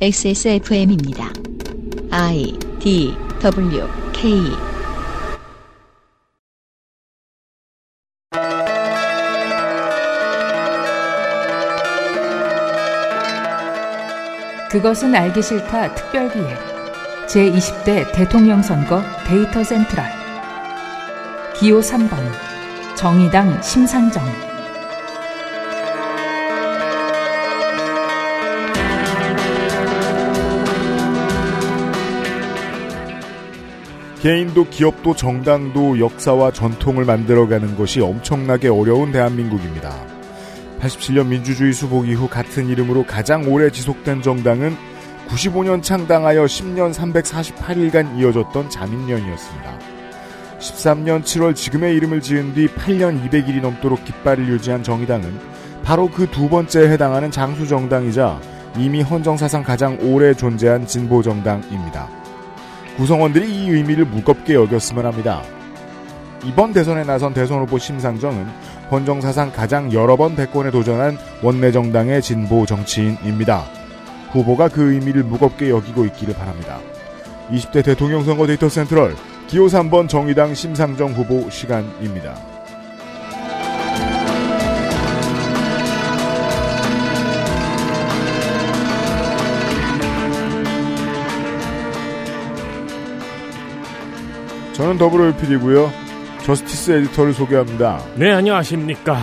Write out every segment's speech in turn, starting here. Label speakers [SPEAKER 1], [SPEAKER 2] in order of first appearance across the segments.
[SPEAKER 1] XSFM입니다. I D W K
[SPEAKER 2] 그것은 알기 싫다 특별기획 제20대 대통령 선거 데이터 센트럴 기호 3번 정의당 심상정
[SPEAKER 3] 개인도 기업도 정당도 역사와 전통을 만들어가는 것이 엄청나게 어려운 대한민국입니다. 87년 민주주의 수복 이후 같은 이름으로 가장 오래 지속된 정당은 95년 창당하여 10년 348일간 이어졌던 자민련이었습니다. 13년 7월 지금의 이름을 지은 뒤 8년 200일이 넘도록 깃발을 유지한 정의당은 바로 그 두 번째에 해당하는 장수 정당이자 이미 헌정사상 가장 오래 존재한 진보 정당입니다. 구성원들이 이 의미를 무겁게 여겼으면 합니다. 이번 대선에 나선 대선 후보 심상정은 헌정사상 가장 여러 번 대권에 도전한 원내 정당의 진보 정치인입니다. 후보가 그 의미를 무겁게 여기고 있기를 바랍니다. 20대 대통령 선거 데이터 센트럴 기호 3번 정의당 심상정 후보 시간입니다. 저는 더불어 PD고요. 저스티스 에디터를 소개합니다.
[SPEAKER 4] 네, 안녕하십니까.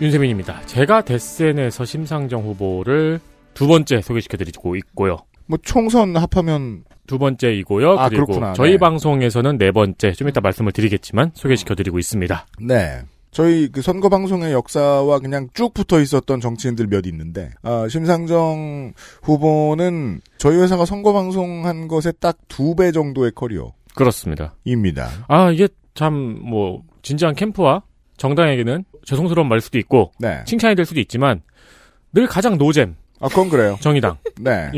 [SPEAKER 4] 윤세민입니다. 제가 데센에서 심상정 후보를 두 번째 소개시켜드리고 있고요.
[SPEAKER 3] 뭐 총선 합하면
[SPEAKER 4] 두 번째이고요.
[SPEAKER 3] 아,
[SPEAKER 4] 그리고
[SPEAKER 3] 그렇구나.
[SPEAKER 4] 저희
[SPEAKER 3] 네.
[SPEAKER 4] 방송에서는 네 번째, 좀 이따 말씀을 드리겠지만 소개시켜드리고 있습니다.
[SPEAKER 3] 네. 저희 그 선거 방송의 역사와 그냥 쭉 붙어 있었던 정치인들 몇 있는데 아, 심상정 후보는 저희 회사가 선거 방송한 것에 딱 두 배 정도의 커리어입니다.
[SPEAKER 4] 그렇습니다. 아, 이게 참 뭐, 진지한 캠프와 정당에게는 죄송스러운 말일 수도 있고,
[SPEAKER 3] 네.
[SPEAKER 4] 칭찬이 될 수도 있지만, 늘 가장 노잼,
[SPEAKER 3] 아 그건 그래요.
[SPEAKER 4] 정의당입니다.
[SPEAKER 3] 네.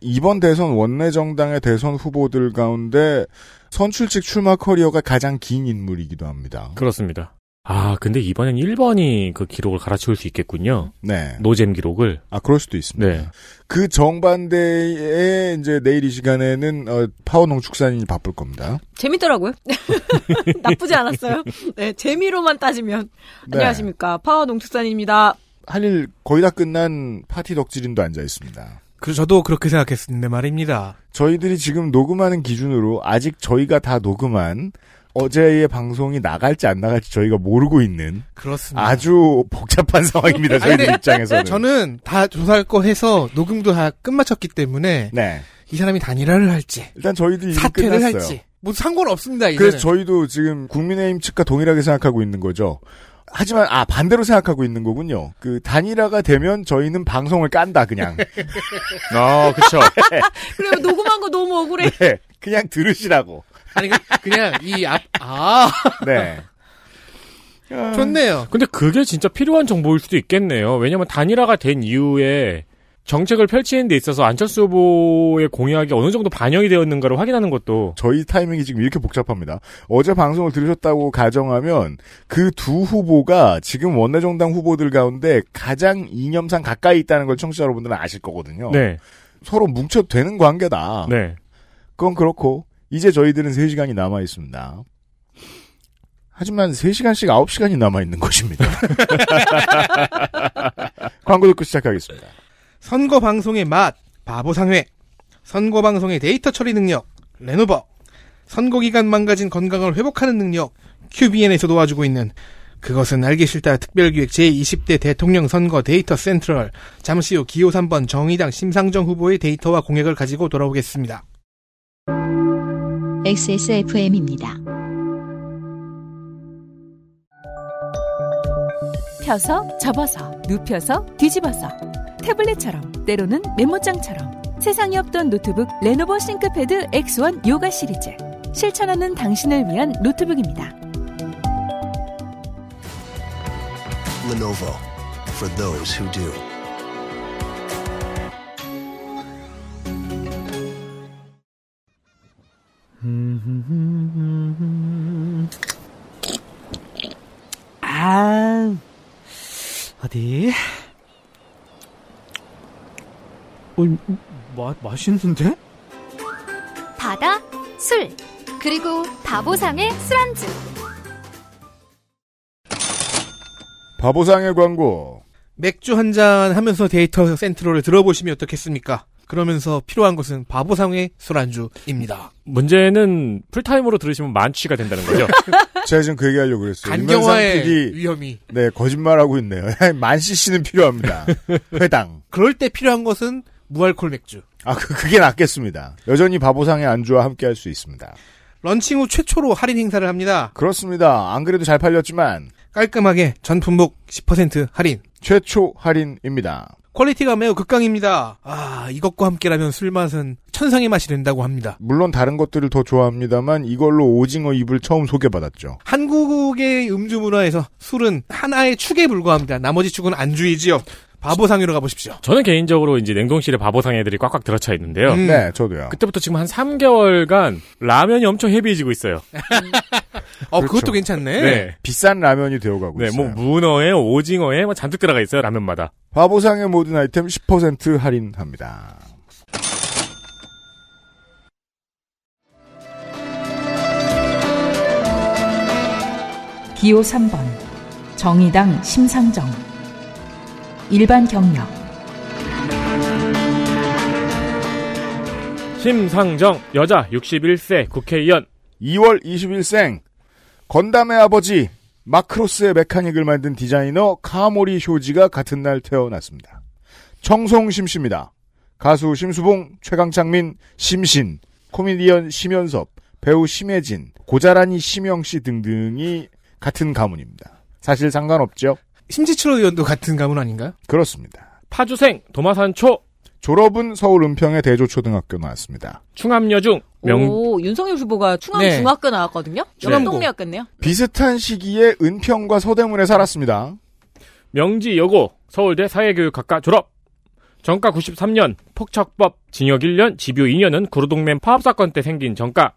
[SPEAKER 3] 이번 대선 원내 정당의 대선 후보들 가운데 선출직 출마 커리어가 가장 긴 인물이기도 합니다.
[SPEAKER 4] 그렇습니다. 아, 근데 이번엔 1번이 그 기록을 갈아치울 수 있겠군요.
[SPEAKER 3] 네.
[SPEAKER 4] 노잼 기록을.
[SPEAKER 3] 아 그럴 수도 있습니다.
[SPEAKER 4] 네.
[SPEAKER 3] 그 정반대에 이제 내일 이 시간에는 어, 파워농축산인이 바쁠 겁니다.
[SPEAKER 5] 재밌더라고요. 나쁘지 않았어요. 네, 재미로만 따지면.
[SPEAKER 3] 네.
[SPEAKER 5] 안녕하십니까. 파워 농축산입니다.
[SPEAKER 3] 할 일 거의 다 끝난 파티 덕질인도 앉아 있습니다.
[SPEAKER 6] 그 저도 그렇게 생각했는데 말입니다.
[SPEAKER 3] 저희들이 지금 녹음하는 기준으로 아직 저희가 다 녹음한 어제의 방송이 나갈지 안 나갈지 저희가 모르고 있는
[SPEAKER 6] 그렇습니다.
[SPEAKER 3] 아주 복잡한 상황입니다. 저희들
[SPEAKER 6] 음. 근데
[SPEAKER 3] 입장에서는.
[SPEAKER 6] 저는 다 조사할 거 해서 녹음도 다 끝마쳤기 때문에
[SPEAKER 3] 네.
[SPEAKER 6] 이 사람이 단일화를 할지
[SPEAKER 3] 일단 저희들이 이미
[SPEAKER 6] 사퇴를
[SPEAKER 3] 끝났어요.
[SPEAKER 6] 할지 뭐 상관없습니다. 이제는.
[SPEAKER 3] 그래서 저희도 지금 국민의힘 측과 동일하게 생각하고 있는 거죠. 하지만 아 반대로 생각하고 있는 거군요. 그 단일화가 되면 저희는 방송을 깐다 그냥.
[SPEAKER 4] 아, 그쵸.
[SPEAKER 5] 그리고 녹음한 거 너무 억울해.
[SPEAKER 3] 네, 그냥 들으시라고.
[SPEAKER 6] 아니 그- 그냥 이앞아
[SPEAKER 3] 네.
[SPEAKER 6] 좋네요.
[SPEAKER 4] 근데 그게 진짜 필요한 정보일 수도 있겠네요. 왜냐면 단일화가 된 이후에 정책을 펼치는 데 있어서 안철수 후보의 공약이 어느 정도 반영이 되었는가를 확인하는 것도
[SPEAKER 3] 저희 타이밍이 지금 이렇게 복잡합니다. 어제 방송을 들으셨다고 가정하면 그 두 후보가 지금 원내정당 후보들 가운데 가장 이념상 가까이 있다는 걸 청취자 여러분들은 아실 거거든요.
[SPEAKER 4] 네,
[SPEAKER 3] 서로 뭉쳐도 되는 관계다.
[SPEAKER 4] 네.
[SPEAKER 3] 그건 그렇고 이제 저희들은 3시간이 남아 있습니다. 하지만 3시간씩 9시간이 남아 있는 것입니다. 광고 듣고 시작하겠습니다.
[SPEAKER 6] 선거 방송의 맛 바보 상회 선거 방송의 데이터 처리 능력 레노버 선거 기간 망가진 건강을 회복하는 능력 QBN에서 도와주고 있는 그것은 알기 싫다 특별기획 제20대 대통령 선거 데이터 센트럴 잠시 후 기호 3번 정의당 심상정 후보의 데이터와 공약을 가지고 돌아오겠습니다.
[SPEAKER 1] XSFM입니다.
[SPEAKER 7] 펴서 접어서 눕혀서 뒤집어서 태블릿처럼 때로는 메모장처럼 세상에 없던 노트북 레노버 싱크패드 X1 요가 시리즈 실천하는 당신을 위한 노트북입니다.
[SPEAKER 8] Lenovo for those who do.
[SPEAKER 9] 아, 어디? 어, 마, 맛있는데?
[SPEAKER 10] 바다, 술, 그리고 바보상의 술안주.
[SPEAKER 3] 바보상의 광고.
[SPEAKER 6] 맥주 한 잔 하면서 데이터 센트럴을 들어보시면 어떻겠습니까? 그러면서 필요한 것은 바보상의 술안주입니다.
[SPEAKER 4] 문제는 풀타임으로 들으시면 만취가 된다는 거죠.
[SPEAKER 3] 제가 지금 그 얘기하려고 그랬어요.
[SPEAKER 6] 간경화의
[SPEAKER 3] 이면상 PD,
[SPEAKER 6] 위험이.
[SPEAKER 3] 네, 거짓말하고 있네요. 만CC는 필요합니다. 회당.
[SPEAKER 6] 그럴 때 필요한 것은 무알콜 맥주.
[SPEAKER 3] 아, 그, 그게 낫겠습니다. 여전히 바보상의 안주와 함께 할 수 있습니다.
[SPEAKER 6] 런칭 후 최초로 할인 행사를 합니다.
[SPEAKER 3] 그렇습니다. 안 그래도 잘 팔렸지만,
[SPEAKER 6] 깔끔하게 전 품목 10% 할인.
[SPEAKER 3] 최초 할인입니다.
[SPEAKER 6] 퀄리티가 매우 극강입니다. 아, 이것과 함께라면 술맛은 천상의 맛이 된다고 합니다.
[SPEAKER 3] 물론 다른 것들을 더 좋아합니다만, 이걸로 오징어 입을 처음 소개받았죠.
[SPEAKER 6] 한국의 음주 문화에서 술은 하나의 축에 불과합니다. 나머지 축은 안주이지요. 바보상으로 가보십시오.
[SPEAKER 4] 저는 개인적으로 이제 냉동실에 바보상 애들이 꽉꽉 들어차 있는데요.
[SPEAKER 6] 음.
[SPEAKER 3] 네, 저도요.
[SPEAKER 4] 그때부터 지금 한 3개월간 라면이 엄청 헤비해지고 있어요.
[SPEAKER 6] 어,
[SPEAKER 3] 그렇죠.
[SPEAKER 6] 그것도 괜찮네.
[SPEAKER 4] 네.
[SPEAKER 3] 비싼 라면이 되어가고
[SPEAKER 4] 네, 뭐
[SPEAKER 3] 있어요.
[SPEAKER 4] 문어에 오징어에 뭐 잔뜩 들어가 있어요 라면마다.
[SPEAKER 3] 바보상의 모든 아이템 10% 할인합니다.
[SPEAKER 2] 기호 3번 정의당 심상정 일반 경력
[SPEAKER 4] 심상정 여자 61세 국회의원
[SPEAKER 3] 2월 21생 건담의 아버지 마크로스의 메카닉을 만든 디자이너 카모리 쇼지가 같은 날 태어났습니다. 청송심씨입니다. 가수 심수봉, 최강창민, 심신, 코미디언 심연섭, 배우 심혜진, 고자라니 심영씨 등등이 같은 가문입니다. 사실 상관없죠?
[SPEAKER 6] 심지철 의원도 같은 가문 아닌가요?
[SPEAKER 3] 그렇습니다.
[SPEAKER 4] 파주생 도마산초
[SPEAKER 3] 졸업은 서울 은평의 대조초등학교 나왔습니다.
[SPEAKER 4] 충암여중 명
[SPEAKER 5] 오, 윤석열 후보가
[SPEAKER 6] 네.
[SPEAKER 5] 충암중학교 나왔거든요?
[SPEAKER 6] 충암고.
[SPEAKER 5] 여기 동네였겠네요?
[SPEAKER 3] 비슷한 시기에 은평과 서대문에 살았습니다.
[SPEAKER 4] 명지여고 서울대 사회교육학과 졸업 정가 93년 폭척법 징역 1년 집유 2년은 구로동맹 파업 사건 때 생긴 정가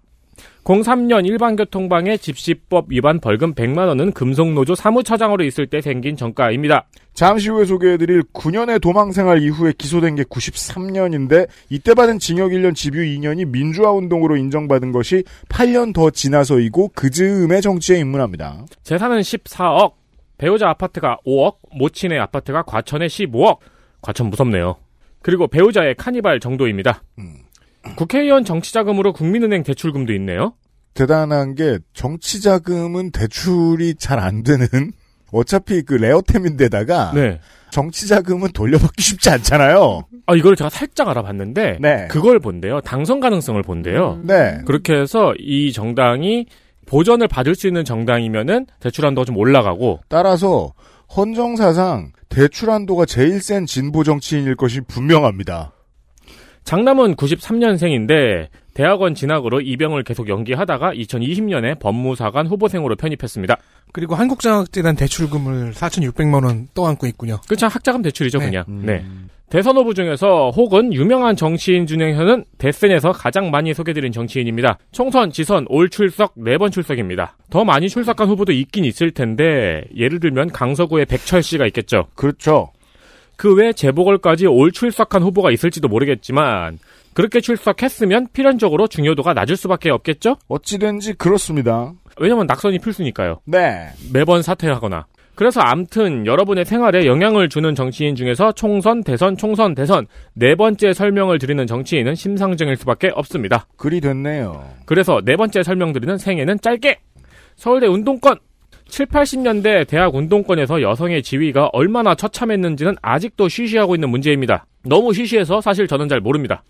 [SPEAKER 4] 03년 일반교통방해 집시법 위반 벌금 100만 원은 금속노조 사무처장으로 있을 때 생긴 정가입니다.
[SPEAKER 3] 잠시 후에 소개해드릴 9년의 도망생활 이후에 기소된 게 93년인데 이때 받은 징역 1년 집유 2년이 민주화운동으로 인정받은 것이 8년 더 지나서이고 그 즈음에 정치에 입문합니다.
[SPEAKER 4] 재산은 14억, 배우자 아파트가 5억, 모친의 아파트가 과천에 15억. 과천 무섭네요. 그리고 배우자의 카니발 정도입니다. 국회의원 정치자금으로 국민은행 대출금도 있네요.
[SPEAKER 3] 대단한 게 정치자금은 대출이 잘 안 되는 어차피 그 레어템인데다가
[SPEAKER 4] 네.
[SPEAKER 3] 정치자금은 돌려받기 쉽지 않잖아요.
[SPEAKER 4] 아 이걸 제가 살짝 알아봤는데
[SPEAKER 3] 네.
[SPEAKER 4] 그걸 본대요. 당선 가능성을 본대요.
[SPEAKER 3] 네.
[SPEAKER 4] 그렇게 해서 이 정당이 보전을 받을 수 있는 정당이면은 대출 한도가 좀 올라가고
[SPEAKER 3] 따라서 헌정사상 대출 한도가 제일 센 진보 정치인일 것이 분명합니다.
[SPEAKER 4] 장남은 93년생인데 대학원 진학으로 입영을 계속 연기하다가 2020년에 법무사관 후보생으로 편입했습니다.
[SPEAKER 6] 그리고 한국장학재단 대출금을 4,600만 원 떠안고 있군요.
[SPEAKER 4] 그렇죠. 학자금 대출이죠,
[SPEAKER 6] 네.
[SPEAKER 4] 그냥. 네. 대선 후보 중에서 혹은 유명한 정치인 중에서는 데센에서 가장 많이 소개드린 정치인입니다. 총선, 지선, 올 출석, 네 번 출석입니다. 더 많이 출석한 후보도 있긴 있을 텐데 예를 들면 강서구의 백철 씨가 있겠죠.
[SPEAKER 3] 그렇죠.
[SPEAKER 4] 그 외 재보궐까지 올 출석한 후보가 있을지도 모르겠지만 그렇게 출석했으면 필연적으로 중요도가 낮을 수밖에 없겠죠?
[SPEAKER 3] 어찌된지 그렇습니다.
[SPEAKER 4] 왜냐면 낙선이 필수니까요.
[SPEAKER 3] 네.
[SPEAKER 4] 매번 사퇴하거나. 그래서 암튼 여러분의 생활에 영향을 주는 정치인 중에서 총선, 대선, 총선, 대선 네 번째 설명을 드리는 정치인은 심상정일 수밖에 없습니다.
[SPEAKER 3] 글이 됐네요.
[SPEAKER 4] 그래서 네 번째 설명드리는 생애는 짧게 서울대 운동권 7, 80년대 대학 운동권에서 여성의 지위가 얼마나 처참했는지는 아직도 쉬쉬하고 있는 문제입니다. 너무 쉬쉬해서 사실 저는 잘 모릅니다.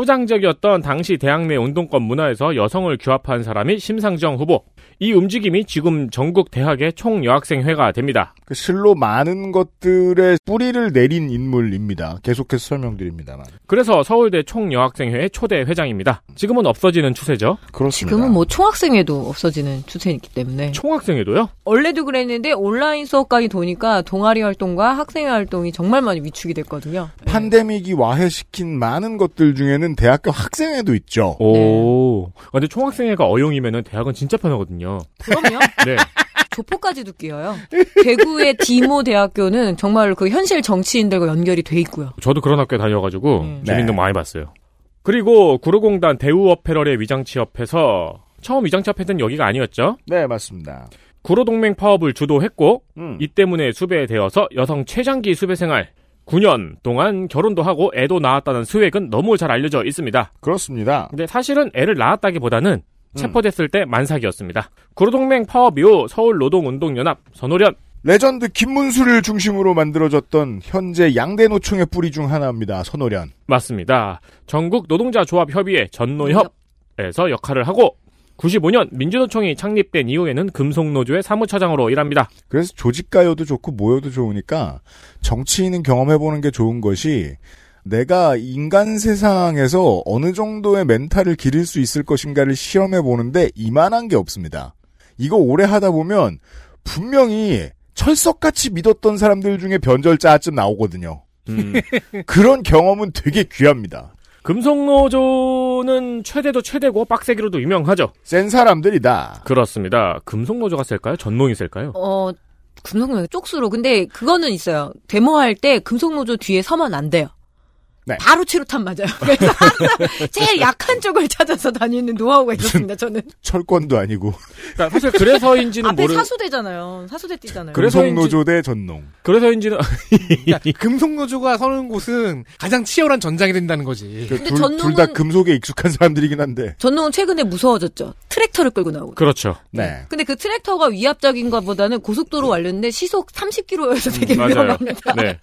[SPEAKER 4] 가부장적이었던 당시 대학 내 운동권 문화에서 여성을 규합한 사람이 심상정 후보. 이 움직임이 지금 전국 대학의 총여학생회가 됩니다.
[SPEAKER 3] 그 실로 많은 것들의 뿌리를 내린 인물입니다. 계속해서 설명드립니다만.
[SPEAKER 4] 그래서 서울대 총여학생회의 초대 회장입니다. 지금은 없어지는 추세죠.
[SPEAKER 3] 그렇습니다.
[SPEAKER 5] 지금은 뭐 총학생회도 없어지는 추세이기 때문에.
[SPEAKER 4] 총학생회도요?
[SPEAKER 5] 원래도 그랬는데 온라인 수업까지 도니까 동아리 활동과 학생회 활동이 정말 많이 위축이 됐거든요.
[SPEAKER 3] 팬데믹이 와해시킨 많은 것들 중에는 대학교 학생회도 있죠.
[SPEAKER 4] 오. 근데 총학생회가 어용이면은 대학은 진짜 편하거든요.
[SPEAKER 5] 그럼요.
[SPEAKER 4] 네.
[SPEAKER 5] 교포까지도 끼어요. 대구의 디모 대학교는 정말 그 현실 정치인들과 연결이 돼 있고요.
[SPEAKER 4] 저도 그런 학교에 다녀가지고
[SPEAKER 5] 네.
[SPEAKER 4] 주민등 많이 봤어요. 그리고 구로공단 대우어패럴의 위장취업해서 처음 위장취업했던 던 여기가 아니었죠.
[SPEAKER 3] 네, 맞습니다.
[SPEAKER 4] 구로동맹 파업을 주도했고
[SPEAKER 3] 음.
[SPEAKER 4] 이 때문에 수배되어서 여성 최장기 수배생활 9년 동안 결혼도 하고 애도 낳았다는 스웩은 너무 잘 알려져 있습니다.
[SPEAKER 3] 그렇습니다.
[SPEAKER 4] 근데 사실은 애를 낳았다기보다는 체포됐을 때 만삭이었습니다. 구로동맹 파업 이후 서울노동운동연합 선호련
[SPEAKER 3] 레전드 김문수를 중심으로 만들어졌던 현재 양대 노총의 뿌리 중 하나입니다. 선호련.
[SPEAKER 4] 맞습니다. 전국 노동자 조합 협의회 전노협에서 역할을 하고 95년 민주노총이 창립된 이후에는 금속노조의 사무처장으로 일합니다.
[SPEAKER 3] 그래서 조직가요도 좋고 모여도 좋으니까 정치인은 경험해보는 게 좋은 것이 내가 인간 세상에서 어느 정도의 멘탈을 기를 수 있을 것인가를 시험해보는데 이만한 게 없습니다. 이거 오래 하다 보면 분명히 철석같이 믿었던 사람들 중에 변절자쯤 나오거든요.
[SPEAKER 4] 음,
[SPEAKER 3] 그런 경험은 되게 귀합니다.
[SPEAKER 4] 금속노조는 최대도 최대고 빡세기로도 유명하죠.
[SPEAKER 3] 센 사람들이다.
[SPEAKER 4] 그렇습니다. 금속노조가 셀까요? 전농이 셀까요?
[SPEAKER 5] 어, 금속노조 쪽수로. 근데 그거는 있어요. 데모할 때 금속노조 뒤에 서면 안 돼요.
[SPEAKER 3] 네.
[SPEAKER 5] 바로 치료탄 맞아요. 그래서 항상 제일 약한 쪽을 찾아서 다니는 노하우가 있었습니다. 저는
[SPEAKER 3] 철권도 아니고
[SPEAKER 4] 그러니까 사실 그래서인지는
[SPEAKER 5] 앞에
[SPEAKER 4] 모르
[SPEAKER 5] 사수대잖아요. 사수대 뛰잖아요.
[SPEAKER 4] 그래서
[SPEAKER 3] 금속 노조 대 전농.
[SPEAKER 4] 그래서인지는
[SPEAKER 6] 그러니까 금속노조가 서는 곳은 가장 치열한 전장이 된다는 거지.
[SPEAKER 5] 근데
[SPEAKER 3] 둘
[SPEAKER 5] 전농은-
[SPEAKER 3] 다 금속에 익숙한 사람들이긴 한데.
[SPEAKER 5] 전농은 최근에 무서워졌죠. 트랙터를 끌고 나오고.
[SPEAKER 4] 그렇죠.
[SPEAKER 3] 네.
[SPEAKER 5] 근데 그 트랙터가 위압적인 것보다는 고속도로 완료인데 시속 30km여서 되게
[SPEAKER 4] 음, 맞아요.
[SPEAKER 5] 위험합니다.
[SPEAKER 4] 네.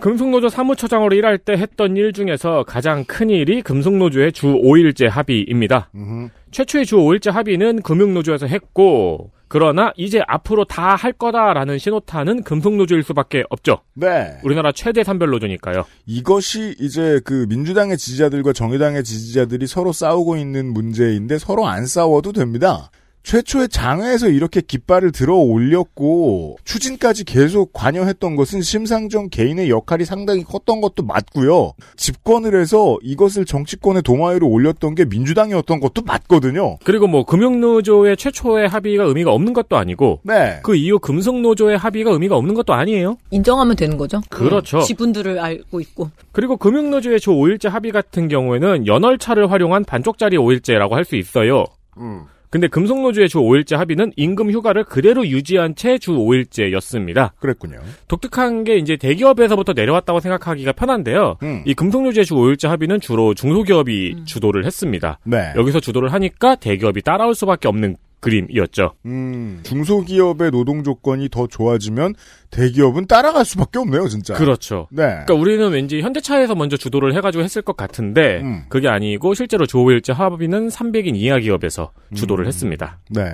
[SPEAKER 4] 금속노조 사무처장으로 일할 때 했던 일 중에서 가장 큰 일이 금속노조의 주 5일제 합의입니다.
[SPEAKER 3] 음흠.
[SPEAKER 4] 최초의 주 5일제 합의는 금융노조에서 했고 그러나 이제 앞으로 다 할 거다라는 신호탄은 금속노조일 수밖에 없죠.
[SPEAKER 3] 네.
[SPEAKER 4] 우리나라 최대 산별노조니까요.
[SPEAKER 3] 이것이 이제 그 민주당의 지지자들과 정의당의 지지자들이 서로 싸우고 있는 문제인데 서로 안 싸워도 됩니다. 최초의 장외에서 이렇게 깃발을 들어 올렸고 추진까지 계속 관여했던 것은 심상정 개인의 역할이 상당히 컸던 것도 맞고요. 집권을 해서 이것을 정치권의 도마 위로 올렸던 게 민주당이었던 것도 맞거든요.
[SPEAKER 4] 그리고 뭐 금융노조의 최초의 합의가 의미가 없는 것도 아니고
[SPEAKER 3] 네.
[SPEAKER 4] 그 이후 금속노조의 합의가 의미가 없는 것도 아니에요.
[SPEAKER 3] 음.
[SPEAKER 5] 인정하면 되는 거죠.
[SPEAKER 4] 그렇죠.
[SPEAKER 5] 지분들을 알고 있고.
[SPEAKER 4] 그리고 금융노조의 주 5일제 합의 같은 경우에는 연월차를 활용한 반쪽짜리 5일제라고 할 수 있어요.
[SPEAKER 3] 음.
[SPEAKER 4] 근데 금속노조의 주 5일제 합의는 임금 휴가를 그대로 유지한 채 주 5일제였습니다.
[SPEAKER 3] 그랬군요.
[SPEAKER 4] 독특한 게 이제 대기업에서부터 내려왔다고 생각하기가 편한데요.
[SPEAKER 3] 음.
[SPEAKER 4] 이 금속노조의 주 5일제 합의는 주로 중소기업이 주도를 했습니다.
[SPEAKER 3] 네.
[SPEAKER 4] 여기서 주도를 하니까 대기업이 따라올 수밖에 없는 그림이었죠.
[SPEAKER 3] 음, 중소기업의 노동 조건이 더 좋아지면 대기업은 따라갈 수밖에 없네요, 진짜.
[SPEAKER 4] 그렇죠.
[SPEAKER 3] 네.
[SPEAKER 4] 그러니까 우리는 왠지 현대차에서 먼저 주도를 해가지고 했을 것 같은데
[SPEAKER 3] 음.
[SPEAKER 4] 그게 아니고 실제로 주 5일제 합의는 300인 이하 기업에서 주도를 했습니다.
[SPEAKER 3] 네.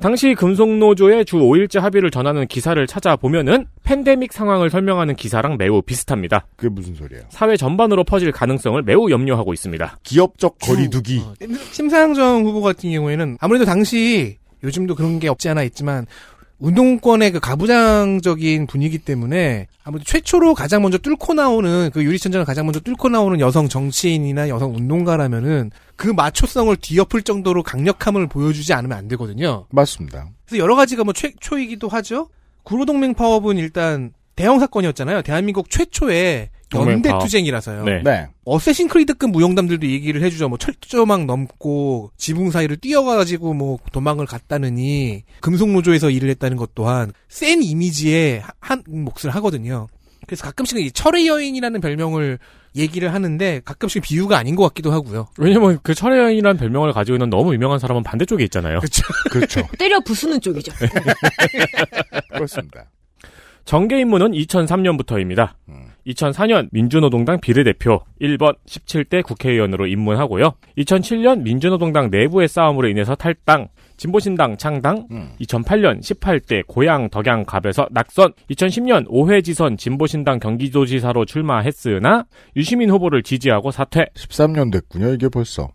[SPEAKER 4] 당시 금속노조의 주 5일제 합의를 전하는 기사를 찾아보면은 팬데믹 상황을 설명하는 기사랑 매우 비슷합니다.
[SPEAKER 3] 그게 무슨 소리예요?
[SPEAKER 4] 사회 전반으로 퍼질 가능성을 매우 염려하고 있습니다.
[SPEAKER 3] 기업적 거리두기.
[SPEAKER 6] 어, 심상정 후보 같은 경우에는 아무래도 당시 요즘도 그런 게 없지 않아 있지만 운동권의 그 가부장적인 분위기 때문에 아무래도 최초로 가장 먼저 뚫고 나오는 그 유리천장을 가장 먼저 뚫고 나오는 여성 정치인이나 여성 운동가라면은 그 마초성을 뒤엎을 정도로 강력함을 보여주지 않으면 안 되거든요.
[SPEAKER 3] 맞습니다.
[SPEAKER 6] 그래서 여러 가지가 뭐 최초이기도 하죠. 구로동맹 파업은 일단 대형 사건이었잖아요. 대한민국 최초의
[SPEAKER 4] 동맹
[SPEAKER 6] 연대
[SPEAKER 4] 파업.
[SPEAKER 6] 투쟁이라서요.
[SPEAKER 4] 네.
[SPEAKER 3] 네.
[SPEAKER 6] 어쌔신 크리드급 무용담들도 얘기를 해주죠. 뭐 철조망 넘고 지붕 사이를 뛰어가지고 뭐 도망을 갔다느니 금속노조에서 일을 했다는 것 또한 센 이미지의 하- 한 몫을 하거든요. 그래서 가끔씩은 이 철의 여인이라는 별명을 얘기를 하는데 가끔씩 비유가 아닌 것 같기도 하고요.
[SPEAKER 4] 왜냐면 그 철의 여인이라는 별명을 가지고 있는 너무 유명한 사람은 반대쪽에 있잖아요.
[SPEAKER 3] 그렇죠.
[SPEAKER 5] 때려 부수는 쪽이죠.
[SPEAKER 3] 그렇습니다.
[SPEAKER 4] 정계 입문은 2003년부터입니다.
[SPEAKER 3] 음.
[SPEAKER 4] 2004년 민주노동당 비례대표 1번 17대 국회의원으로 입문하고요. 2007년 민주노동당 내부의 싸움으로 인해서 탈당, 진보신당 창당,
[SPEAKER 3] 음.
[SPEAKER 4] 2008년 18대 고양 덕양갑에서 낙선, 2010년 5회 지선 진보신당 경기도지사로 출마했으나 유시민 후보를 지지하고 사퇴,
[SPEAKER 3] 13년 됐군요, 이게 벌써.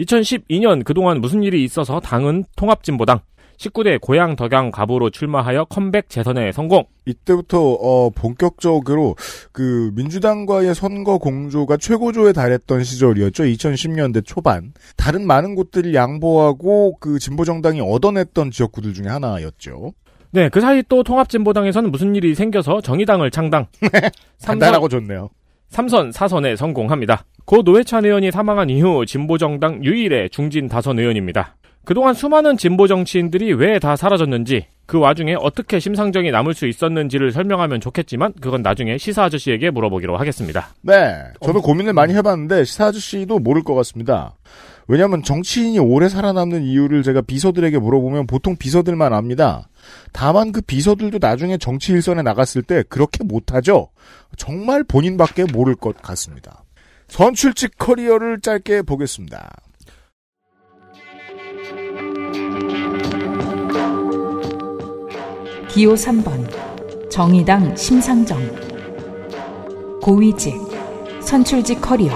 [SPEAKER 4] 2012년 그동안 무슨 일이 있어서 당은 통합진보당, 19대 고양 덕양 갑으로 출마하여 컴백 재선에 성공.
[SPEAKER 3] 이때부터 어, 본격적으로 그 민주당과의 선거 공조가 최고조에 달했던 시절이었죠. 2010년대 초반. 다른 많은 곳들이 양보하고 그 진보 정당이 얻어냈던 지역구들 중에 하나였죠.
[SPEAKER 4] 네, 그 사이 또 통합진보당에서는 무슨 일이 생겨서 정의당을 창당. 삼선,
[SPEAKER 3] 네, 간단하고 좋네요.
[SPEAKER 4] 삼선 사선에 성공합니다. 고 노회찬 의원이 사망한 이후 진보정당 유일의 중진 다선 의원입니다. 그동안 수많은 진보 정치인들이 왜 다 사라졌는지, 그 와중에 어떻게 심상정이 남을 수 있었는지를 설명하면 좋겠지만, 그건 나중에 시사 아저씨에게 물어보기로 하겠습니다.
[SPEAKER 3] 네. 저도 고민을 많이 해봤는데 시사 아저씨도 모를 것 같습니다. 왜냐하면 정치인이 오래 살아남는 이유를 제가 비서들에게 물어보면 보통 비서들만 압니다. 다만 그 비서들도 나중에 정치 일선에 나갔을 때 그렇게 못하죠. 정말 본인밖에 모를 것 같습니다. 선출직 커리어를 짧게 보겠습니다.
[SPEAKER 2] 기호 3번 정의당 심상정 고위직 선출직 커리어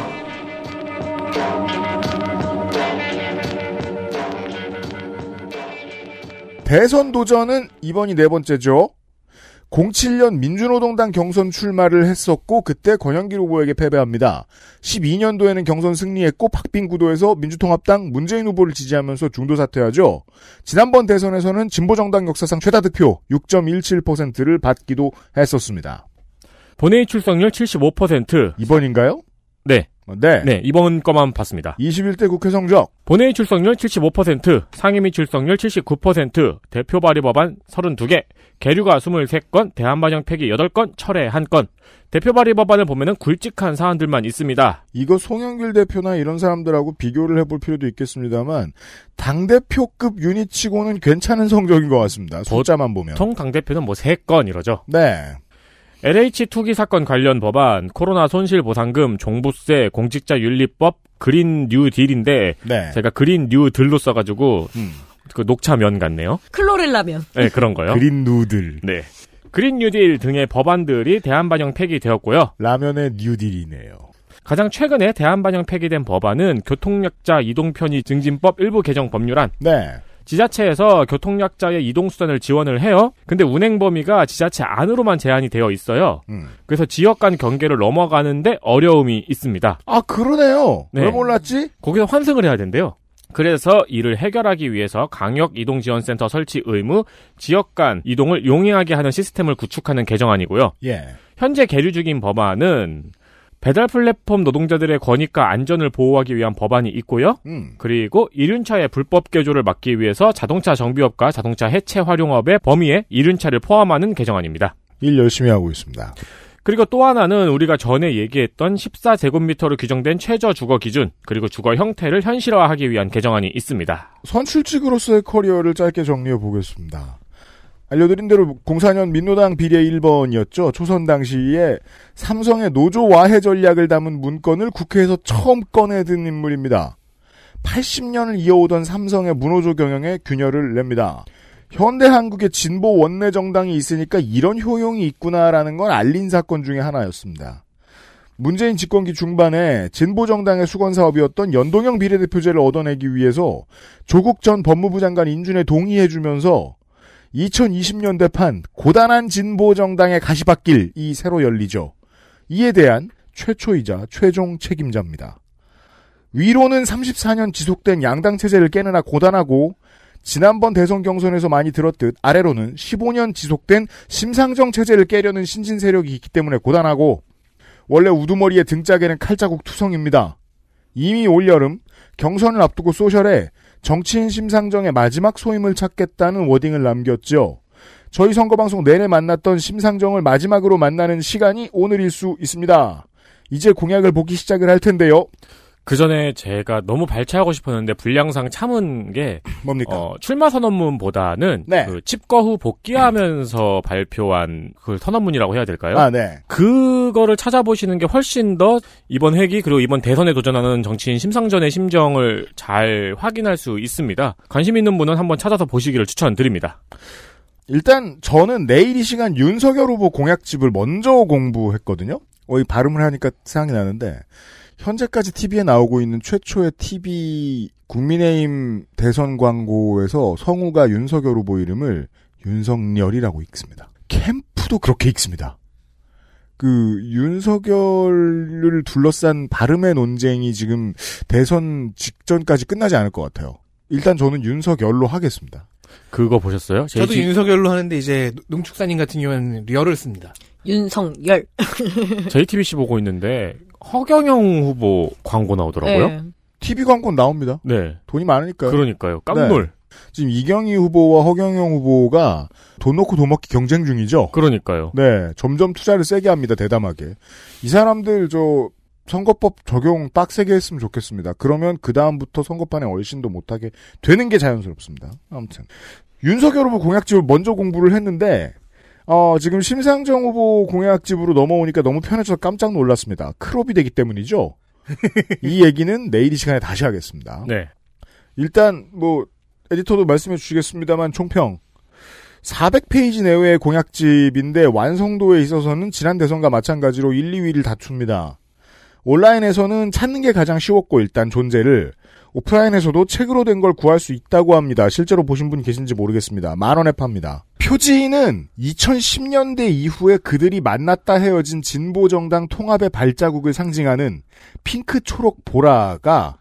[SPEAKER 3] 대선 도전은 이번이 네 번째죠. 07년 민주노동당 경선 출마를 했었고 그때 권영길 후보에게 패배합니다. 12년도에는 경선 승리했고 박빙 구도에서 민주통합당 문재인 후보를 지지하면서 중도 사퇴하죠. 지난번 대선에서는 진보정당 역사상 최다 득표 6.17%를 받기도 했었습니다.
[SPEAKER 4] 본회의 출석률 75%.
[SPEAKER 3] 이번인가요?
[SPEAKER 4] 네,
[SPEAKER 3] 네.
[SPEAKER 4] 네, 이번 거만 봤습니다.
[SPEAKER 3] 21대 국회 성적
[SPEAKER 4] 본회의 출석률 75%, 상임위 출석률 79%, 대표 발의 법안 32개, 계류가 23건, 대한반영 폐기 8건, 철회 1건. 대표 발의 법안을 보면은 굵직한 사안들만 있습니다.
[SPEAKER 3] 이거 송영길 대표나 이런 사람들하고 비교를 해볼 필요도 있겠습니다만 당대표급 유닛치고는 괜찮은 성적인 것 같습니다. 숫자만 보면
[SPEAKER 4] 통 당대표는 뭐 3건 이러죠.
[SPEAKER 3] 네.
[SPEAKER 4] LH 투기 사건 관련 법안, 코로나 손실 보상금, 종부세, 공직자 윤리법, 그린 뉴 딜인데
[SPEAKER 3] 네.
[SPEAKER 4] 제가 그린 뉴 들로 써가지고
[SPEAKER 3] 음.
[SPEAKER 4] 그 녹차면 같네요.
[SPEAKER 5] 클로렐라면.
[SPEAKER 4] 네, 그런 거요.
[SPEAKER 3] 그린 누들
[SPEAKER 4] 네. 그린 뉴딜 등의 법안들이 대한반영 폐기되었고요.
[SPEAKER 3] 라면의 뉴딜이네요.
[SPEAKER 4] 가장 최근에 대한반영 폐기된 법안은 교통약자 이동편의 증진법 일부 개정 법률안.
[SPEAKER 3] 네.
[SPEAKER 4] 지자체에서 교통약자의 이동수단을 지원을 해요. 근데 운행 범위가 지자체 안으로만 제한이 되어 있어요.
[SPEAKER 3] 음.
[SPEAKER 4] 그래서 지역 간 경계를 넘어가는데 어려움이 있습니다.
[SPEAKER 3] 아 그러네요.
[SPEAKER 4] 네.
[SPEAKER 3] 왜 몰랐지?
[SPEAKER 4] 거기서 환승을 해야 된대요. 그래서 이를 해결하기 위해서 강역 이동 지원센터 설치 의무, 지역 간 이동을 용이하게 하는 시스템을 구축하는 개정안이고요.
[SPEAKER 3] 예.
[SPEAKER 4] 현재 계류 중인 법안은 배달 플랫폼 노동자들의 권익과 안전을 보호하기 위한 법안이 있고요.
[SPEAKER 3] 음.
[SPEAKER 4] 그리고 일륜차의 불법 개조를 막기 위해서 자동차 정비업과 자동차 해체 활용업의 범위에 일륜차를 포함하는 개정안입니다.
[SPEAKER 3] 일 열심히 하고 있습니다.
[SPEAKER 4] 그리고 또 하나는 우리가 전에 얘기했던 14제곱미터로 규정된 최저 주거 기준, 그리고 주거 형태를 현실화하기 위한 개정안이 있습니다.
[SPEAKER 3] 선출직으로서의 커리어를 짧게 정리해 보겠습니다. 알려드린 대로 04년 민노당 비례 1번이었죠. 초선 당시에 삼성의 노조 와해 전략을 담은 문건을 국회에서 처음 꺼내든 인물입니다. 80년을 이어오던 삼성의 문호조 경영에 균열을 냅니다. 현대 한국의 진보 원내 정당이 있으니까 이런 효용이 있구나라는 걸 알린 사건 중에 하나였습니다. 문재인 집권기 중반에 진보 정당의 수건 사업이었던 연동형 비례대표제를 얻어내기 위해서 조국 전 법무부 장관 인준에 동의해주면서 2020년대판 고단한 진보 정당의 가시밭길이 새로 열리죠. 이에 대한 최초이자 최종 책임자입니다. 위로는 34년 지속된 양당 체제를 깨느라 고단하고 지난번 대선 경선에서 많이 들었듯 아래로는 15년 지속된 심상정 체제를 깨려는 신진 세력이 있기 때문에 고단하고 원래 우두머리의 등짝에는 칼자국 투성입니다. 이미 올여름 경선을 앞두고 소셜에 정치인 심상정의 마지막 소임을 찾겠다는 워딩을 남겼죠. 저희 선거방송 내내 만났던 심상정을 마지막으로 만나는 시간이 오늘일 수 있습니다. 이제 공약을 보기 시작을 할 텐데요.
[SPEAKER 4] 그 전에 제가 너무 발췌하고 싶었는데 분량상 참은 게
[SPEAKER 3] 뭡니까?
[SPEAKER 4] 어, 출마 선언문보다는
[SPEAKER 3] 그러니까. 네.
[SPEAKER 4] 그 집거 후 복귀하면서 발표한 그 선언문이라고 해야 될까요?
[SPEAKER 3] 아, 네.
[SPEAKER 4] 그거를 찾아보시는 게 훨씬 더 이번 회기 그리고 이번 대선에 도전하는 정치인 심상전의 심정을 잘 확인할 수 있습니다. 관심 있는 분은 한번 찾아서 보시기를 추천드립니다.
[SPEAKER 3] 일단 저는 내일 이 시간 윤석열 후보 공약집을 먼저 공부했거든요. 어, 이 발음을 하니까 생각이 나는데 현재까지 TV에 나오고 있는 최초의 TV 국민의힘 대선 광고에서 성우가 윤석열 후보 이름을 윤석열이라고 읽습니다. 캠프도 그렇게 읽습니다. 그 윤석열을 둘러싼 발음의 논쟁이 지금 대선 직전까지 끝나지 않을 것 같아요. 일단 저는 윤석열로 하겠습니다.
[SPEAKER 4] 그거 보셨어요?
[SPEAKER 6] 저도
[SPEAKER 4] 제이지-
[SPEAKER 6] 윤석열로 하는데 이제 농축산인 같은 경우에는 리얼을 씁니다.
[SPEAKER 5] 윤성열.
[SPEAKER 4] JTBC 보고 있는데 허경영 후보 광고 나오더라고요.
[SPEAKER 5] 네.
[SPEAKER 3] TV 광고는 나옵니다.
[SPEAKER 4] 네.
[SPEAKER 3] 돈이 많으니까요.
[SPEAKER 4] 그러니까요. 네. 깜놀.
[SPEAKER 3] 지금 이경희 후보와 허경영 후보가 돈 놓고 돈 먹기 경쟁 중이죠.
[SPEAKER 4] 그러니까요.
[SPEAKER 3] 네, 점점 투자를 세게 합니다. 대담하게. 이 사람들 저 선거법 적용 빡세게 했으면 좋겠습니다. 그러면 그 다음부터 선거판에 얼씬도 못하게 되는 게 자연스럽습니다. 아무튼 윤석열 후보 공약집을 먼저 공부를 했는데 어, 지금 심상정 후보 공약집으로 넘어오니까 너무 편해져서 깜짝 놀랐습니다. 크롭이 되기 때문이죠. 이 얘기는 내일 이 시간에 다시 하겠습니다.
[SPEAKER 4] 네.
[SPEAKER 3] 일단 뭐 에디터도 말씀해 주시겠습니다만 총평 400페이지 내외의 공약집인데 완성도에 있어서는 지난 대선과 마찬가지로 1, 2위를 다툽니다. 온라인에서는 찾는 게 가장 쉬웠고 일단 존재를 오프라인에서도 책으로 된 걸 구할 수 있다고 합니다. 실제로 보신 분 계신지 모르겠습니다. 만 원에 팝니다. 표지는 2010년대 이후에 그들이 만났다 헤어진 진보 정당 통합의 발자국을 상징하는 핑크 초록 보라가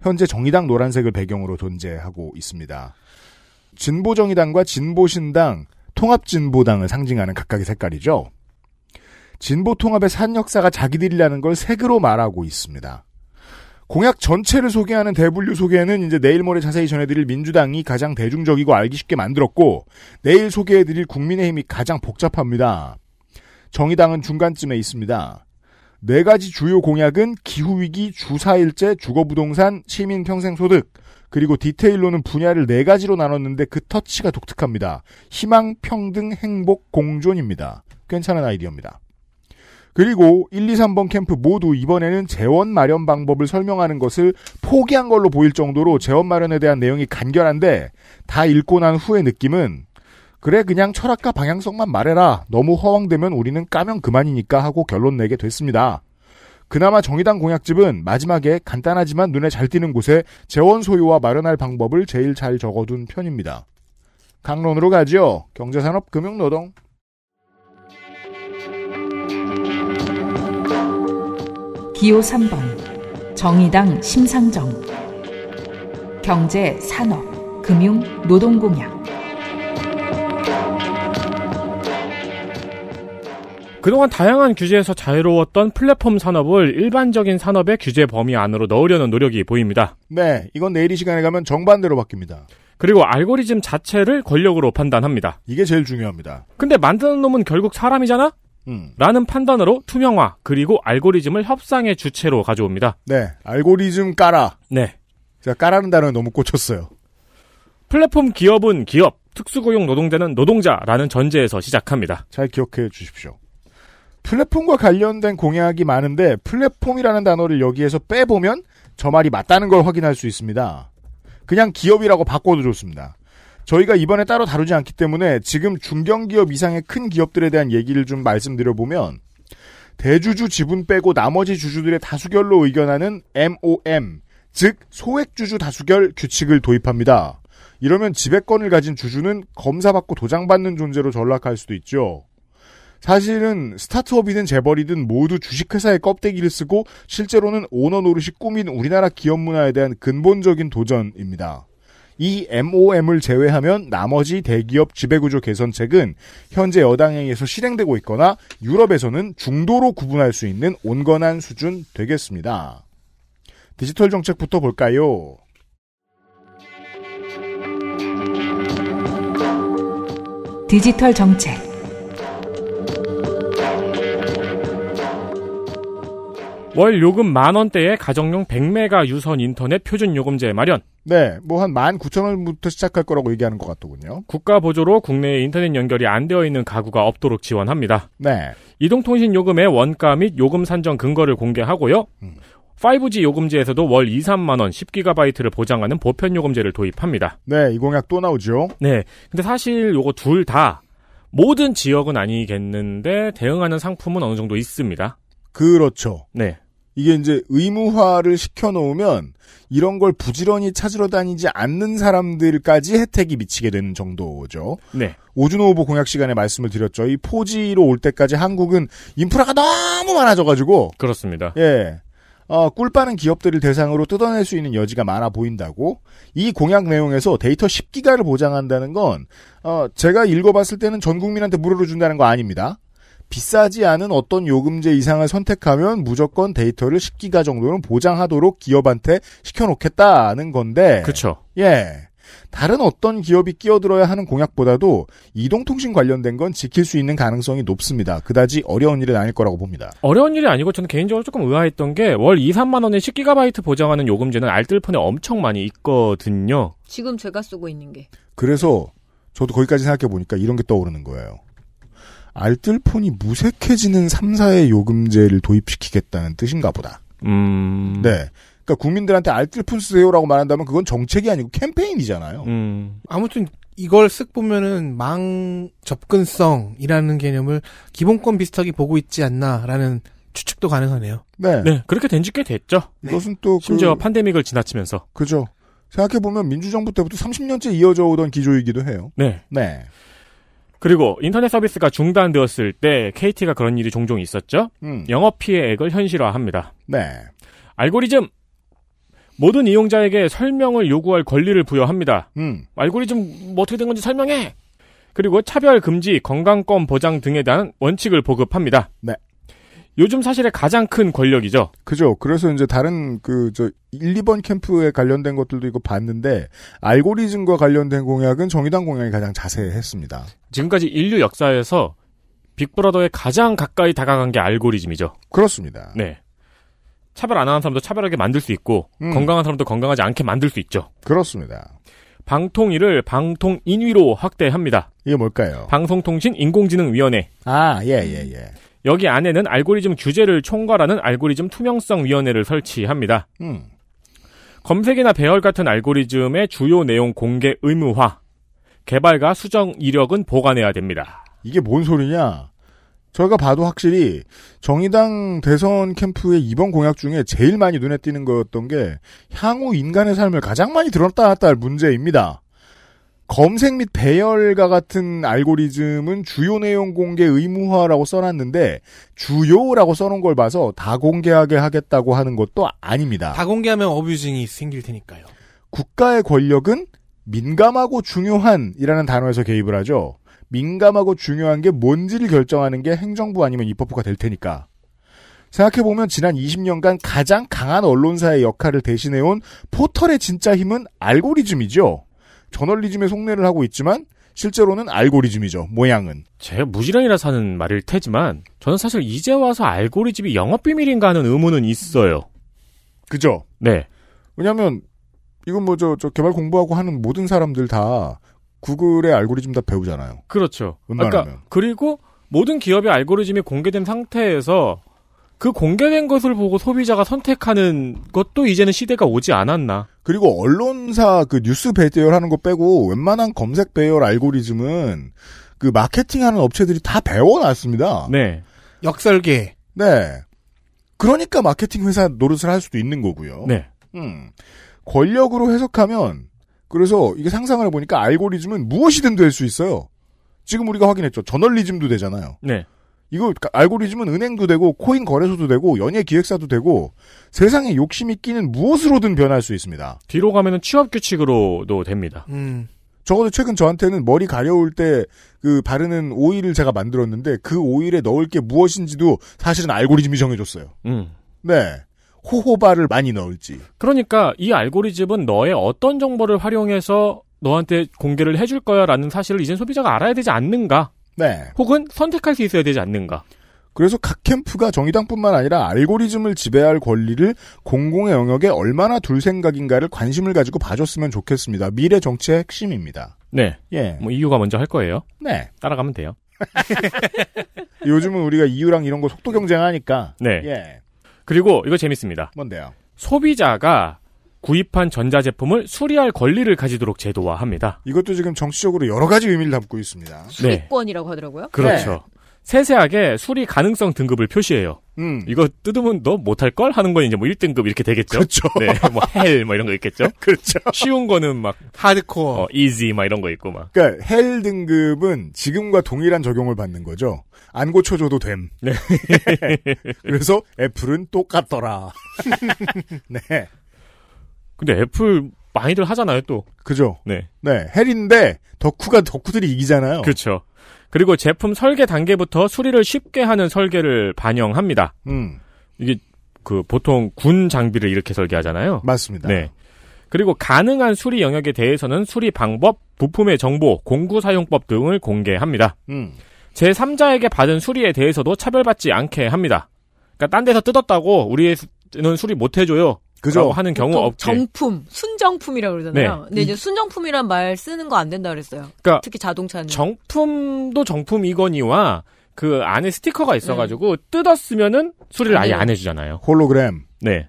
[SPEAKER 3] 현재 정의당 노란색을 배경으로 존재하고 있습니다. 진보정의당과 진보신당, 통합진보당을 상징하는 각각의 색깔이죠. 진보통합의 산 역사가 자기들이라는 걸 색으로 말하고 있습니다. 공약 전체를 소개하는 대분류 소개는 이제 내일 모레 자세히 전해드릴 민주당이 가장 대중적이고 알기 쉽게 만들었고 내일 소개해드릴 국민의힘이 가장 복잡합니다. 정의당은 중간쯤에 있습니다. 네 가지 주요 공약은 기후위기, 주사일제, 주거부동산, 시민평생소득, 그리고 디테일로는 분야를 네 가지로 나눴는데 그 터치가 독특합니다. 희망, 평등, 행복, 공존입니다. 괜찮은 아이디어입니다. 그리고 1, 2, 3번 캠프 모두 이번에는 재원 마련 방법을 설명하는 것을 포기한 걸로 보일 정도로 재원 마련에 대한 내용이 간결한데 다 읽고 난 후의 느낌은 그래 그냥 철학과 방향성만 말해라. 너무 허황되면 우리는 까면 그만이니까 하고 결론 내게 됐습니다. 그나마 정의당 공약집은 마지막에 간단하지만 눈에 잘 띄는 곳에 재원 소유와 마련할 방법을 제일 잘 적어둔 편입니다. 강론으로 가지요. 경제산업 금융노동.
[SPEAKER 2] 기호 3번 정의당 심상정 경제, 산업, 금융, 노동공약
[SPEAKER 4] 그동안 다양한 규제에서 자유로웠던 플랫폼 산업을 일반적인 산업의 규제 범위 안으로 넣으려는 노력이 보입니다.
[SPEAKER 3] 네, 이건 내일 이 시간에 가면 정반대로 바뀝니다.
[SPEAKER 4] 그리고 알고리즘 자체를 권력으로 판단합니다.
[SPEAKER 3] 이게 제일 중요합니다.
[SPEAKER 4] 근데 만드는 놈은 결국 사람이잖아?
[SPEAKER 3] 음,
[SPEAKER 4] 라는 판단으로 투명화, 그리고 알고리즘을 협상의 주체로 가져옵니다.
[SPEAKER 3] 네, 알고리즘 까라.
[SPEAKER 4] 네.
[SPEAKER 3] 제가 까라는 단어에 너무 꽂혔어요.
[SPEAKER 4] 플랫폼 기업은 기업, 특수고용 노동자는 노동자라는 전제에서 시작합니다.
[SPEAKER 3] 잘 기억해 주십시오. 플랫폼과 관련된 공약이 많은데 플랫폼이라는 단어를 여기에서 빼보면 저 말이 맞다는 걸 확인할 수 있습니다. 그냥 기업이라고 바꿔도 좋습니다. 저희가 이번에 따로 다루지 않기 때문에 지금 중견기업 이상의 큰 기업들에 대한 얘기를 좀 말씀드려보면 대주주 지분 빼고 나머지 주주들의 다수결로 의견하는 MOM, 즉 소액주주 다수결 규칙을 도입합니다. 이러면 지배권을 가진 주주는 검사받고 도장받는 존재로 전락할 수도 있죠. 사실은 스타트업이든 재벌이든 모두 주식회사의 껍데기를 쓰고 실제로는 오너 노릇이 꾸민 우리나라 기업 문화에 대한 근본적인 도전입니다. 이 MOM을 제외하면 나머지 대기업 지배구조 개선책은 현재 여당에 의해서 실행되고 있거나 유럽에서는 중도로 구분할 수 있는 온건한 수준 되겠습니다. 디지털 정책부터 볼까요?
[SPEAKER 2] 디지털 정책
[SPEAKER 4] 월 요금 만 원대의 가정용 100메가 유선 인터넷 표준 요금제 마련.
[SPEAKER 3] 네, 뭐 한 19,000원부터 시작할 거라고 얘기하는 것 같더군요.
[SPEAKER 4] 국가 보조로 국내에 인터넷 연결이 안 되어 있는 가구가 없도록 지원합니다.
[SPEAKER 3] 네.
[SPEAKER 4] 이동통신 요금의 원가 및 요금 산정 근거를 공개하고요. 5G 요금제에서도 월 2, 3만 원 10GB를 보장하는 보편 요금제를 도입합니다.
[SPEAKER 3] 네, 이 공약 또 나오죠.
[SPEAKER 4] 네. 근데 사실 요거 둘 다 모든 지역은 아니겠는데 대응하는 상품은 어느 정도 있습니다.
[SPEAKER 3] 그렇죠.
[SPEAKER 4] 네.
[SPEAKER 3] 이게 이제 의무화를 시켜놓으면 이런 걸 부지런히 찾으러 다니지 않는 사람들까지 혜택이 미치게 되는 정도죠.
[SPEAKER 4] 네.
[SPEAKER 3] 오준호 후보 공약 시간에 말씀을 드렸죠. 이 포지로 올 때까지 한국은 인프라가 너무 많아져가지고
[SPEAKER 4] 그렇습니다.
[SPEAKER 3] 예. 어, 꿀 빠는 기업들을 대상으로 뜯어낼 수 있는 여지가 많아 보인다고 이 공약 내용에서 데이터 10기가를 보장한다는 건 어, 제가 읽어봤을 때는 전 국민한테 무료로 준다는 거 아닙니다. 비싸지 않은 어떤 요금제 이상을 선택하면 무조건 데이터를 10기가 정도는 보장하도록 기업한테 시켜놓겠다는 건데
[SPEAKER 4] 그렇죠.
[SPEAKER 3] 예. 다른 어떤 기업이 끼어들어야 하는 공약보다도 이동통신 관련된 건 지킬 수 있는 가능성이 높습니다. 그다지 어려운 일은 아닐 거라고 봅니다.
[SPEAKER 4] 어려운 일이 아니고 저는 개인적으로 조금 의아했던 게 월 2, 3만 원에 10기가바이트 보장하는 요금제는 알뜰폰에 엄청 많이 있거든요.
[SPEAKER 5] 지금 제가 쓰고 있는 게.
[SPEAKER 3] 그래서 저도 거기까지 생각해 보니까 이런 게 떠오르는 거예요. 알뜰폰이 무색해지는 3사의 요금제를 도입시키겠다는 뜻인가 보다.
[SPEAKER 4] 음.
[SPEAKER 3] 네. 그러니까 국민들한테 알뜰폰 쓰세요라고 말한다면 그건 정책이 아니고 캠페인이잖아요.
[SPEAKER 4] 음.
[SPEAKER 6] 아무튼 이걸 쓱 보면은 망 접근성이라는 개념을 기본권 비슷하게 보고 있지 않나라는 추측도 가능하네요.
[SPEAKER 3] 네.
[SPEAKER 4] 네, 그렇게 된 지 꽤 됐죠.
[SPEAKER 3] 이것은 또 그,
[SPEAKER 4] 심지어 팬데믹을 지나치면서.
[SPEAKER 3] 그죠. 생각해 보면 민주정부 때부터 30년째 이어져 오던 기조이기도 해요.
[SPEAKER 4] 네.
[SPEAKER 3] 네.
[SPEAKER 4] 그리고 인터넷 서비스가 중단되었을 때 KT가 그런 일이 종종 있었죠.
[SPEAKER 3] 음.
[SPEAKER 4] 영업 피해액을 현실화합니다.
[SPEAKER 3] 네.
[SPEAKER 4] 알고리즘 모든 이용자에게 설명을 요구할 권리를 부여합니다.
[SPEAKER 3] 음.
[SPEAKER 4] 알고리즘 뭐 어떻게 된 건지 설명해. 그리고 차별 금지, 건강권 보장 등에 대한 원칙을 보급합니다.
[SPEAKER 3] 네.
[SPEAKER 4] 요즘 사실의 가장 큰 권력이죠.
[SPEAKER 3] 그죠. 그래서 이제 다른 그 저 1, 2번 캠프에 관련된 것들도 이거 봤는데 알고리즘과 관련된 공약은 정의당 공약이 가장 자세했습니다.
[SPEAKER 4] 지금까지 인류 역사에서 빅브라더에 가장 가까이 다가간 게 알고리즘이죠.
[SPEAKER 3] 그렇습니다.
[SPEAKER 4] 네. 차별 안 하는 사람도 차별하게 만들 수 있고
[SPEAKER 3] 음.
[SPEAKER 4] 건강한 사람도 건강하지 않게 만들 수 있죠.
[SPEAKER 3] 그렇습니다.
[SPEAKER 4] 방통위를 방통인위로 확대합니다.
[SPEAKER 3] 이게 뭘까요?
[SPEAKER 4] 방송통신인공지능위원회.
[SPEAKER 3] 아, 예, 예, 예.
[SPEAKER 4] 여기 안에는 알고리즘 규제를 총괄하는 알고리즘 투명성위원회를 설치합니다.
[SPEAKER 3] 음.
[SPEAKER 4] 검색이나 배열 같은 알고리즘의 주요 내용 공개 의무화. 개발과 수정 이력은 보관해야 됩니다.
[SPEAKER 3] 이게 뭔 소리냐? 저희가 봐도 확실히 정의당 대선 캠프의 이번 공약 중에 제일 많이 눈에 띄는 거였던 게 향후 인간의 삶을 가장 많이 드러났다 놨다 할 문제입니다. 검색 및 배열과 같은 알고리즘은 주요 내용 공개 의무화라고 써놨는데 주요라고 써놓은 걸 봐서 다 공개하게 하겠다고 하는 것도 아닙니다.
[SPEAKER 6] 다 공개하면 어뷰징이 생길 테니까요.
[SPEAKER 3] 국가의 권력은 민감하고 중요한이라는 단어에서 개입을 하죠. 민감하고 중요한 게 뭔지를 결정하는 게 행정부 아니면 입법부가 될 테니까. 생각해보면 지난 20년간 가장 강한 언론사의 역할을 대신해온 포털의 진짜 힘은 알고리즘이죠. 저널리즘의 속내를 하고 있지만 실제로는 알고리즘이죠. 모양은.
[SPEAKER 4] 제가 무지랑이라서 하는 말일 테지만 저는 사실 이제 와서 알고리즘이 영업비밀인가 하는 의문은 있어요.
[SPEAKER 3] 그죠?
[SPEAKER 4] 네.
[SPEAKER 3] 왜냐면 하 이건 뭐 저 저 개발 공부하고 하는 모든 사람들 다 구글의 알고리즘 다 배우잖아요.
[SPEAKER 4] 그렇죠.
[SPEAKER 3] 웬만하면.
[SPEAKER 4] 아까 그리고 모든 기업의 알고리즘이 공개된 상태에서 그 공개된 것을 보고 소비자가 선택하는 것도 이제는 시대가 오지 않았나.
[SPEAKER 3] 그리고 언론사 그 뉴스 배열하는 거 빼고 웬만한 검색 배열 알고리즘은 그 마케팅하는 업체들이 다 배워놨습니다.
[SPEAKER 4] 네.
[SPEAKER 6] 역설계
[SPEAKER 3] 네. 그러니까 마케팅 회사 노릇을 할 수도 있는 거고요.
[SPEAKER 4] 네.
[SPEAKER 3] 음. 권력으로 해석하면 그래서 이게 상상을 해보니까 알고리즘은 무엇이든 될 수 있어요. 지금 우리가 확인했죠. 저널리즘도 되잖아요.
[SPEAKER 4] 네.
[SPEAKER 3] 이거 가- 알고리즘은 은행도 되고 코인 거래소도 되고 연예 기획사도 되고 세상에 욕심이 끼는 무엇으로든 변할 수 있습니다.
[SPEAKER 4] 뒤로 가면은 취업 규칙으로도 됩니다.
[SPEAKER 6] 음,
[SPEAKER 3] 적어도 최근 저한테는 머리 가려울 때 그 바르는 오일을 제가 만들었는데 그 오일에 넣을 게 무엇인지도 사실은 알고리즘이 정해줬어요.
[SPEAKER 4] 음.
[SPEAKER 3] 네. 호호바를 많이 넣을지.
[SPEAKER 4] 그러니까 이 알고리즘은 너의 어떤 정보를 활용해서 너한테 공개를 해줄 거야라는 사실을 이젠 소비자가 알아야 되지 않는가?
[SPEAKER 3] 네.
[SPEAKER 4] 혹은 선택할 수 있어야 되지 않는가?
[SPEAKER 3] 그래서 각 캠프가 정의당뿐만 아니라 알고리즘을 지배할 권리를 공공의 영역에 얼마나 둘 생각인가를 관심을 가지고 봐줬으면 좋겠습니다. 미래 정치의 핵심입니다.
[SPEAKER 4] 네.
[SPEAKER 3] 예.
[SPEAKER 4] 뭐 이유가 먼저 할 거예요.
[SPEAKER 3] 네.
[SPEAKER 4] 따라가면 돼요.
[SPEAKER 3] 요즘은 우리가 이유랑 이런 거 속도 경쟁하니까.
[SPEAKER 4] 네.
[SPEAKER 3] 예.
[SPEAKER 4] 그리고 이거 재밌습니다.
[SPEAKER 3] 뭔데요?
[SPEAKER 4] 소비자가 구입한 전자제품을 수리할 권리를 가지도록 제도화합니다.
[SPEAKER 3] 이것도 지금 정치적으로 여러 가지 의미를 담고 있습니다.
[SPEAKER 4] 네.
[SPEAKER 5] 수익권이라고 하더라고요.
[SPEAKER 4] 그렇죠. 세세하게 수리 가능성 등급을 표시해요.
[SPEAKER 3] 음.
[SPEAKER 4] 이거 뜯으면 너 못할 걸 하는 건 이제 뭐 1등급 이렇게 되겠죠. 그렇죠. 네, 뭐 헬, 뭐 이런 거 있겠죠.
[SPEAKER 3] 그렇죠.
[SPEAKER 4] 쉬운 거는 막
[SPEAKER 6] 하드코어.
[SPEAKER 4] 어, easy 막 이런 거 있고 막.
[SPEAKER 3] 그러니까 헬 등급은 지금과 동일한 적용을 받는 거죠. 안 고쳐줘도 됨.
[SPEAKER 4] 네.
[SPEAKER 3] 그래서 애플은 똑같더라. 네.
[SPEAKER 4] 근데 애플 많이들 하잖아요 또.
[SPEAKER 3] 그죠.
[SPEAKER 4] 네,
[SPEAKER 3] 네. 헬인데 덕후가 덕후들이 이기잖아요.
[SPEAKER 4] 그렇죠. 그리고 제품 설계 단계부터 수리를 쉽게 하는 설계를 반영합니다.
[SPEAKER 3] 음.
[SPEAKER 4] 이게 그 보통 군 장비를 이렇게 설계하잖아요.
[SPEAKER 3] 맞습니다.
[SPEAKER 4] 네. 그리고 가능한 수리 영역에 대해서는 수리 방법, 부품의 정보, 공구 사용법 등을 공개합니다.
[SPEAKER 3] 음.
[SPEAKER 4] 제3자에게 받은 수리에 대해서도 차별받지 않게 합니다. 그러니까 딴 데서 뜯었다고 우리는 수리 못 해줘요. 라고
[SPEAKER 3] 그죠.
[SPEAKER 4] 하는 경우
[SPEAKER 5] 보통
[SPEAKER 4] 없게.
[SPEAKER 5] 정품, 순정품이라고 그러잖아요.
[SPEAKER 4] 네.
[SPEAKER 5] 근데 이제 순정품이란 말 쓰는 거 안 된다 그랬어요.
[SPEAKER 4] 그러니까
[SPEAKER 5] 특히 자동차는.
[SPEAKER 4] 정품도 정품이거니와 그 안에 스티커가 있어가지고 뜯었으면은 수리를 아예
[SPEAKER 5] 네.
[SPEAKER 4] 안 해주잖아요.
[SPEAKER 3] 홀로그램.
[SPEAKER 4] 네.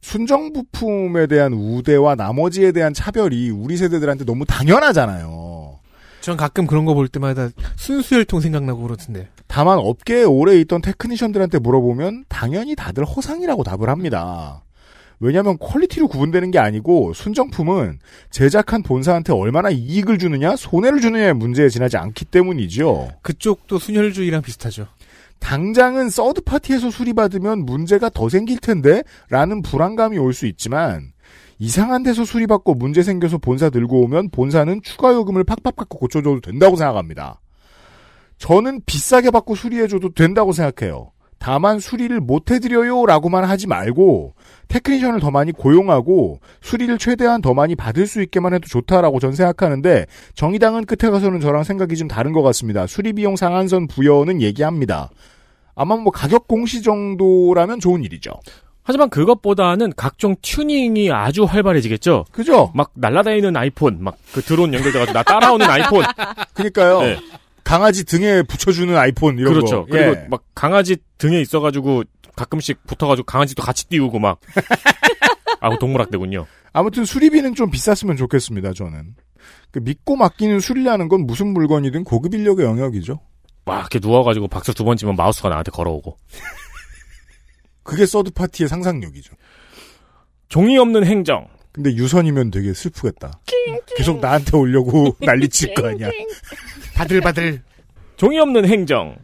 [SPEAKER 3] 순정 부품에 대한 우대와 나머지에 대한 차별이 우리 세대들한테 너무 당연하잖아요.
[SPEAKER 6] 전 가끔 그런 거 볼 때마다 순수혈통 생각나고 그렇던데.
[SPEAKER 3] 다만 업계에 오래 있던 테크니션들한테 물어보면 당연히 다들 허상이라고 답을 합니다. 왜냐하면 퀄리티로 구분되는 게 아니고 순정품은 제작한 본사한테 얼마나 이익을 주느냐 손해를 주느냐의 문제에 지나지 않기 때문이죠.
[SPEAKER 6] 그쪽도 순혈주의랑 비슷하죠.
[SPEAKER 3] 당장은 서드 파티에서 수리받으면 문제가 더 생길 텐데 라는 불안감이 올 수 있지만 이상한 데서 수리받고 문제 생겨서 본사 들고 오면 본사는 추가 요금을 팍팍 갖고 고쳐줘도 된다고 생각합니다. 저는 비싸게 받고 수리해줘도 된다고 생각해요. 다만 수리를 못해드려요 라고만 하지 말고 테크니션을 더 많이 고용하고 수리를 최대한 더 많이 받을 수 있게만 해도 좋다라고 전 생각하는데 정의당은 끝에 가서는 저랑 생각이 좀 다른 것 같습니다. 수리비용 상한선 부여는 얘기합니다. 아마 뭐 가격 공시 정도라면 좋은 일이죠.
[SPEAKER 4] 하지만 그것보다는 각종 튜닝이 아주 활발해지겠죠.
[SPEAKER 3] 그죠?
[SPEAKER 4] 막 날아다니는 아이폰, 막 그 드론 연결돼가지고 나 따라오는 아이폰.
[SPEAKER 3] 그러니까요.
[SPEAKER 4] 네.
[SPEAKER 3] 강아지 등에 붙여주는 아이폰 이런
[SPEAKER 4] 그렇죠.
[SPEAKER 3] 거.
[SPEAKER 4] 그리고
[SPEAKER 3] 예.
[SPEAKER 4] 막 강아지 등에 있어가지고 가끔씩 붙어가지고 강아지도 같이 띄우고 막. 아, 동물학대군요.
[SPEAKER 3] 아무튼 수리비는 좀 비쌌으면 좋겠습니다. 저는 그 믿고 맡기는 수리라는 건 무슨 물건이든 고급 인력의 영역이죠.
[SPEAKER 4] 막 이렇게 누워가지고 박수 두 번 치면 마우스가 나한테 걸어오고.
[SPEAKER 3] 그게 서드 파티의 상상력이죠.
[SPEAKER 4] 종이 없는 행정.
[SPEAKER 3] 근데 유선이면 되게 슬프겠다. 계속 나한테 오려고 난리칠 거 아니야.
[SPEAKER 6] 바들바들.
[SPEAKER 4] 종이 없는 행정.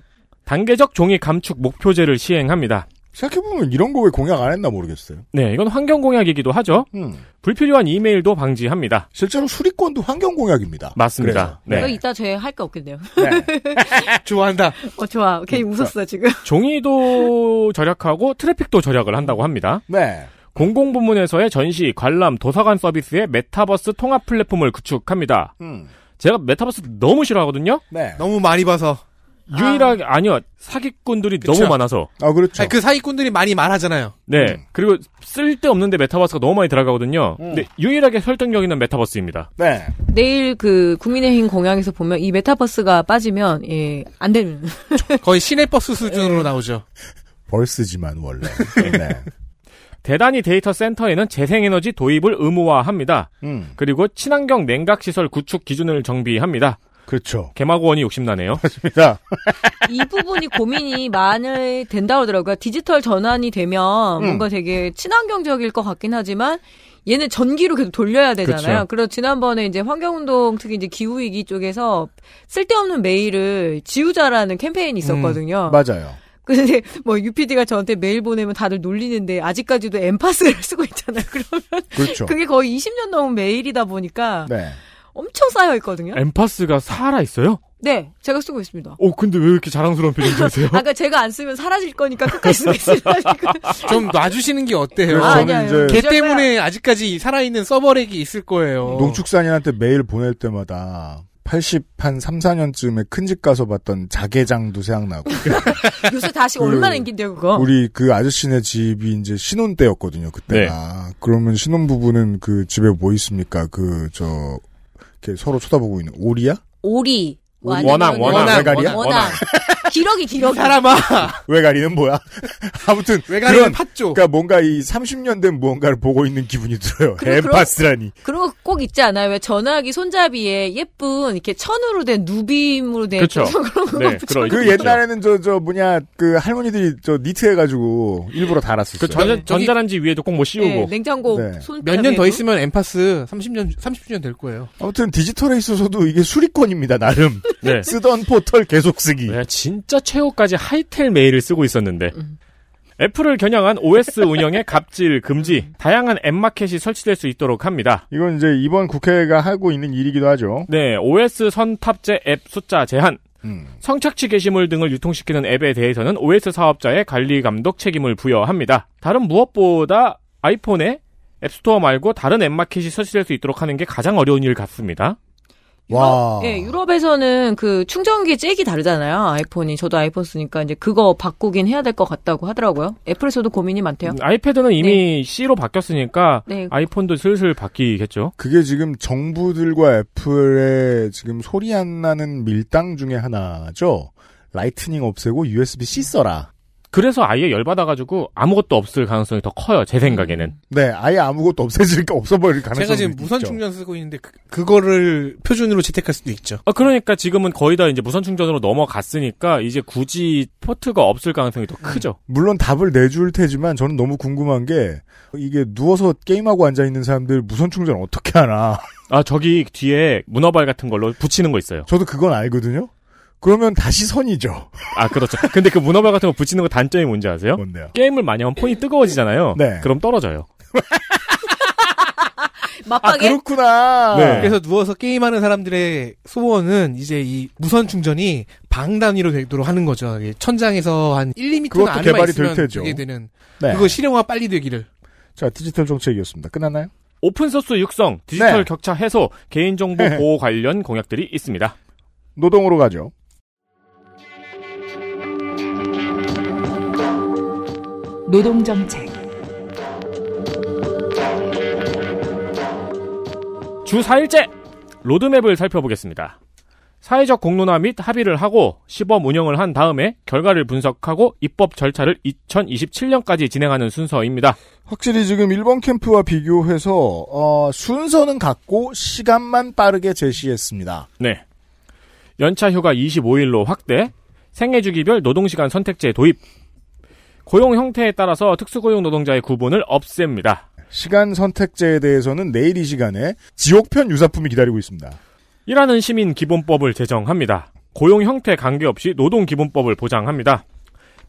[SPEAKER 4] 단계적 종이 감축 목표제를 시행합니다.
[SPEAKER 3] 생각해보면 이런 거 왜 공약 안 했나 모르겠어요.
[SPEAKER 4] 네, 이건 환경 공약이기도 하죠.
[SPEAKER 3] 음.
[SPEAKER 4] 불필요한 이메일도 방지합니다.
[SPEAKER 3] 실제로 수리권도 환경 공약입니다.
[SPEAKER 4] 맞습니다.
[SPEAKER 3] 그래서.
[SPEAKER 5] 이거
[SPEAKER 4] 네.
[SPEAKER 5] 이따 제 할 게 없겠네요.
[SPEAKER 3] 네.
[SPEAKER 6] 좋아한다.
[SPEAKER 5] 어, 좋아. 괜히
[SPEAKER 4] 음,
[SPEAKER 5] 웃었어, 지금.
[SPEAKER 4] 종이도 절약하고 트래픽도 절약을 한다고 합니다.
[SPEAKER 3] 네.
[SPEAKER 4] 공공부문에서의 전시, 관람, 도서관 서비스에 메타버스 통합 플랫폼을 구축합니다.
[SPEAKER 3] 음.
[SPEAKER 4] 제가 메타버스 너무 싫어하거든요.
[SPEAKER 3] 네.
[SPEAKER 6] 너무 많이 봐서.
[SPEAKER 4] 유일하게 아니요 사기꾼들이
[SPEAKER 6] 그쵸.
[SPEAKER 4] 너무 많아서
[SPEAKER 3] 아 그렇죠.
[SPEAKER 6] 아니, 그 사기꾼들이 많이 말하잖아요.
[SPEAKER 4] 네
[SPEAKER 3] 음.
[SPEAKER 4] 그리고 쓸데없는데 메타버스가 너무 많이 들어가거든요.
[SPEAKER 3] 음.
[SPEAKER 4] 근데 유일하게 설득력 있는 메타버스입니다.
[SPEAKER 3] 네.
[SPEAKER 5] 내일 그 국민의힘 공약에서 보면 이 메타버스가 빠지면, 예, 안 되는.
[SPEAKER 6] 거의 시내버스 수준으로 나오죠.
[SPEAKER 3] 벌스지만 원래. 네.
[SPEAKER 4] 대단히 데이터 센터에는 재생에너지 도입을 의무화합니다.
[SPEAKER 3] 음.
[SPEAKER 4] 그리고 친환경 냉각 시설 구축 기준을 정비합니다.
[SPEAKER 3] 그렇죠.
[SPEAKER 4] 개마고원이 욕심나네요.
[SPEAKER 3] 맞습니다.
[SPEAKER 5] 이 부분이 고민이 많이 된다 그러더라고요. 디지털 전환이 되면
[SPEAKER 3] 음.
[SPEAKER 5] 뭔가 되게 친환경적일 것 같긴 하지만 얘는 전기로 계속 돌려야 되잖아요.
[SPEAKER 4] 그렇죠.
[SPEAKER 5] 그래서 지난번에 이제 환경운동 특히 이제 기후위기 쪽에서 쓸데없는 메일을 지우자라는 캠페인이 있었거든요.
[SPEAKER 3] 맞아요.
[SPEAKER 5] 근데 뭐 UPD가 저한테 메일 보내면 다들 놀리는데 아직까지도 엠파스를 쓰고 있잖아요. 그러면
[SPEAKER 3] 그렇죠.
[SPEAKER 5] 그게 거의 20년 넘은 메일이다 보니까
[SPEAKER 3] 네.
[SPEAKER 5] 엄청 쌓여 있거든요.
[SPEAKER 4] 엠파스가 살아 있어요?
[SPEAKER 5] 네, 제가 쓰고 있습니다.
[SPEAKER 4] 오 근데 왜 이렇게 자랑스러운 표정 지으세요?
[SPEAKER 5] 아까 제가 안 쓰면 사라질 거니까 끝까지 쓰겠습니다.
[SPEAKER 6] 좀 놔주시는 게 어때요?
[SPEAKER 3] 그래서
[SPEAKER 5] 아,
[SPEAKER 3] 저는
[SPEAKER 5] 아니야,
[SPEAKER 3] 이제
[SPEAKER 5] 아니야.
[SPEAKER 6] 걔 때문에 아직까지 살아있는 서버렉이 있을 거예요.
[SPEAKER 3] 농축산인한테 메일 보낼 때마다 80한 3, 4년쯤에 큰 집 가서 봤던 자개장도 생각나고
[SPEAKER 5] 요새 다시
[SPEAKER 3] 그,
[SPEAKER 5] 얼마나 인기인데요, 그거?
[SPEAKER 3] 우리 그 아저씨네 집이 이제 신혼 때였거든요 그때가 그러면 신혼 부부는 그 집에 뭐 있습니까 그 저 이렇게 서로 쳐다보고 있는 오리야
[SPEAKER 5] 오리.
[SPEAKER 4] 원앙, 원앙,
[SPEAKER 3] 원앙,
[SPEAKER 5] 원앙,
[SPEAKER 3] 대가리야?
[SPEAKER 5] 원앙. 기러기 기러기.
[SPEAKER 6] 사람아.
[SPEAKER 3] 외가리는 뭐야? 아무튼
[SPEAKER 6] 외가리는
[SPEAKER 3] 그런
[SPEAKER 6] 팥죠.
[SPEAKER 3] 그러니까 뭔가 이 30년 된 무언가를 보고 있는 기분이 들어요.
[SPEAKER 5] 그럼, 그럼.
[SPEAKER 3] 엠파스라니.
[SPEAKER 5] 그런 거 꼭 있지 않아요? 왜 전화기 손잡이에 예쁜 이렇게 천으로 된 누빔으로 된
[SPEAKER 4] 그쵸.
[SPEAKER 5] 그런 거
[SPEAKER 4] 네,
[SPEAKER 5] 붙여.
[SPEAKER 4] 그런
[SPEAKER 3] 그
[SPEAKER 4] 있죠.
[SPEAKER 3] 옛날에는 저 저 뭐냐 그 할머니들이 저 니트 해가지고 일부러 달았었어요.
[SPEAKER 4] 그 전자,
[SPEAKER 6] 저기-
[SPEAKER 4] 전자란지 위에도 꼭 못 씌우고.
[SPEAKER 5] 네, 냉장고
[SPEAKER 3] 네.
[SPEAKER 5] 손.
[SPEAKER 6] 몇 년 더 있으면 엠파스 30년 30주년 될 거예요.
[SPEAKER 3] 아무튼 디지털에 있어서도 이게 수리권입니다 나름
[SPEAKER 4] 네.
[SPEAKER 3] 쓰던 포털 계속 쓰기.
[SPEAKER 4] 네, 진짜 최후까지 하이텔 메일을 쓰고 있었는데.
[SPEAKER 5] 예. 음.
[SPEAKER 4] 애플을 겨냥한 OS 운영의 갑질
[SPEAKER 5] 음.
[SPEAKER 4] 금지, 다양한 앱 마켓이 설치될 수 있도록 합니다.
[SPEAKER 3] 이건 이제 이번 국회가 하고 있는 일이기도 하죠.
[SPEAKER 4] 네, OS 선 탑재 앱 숫자 제한,
[SPEAKER 3] 음.
[SPEAKER 4] 성착취 게시물 등을 유통시키는 앱에 대해서는 OS 사업자의 관리 감독 책임을 부여합니다. 다른 무엇보다 아이폰에 앱스토어 말고 다른 앱 마켓이 설치될 수 있도록 하는 게 가장 어려운 일 같습니다.
[SPEAKER 3] 와.
[SPEAKER 5] 예, 유럽에서는 그 충전기 잭이 다르잖아요. 아이폰이 저도 아이폰 쓰니까 이제 그거 바꾸긴 해야 될 것 같다고 하더라고요. 애플에서도 고민이 많대요.
[SPEAKER 4] 아이패드는 이미 C로 바뀌었으니까
[SPEAKER 5] 네.
[SPEAKER 4] 음. 아이폰도 슬슬 바뀌겠죠.
[SPEAKER 3] 그게 지금 정부들과 애플의 지금 소리 안 나는 밀당 중에 하나죠. 라이트닝 없애고 USB-C 써라.
[SPEAKER 4] 그래서 아예 열받아가지고 아무것도 없을 가능성이 더 커요. 제 생각에는.
[SPEAKER 3] 네, 아예 아무것도 없애질 없어버릴 가능성이
[SPEAKER 6] 제가 지금 무선 충전 쓰고 있는데 그, 그거를 표준으로 채택할 수도 있죠.
[SPEAKER 4] 아, 그러니까 지금은 거의 다 이제 무선 충전으로 넘어갔으니까 이제 굳이 포트가 없을 가능성이 더 크죠.
[SPEAKER 3] 물론 답을 내줄 테지만 저는 너무 궁금한 게 이게 누워서 게임하고 앉아 있는 사람들 무선 충전 어떻게 하나?
[SPEAKER 4] 아, 저기 뒤에 문어발 같은 걸로 붙이는 거 있어요.
[SPEAKER 3] 저도 그건 알거든요. 그러면 다시 선이죠.
[SPEAKER 4] 아, 그렇죠. 근데 그 문어발 같은 거 붙이는 거 단점이 뭔지 아세요?
[SPEAKER 3] 뭔데요?
[SPEAKER 4] 게임을 많이 하면 폰이 뜨거워지잖아요.
[SPEAKER 3] 네.
[SPEAKER 4] 그럼 떨어져요.
[SPEAKER 3] 아
[SPEAKER 5] 맞박에
[SPEAKER 3] 그렇구나.
[SPEAKER 4] 네.
[SPEAKER 6] 그래서 누워서 게임하는 사람들의 소원은 이제 이 무선 충전이 방 단위로 되도록 하는 거죠. 이게 천장에서 한 1, 2m
[SPEAKER 3] 그것도
[SPEAKER 6] 안에만
[SPEAKER 3] 개발이
[SPEAKER 6] 있으면
[SPEAKER 3] 될 테죠.
[SPEAKER 6] 그게 되는
[SPEAKER 3] 네.
[SPEAKER 6] 그거 실용화 빨리 되기를.
[SPEAKER 3] 자 디지털 정책이었습니다. 끝났나요?
[SPEAKER 4] 오픈소스 육성, 디지털
[SPEAKER 3] 네.
[SPEAKER 4] 격차 해소, 개인정보 보호 관련 공약들이 있습니다.
[SPEAKER 3] 노동으로 가죠.
[SPEAKER 2] 노동정책,
[SPEAKER 4] 주 4일째 로드맵을 살펴보겠습니다. 사회적 공론화 및 합의를 하고 시범 운영을 한 다음에 결과를 분석하고 입법 절차를 2027년까지 진행하는 순서입니다.
[SPEAKER 3] 확실히 지금 일본 캠프와 비교해서 어, 순서는 같고 시간만 빠르게 제시했습니다.
[SPEAKER 4] 네. 연차 휴가 25일로 확대, 생애 주기별 노동시간 선택제 도입, 고용 형태에 따라서 특수고용 노동자의 구분을 없앱니다.
[SPEAKER 3] 시간 선택제에 대해서는 내일 이 시간에 지옥편 유사품이 기다리고 있습니다.
[SPEAKER 4] 일하는 시민 기본법을 제정합니다. 고용 형태 관계없이 노동 기본법을 보장합니다.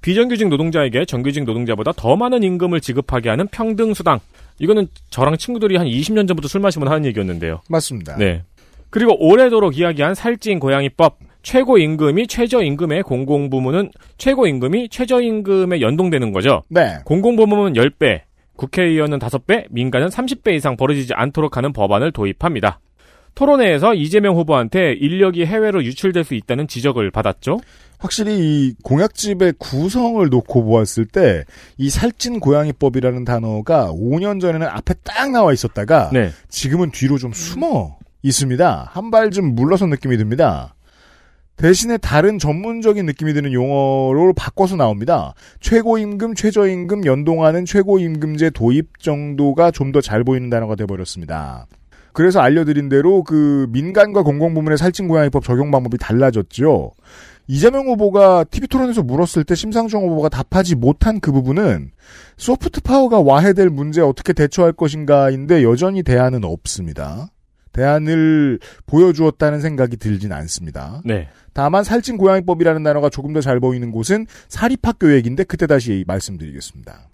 [SPEAKER 4] 비정규직 노동자에게 정규직 노동자보다 더 많은 임금을 지급하게 하는 평등 수당. 이거는 저랑 친구들이 한 20년 전부터 술 마시면 하는 얘기였는데요.
[SPEAKER 3] 맞습니다.
[SPEAKER 4] 네. 그리고 오래도록 이야기한 살찐 고양이법. 최고 임금이 최저 임금의 공공 부문은 최고 임금이 최저 임금에 연동되는 거죠.
[SPEAKER 3] 네.
[SPEAKER 4] 공공 부문은 10배, 국회의원은 5배, 민간은 30배 이상 벌어지지 않도록 하는 법안을 도입합니다. 토론회에서 이재명 후보한테 인력이 해외로 유출될 수 있다는 지적을 받았죠.
[SPEAKER 3] 확실히 이 공약집의 구성을 놓고 보았을 때 이 살찐 고양이법이라는 단어가 5년 전에는 앞에 딱 나와 있었다가
[SPEAKER 4] 네.
[SPEAKER 3] 지금은 뒤로 좀 숨어 있습니다. 한 발 좀 물러선 느낌이 듭니다. 대신에 다른 전문적인 느낌이 드는 용어로 바꿔서 나옵니다. 최고임금, 최저임금 연동하는 최고임금제 도입 정도가 좀 더 잘 보이는 단어가 돼버렸습니다. 그래서 알려드린 대로 그 민간과 공공부문의 살찐 고양이법 적용 방법이 달라졌죠. 이재명 후보가 TV 토론에서 물었을 때 심상정 후보가 답하지 못한 그 부분은 소프트 파워가 와해될 문제 어떻게 대처할 것인가인데 여전히 대안은 없습니다. 대안을 보여주었다는 생각이 들진 않습니다.
[SPEAKER 4] 네.
[SPEAKER 3] 다만 살찐 고양이법이라는 단어가 조금 더 잘 보이는 곳은 사립학 교육인데 그때 다시 말씀드리겠습니다.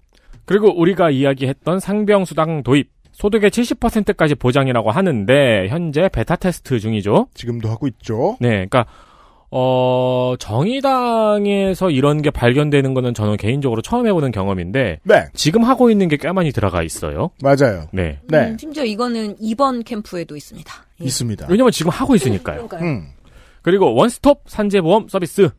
[SPEAKER 4] 그리고 우리가 이야기했던 상병수당 도입. 소득의 70%까지 보장이라고 하는데 현재 베타 테스트 중이죠.
[SPEAKER 3] 지금도 하고 있죠.
[SPEAKER 4] 네. 그러니까 어, 정의당에서 이런 게 발견되는 거는 저는 개인적으로 처음 해보는 경험인데
[SPEAKER 3] 네,
[SPEAKER 4] 지금 하고 있는 게 꽤 많이 들어가 있어요.
[SPEAKER 3] 맞아요.
[SPEAKER 4] 네.
[SPEAKER 3] 네,
[SPEAKER 5] 음, 심지어 이거는 이번 캠프에도 있습니다. 예.
[SPEAKER 3] 있습니다.
[SPEAKER 4] 왜냐면 지금 하고 있으니까요.
[SPEAKER 5] 그러니까요.
[SPEAKER 3] 음,
[SPEAKER 4] 그리고 원스톱 산재보험 서비스.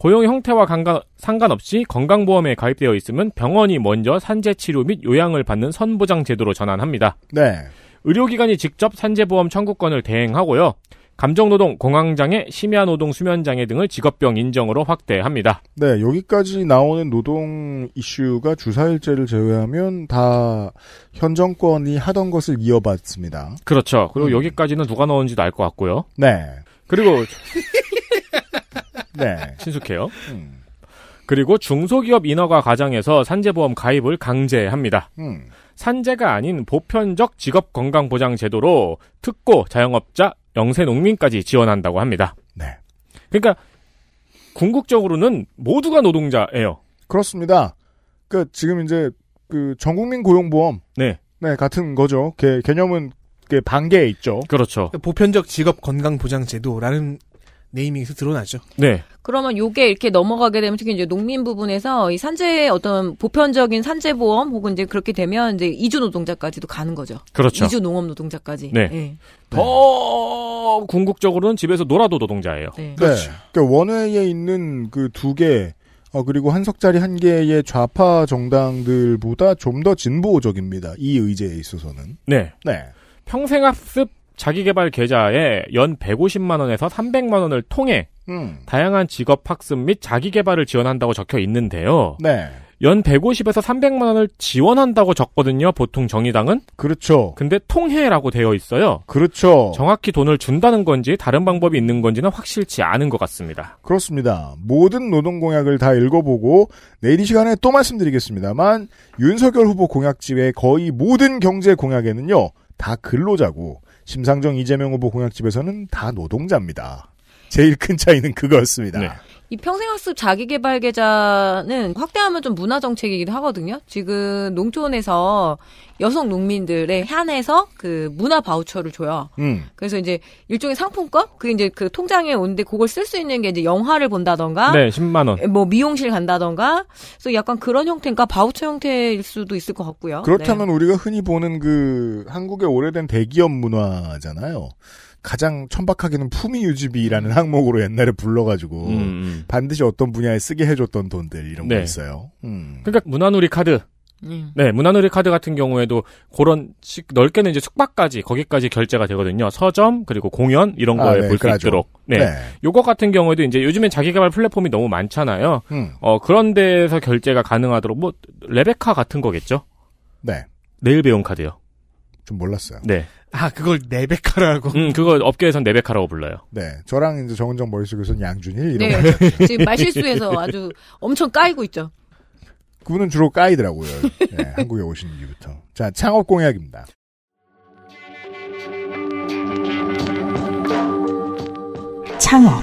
[SPEAKER 4] 고용 형태와 관가- 상관없이 건강보험에 가입되어 있으면 병원이 먼저 산재치료 및 요양을 받는 선보장 제도로 전환합니다.
[SPEAKER 3] 네,
[SPEAKER 4] 의료기관이 직접 산재보험 청구권을 대행하고요. 감정노동, 공황장애, 심야노동, 수면장애 등을 직업병 인정으로 확대합니다.
[SPEAKER 3] 네, 여기까지 나오는 노동 이슈가 주사일제를 제외하면 다 현 정권이 하던 것을 이어받습니다.
[SPEAKER 4] 그렇죠. 그리고
[SPEAKER 3] 음.
[SPEAKER 4] 여기까지는 누가 넣은지도 알 것 같고요.
[SPEAKER 3] 네.
[SPEAKER 4] 그리고
[SPEAKER 3] 네.
[SPEAKER 4] 친숙해요.
[SPEAKER 3] 음.
[SPEAKER 4] 그리고 중소기업 인허가 과정에서 산재보험 가입을 강제합니다.
[SPEAKER 3] 음.
[SPEAKER 4] 산재가 아닌 보편적 직업 건강 보장 제도로 특고 자영업자, 영세 농민까지 지원한다고 합니다.
[SPEAKER 3] 네.
[SPEAKER 4] 그러니까 궁극적으로는 모두가 노동자예요.
[SPEAKER 3] 그렇습니다. 그 지금 이제 그 전국민 고용보험
[SPEAKER 4] 네.
[SPEAKER 3] 네, 같은 거죠. 개, 개념은 그 반개에 있죠.
[SPEAKER 4] 그렇죠.
[SPEAKER 6] 그러니까 보편적 직업 건강 보장 제도라는 네이밍에서 드러나죠.
[SPEAKER 4] 네.
[SPEAKER 5] 그러면 요게 이렇게 넘어가게 되면 특히 이제 농민 부분에서 이 산재 어떤 보편적인 산재 보험 혹은 이제 그렇게 되면 이제 이주 노동자까지도 가는 거죠.
[SPEAKER 4] 그렇죠.
[SPEAKER 5] 이주 농업 노동자까지.
[SPEAKER 4] 네.
[SPEAKER 5] 예.
[SPEAKER 4] 더 궁극적으로는 집에서 놀아도 노동자예요.
[SPEAKER 5] 네.
[SPEAKER 3] 네. 그 원외에 있는 그 두 개, 어, 그리고 한 석짜리 한 개의 좌파 정당들보다 좀 더 진보적입니다. 이 의제에 있어서는.
[SPEAKER 4] 네.
[SPEAKER 3] 네.
[SPEAKER 4] 평생학습 자기개발 계좌에 연 150만 원에서 300만 원을 통해
[SPEAKER 3] 음.
[SPEAKER 4] 다양한 직업 학습 및 자기개발을 지원한다고 적혀 있는데요.
[SPEAKER 3] 네.
[SPEAKER 4] 연 150에서 300만 원을 지원한다고 적거든요. 보통 정의당은.
[SPEAKER 3] 그렇죠.
[SPEAKER 4] 근데 통해라고 되어 있어요.
[SPEAKER 3] 그렇죠.
[SPEAKER 4] 정확히 돈을 준다는 건지 다른 방법이 있는 건지는 확실치 않은 것 같습니다.
[SPEAKER 3] 그렇습니다. 모든 노동 공약을 다 읽어보고 내일 이 시간에 또 말씀드리겠습니다만 윤석열 후보 공약집의 거의 모든 경제 공약에는요 다 근로자고 심상정 이재명 후보 공약집에서는 다 노동자입니다. 제일 큰 차이는 그거였습니다.
[SPEAKER 4] 네.
[SPEAKER 5] 이 평생학습 자기개발 계좌는 확대하면 좀 문화 정책이기도 하거든요. 지금 농촌에서 여성 농민들의 한해서 그 문화 바우처를 줘요.
[SPEAKER 3] 음,
[SPEAKER 5] 그래서 이제 일종의 상품권? 그게 이제 그 통장에 오는데 그걸 쓸 수 있는 게 이제 영화를 본다던가
[SPEAKER 4] 네, 10만 원.
[SPEAKER 5] 뭐 미용실 간다던가 그래서 약간 그런 형태인가 바우처 형태일 수도 있을 것
[SPEAKER 4] 어?
[SPEAKER 5] 같고요.
[SPEAKER 3] 그렇다면
[SPEAKER 5] 네.
[SPEAKER 3] 우리가 흔히 보는 그 한국의 오래된 대기업 문화잖아요. 가장 천박하게는 품위 유지비라는 항목으로 옛날에 불러가지고
[SPEAKER 4] 음, 음.
[SPEAKER 3] 반드시 어떤 분야에 쓰게 해줬던 돈들 이런 거
[SPEAKER 4] 네.
[SPEAKER 3] 있어요. 음.
[SPEAKER 4] 그러니까 문화누리 카드.
[SPEAKER 5] 음.
[SPEAKER 4] 네, 문화누리 카드 같은 경우에도 그런 식- 넓게는 이제 숙박까지 거기까지 결제가 되거든요. 서점 그리고 공연 이런
[SPEAKER 3] 아,
[SPEAKER 4] 거에
[SPEAKER 3] 네,
[SPEAKER 4] 볼 수
[SPEAKER 3] 그러죠.
[SPEAKER 4] 있도록. 네. 요거 같은 경우에도 이제 요즘엔 자기개발 플랫폼이 너무 많잖아요.
[SPEAKER 3] 음,
[SPEAKER 4] 어 그런 데에서 결제가 가능하도록 뭐 레베카 같은 거겠죠.
[SPEAKER 3] 네.
[SPEAKER 4] 내일 배운 카드요.
[SPEAKER 3] 좀 몰랐어요.
[SPEAKER 4] 네.
[SPEAKER 6] 아 그걸 네베카라고.
[SPEAKER 4] 음, 그거 업계에선 레베카라고 불러요.
[SPEAKER 3] 네. 저랑 이제 정은정 머릿속에서는 양준일 이런 거.
[SPEAKER 5] 네. 지금 말실수해서 아주 엄청 까이고 있죠.
[SPEAKER 3] 그분은 주로 까이더라고요. 네, 한국에 오신 이후부터. 자, 창업 공약입니다.
[SPEAKER 2] 창업,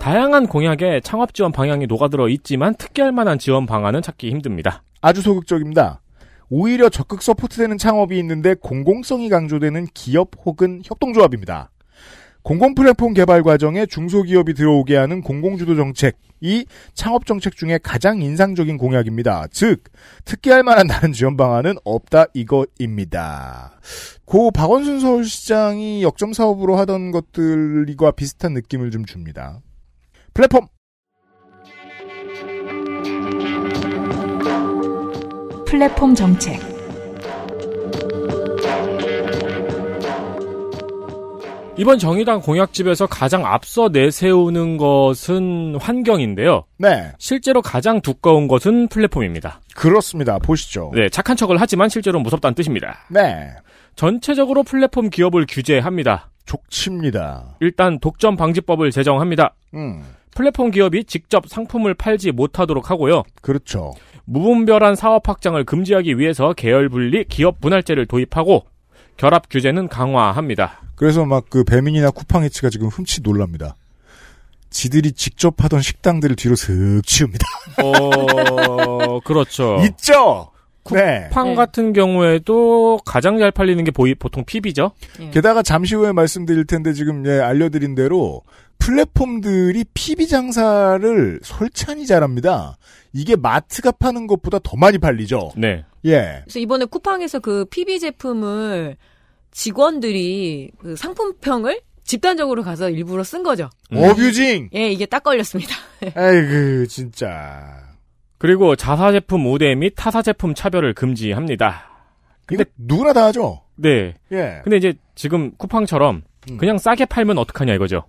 [SPEAKER 4] 다양한 공약에 창업 지원 방향이 녹아들어 있지만 특기할 만한 지원 방안은 찾기 힘듭니다.
[SPEAKER 3] 아주 소극적입니다. 오히려 적극 서포트되는 창업이 있는데 공공성이 강조되는 기업 혹은 협동조합입니다. 공공 플랫폼 개발 과정에 중소기업이 들어오게 하는 공공주도 정책이 창업 정책 중에 가장 인상적인 공약입니다. 즉, 특기할 만한 다른 지원 방안은 없다 이거입니다. 고 박원순 서울시장이 역점 사업으로 하던 것들과 비슷한 느낌을 좀 줍니다. 플랫폼
[SPEAKER 2] 플랫폼 정책,
[SPEAKER 4] 이번 정의당 공약집에서 가장 앞서 내세우는 것은 환경인데요.
[SPEAKER 3] 네
[SPEAKER 4] 실제로 가장 두꺼운 것은 플랫폼입니다.
[SPEAKER 3] 그렇습니다. 보시죠.
[SPEAKER 4] 네, 착한 척을 하지만 실제로 무섭다는 뜻입니다.
[SPEAKER 3] 네
[SPEAKER 4] 전체적으로 플랫폼 기업을 규제합니다.
[SPEAKER 3] 족칩니다.
[SPEAKER 4] 일단 독점 방지법을 제정합니다.
[SPEAKER 3] 음.
[SPEAKER 4] 플랫폼 기업이 직접 상품을 팔지 못하도록 하고요.
[SPEAKER 3] 그렇죠.
[SPEAKER 4] 무분별한 사업 확장을 금지하기 위해서 계열 분리 기업 분할제를 도입하고 결합 규제는 강화합니다.
[SPEAKER 3] 그래서 막 그 배민이나 쿠팡이츠가 지금 흠칫 놀랍니다. 지들이 직접 하던 식당들을 뒤로 슥 치웁니다.
[SPEAKER 4] 어, 그렇죠.
[SPEAKER 3] 있죠? 네.
[SPEAKER 4] 쿠팡
[SPEAKER 5] 네.
[SPEAKER 4] 같은 경우에도 가장 잘 팔리는 게 보이- 보통 핍이죠.
[SPEAKER 3] 게다가 잠시 후에 말씀드릴 텐데 지금 예, 알려드린 대로 플랫폼들이 PB 장사를 솔찬히 잘합니다. 이게 마트가 파는 것보다 더 많이 팔리죠.
[SPEAKER 4] 네.
[SPEAKER 3] 예.
[SPEAKER 5] 그래서 이번에 쿠팡에서 그 PB 제품을 직원들이 그 상품평을 집단적으로 가서 일부러 쓴 거죠.
[SPEAKER 3] 어뷰징!
[SPEAKER 5] 예, 이게 딱 걸렸습니다.
[SPEAKER 3] 아이고, 진짜.
[SPEAKER 4] 그리고 자사 제품 우대 및 타사 제품 차별을 금지합니다.
[SPEAKER 3] 이거 누구나 다 하죠.
[SPEAKER 4] 네.
[SPEAKER 3] 예.
[SPEAKER 4] 근데 이제 지금 쿠팡처럼
[SPEAKER 3] 음.
[SPEAKER 4] 그냥 싸게 팔면 어떡하냐 이거죠.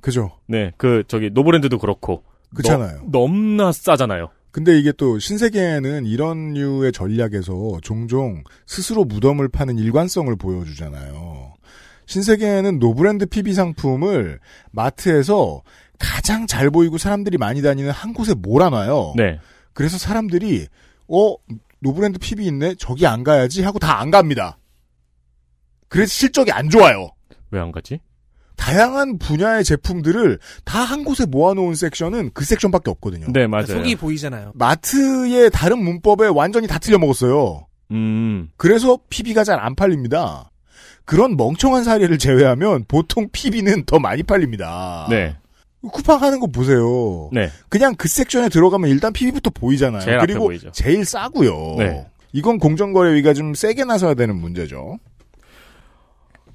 [SPEAKER 3] 그죠.
[SPEAKER 4] 네. 그 저기 노브랜드도 그렇고
[SPEAKER 3] 그렇잖아요.
[SPEAKER 4] 너, 너무나 싸잖아요.
[SPEAKER 3] 근데 이게 또 신세계는 이런 류의 전략에서 종종 스스로 무덤을 파는 일관성을 보여주잖아요. 신세계는 노브랜드 PB 상품을 마트에서 가장 잘 보이고 사람들이 많이 다니는 한 곳에 몰아놔요.
[SPEAKER 4] 네.
[SPEAKER 3] 그래서 사람들이 어 노브랜드 PB 있네 저기 안 가야지 하고 다 안 갑니다. 그래서 실적이 안 좋아요.
[SPEAKER 4] 왜 안 가지?
[SPEAKER 3] 다양한 분야의 제품들을 다 한 곳에 모아놓은 섹션은 그 섹션밖에 없거든요.
[SPEAKER 4] 네, 맞아요.
[SPEAKER 6] 그러니까 속이 보이잖아요.
[SPEAKER 3] 마트의 다른 문법에 완전히 다 틀려먹었어요.
[SPEAKER 4] 음.
[SPEAKER 3] 그래서 PB가 잘 안 팔립니다. 그런 멍청한 사례를 제외하면 보통 PB는 더 많이 팔립니다.
[SPEAKER 4] 네.
[SPEAKER 3] 쿠팡 하는 거 보세요.
[SPEAKER 4] 네.
[SPEAKER 3] 그냥 그 섹션에 들어가면 일단 PB부터 보이잖아요.
[SPEAKER 4] 제일 앞에
[SPEAKER 3] 그리고
[SPEAKER 4] 보이죠.
[SPEAKER 3] 제일 싸고요.
[SPEAKER 4] 네.
[SPEAKER 3] 이건 공정거래위가 좀 세게 나서야 되는 문제죠.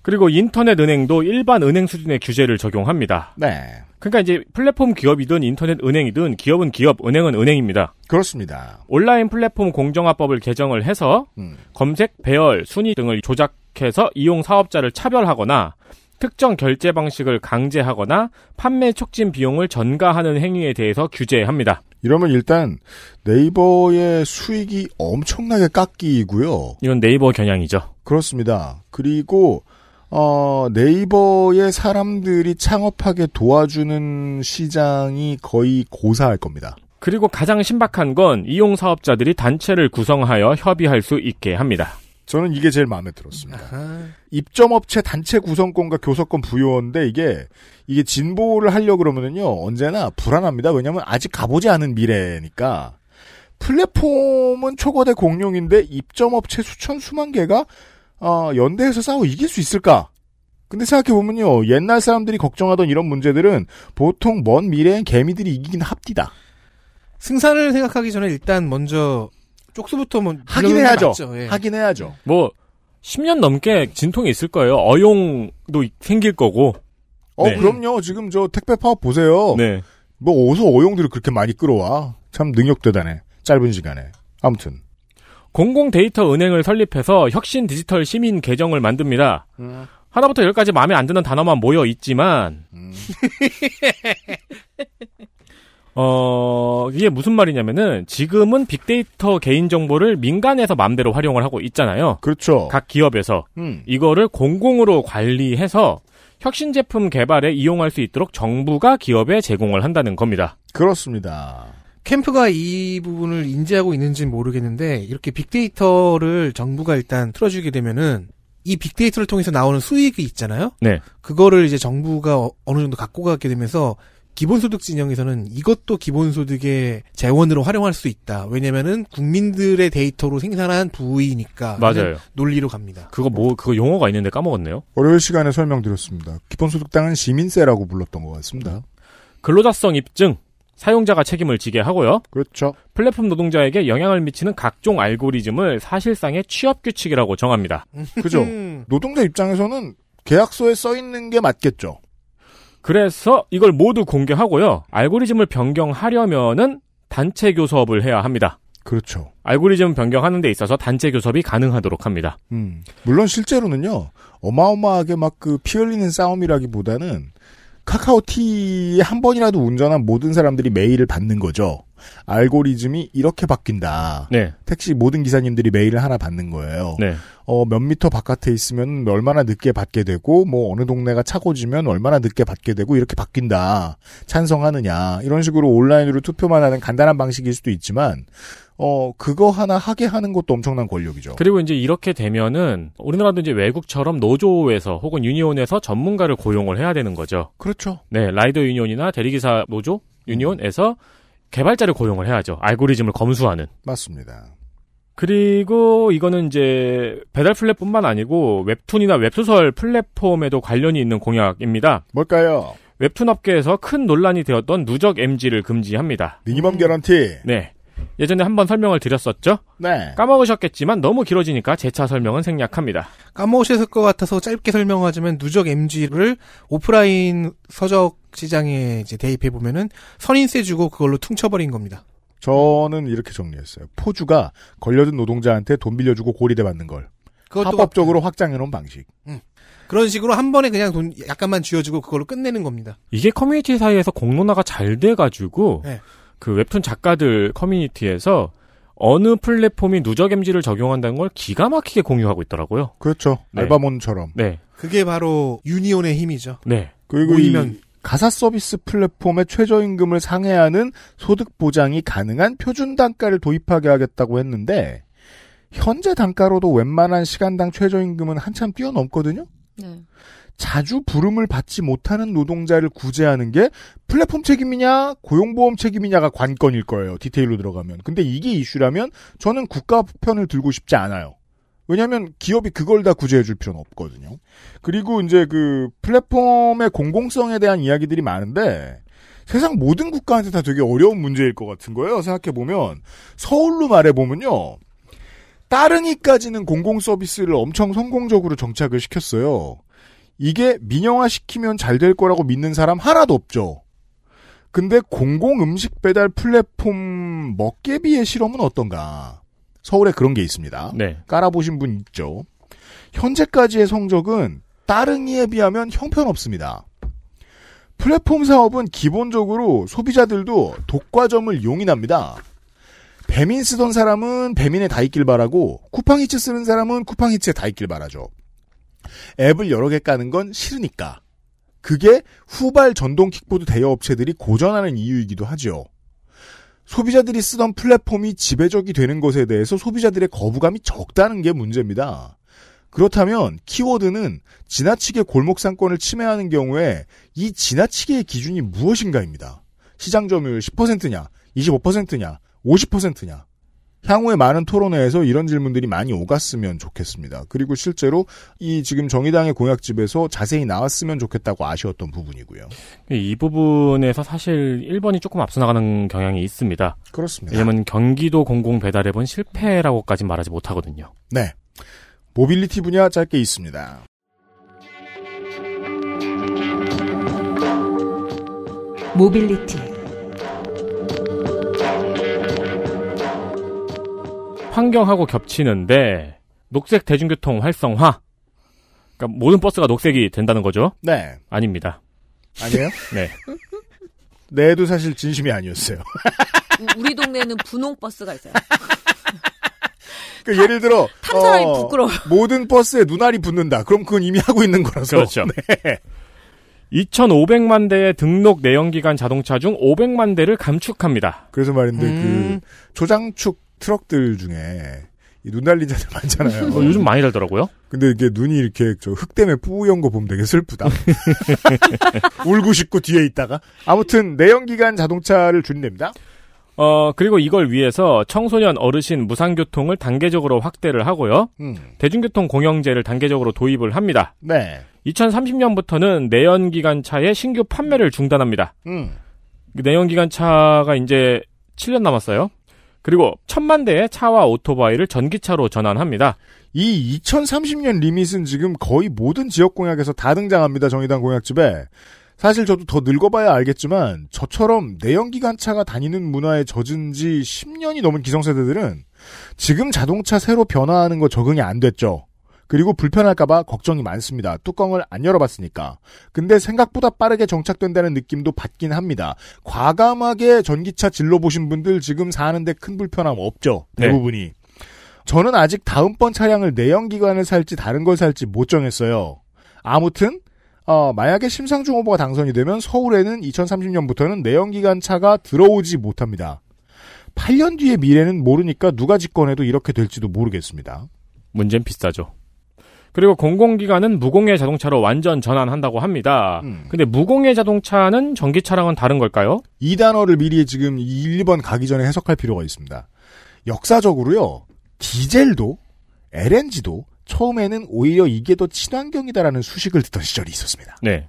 [SPEAKER 4] 그리고 인터넷 은행도 일반 은행 수준의 규제를 적용합니다.
[SPEAKER 3] 네.
[SPEAKER 4] 그러니까 이제 플랫폼 기업이든 인터넷 은행이든 기업은 기업, 은행은 은행입니다.
[SPEAKER 3] 그렇습니다.
[SPEAKER 4] 온라인 플랫폼 공정화법을 개정을 해서
[SPEAKER 3] 음.
[SPEAKER 4] 검색, 배열, 순위 등을 조작해서 이용 사업자를 차별하거나 특정 결제 방식을 강제하거나 판매 촉진 비용을 전가하는 행위에 대해서 규제합니다.
[SPEAKER 3] 이러면 일단 네이버의 수익이 엄청나게 깎이고요.
[SPEAKER 4] 이건 네이버 겨냥이죠.
[SPEAKER 3] 그렇습니다. 그리고 어, 네이버의 사람들이 창업하게 도와주는 시장이 거의 고사할 겁니다.
[SPEAKER 4] 그리고 가장 신박한 건 이용 사업자들이 단체를 구성하여 협의할 수 있게 합니다.
[SPEAKER 3] 저는 이게 제일 마음에 들었습니다. 입점업체 단체 구성권과 교섭권 부여인데 이게 이게 진보를 하려 그러면은요 언제나 불안합니다. 왜냐하면 아직 가보지 않은 미래니까 플랫폼은 초거대 공룡인데 입점업체 수천 수만 개가 어, 연대해서 싸워 이길 수 있을까? 근데 생각해보면요, 옛날 사람들이 걱정하던 이런 문제들은 보통 먼 미래엔 개미들이 이기긴 합디다.
[SPEAKER 6] 승산을 생각하기 전에 일단 먼저 쪽수부터 뭐
[SPEAKER 3] 하긴 해야죠.
[SPEAKER 6] 맞죠. 예.
[SPEAKER 3] 하긴 해야죠.
[SPEAKER 4] 뭐 10년 넘게 진통이 있을 거예요. 어용도 생길 거고.
[SPEAKER 3] 어,
[SPEAKER 4] 네.
[SPEAKER 3] 그럼요. 지금 저 택배 파업 보세요.
[SPEAKER 4] 네.
[SPEAKER 3] 뭐 어디서 어용들을 그렇게 많이 끌어와. 참 능력대단해. 짧은 시간에. 아무튼.
[SPEAKER 4] 공공 데이터 은행을 설립해서 혁신 디지털 시민 계정을 만듭니다. 하나부터 열까지 마음에 안 드는 단어만 모여 있지만 어, 이게 무슨 말이냐면은 지금은 빅데이터 개인 정보를 민간에서 마음대로 활용을 하고 있잖아요.
[SPEAKER 3] 그렇죠.
[SPEAKER 4] 각 기업에서
[SPEAKER 3] 음.
[SPEAKER 4] 이거를 공공으로 관리해서 혁신 제품 개발에 이용할 수 있도록 정부가 기업에 제공을 한다는 겁니다.
[SPEAKER 3] 그렇습니다.
[SPEAKER 6] 캠프가 이 부분을 인지하고 있는지는 모르겠는데 이렇게 빅데이터를 정부가 일단 틀어주게 되면은 이 빅데이터를 통해서 나오는 수익이 있잖아요.
[SPEAKER 4] 네.
[SPEAKER 6] 그거를 이제 정부가 어, 느 정도 갖고 가게 되면서 기본소득 진영에서는 이것도 기본소득의 재원으로 활용할 수 있다. 왜냐면은 국민들의 데이터로 생산한 부위니까 하는
[SPEAKER 4] 맞아요.
[SPEAKER 6] 논리로 갑니다.
[SPEAKER 4] 그거 뭐 그거 용어가 있는데 까먹었네요.
[SPEAKER 3] 월요일 시간에 설명드렸습니다. 기본소득당은 시민세라고 불렀던 것 같습니다.
[SPEAKER 4] 근로자성 입증 사용자가 책임을 지게 하고요.
[SPEAKER 3] 그렇죠.
[SPEAKER 4] 플랫폼 노동자에게 영향을 미치는 각종 알고리즘을 사실상의 취업 규칙이라고 정합니다.
[SPEAKER 3] 그죠.
[SPEAKER 6] 음.
[SPEAKER 3] 노동자 입장에서는 계약서에 써 있는 게 맞겠죠.
[SPEAKER 4] 그래서 이걸 모두 공개하고요. 알고리즘을 변경하려면은 단체 교섭을 해야 합니다.
[SPEAKER 3] 그렇죠.
[SPEAKER 4] 알고리즘 변경하는 데 있어서 단체 교섭이 가능하도록 합니다.
[SPEAKER 3] 음. 물론 실제로는요. 어마어마하게 막 그 피 흘리는 싸움이라기보다는 카카오티에 한 번이라도 운전한 모든 사람들이 메일을 받는 거죠. 알고리즘이 이렇게 바뀐다.
[SPEAKER 4] 네.
[SPEAKER 3] 택시 모든 기사님들이 메일을 하나 받는 거예요.
[SPEAKER 4] 네.
[SPEAKER 3] 어, 몇 미터 바깥에 있으면 얼마나 늦게 받게 되고, 뭐, 어느 동네가 차고지면 얼마나 늦게 받게 되고, 이렇게 바뀐다. 찬성하느냐. 이런 식으로 온라인으로 투표만 하는 간단한 방식일 수도 있지만, 어, 그거 하나 하게 하는 것도 엄청난 권력이죠.
[SPEAKER 4] 그리고 이제 이렇게 되면은 우리나라도 이제 외국처럼 노조에서 혹은 유니온에서 전문가를 고용을 해야 되는 거죠.
[SPEAKER 3] 그렇죠.
[SPEAKER 4] 네. 라이더 유니온이나 대리기사 노조 유니온에서 개발자를 고용을 해야죠. 알고리즘을 검수하는.
[SPEAKER 3] 맞습니다.
[SPEAKER 4] 그리고 이거는 이제 배달 플랫뿐만 아니고 웹툰이나 웹소설 플랫폼에도 관련이 있는 공약입니다.
[SPEAKER 3] 뭘까요?
[SPEAKER 4] 웹툰 업계에서 큰 논란이 되었던 누적 MG를 금지합니다.
[SPEAKER 3] 미니멈
[SPEAKER 6] 음.
[SPEAKER 3] 개런티.
[SPEAKER 4] 네. 예전에 한번 설명을 드렸었죠?
[SPEAKER 3] 네.
[SPEAKER 4] 까먹으셨겠지만 너무 길어지니까 재차 설명은 생략합니다.
[SPEAKER 6] 까먹으셨을 것 같아서 짧게 설명하자면 누적 MG를 오프라인 서적 시장에 이제 대입해 보면은 선인세 주고 그걸로 퉁쳐버린 겁니다.
[SPEAKER 3] 저는 이렇게 정리했어요. 포주가 걸려든 노동자한테 돈 빌려주고 고리대 받는 걸
[SPEAKER 6] 그것도
[SPEAKER 3] 합법적으로 확장해놓은 방식.
[SPEAKER 6] 그런 식으로 한 번에 그냥 돈 약간만 쥐어주고 그걸로 끝내는 겁니다.
[SPEAKER 4] 이게 커뮤니티 사이에서 공론화가 잘 돼가지고
[SPEAKER 6] 네.
[SPEAKER 4] 그 웹툰 작가들 커뮤니티에서 어느 플랫폼이 누적 MG를 적용한다는 걸 기가 막히게 공유하고 있더라고요.
[SPEAKER 3] 그렇죠.
[SPEAKER 4] 네.
[SPEAKER 3] 알바몬처럼.
[SPEAKER 4] 네,
[SPEAKER 6] 그게 바로 유니온의 힘이죠.
[SPEAKER 4] 네.
[SPEAKER 3] 그리고 이
[SPEAKER 6] 모이면.
[SPEAKER 3] 가사 서비스 플랫폼의 최저임금을 상회하는 소득 보장이 가능한 표준 단가를 도입하게 하겠다고 했는데 현재 단가로도 웬만한 시간당 최저임금은 한참 뛰어넘거든요.
[SPEAKER 5] 네.
[SPEAKER 3] 자주 부름을 받지 못하는 노동자를 구제하는 게 플랫폼 책임이냐 고용보험 책임이냐가 관건일 거예요. 디테일로 들어가면. 근데 이게 이슈라면 저는 국가 편을 들고 싶지 않아요. 왜냐하면 기업이 그걸 다 구제해 줄 필요는 없거든요. 그리고 이제 그 플랫폼의 공공성에 대한 이야기들이 많은데 세상 모든 국가한테 다 되게 어려운 문제일 것 같은 거예요. 생각해 보면 서울로 말해 보면요. 따릉이까지는 공공 서비스를 엄청 성공적으로 정착을 시켰어요. 이게 민영화시키면 잘 될 거라고 믿는 사람 하나도 없죠. 근데 공공 음식 배달 플랫폼 먹개비의 실험은 어떤가? 서울에 그런 게 있습니다.
[SPEAKER 4] 네.
[SPEAKER 3] 깔아보신 분 있죠. 현재까지의 성적은 따릉이에 비하면 형편없습니다. 플랫폼 사업은 기본적으로 소비자들도 독과점을 용인합니다. 배민 쓰던 사람은 배민에 다 있길 바라고 쿠팡이츠 쓰는 사람은 쿠팡이츠에 다 있길 바라죠. 앱을 여러 개 까는 건 싫으니까. 그게 후발 전동 킥보드 대여 업체들이 고전하는 이유이기도 하죠. 소비자들이 쓰던 플랫폼이 지배적이 되는 것에 대해서 소비자들의 거부감이 적다는 게 문제입니다. 그렇다면 키워드는 지나치게 골목상권을 침해하는 경우에 이 지나치게의 기준이 무엇인가입니다. 시장 점유율 10%냐, 25%냐, 50%냐. 향후에 많은 토론회에서 이런 질문들이 많이 오갔으면 좋겠습니다. 그리고 실제로 이 지금 정의당의 공약집에서 자세히 나왔으면 좋겠다고 아쉬웠던 부분이고요.
[SPEAKER 4] 이 부분에서 사실 1번이 조금 앞서 나가는 경향이 있습니다.
[SPEAKER 3] 그렇습니다.
[SPEAKER 4] 왜냐면 경기도 공공 배달앱은 실패라고까지 말하지 못하거든요.
[SPEAKER 3] 네. 모빌리티 분야 짧게 있습니다.
[SPEAKER 2] 모빌리티,
[SPEAKER 4] 환경하고 겹치는데 녹색 대중교통 활성화. 그러니까 모든 버스가 녹색이 된다는 거죠?
[SPEAKER 3] 네.
[SPEAKER 4] 아닙니다.
[SPEAKER 3] 아니에요?
[SPEAKER 4] 네.
[SPEAKER 3] 네도 사실 진심이 아니었어요.
[SPEAKER 5] 우- 우리 동네에는 분홍 버스가 있어요.
[SPEAKER 3] 그러니까 예를 들어
[SPEAKER 5] 탄 사람이
[SPEAKER 3] 어,
[SPEAKER 5] 부끄러워.
[SPEAKER 3] 모든 버스에 눈알이 붙는다. 그럼 그건 이미 하고 있는 거라서.
[SPEAKER 4] 그렇죠. 2,500만 대의 등록 내연기관 자동차 중 500만 대를 감축합니다.
[SPEAKER 3] 그래서 말인데
[SPEAKER 6] 음.
[SPEAKER 3] 그 조장축 트럭들 중에 이 눈 날린 자들 많잖아요.
[SPEAKER 4] 어, 요즘 많이 달더라고요.
[SPEAKER 3] 근데 이게 눈이 이렇게 저흙 때문에 뿌연 거 보면 되게 슬프다. 울고 싶고 뒤에 있다가 아무튼 내연기관 자동차를 줄인답니다.
[SPEAKER 4] 어, 그리고 이걸 위해서 청소년 어르신 무상교통을 단계적으로 확대를 하고요.
[SPEAKER 3] 음,
[SPEAKER 4] 대중교통 공영제를 단계적으로 도입을 합니다.
[SPEAKER 3] 네,
[SPEAKER 4] 2030년부터는 내연기관차의 신규 판매를 중단합니다.
[SPEAKER 3] 음,
[SPEAKER 4] 그 내연기관차가 이제 7년 남았어요. 그리고 천만 대의 차와 오토바이를 전기차로 전환합니다.
[SPEAKER 3] 이 2030년 리밋은 지금 거의 모든 지역 공약에서 다 등장합니다. 정의당 공약집에. 사실 저도 더 늙어봐야 알겠지만 저처럼 내연기관차가 다니는 문화에 젖은 지 10년이 넘은 기성세대들은 지금 자동차 새로 변화하는 거 적응이 안 됐죠. 그리고 불편할까봐 걱정이 많습니다. 뚜껑을 안 열어봤으니까. 근데 생각보다 빠르게 정착된다는 느낌도 받긴 합니다. 과감하게 전기차 질러보신 분들 지금 사는데 큰 불편함 없죠.
[SPEAKER 4] 네.
[SPEAKER 3] 대부분이. 저는 아직 다음번 차량을 내연기관을 살지 다른 걸 살지 못 정했어요. 아무튼 어, 만약에 심상중 후보가 당선이 되면 서울에는 2030년부터는 내연기관 차가 들어오지 못합니다. 8년 뒤의 미래는 모르니까 누가 집권해도 이렇게 될지도 모르겠습니다.
[SPEAKER 4] 문제는 비싸죠. 그리고 공공기관은 무공해 자동차로 완전 전환한다고 합니다.
[SPEAKER 3] 음.
[SPEAKER 4] 근데 무공해 자동차는 전기차랑은 다른 걸까요?
[SPEAKER 3] 이 단어를 미리 지금 1, 2번 가기 전에 해석할 필요가 있습니다. 역사적으로요, 디젤도 LNG도 처음에는 오히려 이게 더 친환경이다라는 수식을 듣던 시절이 있었습니다.
[SPEAKER 4] 네.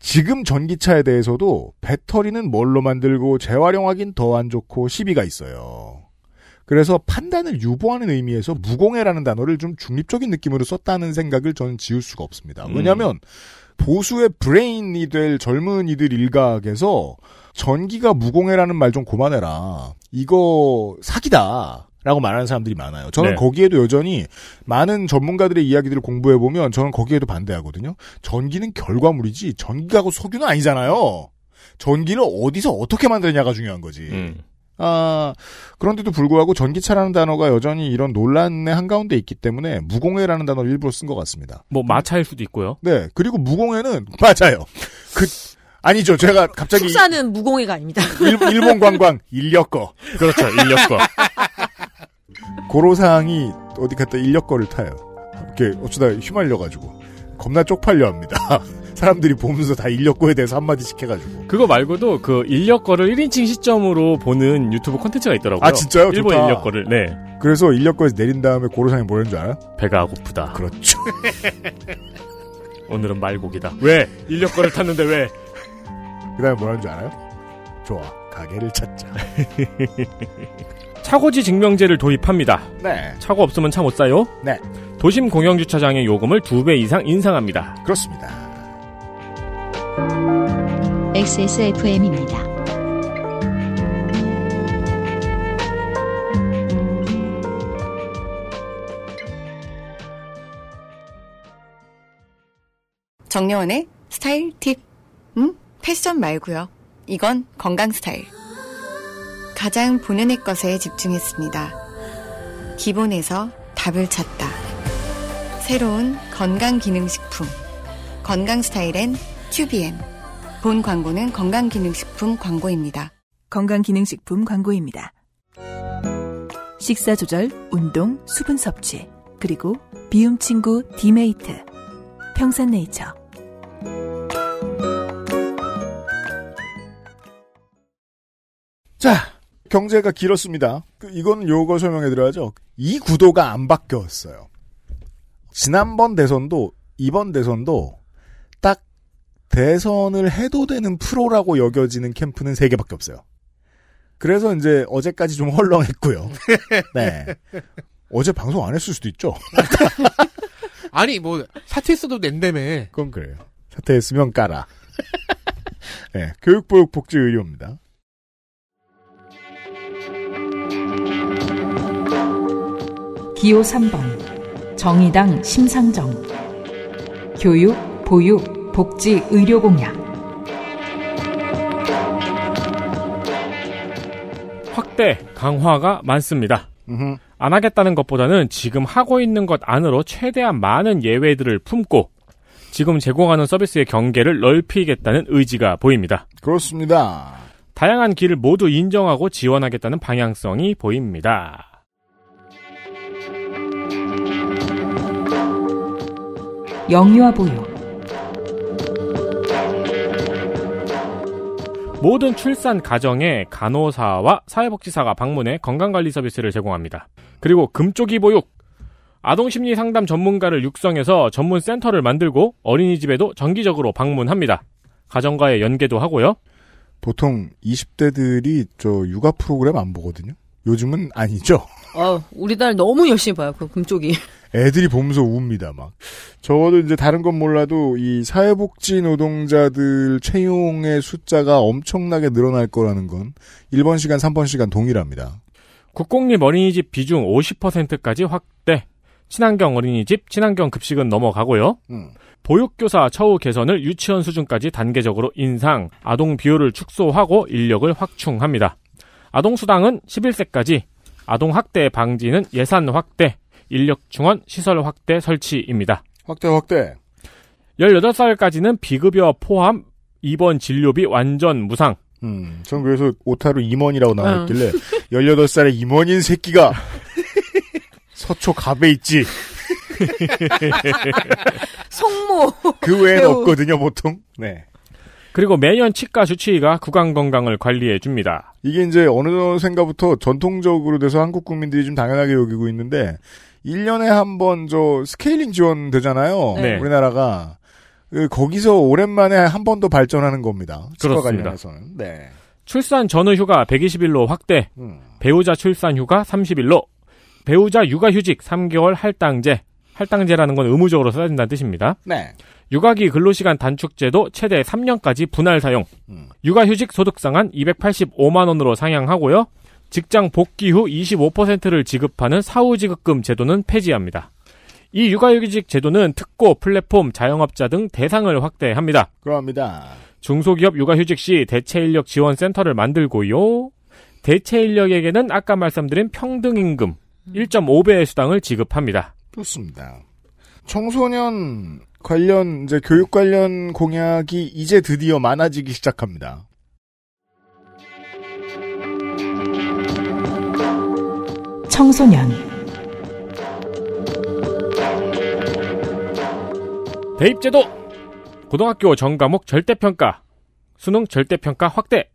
[SPEAKER 3] 지금 전기차에 대해서도 배터리는 뭘로 만들고 재활용하긴 더 안 좋고 시비가 있어요. 그래서 판단을 유보하는 의미에서 무공해라는 단어를 좀 중립적인 느낌으로 썼다는 생각을 저는 지울 수가 없습니다.
[SPEAKER 4] 음.
[SPEAKER 3] 왜냐하면 보수의 브레인이 될 젊은이들 일각에서 전기가 무공해라는 말 좀 고만해라. 이거 사기다. 라고 말하는 사람들이 많아요. 저는
[SPEAKER 4] 네.
[SPEAKER 3] 거기에도 여전히 많은 전문가들의 이야기들을 공부해 보면 저는 거기에도 반대하거든요. 전기는 결과물이지 전기하고 석유는 아니잖아요. 전기를 어디서 어떻게 만드느냐가 중요한 거지.
[SPEAKER 4] 음.
[SPEAKER 3] 아, 그런데도 불구하고 전기차라는 단어가 여전히 이런 논란의 한가운데 있기 때문에 무공해라는 단어를 일부러 쓴 것 같습니다.
[SPEAKER 4] 뭐 마차일 수도 있고요.
[SPEAKER 3] 네. 그리고 무공해는 맞아요. 그 아니죠. 제가 갑자기
[SPEAKER 5] 축사는 무공해가 아닙니다.
[SPEAKER 3] 일, 일본 관광 인력거
[SPEAKER 4] 그렇죠. 인력거.
[SPEAKER 3] 고로상이 어디 갔다 인력거를 타요. 이렇게 어쩌다 휘말려 가지고 겁나 쪽팔려 합니다. 사람들이 보면서 다 인력거에 대해서 한마디씩 해가지고.
[SPEAKER 4] 그거 말고도 그 인력거를 1인칭 시점으로 보는 유튜브 콘텐츠가 있더라고요.
[SPEAKER 3] 아, 진짜요?
[SPEAKER 4] 일본
[SPEAKER 3] 좋다.
[SPEAKER 4] 인력거를. 네.
[SPEAKER 3] 그래서 인력거에서 내린 다음에 고로상이 뭐라는 줄 알아?
[SPEAKER 4] 배가 고프다.
[SPEAKER 3] 그렇죠.
[SPEAKER 4] 오늘은 말고기다. 왜? 인력거를 탔는데 왜?
[SPEAKER 3] 그 다음에 뭐라는 줄 알아요? 좋아. 가게를 찾자.
[SPEAKER 4] 차고지 증명제를 도입합니다.
[SPEAKER 3] 네.
[SPEAKER 4] 차고 없으면 차 못 사요?
[SPEAKER 3] 네.
[SPEAKER 4] 도심 공영주차장의 요금을 2배 이상 인상합니다.
[SPEAKER 3] 그렇습니다.
[SPEAKER 1] XSFM입니다.
[SPEAKER 9] 정려원의 스타일 팁. 음? 패션 말고요. 이건 건강 스타일. 가장 본연의 것에 집중했습니다. 기본에서 답을 찾다. 새로운 건강 기능 식품. 건강 스타일엔 튜비엔. 본 광고는 건강 기능 식품 광고입니다.
[SPEAKER 11] 건강기능식품 광고입니다. 식사조절, 운동, 수분 섭취, 그리고 비움 친구 디메이트. 평산네이처.
[SPEAKER 3] 자, 경제가 길었습니다. 그, 이건 요거 설명해드려야죠. 이 구도가 안 바뀌었어요. 지난번 대선도 이번 대선도 딱 대선을 해도 되는 프로라고 여겨지는 캠프는 세 개밖에 없어요. 그래서 이제 어제까지 좀 헐렁했고요. 네. 어제 방송 안 했을 수도 있죠.
[SPEAKER 6] 아니 뭐 사퇴했어도 낸다며.
[SPEAKER 3] 그건 그래요. 사퇴했으면 까라. 네, 교육보육복지의료입니다.
[SPEAKER 2] 기호 3번 정의당 심상정 교육, 보육, 복지, 의료 공약
[SPEAKER 4] 확대, 강화가 많습니다.
[SPEAKER 3] 음흠.
[SPEAKER 4] 안 하겠다는 것보다는 지금 하고 있는 것 안으로 최대한 많은 예외들을 품고 지금 제공하는 서비스의 경계를 넓히겠다는 의지가 보입니다.
[SPEAKER 3] 그렇습니다.
[SPEAKER 4] 다양한 길을 모두 인정하고 지원하겠다는 방향성이 보입니다.
[SPEAKER 2] 영유아 보육,
[SPEAKER 4] 모든 출산 가정에 간호사와 사회복지사가 방문해 건강관리 서비스를 제공합니다. 그리고 금쪽이 보육. 아동 심리 상담 전문가를 육성해서 전문 센터를 만들고 어린이집에도 정기적으로 방문합니다. 가정과의 연계도 하고요.
[SPEAKER 3] 보통 20대들이 저 육아 프로그램 안 보거든요. 요즘은 아니죠.
[SPEAKER 5] 어, 우리 딸 너무 열심히 봐요. 그 금쪽이.
[SPEAKER 3] 애들이 보면서 웁니다, 막. 적어도 이제 다른 건 몰라도 이 사회복지 노동자들 채용의 숫자가 엄청나게 늘어날 거라는 건 1번 시간, 3번 시간 동일합니다.
[SPEAKER 4] 국공립 어린이집 비중 50%까지 확대. 친환경 어린이집, 친환경 급식은 넘어가고요.
[SPEAKER 3] 음.
[SPEAKER 4] 보육교사 처우 개선을 유치원 수준까지 단계적으로 인상, 아동 비율을 축소하고 인력을 확충합니다. 아동수당은 11세까지, 아동학대 방지는 예산 확대, 인력 충원, 시설 확대 설치입니다.
[SPEAKER 3] 확대, 확대.
[SPEAKER 4] 18살까지는 비급여 포함, 입원 진료비 완전 무상,
[SPEAKER 3] 음, 전 그래서 오타로 임원이라고 나와있길래 18살의 임원인 새끼가 서초 갑에 있지.
[SPEAKER 5] 성모.
[SPEAKER 3] 그 외엔
[SPEAKER 5] 배우.
[SPEAKER 3] 없거든요, 보통. 네.
[SPEAKER 4] 그리고 매년 치과 주치의가 구강 건강을 관리해줍니다.
[SPEAKER 3] 이게 이제 어느 생가부터 전통적으로 돼서 한국 국민들이 좀 당연하게 여기고 있는데 1년에 한 번 저 스케일링 지원 되잖아요.
[SPEAKER 4] 네.
[SPEAKER 3] 우리나라가 그 거기서 오랜만에 한 번 더 발전하는 겁니다. 치과
[SPEAKER 4] 그렇습니다.
[SPEAKER 3] 관련해서는. 네.
[SPEAKER 4] 출산 전후 휴가 120일로 확대,
[SPEAKER 3] 음.
[SPEAKER 4] 배우자 출산 휴가 30일로, 배우자 육아 휴직 3개월 할당제. 할당제라는 건 의무적으로 써야 된다는 뜻입니다.
[SPEAKER 3] 네.
[SPEAKER 4] 육아기 근로시간 단축제도 최대 3년까지 분할 사용. 육아휴직 소득상한 285만원으로 상향하고요. 직장 복귀 후 25%를 지급하는 사후지급금 제도는 폐지합니다. 이 육아휴직 제도는 특고, 플랫폼, 자영업자 등 대상을 확대합니다.
[SPEAKER 3] 그럽니다.
[SPEAKER 4] 중소기업 육아휴직 시 대체인력 지원센터를 만들고요. 대체인력에게는 아까 말씀드린 평등임금 1.5배의 수당을 지급합니다.
[SPEAKER 3] 좋습니다. 청소년 관련 이제 교육 관련 공약이 이제 드디어 많아지기 시작합니다.
[SPEAKER 2] 청소년
[SPEAKER 4] 대입제도 고등학교 전과목 절대평가 수능 절대평가 확대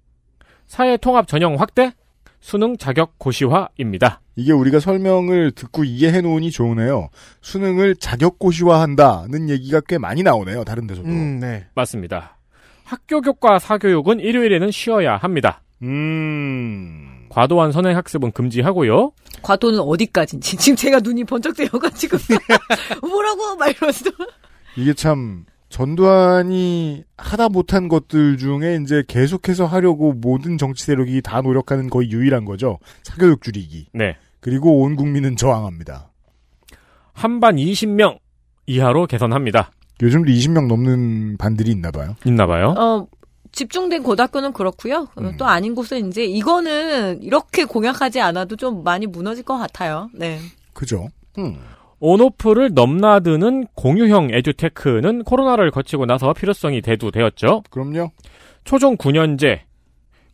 [SPEAKER 4] 사회통합 전형 확대 수능 자격 고시화입니다.
[SPEAKER 3] 이게 우리가 설명을 듣고 이해해 놓으니 좋으네요. 수능을 자격고시화한다는 얘기가 꽤 많이 나오네요. 다른 데서도.
[SPEAKER 4] 음.
[SPEAKER 6] 음,
[SPEAKER 4] 맞습니다. 학교 교과 사교육은 일요일에는 쉬어야 합니다.
[SPEAKER 3] 음.
[SPEAKER 4] 과도한 선행 학습은 금지하고요.
[SPEAKER 5] 과도는 어디까지인지 지금 제가 눈이 번쩍 뜨여가지고
[SPEAKER 6] 네.
[SPEAKER 5] 뭐라고 막 이러면서
[SPEAKER 3] 이게 참 전두환이 하다 못한 것들 중에 이제 계속해서 하려고 모든 정치 세력이 다 노력하는 거의 유일한 거죠. 사교육 줄이기.
[SPEAKER 4] 네.
[SPEAKER 3] 그리고 온 국민은 저항합니다.
[SPEAKER 4] 한반 20명 이하로 개선합니다.
[SPEAKER 3] 요즘도 20명 넘는 반들이 있나 봐요.
[SPEAKER 4] 있나 봐요.
[SPEAKER 5] 어, 집중된 고등학교는 그렇고요.
[SPEAKER 6] 음.
[SPEAKER 5] 또 아닌 곳은 이제 이거는 이렇게 공약하지 않아도 좀 많이 무너질 것 같아요. 네.
[SPEAKER 3] 그죠? 음.
[SPEAKER 4] 온오프를 넘나드는 공유형 에듀테크는 코로나를 거치고 나서 필요성이 대두되었죠.
[SPEAKER 3] 그럼요.
[SPEAKER 4] 초중 9년제,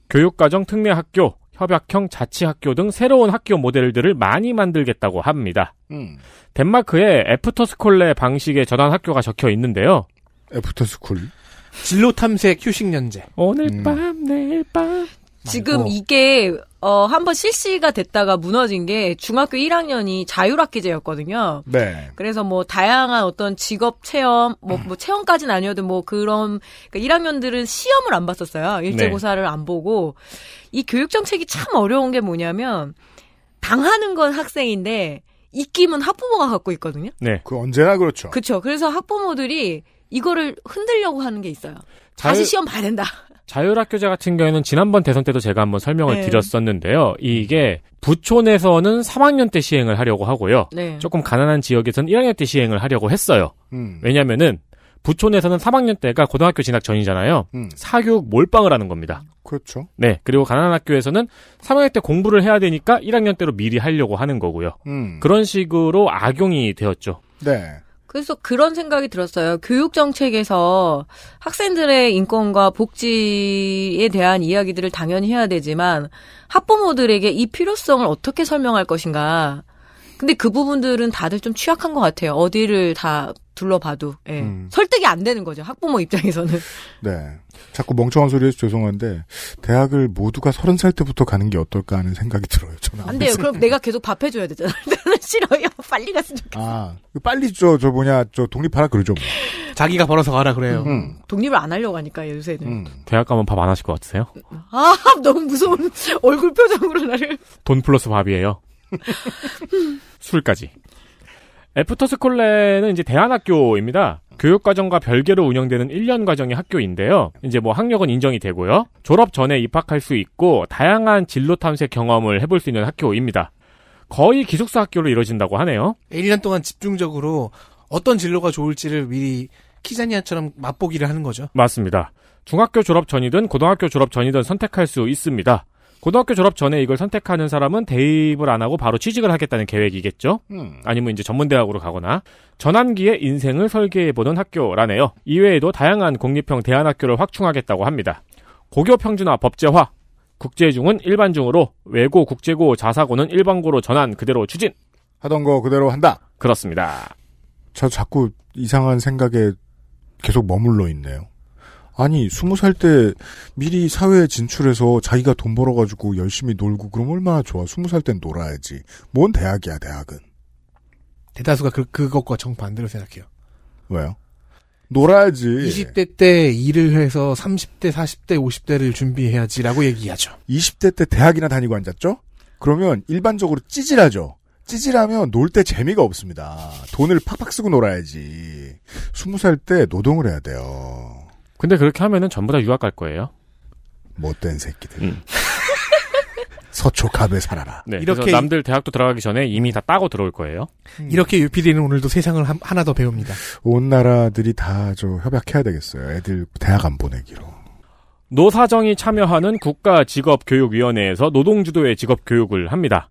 [SPEAKER 4] 교육과정 특례학교, 협약형 자치학교 등 새로운 학교 모델들을 많이 만들겠다고 합니다.
[SPEAKER 3] 음.
[SPEAKER 4] 덴마크에 애프터스콜레 방식의 전환 학교가 적혀 있는데요.
[SPEAKER 3] 애프터스쿨.
[SPEAKER 6] 진로 탐색 휴식 연재.
[SPEAKER 4] 오늘
[SPEAKER 5] 밤 내일 밤 지금
[SPEAKER 6] 아이고.
[SPEAKER 5] 이게 어 한번 실시가 됐다가 무너진 게 중학교 1학년이 자율학기제였거든요.
[SPEAKER 3] 네.
[SPEAKER 5] 그래서 뭐 다양한 어떤 직업 체험, 뭐, 뭐 체험까지는 아니어도 뭐 그런 그러니까 1학년들은 시험을 안 봤었어요. 일제고사를 안 보고 이 교육 정책이 참 어려운 게 뭐냐면 당하는 건 학생인데 입김은 학부모가 갖고 있거든요.
[SPEAKER 4] 네.
[SPEAKER 3] 그 언제나 그렇죠.
[SPEAKER 5] 그렇죠. 그래서 학부모들이 이거를 흔들려고 하는 게 있어요. 다시
[SPEAKER 4] 자율-
[SPEAKER 5] 시험 봐야 된다.
[SPEAKER 4] 자율학교제 같은 경우에는 지난번 대선 때도 제가 한번 설명을
[SPEAKER 5] 네.
[SPEAKER 4] 드렸었는데요. 이게 부촌에서는 3학년 때 시행을 하려고 하고요.
[SPEAKER 5] 네.
[SPEAKER 4] 조금 가난한 지역에서는 1학년 때 시행을 하려고 했어요.
[SPEAKER 3] 음.
[SPEAKER 6] 음.
[SPEAKER 4] 왜냐면은 부촌에서는 3학년 때가 고등학교 진학 전이잖아요.
[SPEAKER 6] 음.
[SPEAKER 4] 사교육 몰빵을 하는 겁니다.
[SPEAKER 3] 음. 그렇죠.
[SPEAKER 4] 네. 그리고 가난한 학교에서는 3학년 때 공부를 해야 되니까 1학년 때로 미리 하려고 하는 거고요.
[SPEAKER 3] 음.
[SPEAKER 4] 그런 식으로 악용이 되었죠.
[SPEAKER 3] 네.
[SPEAKER 5] 그래서 그런 생각이 들었어요. 교육 정책에서 학생들의 인권과 복지에 대한 이야기들을 당연히 해야 되지만 학부모들에게 이 필요성을 어떻게 설명할 것인가. 근데 그 부분들은 다들 좀 취약한 것 같아요. 어디를 다 둘러봐도 예. 설득이 안 되는 거죠. 학부모 입장에서는
[SPEAKER 3] 네. 자꾸 멍청한 소리 해서 죄송한데 대학을 모두가 서른 살 때부터 가는 게 어떨까 하는 생각이 들어요. 저는
[SPEAKER 5] 안 돼요. 그럼 내가 계속 밥 해줘야 되잖아. 나는 싫어요. 빨리 갔으면 좋겠어.
[SPEAKER 3] 아, 빨리 저, 저 뭐냐, 저 독립하라 그러죠.
[SPEAKER 6] 자기가 벌어서 가라 그래요.
[SPEAKER 3] 음,
[SPEAKER 5] 독립을 안 하려고 하니까 요새는
[SPEAKER 4] 음. 대학 가면 밥 안 하실 것 같으세요?
[SPEAKER 5] 아 너무 무서운 얼굴 표정으로 나를
[SPEAKER 4] 돈 플러스 밥이에요. 술까지. 애프터스콜레는 이제 대안학교입니다. 교육과정과 별개로 운영되는 1년 과정의 학교인데요. 이제 뭐 학력은 인정이 되고요. 졸업 전에 입학할 수 있고 다양한 진로 탐색 경험을 해볼 수 있는 학교입니다. 거의 기숙사 학교로 이루어진다고 하네요.
[SPEAKER 6] 1년 동안 집중적으로 어떤 진로가 좋을지를 미리 키자니아처럼 맛보기를 하는 거죠.
[SPEAKER 4] 맞습니다. 중학교 졸업 전이든 고등학교 졸업 전이든 선택할 수 있습니다. 고등학교 졸업 전에 이걸 선택하는 사람은 대입을 안 하고 바로 취직을 하겠다는 계획이겠죠?
[SPEAKER 3] 음.
[SPEAKER 4] 아니면 이제 전문대학으로 가거나 전환기에 인생을 설계해보는 학교라네요. 이외에도 다양한 공립형 대안학교를 확충하겠다고 합니다. 고교 평준화 법제화, 국제중은 일반중으로, 외고, 국제고, 자사고는 일반고로 전환 그대로 추진.
[SPEAKER 3] 하던 거 그대로 한다.
[SPEAKER 4] 그렇습니다.
[SPEAKER 3] 저 자꾸 이상한 생각에 계속 머물러 있네요. 아니, 스무 살 때 미리 사회에 진출해서 자기가 돈 벌어가지고 열심히 놀고 그럼 얼마나 좋아. 스무 살 땐 놀아야지. 뭔 대학이야, 대학은.
[SPEAKER 6] 대다수가 그, 그것과 정반대로 생각해요.
[SPEAKER 3] 왜요? 놀아야지.
[SPEAKER 6] 20대 때 일을 해서 30대, 40대, 50대를 준비해야지라고 얘기하죠.
[SPEAKER 3] 20대 때 대학이나 다니고 앉았죠? 그러면 일반적으로 찌질하죠? 찌질하면 놀 때 재미가 없습니다. 돈을 팍팍 쓰고 놀아야지. 스무 살 때 노동을 해야 돼요.
[SPEAKER 4] 근데 그렇게 하면은 전부 다 유학 갈 거예요.
[SPEAKER 3] 못된 새끼들. 서초갑에 살아라.
[SPEAKER 4] 네,
[SPEAKER 6] 이렇게
[SPEAKER 4] 그래서 남들 대학도 들어가기 전에 이미 다 따고 들어올 거예요.
[SPEAKER 3] 음.
[SPEAKER 6] 이렇게 유피디는 오늘도 세상을 한- 하나 더 배웁니다.
[SPEAKER 3] 온 나라들이 다 저 협약해야 되겠어요. 애들 대학 안 보내기로.
[SPEAKER 4] 노사정이 참여하는 국가직업교육위원회에서 노동주도의 직업교육을 합니다.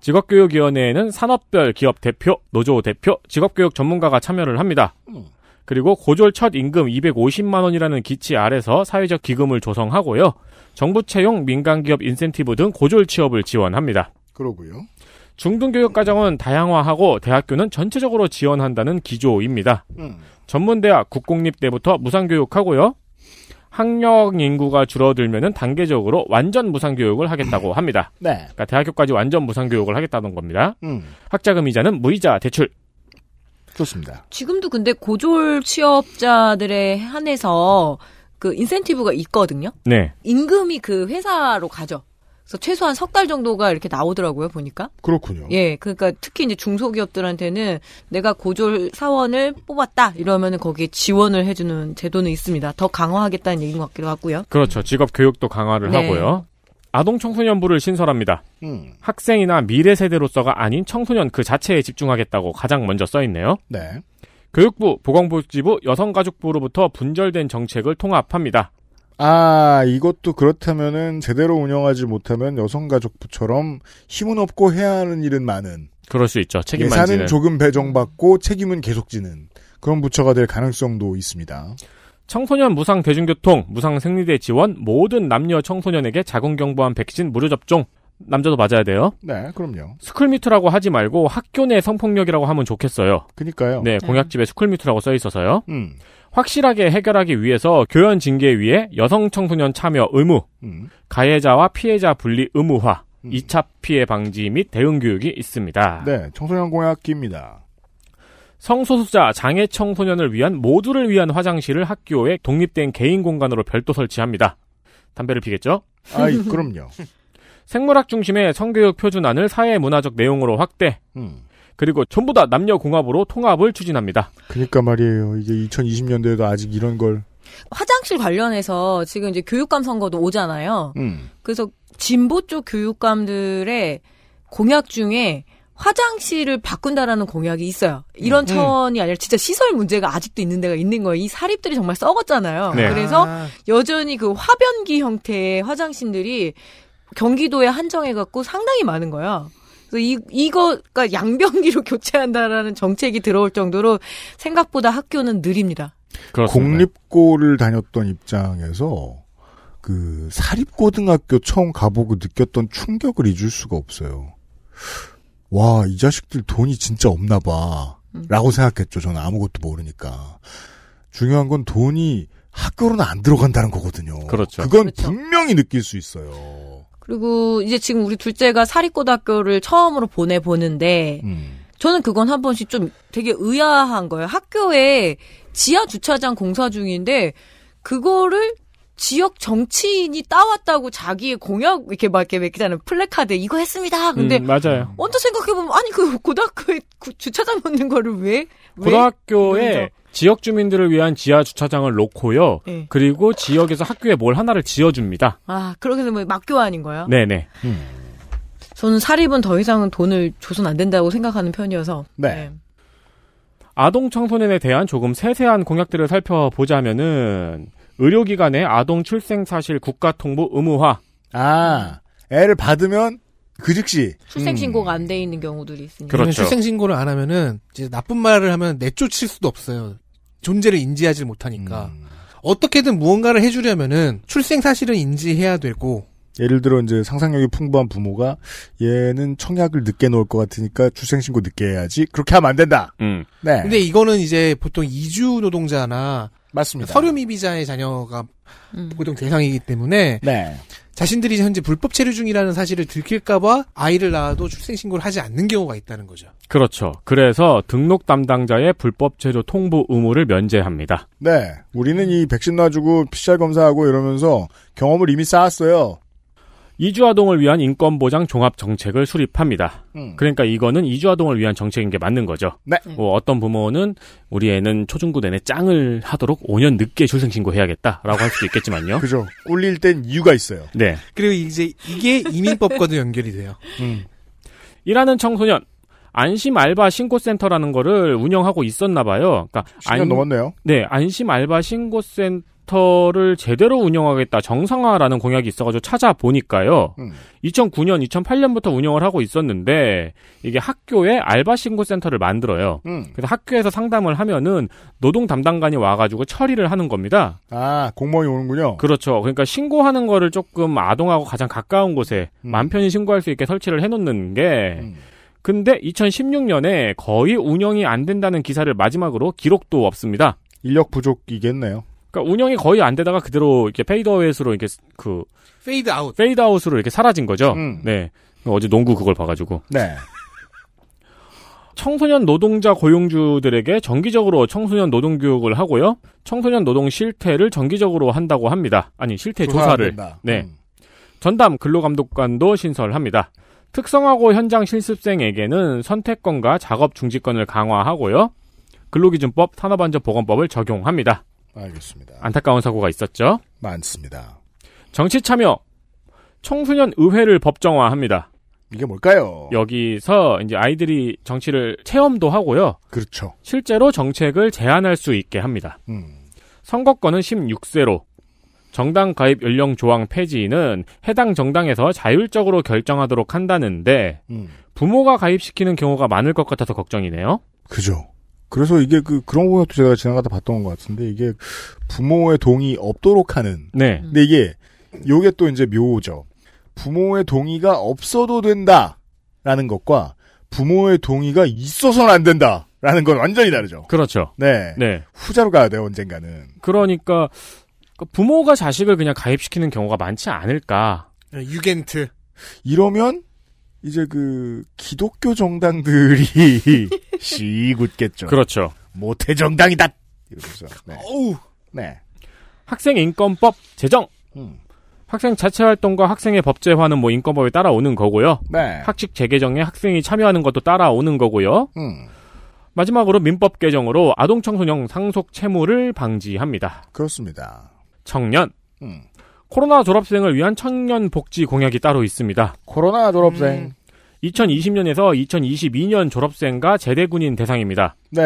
[SPEAKER 4] 직업교육위원회에는 산업별 기업 대표, 노조 대표, 직업교육 전문가가 참여를 합니다. 그리고 고졸 첫 임금 250만 원이라는 기치 아래서 사회적 기금을 조성하고요. 정부 채용, 민간기업 인센티브 등 고졸 취업을 지원합니다.
[SPEAKER 3] 그러고요.
[SPEAKER 4] 중등교육과정은 다양화하고 대학교는 전체적으로 지원한다는 기조입니다. 전문대학 국공립대부터 무상교육하고요. 학력 인구가 줄어들면 단계적으로 완전 무상교육을 하겠다고 합니다.
[SPEAKER 3] 네.
[SPEAKER 4] 그러니까 대학교까지 완전 무상교육을 하겠다는 겁니다. 학자금 이자는 무이자 대출.
[SPEAKER 3] 좋습니다.
[SPEAKER 5] 지금도 근데 고졸 취업자들에 한해서 그 인센티브가 있거든요.
[SPEAKER 4] 네.
[SPEAKER 5] 임금이 그 회사로 가죠. 그래서 최소한 석 달 정도가 이렇게 나오더라고요, 보니까.
[SPEAKER 3] 어? 그렇군요.
[SPEAKER 5] 예, 그러니까 특히 이제 중소기업들한테는 내가 고졸 사원을 뽑았다 이러면은 거기에 지원을 해주는 제도는 있습니다. 더 강화하겠다는 얘기인 것 같기도 하고요.
[SPEAKER 4] 그렇죠. 직업 교육도 강화를
[SPEAKER 5] 네.
[SPEAKER 4] 하고요. 아동 청소년부를 신설합니다.
[SPEAKER 3] 음.
[SPEAKER 4] 학생이나 미래 세대로서가 아닌 청소년 그 자체에 집중하겠다고 가장 먼저 써 있네요.
[SPEAKER 3] 네.
[SPEAKER 4] 교육부, 보건복지부, 여성가족부로부터 분절된 정책을 통합합니다.
[SPEAKER 3] 아, 이것도 그렇다면은 제대로 운영하지 못하면 여성가족부처럼 힘은 없고 해야 하는 일은 많은.
[SPEAKER 4] 그럴 수 있죠. 책임
[SPEAKER 3] 예산은
[SPEAKER 4] 만지는.
[SPEAKER 3] 조금 배정받고 책임은 계속 지는 그런 부처가 될 가능성도 있습니다.
[SPEAKER 4] 청소년 무상 대중교통, 무상 생리대 지원, 모든 남녀 청소년에게 자궁경부암 백신 무료 접종. 남자도 맞아야 돼요.
[SPEAKER 3] 네, 그럼요.
[SPEAKER 4] 스쿨미투라고 하지 말고 학교 내 성폭력이라고 하면 좋겠어요.
[SPEAKER 3] 그니까요.
[SPEAKER 4] 네, 공약집에 스쿨미투라고 써 있어서요.
[SPEAKER 3] 음.
[SPEAKER 4] 확실하게 해결하기 위해서 교연 징계 위에 여성 청소년 참여 의무,
[SPEAKER 3] 음.
[SPEAKER 4] 가해자와 피해자 분리 의무화, 2차 피해 방지 및 대응 교육이 있습니다.
[SPEAKER 3] 네, 청소년 공약기입니다.
[SPEAKER 4] 성소수자, 장애 청소년을 위한 모두를 위한 화장실을 학교에 독립된 개인 공간으로 별도 설치합니다. 담배를 피겠죠?
[SPEAKER 3] 아이, 그럼요.
[SPEAKER 4] 생물학 중심의 성교육 표준안을 사회문화적 내용으로 확대.
[SPEAKER 3] 음.
[SPEAKER 4] 그리고 전부 다 남녀 공합으로 통합을 추진합니다.
[SPEAKER 3] 그니까 말이에요. 이게 2020년대에도 아직 이런 걸.
[SPEAKER 5] 화장실 관련해서 지금 이제 교육감 선거도 오잖아요.
[SPEAKER 3] 음.
[SPEAKER 5] 그래서 진보 쪽 교육감들의 공약 중에 화장실을 바꾼다라는 공약이 있어요. 이런
[SPEAKER 12] 음.
[SPEAKER 5] 차원이 아니라 진짜 시설 문제가 아직도 있는 데가 있는 거예요. 이 사립들이 정말 썩었잖아요.
[SPEAKER 12] 네.
[SPEAKER 5] 그래서
[SPEAKER 12] 아.
[SPEAKER 5] 여전히 그 화변기 형태의 화장실들이 경기도에 한정해 갖고 상당히 많은 거예요. 그래서 이 이거가 양변기로 교체한다라는 정책이 들어올 정도로 생각보다 학교는 느립니다.
[SPEAKER 3] 공립고를 다녔던 입장에서 그 사립고등학교 처음 가보고 느꼈던 충격을 잊을 수가 없어요. 와, 이 자식들 돈이 진짜 없나 봐. 라고 생각했죠. 저는 아무것도 모르니까. 중요한 건 돈이 학교로는 안 들어간다는 거거든요.
[SPEAKER 4] 그렇죠.
[SPEAKER 3] 그건 분명히 느낄 수 있어요.
[SPEAKER 5] 그리고 이제 지금 우리 둘째가 사립고등학교를 처음으로 보내보는데,
[SPEAKER 3] 음.
[SPEAKER 5] 저는 그건 한 번씩 좀 되게 의아한 거예요. 학교에 지하 주차장 공사 중인데, 그거를 지역 정치인이 따왔다고 자기의 공약, 이렇게 막 이렇게 맥잖아요. 플래카드, 이거 했습니다. 근데,
[SPEAKER 4] 음, 맞아요.
[SPEAKER 5] 언뜻 생각해보면, 아니, 그 고등학교에 구- 주차장 놓는 거를 왜? 왜?
[SPEAKER 4] 고등학교에
[SPEAKER 5] 이러면서.
[SPEAKER 4] 지역 주민들을 위한 지하 주차장을 놓고요.
[SPEAKER 5] 네.
[SPEAKER 4] 그리고 지역에서 학교에 뭘 하나를 지어줍니다.
[SPEAKER 5] 아, 그러게 되면 막교 아닌 거예요?
[SPEAKER 4] 네네.
[SPEAKER 5] 저는 사립은 더 이상은 돈을 줘선 안 된다고 생각하는 편이어서.
[SPEAKER 3] 네.
[SPEAKER 4] 아동 청소년에 대한 조금 세세한 공약들을 살펴보자면은 의료기관의 아동 출생 사실 국가 통보 의무화.
[SPEAKER 3] 아, 애를 받으면 그 즉시 음.
[SPEAKER 4] 음.
[SPEAKER 5] 출생신고가 안 돼 있는 경우들이 있으니까.
[SPEAKER 4] 그렇죠.
[SPEAKER 6] 왜냐면
[SPEAKER 3] 그렇죠.
[SPEAKER 6] 출생신고를 안 하면은 이제 나쁜 말을 하면 내쫓을 수도 없어요. 존재를 인지하지
[SPEAKER 3] 음.
[SPEAKER 6] 못하니까 어떻게든 무언가를 해주려면은 출생 사실은 인지해야 되고
[SPEAKER 3] 예를 들어 이제 상상력이 풍부한 부모가 얘는 청약을 늦게 넣을 것 같으니까 출생신고 늦게 해야지 그렇게 하면 안 된다. 네.
[SPEAKER 6] 근데 이거는 이제 보통 이주 노동자나
[SPEAKER 3] 맞습니다.
[SPEAKER 6] 서류 미비자의 자녀가
[SPEAKER 5] 음.
[SPEAKER 6] 보통 대상이기 때문에
[SPEAKER 3] 네.
[SPEAKER 6] 자신들이 현재 불법 체류 중이라는 사실을 들킬까봐 아이를 낳아도 출생신고를 하지 않는 경우가 있다는 거죠.
[SPEAKER 4] 그렇죠. 그래서 등록 담당자의 불법 체류 통보 의무를 면제합니다.
[SPEAKER 3] 네, 우리는 이 백신 놔주고 PCR 검사하고 이러면서 경험을 이미 쌓았어요.
[SPEAKER 4] 이주아동을 위한 인권보장 종합정책을 수립합니다.
[SPEAKER 3] 음.
[SPEAKER 4] 그러니까 이거는 이주아동을 위한 정책인 게 맞는 거죠.
[SPEAKER 3] 네.
[SPEAKER 4] 뭐 어떤 부모는 우리 애는 초중고 내내 짱을 하도록 5년 늦게 출생신고 해야겠다라고 할 수도 있겠지만요.
[SPEAKER 3] 그죠. 꿀릴 땐 이유가 있어요.
[SPEAKER 4] 네.
[SPEAKER 6] 그리고 이제 이게 이민법과도 연결이 돼요.
[SPEAKER 3] 음.
[SPEAKER 4] 일하는 청소년 안심 알바 신고센터라는 거를 운영하고 있었나 봐요. 그러니까
[SPEAKER 3] 10년 넘었네요.
[SPEAKER 4] 네, 안심 알바 신고센터를 제대로 운영하겠다 정상화라는 공약이 있어가지고 찾아보니까요.
[SPEAKER 3] 음.
[SPEAKER 4] 2009년, 2008년부터 운영을 하고 있었는데 이게 학교에 알바 신고센터를 만들어요.
[SPEAKER 3] 음.
[SPEAKER 4] 그래서 학교에서 상담을 하면은 노동 담당관이 와가지고 처리를 하는 겁니다.
[SPEAKER 3] 아, 공무원이 오는군요.
[SPEAKER 4] 그렇죠. 그러니까 신고하는 거를 조금 아동하고 가장 가까운 곳에 맘 편히 신고할 수 있게 설치를 해놓는 게 근데 2016년에 거의 운영이 안 된다는 기사를 마지막으로 기록도 없습니다.
[SPEAKER 3] 인력 부족이겠네요.
[SPEAKER 4] 그러니까 운영이 거의 안 되다가 그대로 이렇게 페이드아웃으로 이렇게 그
[SPEAKER 6] 페이드 아웃.
[SPEAKER 4] 페이드아웃으로 이렇게 사라진 거죠. 네. 어제 농구 그걸 봐가지고.
[SPEAKER 3] 네.
[SPEAKER 4] 청소년 노동자 고용주들에게 정기적으로 청소년 노동 교육을 하고요. 청소년 노동 실태를 정기적으로 한다고 합니다. 아니, 실태 조사를.
[SPEAKER 3] 조사한다. 음.
[SPEAKER 4] 네. 전담 근로감독관도 신설합니다. 특성화고 현장 실습생에게는 선택권과 작업 중지권을 강화하고요. 근로기준법, 산업안전보건법을 적용합니다.
[SPEAKER 3] 알겠습니다.
[SPEAKER 4] 안타까운 사고가 있었죠.
[SPEAKER 3] 많습니다.
[SPEAKER 4] 정치 참여 청소년 의회를 법정화합니다.
[SPEAKER 3] 이게 뭘까요?
[SPEAKER 4] 여기서 이제 아이들이 정치를 체험도 하고요.
[SPEAKER 3] 그렇죠.
[SPEAKER 4] 실제로 정책을 제안할 수 있게 합니다.
[SPEAKER 3] 음.
[SPEAKER 4] 선거권은 16세로 정당 가입 연령 조항 폐지는 해당 정당에서 자율적으로 결정하도록 한다는데
[SPEAKER 3] 음.
[SPEAKER 4] 부모가 가입시키는 경우가 많을 것 같아서 걱정이네요.
[SPEAKER 3] 그죠. 그래서 이게 그, 그런 공약도 제가 지나가다 봤던 것 같은데, 이게 부모의 동의 없도록 하는.
[SPEAKER 4] 네.
[SPEAKER 3] 근데 이게, 요게 또 이제 묘죠. 부모의 동의가 없어도 된다. 라는 것과, 부모의 동의가 있어서는 안 된다. 라는 건 완전히 다르죠.
[SPEAKER 4] 그렇죠.
[SPEAKER 3] 네.
[SPEAKER 4] 네.
[SPEAKER 3] 후자로 가야 돼요, 언젠가는.
[SPEAKER 4] 그러니까 그 부모가 자식을 그냥 가입시키는 경우가 많지 않을까.
[SPEAKER 6] 유겐트.
[SPEAKER 3] 이러면, 이제 그, 기독교 정당들이, 시 굳겠죠.
[SPEAKER 4] 그렇죠.
[SPEAKER 3] 모태 정당이다! 이러면서. 네. 네.
[SPEAKER 4] 학생 인권법 제정.
[SPEAKER 3] 음.
[SPEAKER 4] 학생 자체 활동과 학생의 법제화는 뭐 인권법에 따라오는 거고요.
[SPEAKER 3] 네.
[SPEAKER 4] 학칙 재개정에 학생이 참여하는 것도 따라오는 거고요.
[SPEAKER 3] 음.
[SPEAKER 4] 마지막으로 민법 개정으로 아동 청소년 상속 채무를 방지합니다.
[SPEAKER 3] 그렇습니다.
[SPEAKER 4] 청년.
[SPEAKER 3] 음.
[SPEAKER 4] 코로나 졸업생을 위한 청년 복지 공약이 따로 있습니다.
[SPEAKER 3] 코로나 졸업생.
[SPEAKER 4] 2020년에서 2022년 졸업생과 제대군인 대상입니다.
[SPEAKER 3] 네.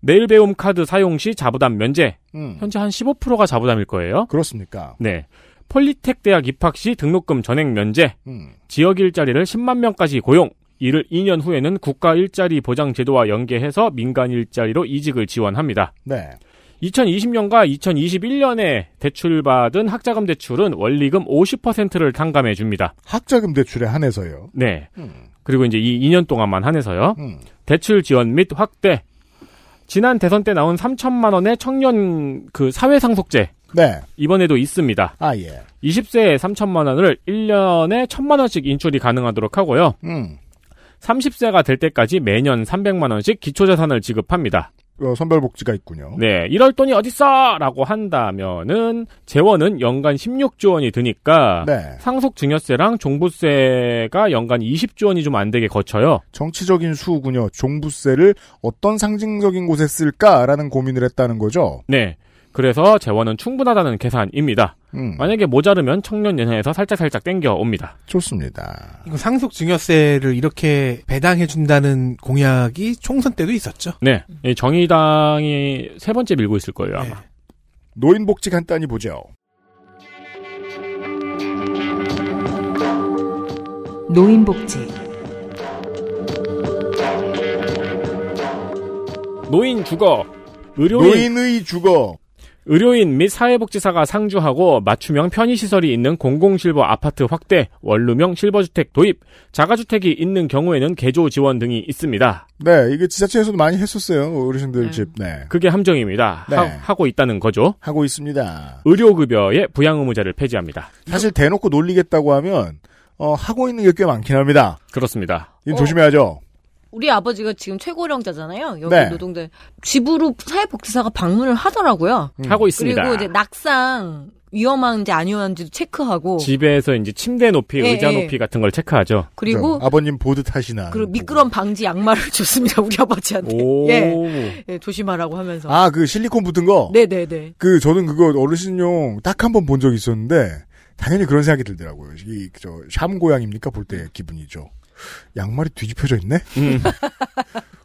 [SPEAKER 4] 내일 배움 카드 사용 시 자부담 면제.
[SPEAKER 3] 음.
[SPEAKER 4] 현재 한 15%가 자부담일 거예요.
[SPEAKER 3] 뭐? 그렇습니까?
[SPEAKER 4] 네. 폴리텍 대학 입학 시 등록금 전액 면제.
[SPEAKER 3] 음.
[SPEAKER 4] 지역 일자리를 10만 명까지 고용. 이를 2년 후에는 국가 일자리 보장 제도와 연계해서 민간 일자리로 이직을 지원합니다.
[SPEAKER 3] 네.
[SPEAKER 4] 2020년과 2021년에 대출받은 학자금 대출은 원리금 50%를 탕감해 줍니다.
[SPEAKER 3] 학자금 대출에 한해서요.
[SPEAKER 4] 네. 그리고 이제 이 2년 동안만 한해서요.
[SPEAKER 3] 음.
[SPEAKER 4] 대출 지원 및 확대. 지난 대선 때 나온 3천만 원의 청년 그 사회상속제
[SPEAKER 3] 네.
[SPEAKER 4] 이번에도 있습니다.
[SPEAKER 3] 아, 예.
[SPEAKER 4] 20세에 3천만 원을 1년에 1천만 원씩 인출이 가능하도록 하고요.
[SPEAKER 3] 음.
[SPEAKER 4] 30세가 될 때까지 매년 300만 원씩 기초자산을 지급합니다.
[SPEAKER 3] 어, 선별복지가 있군요.
[SPEAKER 4] 네, 이럴 돈이 어딨어! 라고 한다면은 재원은 연간 16조 원이 드니까
[SPEAKER 3] 네.
[SPEAKER 4] 상속 증여세랑 종부세가 연간 20조 원이 좀 안 되게 거쳐요.
[SPEAKER 3] 정치적인 수군요. 종부세를 어떤 상징적인 곳에 쓸까라는 고민을 했다는 거죠.
[SPEAKER 4] 네. 그래서 재원은 충분하다는 계산입니다.
[SPEAKER 3] 음.
[SPEAKER 4] 만약에 모자르면 청년 연회에서 살짝살짝 땡겨 옵니다.
[SPEAKER 3] 좋습니다.
[SPEAKER 6] 이거 상속 증여세를 이렇게 배당해 준다는 공약이 총선 때도 있었죠.
[SPEAKER 4] 네. 이 정의당이 세 번째 밀고 있을 거예요,
[SPEAKER 3] 네.
[SPEAKER 4] 아마.
[SPEAKER 6] 네.
[SPEAKER 3] 노인복지 간단히 보죠.
[SPEAKER 2] 노인복지,
[SPEAKER 4] 노인 주거. 의료인
[SPEAKER 3] 노인의 주거.
[SPEAKER 4] 의료인 및 사회복지사가 상주하고 맞춤형 편의시설이 있는 공공실버 아파트 확대, 원룸형 실버주택 도입, 자가주택이 있는 경우에는 개조 지원 등이 있습니다.
[SPEAKER 3] 네, 이게 지자체에서도 많이 했었어요. 어르신들
[SPEAKER 5] 네.
[SPEAKER 3] 집. 네.
[SPEAKER 4] 그게 함정입니다.
[SPEAKER 3] 네.
[SPEAKER 4] 하, 고 있다는 거죠.
[SPEAKER 3] 하고 있습니다.
[SPEAKER 4] 의료급여의 부양의무자를 폐지합니다.
[SPEAKER 3] 사실 대놓고 놀리겠다고 하면, 어, 하고 있는 게 꽤 많긴 합니다.
[SPEAKER 4] 그렇습니다.
[SPEAKER 3] 이건 조심해야죠.
[SPEAKER 5] 우리 아버지가 지금 최고령자잖아요. 여기
[SPEAKER 4] 네.
[SPEAKER 5] 노동자 집으로 사회복지사가 방문을 하더라고요.
[SPEAKER 4] 음. 하고 있습니다.
[SPEAKER 5] 그리고 이제 낙상 위험한지 아니한지도 체크하고
[SPEAKER 4] 집에서 이제 침대 높이,
[SPEAKER 5] 예,
[SPEAKER 4] 의자
[SPEAKER 5] 예.
[SPEAKER 4] 높이 같은 걸 체크하죠.
[SPEAKER 5] 그리고
[SPEAKER 3] 아버님 보드 타시나.
[SPEAKER 5] 그리고 미끄럼 방지 양말을 줬습니다. 우리 아버지한테. 네. 예. 예, 조심하라고 하면서.
[SPEAKER 3] 아, 그 실리콘 붙은 거?
[SPEAKER 5] 네네네.
[SPEAKER 3] 그, 저는 그거 어르신용 딱 한 번 본 적이 있었는데, 당연히 그런 생각이 들더라고요. 이, 저, 샴 고양입니까? 볼 때 기분이죠. 양말이 뒤집혀져 있네?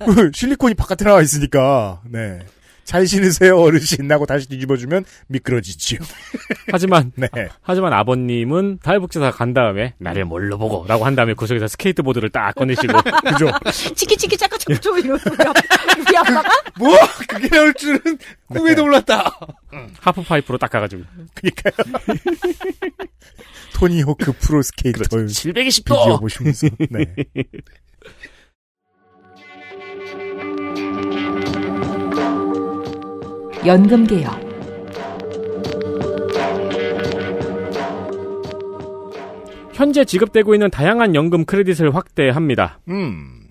[SPEAKER 3] 그 실리콘이 바깥에 나와 있으니까, 네. 잘 신으세요, 어르신. 하고 다시 뒤집어주면 미끄러지지요.
[SPEAKER 4] 하지만
[SPEAKER 3] 네.
[SPEAKER 4] 하지만 아버님은 사회복지사 간 다음에 나를 뭘로 보고라고 한 다음에 구석에서 스케이트보드를 딱 꺼내시고
[SPEAKER 3] 그죠?
[SPEAKER 5] 치키치키 짜까짜까 이러고 우리 아빠- 우리 아빠가
[SPEAKER 6] 뭐 그게 나올 줄은 꿈에도 몰랐다.
[SPEAKER 4] 하프 파이프로 닦아가지고
[SPEAKER 3] 토니 호크 프로 스케이터.
[SPEAKER 4] 720도!
[SPEAKER 5] 어.
[SPEAKER 3] 비디오 보시면서. 네.
[SPEAKER 2] 연금 개혁
[SPEAKER 4] 현재 지급되고 있는 다양한 연금 크레딧을 확대합니다.
[SPEAKER 3] 음.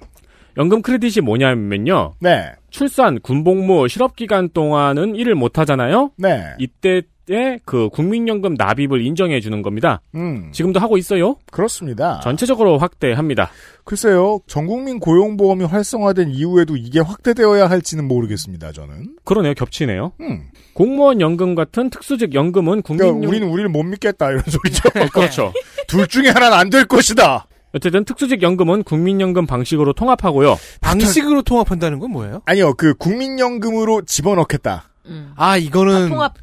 [SPEAKER 4] 연금 크레딧이 뭐냐면요.
[SPEAKER 3] 네.
[SPEAKER 4] 출산, 군복무, 실업기간 동안은 일을 못하잖아요.
[SPEAKER 3] 네.
[SPEAKER 4] 이때 때그 국민연금 납입을 인정해 주는 겁니다.
[SPEAKER 3] 음.
[SPEAKER 4] 지금도 하고 있어요.
[SPEAKER 3] 그렇습니다.
[SPEAKER 4] 전체적으로 확대합니다.
[SPEAKER 3] 글쎄요, 전국민 고용보험이 활성화된 이후에도 이게 확대되어야 할지는 모르겠습니다, 저는.
[SPEAKER 4] 그러네요. 겹치네요.
[SPEAKER 3] 음.
[SPEAKER 4] 공무원 연금 같은 특수직 연금은
[SPEAKER 3] 그러니까
[SPEAKER 4] 국민연금
[SPEAKER 3] 우리는 우리를 못 믿겠다, 이런 소리죠.
[SPEAKER 4] 그렇죠.
[SPEAKER 3] 둘 중에 하나는 안 될 것이다.
[SPEAKER 4] 어쨌든 특수직 연금은 국민연금 방식으로 통합하고요.
[SPEAKER 6] 방식으로 통합한다는 건 뭐예요?
[SPEAKER 3] 아니요, 그 국민연금으로 집어넣겠다.
[SPEAKER 6] 아 이거는
[SPEAKER 5] 통합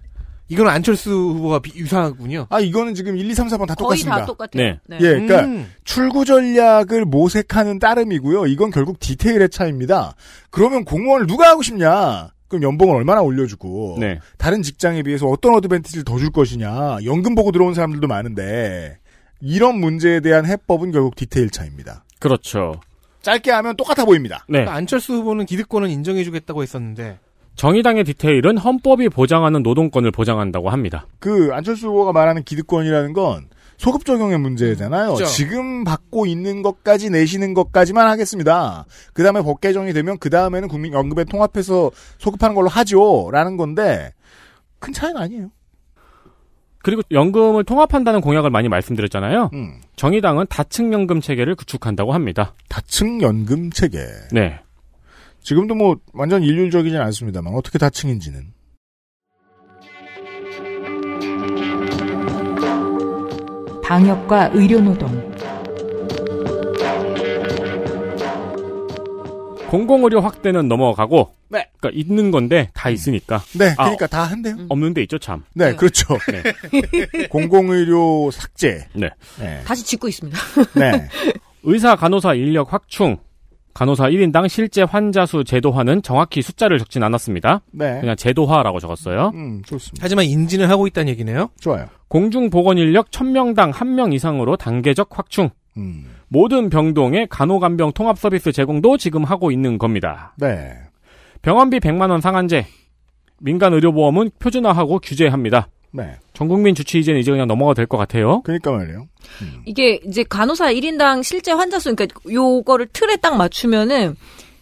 [SPEAKER 6] 이건 안철수 후보가 비- 유사하군요.
[SPEAKER 3] 아, 이거는 지금 1, 2, 3, 4번 다
[SPEAKER 5] 거의
[SPEAKER 3] 똑같습니다.
[SPEAKER 5] 다 똑같아요.
[SPEAKER 4] 네.
[SPEAKER 3] 예, 그러니까
[SPEAKER 6] 음,
[SPEAKER 3] 출구 전략을 모색하는 따름이고요. 이건 결국 디테일의 차이입니다. 그러면 공무원을 누가 하고 싶냐? 그럼 연봉을 얼마나 올려주고
[SPEAKER 4] 네.
[SPEAKER 3] 다른 직장에 비해서 어떤 어드밴티지를 더 줄 것이냐? 연금 보고 들어온 사람들도 많은데 이런 문제에 대한 해법은 결국 디테일 차이입니다.
[SPEAKER 4] 그렇죠.
[SPEAKER 3] 짧게 하면 똑같아 보입니다.
[SPEAKER 4] 네.
[SPEAKER 6] 그러니까 안철수 후보는 기득권은 인정해주겠다고 했었는데
[SPEAKER 4] 정의당의 디테일은 헌법이 보장하는 노동권을 보장한다고 합니다.
[SPEAKER 3] 그 안철수 후보가 말하는 기득권이라는 건 소급 적용의 문제잖아요.
[SPEAKER 6] 그죠.
[SPEAKER 3] 지금 받고 있는 것까지 내시는 것까지만 하겠습니다. 그 다음에 법 개정이 되면 그 다음에는 국민연금에 통합해서 소급하는 걸로 하죠라는 건데 큰 차이는 아니에요.
[SPEAKER 4] 그리고 연금을 통합한다는 공약을 많이 말씀드렸잖아요.
[SPEAKER 3] 음.
[SPEAKER 4] 정의당은 다층 연금 체계를 구축한다고 합니다.
[SPEAKER 3] 다층 연금 체계
[SPEAKER 4] 네.
[SPEAKER 3] 지금도 뭐 완전 일률적이진 않습니다만 어떻게 다층인지는
[SPEAKER 2] 방역과 의료노동
[SPEAKER 4] 공공의료 확대는 넘어가고
[SPEAKER 3] 네.
[SPEAKER 4] 그러니까 있는 건데 다 있으니까
[SPEAKER 3] 네
[SPEAKER 4] 아,
[SPEAKER 3] 그러니까 다 한대요.
[SPEAKER 5] 음.
[SPEAKER 4] 없는 데 있죠, 참.
[SPEAKER 3] 네 그렇죠. 공공의료 삭제
[SPEAKER 4] 네.
[SPEAKER 3] 네.
[SPEAKER 5] 다시 짓고 있습니다.
[SPEAKER 3] 네.
[SPEAKER 4] 의사 간호사 인력 확충 간호사 1인당 실제 환자 수 제도화는 정확히 숫자를 적진 않았습니다.
[SPEAKER 3] 네.
[SPEAKER 4] 그냥 제도화라고 적었어요.
[SPEAKER 3] 음 좋습니다.
[SPEAKER 6] 하지만 인지는 하고 있다는 얘기네요.
[SPEAKER 3] 좋아요.
[SPEAKER 4] 공중보건 인력 1000명당 1명 이상으로 단계적 확충.
[SPEAKER 3] 음
[SPEAKER 4] 모든 병동에 간호간병 통합 서비스 제공도 지금 하고 있는 겁니다.
[SPEAKER 3] 네.
[SPEAKER 4] 병원비 100만 원 상한제. 민간 의료보험은 표준화하고 규제합니다.
[SPEAKER 3] 네.
[SPEAKER 4] 전국민 주치의제는 이제 그냥 넘어가 될 것 같아요.
[SPEAKER 3] 그러니까 말이에요.
[SPEAKER 5] 이게 이제 간호사 1인당 실제 환자 수, 그러니까 요거를 틀에 딱 맞추면은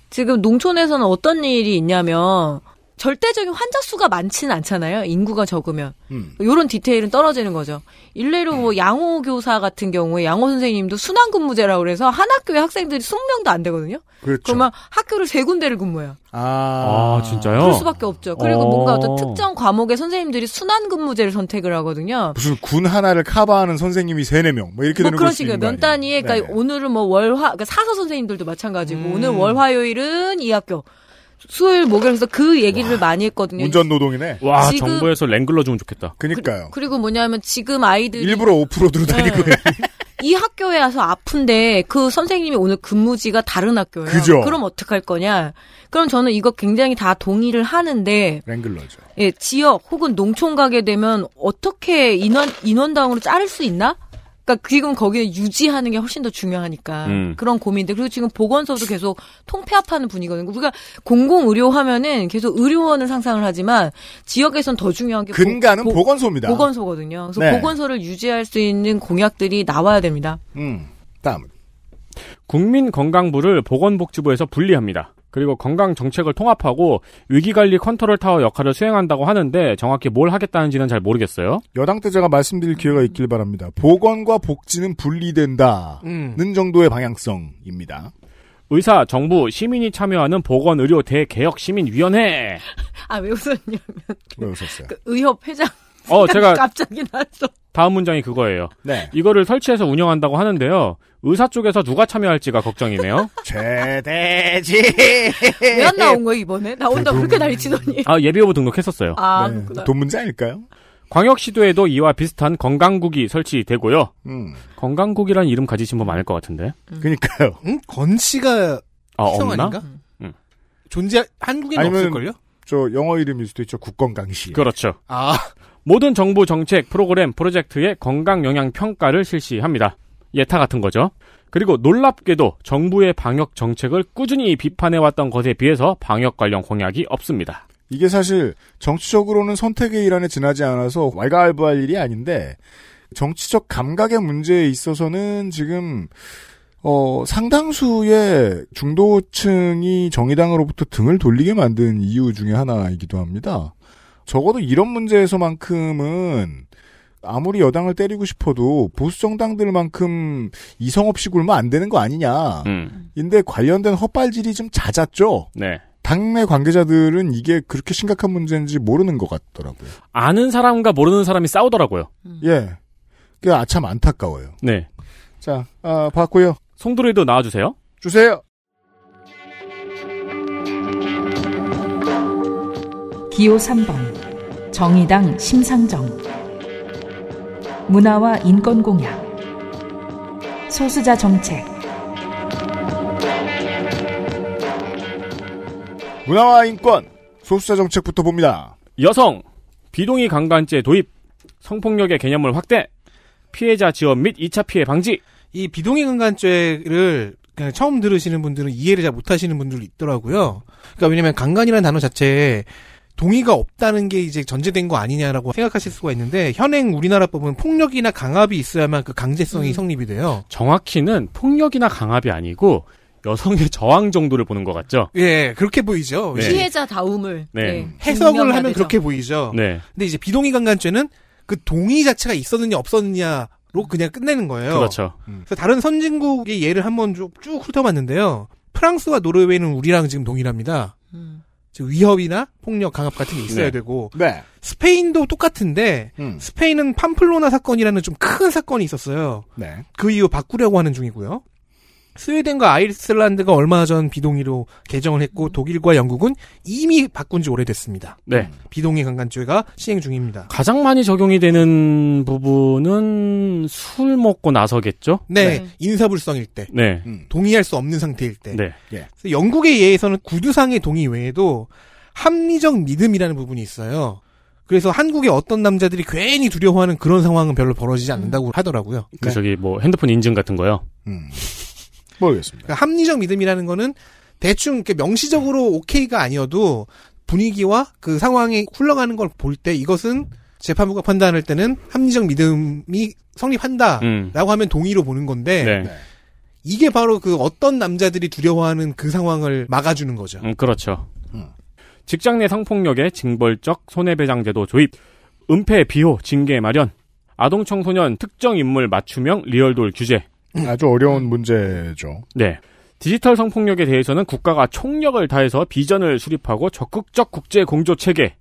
[SPEAKER 5] 지금 농촌에서는 어떤 일이 있냐면 절대적인 환자 수가 많지는 않잖아요. 인구가 적으면.
[SPEAKER 3] 음.
[SPEAKER 5] 요런 디테일은 떨어지는 거죠. 일례로 뭐 양호 교사 같은 경우에 양호 선생님도 순환 근무제라고 그래서 한 학교에 학생들이 20명도 안 되거든요.
[SPEAKER 3] 그렇죠.
[SPEAKER 5] 그러면 학교를 세 군데를 근무해요.
[SPEAKER 3] 아,
[SPEAKER 4] 아, 진짜요?
[SPEAKER 5] 그럴 수밖에 없죠. 그리고
[SPEAKER 4] 어.
[SPEAKER 5] 뭔가 어떤 특정 과목의 선생님들이 순환 근무제를 선택을 하거든요.
[SPEAKER 3] 무슨 군 하나를 카바하는 선생님이 세네 명, 뭐 이렇게
[SPEAKER 5] 뭐
[SPEAKER 3] 되는
[SPEAKER 5] 그런
[SPEAKER 3] 걸 수도
[SPEAKER 5] 식이에요.
[SPEAKER 3] 있는 거
[SPEAKER 5] 면 단위에
[SPEAKER 3] 아니에요?
[SPEAKER 5] 그러니까
[SPEAKER 3] 네.
[SPEAKER 5] 오늘은 뭐 월화 그러니까 사서 선생님들도 마찬가지고
[SPEAKER 6] 음.
[SPEAKER 5] 오늘 월화요일은 이 학교 수요일 목요일에서 그 얘기를 많이 했거든요.
[SPEAKER 3] 운전 노동이네.
[SPEAKER 4] 와,
[SPEAKER 5] 지금-
[SPEAKER 4] 정부에서 랭글러 주면 좋겠다.
[SPEAKER 3] 그니까요.
[SPEAKER 5] 그리고 뭐냐면 지금 아이들이
[SPEAKER 3] 일부러 오프로드로 다니고
[SPEAKER 5] 네. 이 학교에 와서 아픈데 그 선생님이 오늘 근무지가 다른 학교예요.
[SPEAKER 3] 그죠.
[SPEAKER 5] 럼 어떡할 거냐? 그럼 저는 이거 굉장히 다 동의를 하는데
[SPEAKER 3] 랭글러죠.
[SPEAKER 5] 예, 지역 혹은 농촌 가게 되면 어떻게 인원 인원당으로 자를 수 있나? 그러니까 지금 거기에 유지하는 게 훨씬 더 중요하니까
[SPEAKER 4] 음.
[SPEAKER 5] 그런 고민인데 그리고 지금 보건소도 계속 통폐합하는 분이거든요. 우리가 공공 의료 하면은 계속 의료원을 상상을 하지만 지역에선 더 중요한 게 보-
[SPEAKER 3] 근간은
[SPEAKER 5] 보-
[SPEAKER 3] 보, 건소입니다
[SPEAKER 5] 보건소거든요. 그래서
[SPEAKER 3] 네.
[SPEAKER 5] 보건소를 유지할 수 있는 공약들이 나와야 됩니다.
[SPEAKER 3] 음, 다음.
[SPEAKER 4] 국민건강부를 보건복지부에서 분리합니다. 그리고 건강 정책을 통합하고 위기관리 컨트롤 타워 역할을 수행한다고 하는데 정확히 뭘 하겠다는지는 잘 모르겠어요.
[SPEAKER 3] 여당 때 제가 말씀드릴 기회가 있길 바랍니다. 보건과 복지는 분리된다는
[SPEAKER 6] 음,
[SPEAKER 3] 정도의 방향성입니다.
[SPEAKER 4] 의사, 정부, 시민이 참여하는 보건의료 대개혁시민위원회.
[SPEAKER 5] 아왜 웃었냐면
[SPEAKER 3] 왜 웃었어요?
[SPEAKER 5] 그 의협 회장.
[SPEAKER 4] 어, 제가-
[SPEAKER 5] 갑자기 났어.
[SPEAKER 4] 다음 문장이 그거예요.
[SPEAKER 3] 네.
[SPEAKER 4] 이거를 설치해서 운영한다고 하는데요. 의사 쪽에서 누가 참여할지가 걱정이네요.
[SPEAKER 3] 최대지.
[SPEAKER 5] 왜
[SPEAKER 3] 예,
[SPEAKER 5] 안 나온 거야 이번에? 나 온다 그렇게 난리치더니.
[SPEAKER 4] 아, 예비후보 등록했었어요.
[SPEAKER 5] 아,
[SPEAKER 4] 네.
[SPEAKER 5] 그렇구나.
[SPEAKER 3] 네. 돈 문제 아닐까요?
[SPEAKER 4] 광역시도에도 이와 비슷한 건강국이 설치되고요.
[SPEAKER 3] 음.
[SPEAKER 4] 건강국이란 이름 가지신 분 많을 것 같은데.
[SPEAKER 3] 그니까요.
[SPEAKER 6] 응? 건 음, 씨가
[SPEAKER 4] 아,
[SPEAKER 6] 수성
[SPEAKER 4] 없나?
[SPEAKER 6] 아닌가?
[SPEAKER 4] 응.
[SPEAKER 6] 존재 한국에는
[SPEAKER 3] 아니면-
[SPEAKER 6] 없을걸요?
[SPEAKER 3] 저 영어 이름일 수도 있죠. 국건강시.
[SPEAKER 4] 그렇죠.
[SPEAKER 6] 아
[SPEAKER 4] 모든 정부 정책, 프로그램, 프로젝트의 건강 영향 평가를 실시합니다. 예타 같은 거죠. 그리고 놀랍게도 정부의 방역 정책을 꾸준히 비판해왔던 것에 비해서 방역 관련 공약이 없습니다.
[SPEAKER 3] 이게 사실 정치적으로는 선택의 일환에 지나지 않아서 왈가왈부할 일이 아닌데 정치적 감각의 문제에 있어서는 지금 어, 상당수의 중도층이 정의당으로부터 등을 돌리게 만든 이유 중에 하나이기도 합니다. 적어도 이런 문제에서만큼은 아무리 여당을 때리고 싶어도 보수 정당들만큼 이성 없이 굴면 안 되는 거 아니냐.
[SPEAKER 4] 음,
[SPEAKER 3] 인데 관련된 헛발질이 좀 잦았죠.
[SPEAKER 4] 네.
[SPEAKER 3] 당내 관계자들은 이게 그렇게 심각한 문제인지 모르는 것 같더라고요.
[SPEAKER 4] 아는 사람과 모르는 사람이 싸우더라고요.
[SPEAKER 3] 예. 그게 아, 참 안타까워요.
[SPEAKER 4] 네.
[SPEAKER 3] 자, 아, 봤고요.
[SPEAKER 4] 송두리도 나와주세요.
[SPEAKER 3] 주세요.
[SPEAKER 2] 기호 3번 정의당 심상정 문화와 인권 공약 소수자 정책
[SPEAKER 3] 문화와 인권, 소수자 정책부터 봅니다.
[SPEAKER 4] 여성, 비동의 강간죄 도입, 성폭력의 개념을 확대, 피해자 지원 및 2차 피해 방지.
[SPEAKER 6] 이 비동의 강간죄를 그냥 처음 들으시는 분들은 이해를 잘 못하시는 분들도 있더라고요. 그러니까 왜냐면 강간이라는 단어 자체에 동의가 없다는 게 이제 전제된 거 아니냐라고 생각하실 수가 있는데 현행 우리나라법은 폭력이나 강압이 있어야만 그 강제성이 성립이 돼요.
[SPEAKER 4] 정확히는 폭력이나 강압이 아니고 여성의 저항 정도를 보는 것 같죠.
[SPEAKER 6] 예, 그렇게 보이죠.
[SPEAKER 4] 네.
[SPEAKER 5] 피해자 다움을
[SPEAKER 4] 네.
[SPEAKER 6] 해석을 하면
[SPEAKER 5] 증명해야 되죠.
[SPEAKER 6] 그렇게 보이죠.
[SPEAKER 4] 네.
[SPEAKER 6] 근데 이제 비동의 강간죄는 그 동의 자체가 있었느냐 없었느냐로 그냥 끝내는 거예요.
[SPEAKER 4] 그렇죠.
[SPEAKER 6] 그래서 다른 선진국의 예를 한번 쭉, 쭉 훑어봤는데요. 프랑스와 노르웨이는 우리랑 지금 동일합니다.
[SPEAKER 5] 음.
[SPEAKER 6] 즉 위협이나 폭력 강압 같은 게 있어야
[SPEAKER 4] 네.
[SPEAKER 6] 되고
[SPEAKER 3] 네.
[SPEAKER 6] 스페인도 똑같은데
[SPEAKER 3] 음.
[SPEAKER 6] 스페인은 팜플로나 사건이라는 좀 큰 사건이 있었어요.
[SPEAKER 3] 네.
[SPEAKER 6] 그 이후 바꾸려고 하는 중이고요. 스웨덴과 아이슬란드가 얼마 전 비동의로 개정을 했고 독일과 영국은 이미 바꾼 지 오래됐습니다.
[SPEAKER 4] 네.
[SPEAKER 6] 비동의 강간죄가 시행 중입니다.
[SPEAKER 4] 가장 많이 적용이 되는 부분은 술 먹고 나서겠죠?
[SPEAKER 6] 네,
[SPEAKER 5] 네.
[SPEAKER 6] 인사불성일 때
[SPEAKER 4] 네.
[SPEAKER 3] 음.
[SPEAKER 6] 동의할 수 없는 상태일 때
[SPEAKER 4] 네.
[SPEAKER 6] 그래서 영국의 예에서는 구두상의 동의 외에도 합리적 믿음이라는 부분이 있어요. 그래서 한국의 어떤 남자들이 괜히 두려워하는 그런 상황은 별로 벌어지지 않는다고 하더라고요.
[SPEAKER 4] 그 저기 뭐 핸드폰 인증 같은 거요.
[SPEAKER 3] 음. 모르겠습니다.
[SPEAKER 6] 그러니까 합리적 믿음이라는 거는 대충 이렇게 명시적으로 오케이가 아니어도 분위기와 그 상황이 흘러가는 걸 볼 때 이것은 재판부가 판단할 때는 합리적 믿음이 성립한다라고
[SPEAKER 4] 음.
[SPEAKER 6] 하면 동의로 보는 건데
[SPEAKER 4] 네.
[SPEAKER 6] 이게 바로 그 어떤 남자들이 두려워하는 그 상황을 막아주는 거죠.
[SPEAKER 4] 음, 그렇죠.
[SPEAKER 3] 음.
[SPEAKER 4] 직장 내 성폭력의 징벌적 손해배상제도 조입, 은폐 비호 징계 마련, 아동 청소년 특정 인물 맞춤형 리얼돌 규제.
[SPEAKER 3] 음, 아주 어려운 문제죠.
[SPEAKER 4] 네. 디지털 성폭력에 대해서는 국가가 총력을 다해서 비전을 수립하고 적극적 국제 공조 체계,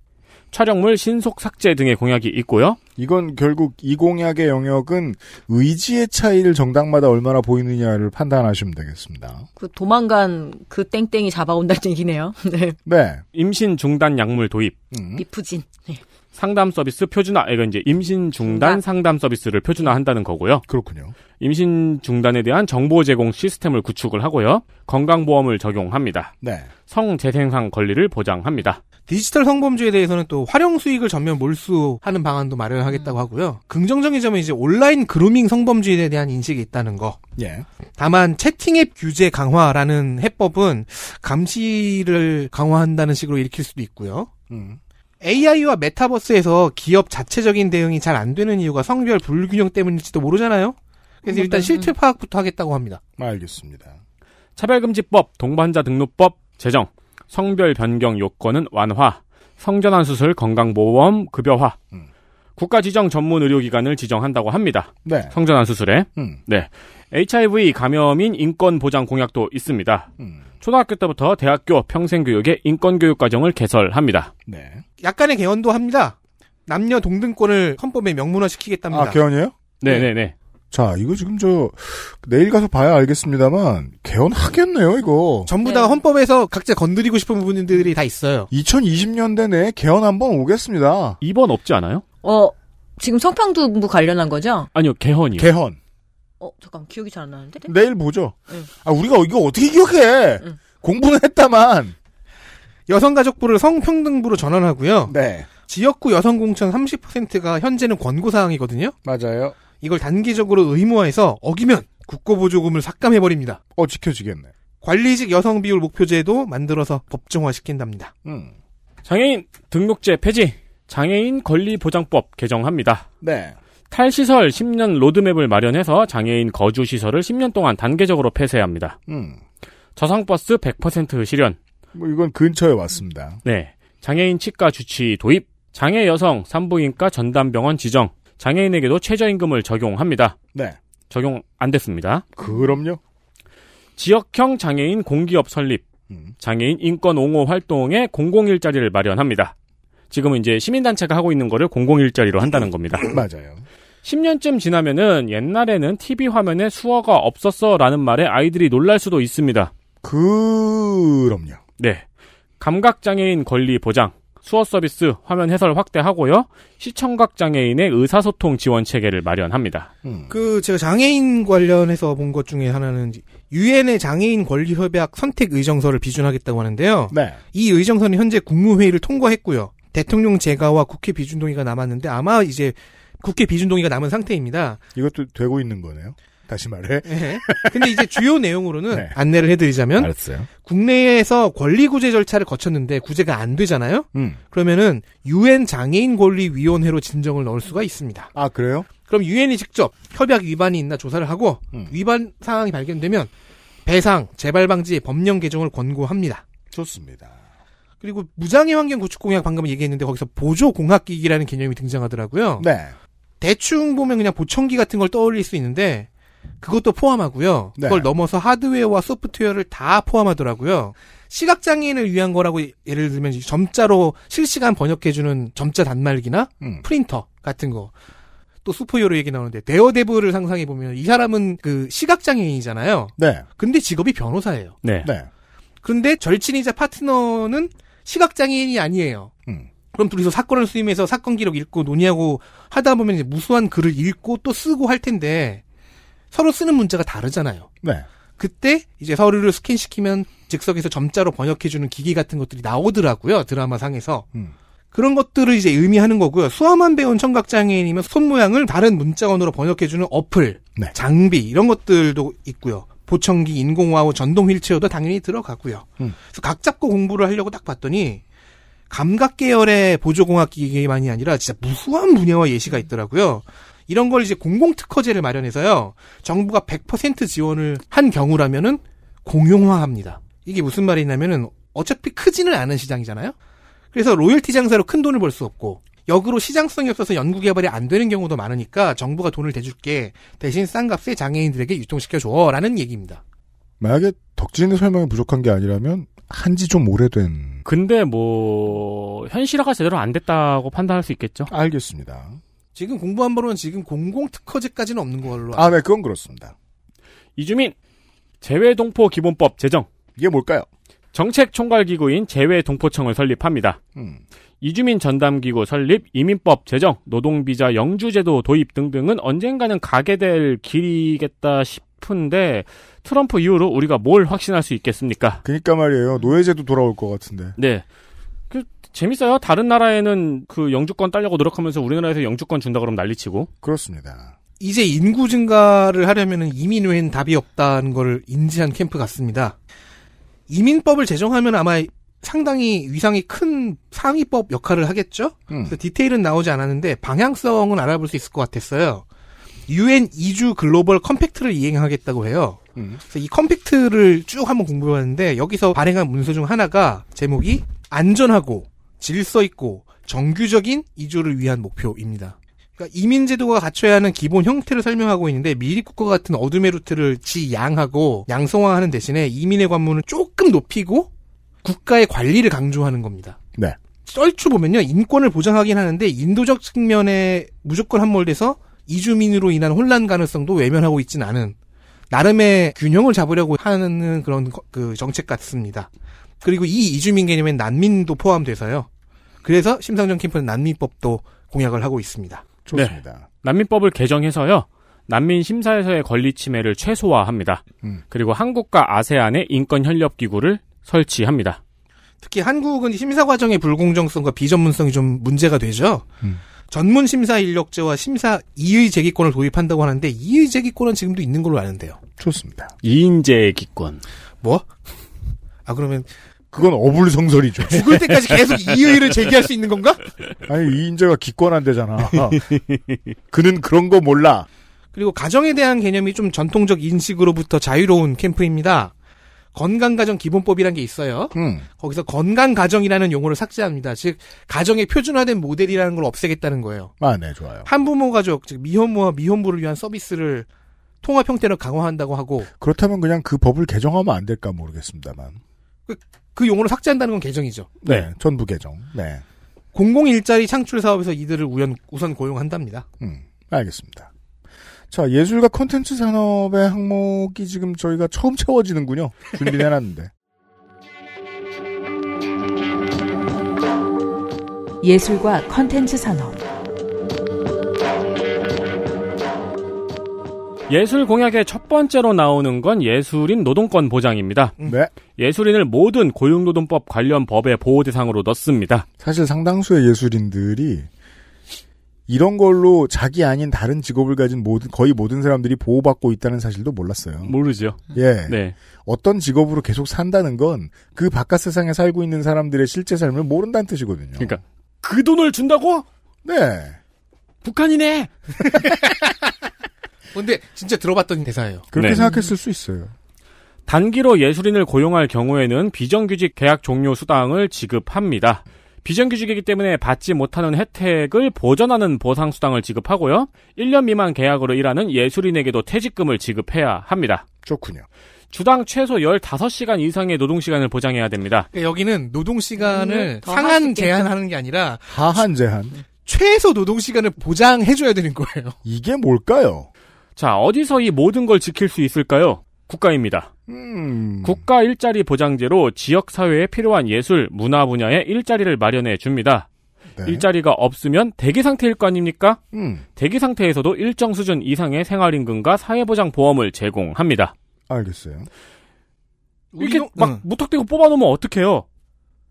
[SPEAKER 4] 촬영물 신속 삭제 등의 공약이 있고요.
[SPEAKER 3] 이건 결국 이 공약의 영역은 의지의 차이를 정당마다 얼마나 보이느냐를 판단하시면 되겠습니다.
[SPEAKER 5] 그 도망간 그 땡땡이 잡아온다는 얘기네요. 네.
[SPEAKER 4] 음?
[SPEAKER 3] 네.
[SPEAKER 4] 임신 중단 약물 도입,
[SPEAKER 3] 음.
[SPEAKER 5] 미푸진. 네.
[SPEAKER 4] 상담 서비스 표준화. 이건 이제 임신 중단
[SPEAKER 5] 중단.
[SPEAKER 4] 상담 서비스를 표준화한다는 거고요.
[SPEAKER 3] 그렇군요.
[SPEAKER 4] 임신 중단에 대한 정보 제공 시스템을 구축을 하고요. 건강보험을 적용합니다.
[SPEAKER 3] 네.
[SPEAKER 4] 성재생상 권리를 보장합니다.
[SPEAKER 6] 디지털 성범죄에 대해서는 또 활용 수익을 전면 몰수하는 방안도 마련하겠다고 하고요. 긍정적인 점은 이제 온라인 그루밍 성범죄에 대한 인식이 있다는 거.
[SPEAKER 3] 예.
[SPEAKER 6] 다만 채팅앱 규제 강화라는 해법은 감시를 강화한다는 식으로 일으킬 수도 있고요.
[SPEAKER 3] 음.
[SPEAKER 6] AI와 메타버스에서 기업 자체적인 대응이 잘 안 되는 이유가 성별 불균형 때문일지도 모르잖아요. 그래서 일단 실태 파악부터 하겠다고 합니다.
[SPEAKER 3] 알겠습니다.
[SPEAKER 4] 차별금지법, 동반자 등록법 제정, 성별 변경 요건은 완화, 성전환 수술 건강보험 급여화, 국가 지정 전문 의료기관을 지정한다고 합니다.
[SPEAKER 3] 네.
[SPEAKER 4] 성전환 수술에
[SPEAKER 3] 음.
[SPEAKER 4] 네 HIV 감염인 인권 보장 공약도 있습니다.
[SPEAKER 3] 음.
[SPEAKER 4] 초등학교 때부터 대학교 평생교육의 인권교육 과정을 개설합니다.
[SPEAKER 3] 네.
[SPEAKER 6] 약간의 개헌도 합니다. 남녀 동등권을 헌법에 명문화시키겠답니다.
[SPEAKER 3] 아, 개헌이에요?
[SPEAKER 4] 네네네. 네.
[SPEAKER 3] 자, 이거 지금 저, 내일 가서 봐야 알겠습니다만, 개헌하겠네요, 이거.
[SPEAKER 6] 전부 다 헌법에서 각자 건드리고 싶은 부분들이 다 있어요.
[SPEAKER 3] 2020년대 내에 개헌 한번 오겠습니다.
[SPEAKER 4] 2번 없지 않아요?
[SPEAKER 5] 어, 지금 성평등부 관련한 거죠?
[SPEAKER 4] 아니요, 개헌이요.
[SPEAKER 3] 개헌.
[SPEAKER 5] 어, 잠깐 기억이 잘 안 나는데?
[SPEAKER 3] 내일 보죠.
[SPEAKER 5] 응.
[SPEAKER 3] 아, 우리가 이거 어떻게 기억해? 공부는 했다만.
[SPEAKER 6] 여성가족부를 성평등부로 전환하고요.
[SPEAKER 3] 네.
[SPEAKER 6] 지역구 여성공천 30%가 현재는 권고사항이거든요.
[SPEAKER 3] 맞아요.
[SPEAKER 6] 이걸 단기적으로 의무화해서 어기면 국고보조금을 삭감해버립니다.
[SPEAKER 3] 어, 지켜지겠네.
[SPEAKER 6] 관리직 여성 비율 목표제도 만들어서 법정화시킨답니다.
[SPEAKER 3] 음.
[SPEAKER 4] 장애인 등록제 폐지, 장애인 권리보장법 개정합니다.
[SPEAKER 3] 네.
[SPEAKER 4] 탈시설 10년 로드맵을 마련해서 장애인 거주시설을 10년 동안 단계적으로 폐쇄합니다.
[SPEAKER 3] 음.
[SPEAKER 4] 저상버스 100% 실현,
[SPEAKER 3] 뭐, 이건 근처에 왔습니다.
[SPEAKER 4] 네. 장애인 치과 주치 도입, 장애 여성 산부인과 전담병원 지정, 장애인에게도 최저임금을 적용합니다.
[SPEAKER 3] 네.
[SPEAKER 4] 적용 안 됐습니다.
[SPEAKER 3] 그럼요.
[SPEAKER 4] 지역형 장애인 공기업 설립, 장애인 인권 옹호 활동에 공공 일자리를 마련합니다. 지금은 이제 시민단체가 하고 있는 거를 공공 일자리로 한다는 겁니다.
[SPEAKER 3] 맞아요.
[SPEAKER 4] 10년쯤 지나면은 옛날에는 TV 화면에 수어가 없었어 라는 말에 아이들이 놀랄 수도 있습니다.
[SPEAKER 3] 그럼요.
[SPEAKER 4] 네. 감각장애인 권리 보장, 수어 서비스 화면 해설 확대하고요. 시청각장애인의 의사소통 지원 체계를 마련합니다.
[SPEAKER 6] 그 제가 장애인 관련해서 본 것 중에 하나는 유엔의 장애인 권리 협약 선택 의정서를 비준하겠다고 하는데요.
[SPEAKER 3] 네.
[SPEAKER 6] 이 의정서는 현재 국무회의를 통과했고요. 대통령 제가와 국회 비준 동의가 남았는데 아마 이제 국회 비준 동의가 남은 상태입니다.
[SPEAKER 3] 이것도 되고 있는 거네요. 다시 말해.
[SPEAKER 6] 예. 근데 이제 주요 내용으로는
[SPEAKER 3] 네.
[SPEAKER 6] 안내를 해드리자면
[SPEAKER 3] 알았어요.
[SPEAKER 6] 국내에서 권리구제 절차를 거쳤는데 구제가 안 되잖아요.
[SPEAKER 3] 음.
[SPEAKER 6] 그러면은 유엔 장애인 권리 위원회로 진정을 넣을 수가 있습니다.
[SPEAKER 3] 아, 그래요?
[SPEAKER 6] 그럼 유엔이 직접 협약 위반이 있나 조사를 하고
[SPEAKER 3] 음.
[SPEAKER 6] 위반 사항이 발견되면 배상, 재발 방지, 법령 개정을 권고합니다.
[SPEAKER 3] 좋습니다.
[SPEAKER 6] 그리고 무장애 환경 구축 공약 방금 얘기했는데 거기서 보조 공학 기기라는 개념이 등장하더라고요.
[SPEAKER 3] 네.
[SPEAKER 6] 대충 보면 그냥 보청기 같은 걸 떠올릴 수 있는데 그것도 포함하고요.
[SPEAKER 3] 네.
[SPEAKER 6] 그걸 넘어서 하드웨어와 소프트웨어를 다 포함하더라고요. 시각장애인을 위한 거라고 예를 들면 점자로 실시간 번역해주는 점자 단말기나
[SPEAKER 3] 음.
[SPEAKER 6] 프린터 같은 거. 또 슈퍼히어로 얘기 나오는데 데어데브를 상상해 보면 이 사람은 그 시각장애인이잖아요.
[SPEAKER 3] 네.
[SPEAKER 6] 근데 직업이 변호사예요.
[SPEAKER 4] 네.
[SPEAKER 3] 네.
[SPEAKER 6] 그런데 절친이자 파트너는 시각장애인이 아니에요.
[SPEAKER 3] 음.
[SPEAKER 6] 그럼 둘이서 사건을 수임해서 사건 기록 읽고 논의하고 하다 보면 이제 무수한 글을 읽고 또 쓰고 할 텐데 서로 쓰는 문자가 다르잖아요.
[SPEAKER 3] 네.
[SPEAKER 6] 그때 이제 서류를 스캔시키면 즉석에서 점자로 번역해주는 기기 같은 것들이 나오더라고요. 드라마상에서.
[SPEAKER 3] 음.
[SPEAKER 6] 그런 것들을 이제 의미하는 거고요. 수화만 배운 청각장애인이면 손 모양을 다른 문자원으로 번역해주는 어플,
[SPEAKER 3] 네.
[SPEAKER 6] 장비 이런 것들도 있고요. 보청기, 인공와우, 전동 휠체어도 당연히 들어가고요.
[SPEAKER 3] 음.
[SPEAKER 6] 그래서 각 잡고 공부를 하려고 딱 봤더니 감각 계열의 보조공학 기기만이 아니라 진짜 무수한 분야와 예시가 있더라고요. 이런 걸 이제 공공특허제를 마련해서요. 정부가 100% 지원을 한 경우라면은 공용화합니다. 이게 무슨 말이냐면은 어차피 크지는 않은 시장이잖아요. 그래서 로열티 장사로 큰 돈을 벌 수 없고 역으로 시장성이 없어서 연구개발이 안 되는 경우도 많으니까 정부가 돈을 대줄게 대신 싼 값에 장애인들에게 유통시켜 줘라는 얘기입니다.
[SPEAKER 3] 만약에 덕진의 설명이 부족한 게 아니라면, 한지 좀 오래된.
[SPEAKER 4] 근데 뭐 현실화가 제대로 안 됐다고 판단할 수 있겠죠.
[SPEAKER 3] 알겠습니다.
[SPEAKER 6] 지금 공부한 바로는 지금 공공특허제까지는 없는 걸로
[SPEAKER 3] 아, 네, 그건 그렇습니다.
[SPEAKER 4] 이주민 재외동포 기본법 제정,
[SPEAKER 3] 이게 뭘까요?
[SPEAKER 4] 정책 총괄 기구인 재외동포청을 설립합니다.
[SPEAKER 3] 음.
[SPEAKER 4] 이주민 전담기구 설립, 이민법 제정, 노동비자 영주제도 도입 등등은 언젠가는 가게 될 길이겠다 싶은데 트럼프 이후로 우리가 뭘 확신할 수 있겠습니까?
[SPEAKER 3] 그니까 말이에요. 노예제도 돌아올 것 같은데.
[SPEAKER 4] 네. 그 재밌어요. 다른 나라에는 그 영주권 따려고 노력하면서 우리나라에서 영주권 준다 그러면 난리치고.
[SPEAKER 3] 그렇습니다.
[SPEAKER 6] 이제 인구 증가를 하려면 이민 외엔 답이 없다는 걸 인지한 캠프 같습니다. 이민법을 제정하면 아마 상당히 위상이 큰 상위법 역할을 하겠죠?
[SPEAKER 3] 음.
[SPEAKER 6] 그래서 디테일은 나오지 않았는데 방향성은 알아볼 수 있을 것 같았어요. UN 2주 글로벌 컴팩트를 이행하겠다고 해요. 그래서 이 컴팩트를 쭉 한번 공부해봤는데 여기서 발행한 문서 중 하나가 제목이 안전하고 질서 있고 정규적인 이주를 위한 목표입니다. 그러니까 이민 제도가 갖춰야 하는 기본 형태를 설명하고 있는데 미리 국가 같은 어둠의 루트를 지양하고 양성화하는 대신에 이민의 관문을 조금 높이고 국가의 관리를 강조하는 겁니다.
[SPEAKER 3] 네.
[SPEAKER 6] 썰추 보면요 인권을 보장하긴 하는데 인도적 측면에 무조건 함몰돼서 이주민으로 인한 혼란 가능성도 외면하고 있지는 않은 나름의 균형을 잡으려고 하는 그런 거- 그 정책 같습니다. 그리고 이 이주민 개념엔 난민도 포함돼서요. 그래서 심상정 캠프는 난민법도 공약을 하고 있습니다.
[SPEAKER 3] 좋습니다.
[SPEAKER 4] 난민법을 개정해서요. 난민 심사에서의 권리 침해를 최소화합니다.
[SPEAKER 3] 음.
[SPEAKER 4] 그리고 한국과 아세안의 인권 협력 기구를 설치합니다.
[SPEAKER 6] 특히 한국은 심사 과정의 불공정성과 비전문성이 좀 문제가 되죠. 전문 심사 인력제와 심사 이의 제기권을 도입한다고 하는데 이의 제기권은 지금도 있는 걸로 아는데요.
[SPEAKER 3] 좋습니다.
[SPEAKER 12] 이인재 기권.
[SPEAKER 6] 뭐? 아 그러면
[SPEAKER 3] 그건 어불성설이죠.
[SPEAKER 6] 죽을 때까지 계속 이의를 제기할 수 있는 건가?
[SPEAKER 3] 아니 이인재가 기권한대잖아. 그는 그런 거 몰라.
[SPEAKER 6] 그리고 가정에 대한 개념이 좀 전통적 인식으로부터 자유로운 캠프입니다. 건강가정 기본법이란 게 있어요.
[SPEAKER 3] 음,
[SPEAKER 6] 거기서 건강가정이라는 용어를 삭제합니다. 즉 가정의 표준화된 모델이라는 걸 없애겠다는 거예요.
[SPEAKER 3] 아, 네, 좋아요.
[SPEAKER 6] 한부모 가족, 즉 미혼모와 미혼부를 위한 서비스를 통합 형태로 강화한다고 하고
[SPEAKER 3] 그렇다면 그냥 그 법을 개정하면 안 될까 모르겠습니다만.
[SPEAKER 6] 그 용어를 삭제한다는 건 개정이죠.
[SPEAKER 3] 네, 전부 개정. 네,
[SPEAKER 6] 공공 일자리 창출 사업에서 이들을 우연, 우선 고용한답니다.
[SPEAKER 3] 음, 알겠습니다. 자, 예술과 콘텐츠 산업의 항목이 지금 저희가 처음 채워지는군요. 준비를 해놨는데.
[SPEAKER 2] 예술과 컨텐츠 산업,
[SPEAKER 4] 예술 공약의 첫 번째로 나오는 건 예술인 노동권 보장입니다.
[SPEAKER 3] 네.
[SPEAKER 4] 예술인을 모든 고용노동법 관련 법의 보호 대상으로 넣습니다.
[SPEAKER 3] 사실 상당수의 예술인들이 이런 걸로 자기 아닌 다른 직업을 가진 모든, 거의 모든 사람들이 보호받고 있다는 사실도 몰랐어요.
[SPEAKER 4] 모르죠.
[SPEAKER 3] 예.
[SPEAKER 4] 뭐, 네.
[SPEAKER 3] 어떤 직업으로 계속 산다는 건 그 바깥 세상에 살고 있는 사람들의 실제 삶을 모른다는 뜻이거든요.
[SPEAKER 4] 그러니까 그 돈을 준다고?
[SPEAKER 3] 네.
[SPEAKER 4] 북한이네.
[SPEAKER 6] 근데 진짜 들어봤던 대사예요.
[SPEAKER 3] 그렇게
[SPEAKER 4] 네.
[SPEAKER 3] 생각했을 수 있어요.
[SPEAKER 4] 단기로 예술인을 고용할 경우에는 비정규직 계약 종료 수당을 지급합니다. 비정규직이기 때문에 받지 못하는 혜택을 보전하는 보상 수당을 지급하고요. 1년 미만 계약으로 일하는 예술인에게도 퇴직금을 지급해야 합니다.
[SPEAKER 3] 좋군요.
[SPEAKER 4] 주당 최소 15시간 이상의 노동시간을 보장해야 됩니다.
[SPEAKER 6] 그러니까 여기는 노동 시간을
[SPEAKER 4] 음, 더할수
[SPEAKER 6] 상한
[SPEAKER 4] 있게끔.
[SPEAKER 6] 제한하는 게 아니라
[SPEAKER 3] 하한 제한.
[SPEAKER 6] 최소 노동 시간을 보장해줘야 되는 거예요.
[SPEAKER 3] 이게 뭘까요?
[SPEAKER 4] 자, 어디서 이 모든 걸 지킬 수 있을까요? 국가입니다.
[SPEAKER 3] 음.
[SPEAKER 4] 국가 일자리 보장제로 지역 사회에 필요한 예술, 문화 분야에 일자리를 마련해 줍니다. 일자리가 없으면 대기 상태일 거 아닙니까?
[SPEAKER 3] 네. 음.
[SPEAKER 4] 대기 상태에서도 일정 수준 이상의 생활임금과 사회보장보험을 제공합니다.
[SPEAKER 3] 알겠어요.
[SPEAKER 4] 이렇게 음. 막
[SPEAKER 3] 음.
[SPEAKER 4] 무턱대고 뽑아놓으면 어떡해요?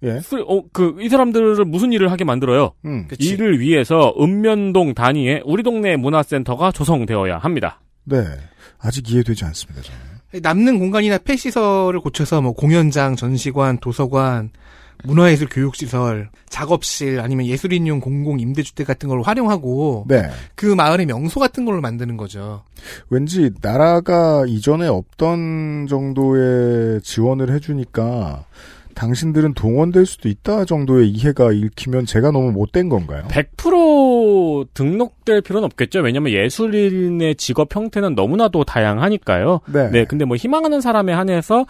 [SPEAKER 3] 예.
[SPEAKER 4] 쓰- 어, 그, 이 사람들을 무슨 일을 하게 만들어요?
[SPEAKER 3] 음. 그치.
[SPEAKER 4] 이를 위해서 읍면동 단위의 우리 동네 문화센터가 조성되어야 합니다.
[SPEAKER 3] 네. 아직 이해되지 않습니다. 저는.
[SPEAKER 6] 남는 공간이나 폐시설을 고쳐서 뭐 공연장, 전시관, 도서관, 문화예술 교육시설, 작업실 아니면 예술인용 공공 임대주택 같은 걸 활용하고
[SPEAKER 3] 네.
[SPEAKER 6] 그 마을의 명소 같은 걸로 만드는 거죠.
[SPEAKER 3] 왠지 나라가 이전에 없던 정도의 지원을 해주니까 당신들은 동원될 수도 있다 정도의 이해가 읽히면 제가 너무 못된 건가요?
[SPEAKER 4] 100% 등록될 필요는 없겠죠. 왜냐면 예술인의 직업 형태는 너무나도 다양하니까요.
[SPEAKER 3] 네.
[SPEAKER 4] 근데 뭐 희망하는 사람에 한해서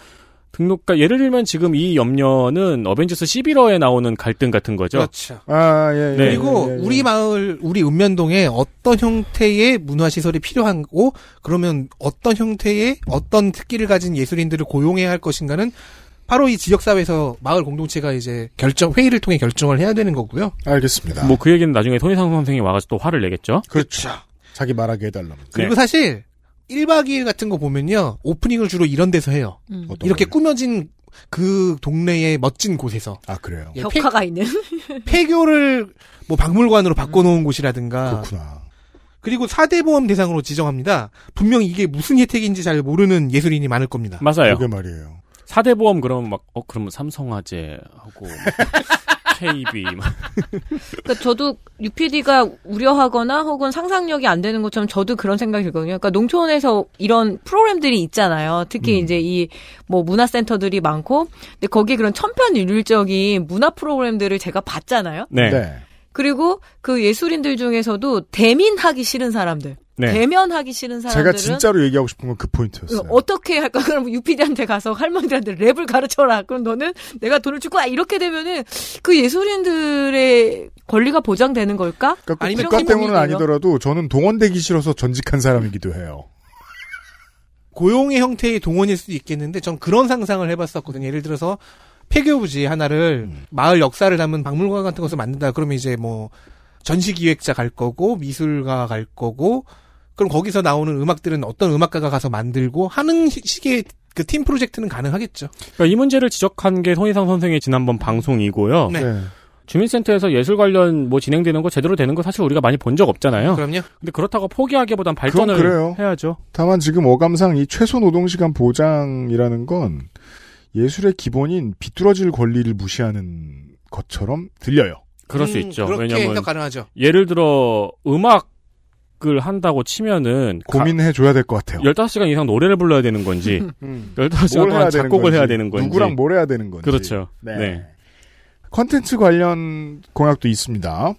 [SPEAKER 4] 등록가 예를 들면 지금 이 염려는 어벤져스 11호에 나오는 갈등 같은 거죠.
[SPEAKER 6] 그렇죠.
[SPEAKER 3] 아, 예,
[SPEAKER 4] 네.
[SPEAKER 6] 그리고
[SPEAKER 4] 예, 예, 예.
[SPEAKER 6] 우리 마을, 우리 읍면동에 어떤 형태의 문화시설이 필요하고 그러면 어떤 형태의 어떤 특기를 가진 예술인들을 고용해야 할 것인가는 바로 이 지역사회에서 마을 공동체가 이제 결정 회의를 통해 결정을 해야 되는 거고요.
[SPEAKER 3] 알겠습니다.
[SPEAKER 4] 뭐 그 얘기는 나중에 손희상 선생이 와가지고 또 화를 내겠죠.
[SPEAKER 3] 그렇죠. 자기 말하게 해달라면.
[SPEAKER 6] 그리고 사실 1박 2일 같은 거 보면요. 오프닝을 주로 이런 데서 해요.
[SPEAKER 3] 어떤
[SPEAKER 6] 이렇게 꾸며진 그 동네의 멋진 곳에서.
[SPEAKER 3] 아, 그래요?
[SPEAKER 6] 예, 폐-
[SPEAKER 5] 네, 벽화가 있는.
[SPEAKER 6] 폐교를 뭐 박물관으로 바꿔놓은 곳이라든가.
[SPEAKER 3] 그렇구나.
[SPEAKER 6] 그리고 4대 보험 대상으로 지정합니다. 분명 이게 무슨 혜택인지 잘 모르는 예술인이 많을 겁니다.
[SPEAKER 4] 맞아요.
[SPEAKER 3] 그게 말이에요.
[SPEAKER 4] 4대 보험 그럼 막, 어, 그러면 삼성화재하고, KB. 막.
[SPEAKER 5] 그러니까 저도 UPD가 우려하거나 혹은 상상력이 안 되는 것처럼 저도 그런 생각이 들거든요. 그러니까 농촌에서 이런 프로그램들이
[SPEAKER 4] 음.
[SPEAKER 5] 있잖아요. 특히 이제 이 뭐 문화센터들이 많고, 근데 거기에 그런 천편일률적인 문화 프로그램들을 제가 봤잖아요.
[SPEAKER 4] 네.
[SPEAKER 5] 그리고 그 예술인들 중에서도 대민하기 싫은 사람들,
[SPEAKER 3] 네.
[SPEAKER 5] 대면하기 싫은
[SPEAKER 3] 제가
[SPEAKER 5] 사람들은
[SPEAKER 3] 진짜로 얘기하고 싶은 건 그 포인트였어요.
[SPEAKER 5] 어떻게 할까? 그럼 유피디한테 가서 할머니들한테 랩을 가르쳐라. 그럼 너는 내가 돈을 주고 와. 이렇게 되면은 그 예술인들의 권리가 보장되는 걸까?
[SPEAKER 3] 그러니까 꼭
[SPEAKER 5] 아니면
[SPEAKER 3] 국가 때문은
[SPEAKER 5] 국민이요?
[SPEAKER 3] 아니더라도 저는 동원되기 싫어서 전직한 사람이기도 해요.
[SPEAKER 6] 고용의 형태의 동원일 수도 있겠는데 전 그런 상상을 해봤었거든요. 예를 들어서 폐교부지 하나를
[SPEAKER 4] 음.
[SPEAKER 6] 마을 역사를 담은 박물관 같은 것을 만든다. 그러면 이제 뭐 전시 기획자 갈 거고 미술가 갈 거고 그럼 거기서 나오는 음악들은 어떤 음악가가 가서 만들고 하는 시- 식의 그 팀 프로젝트는 가능하겠죠.
[SPEAKER 4] 그러니까 이 문제를 지적한 게 손희상 선생의 지난번 방송이고요.
[SPEAKER 6] 네.
[SPEAKER 4] 주민센터에서 예술 관련 뭐 진행되는 거 제대로 되는 거 사실 우리가 많이 본 적 없잖아요.
[SPEAKER 6] 그럼요.
[SPEAKER 4] 근데 그렇다고 포기하기보단
[SPEAKER 3] 그건
[SPEAKER 4] 발전을
[SPEAKER 3] 그래요.
[SPEAKER 4] 해야죠.
[SPEAKER 3] 다만 지금 어감상 이 최소 노동시간 보장이라는 건 예술의 기본인 비뚤어질 권리를 무시하는 것처럼 들려요.
[SPEAKER 4] 그럴
[SPEAKER 3] 음,
[SPEAKER 4] 수 있죠.
[SPEAKER 6] 음, 그렇게
[SPEAKER 4] 왜냐면
[SPEAKER 6] 해서 가능하죠.
[SPEAKER 4] 예를 들어 음악을 한다고 치면은 가-
[SPEAKER 3] 고민해줘야 될 것 같아요.
[SPEAKER 4] 15시간 이상 노래를 불러야 되는 건지
[SPEAKER 3] 음.
[SPEAKER 4] 15시간
[SPEAKER 3] 뭘
[SPEAKER 4] 동안
[SPEAKER 3] 해야 되는
[SPEAKER 4] 작곡을
[SPEAKER 3] 건지,
[SPEAKER 4] 해야 되는 건지
[SPEAKER 3] 누구랑 뭐 뭘 해야 되는 건지.
[SPEAKER 4] 그렇죠.
[SPEAKER 3] 네.
[SPEAKER 4] 네.
[SPEAKER 3] 컨텐츠 관련 공약도 있습니다.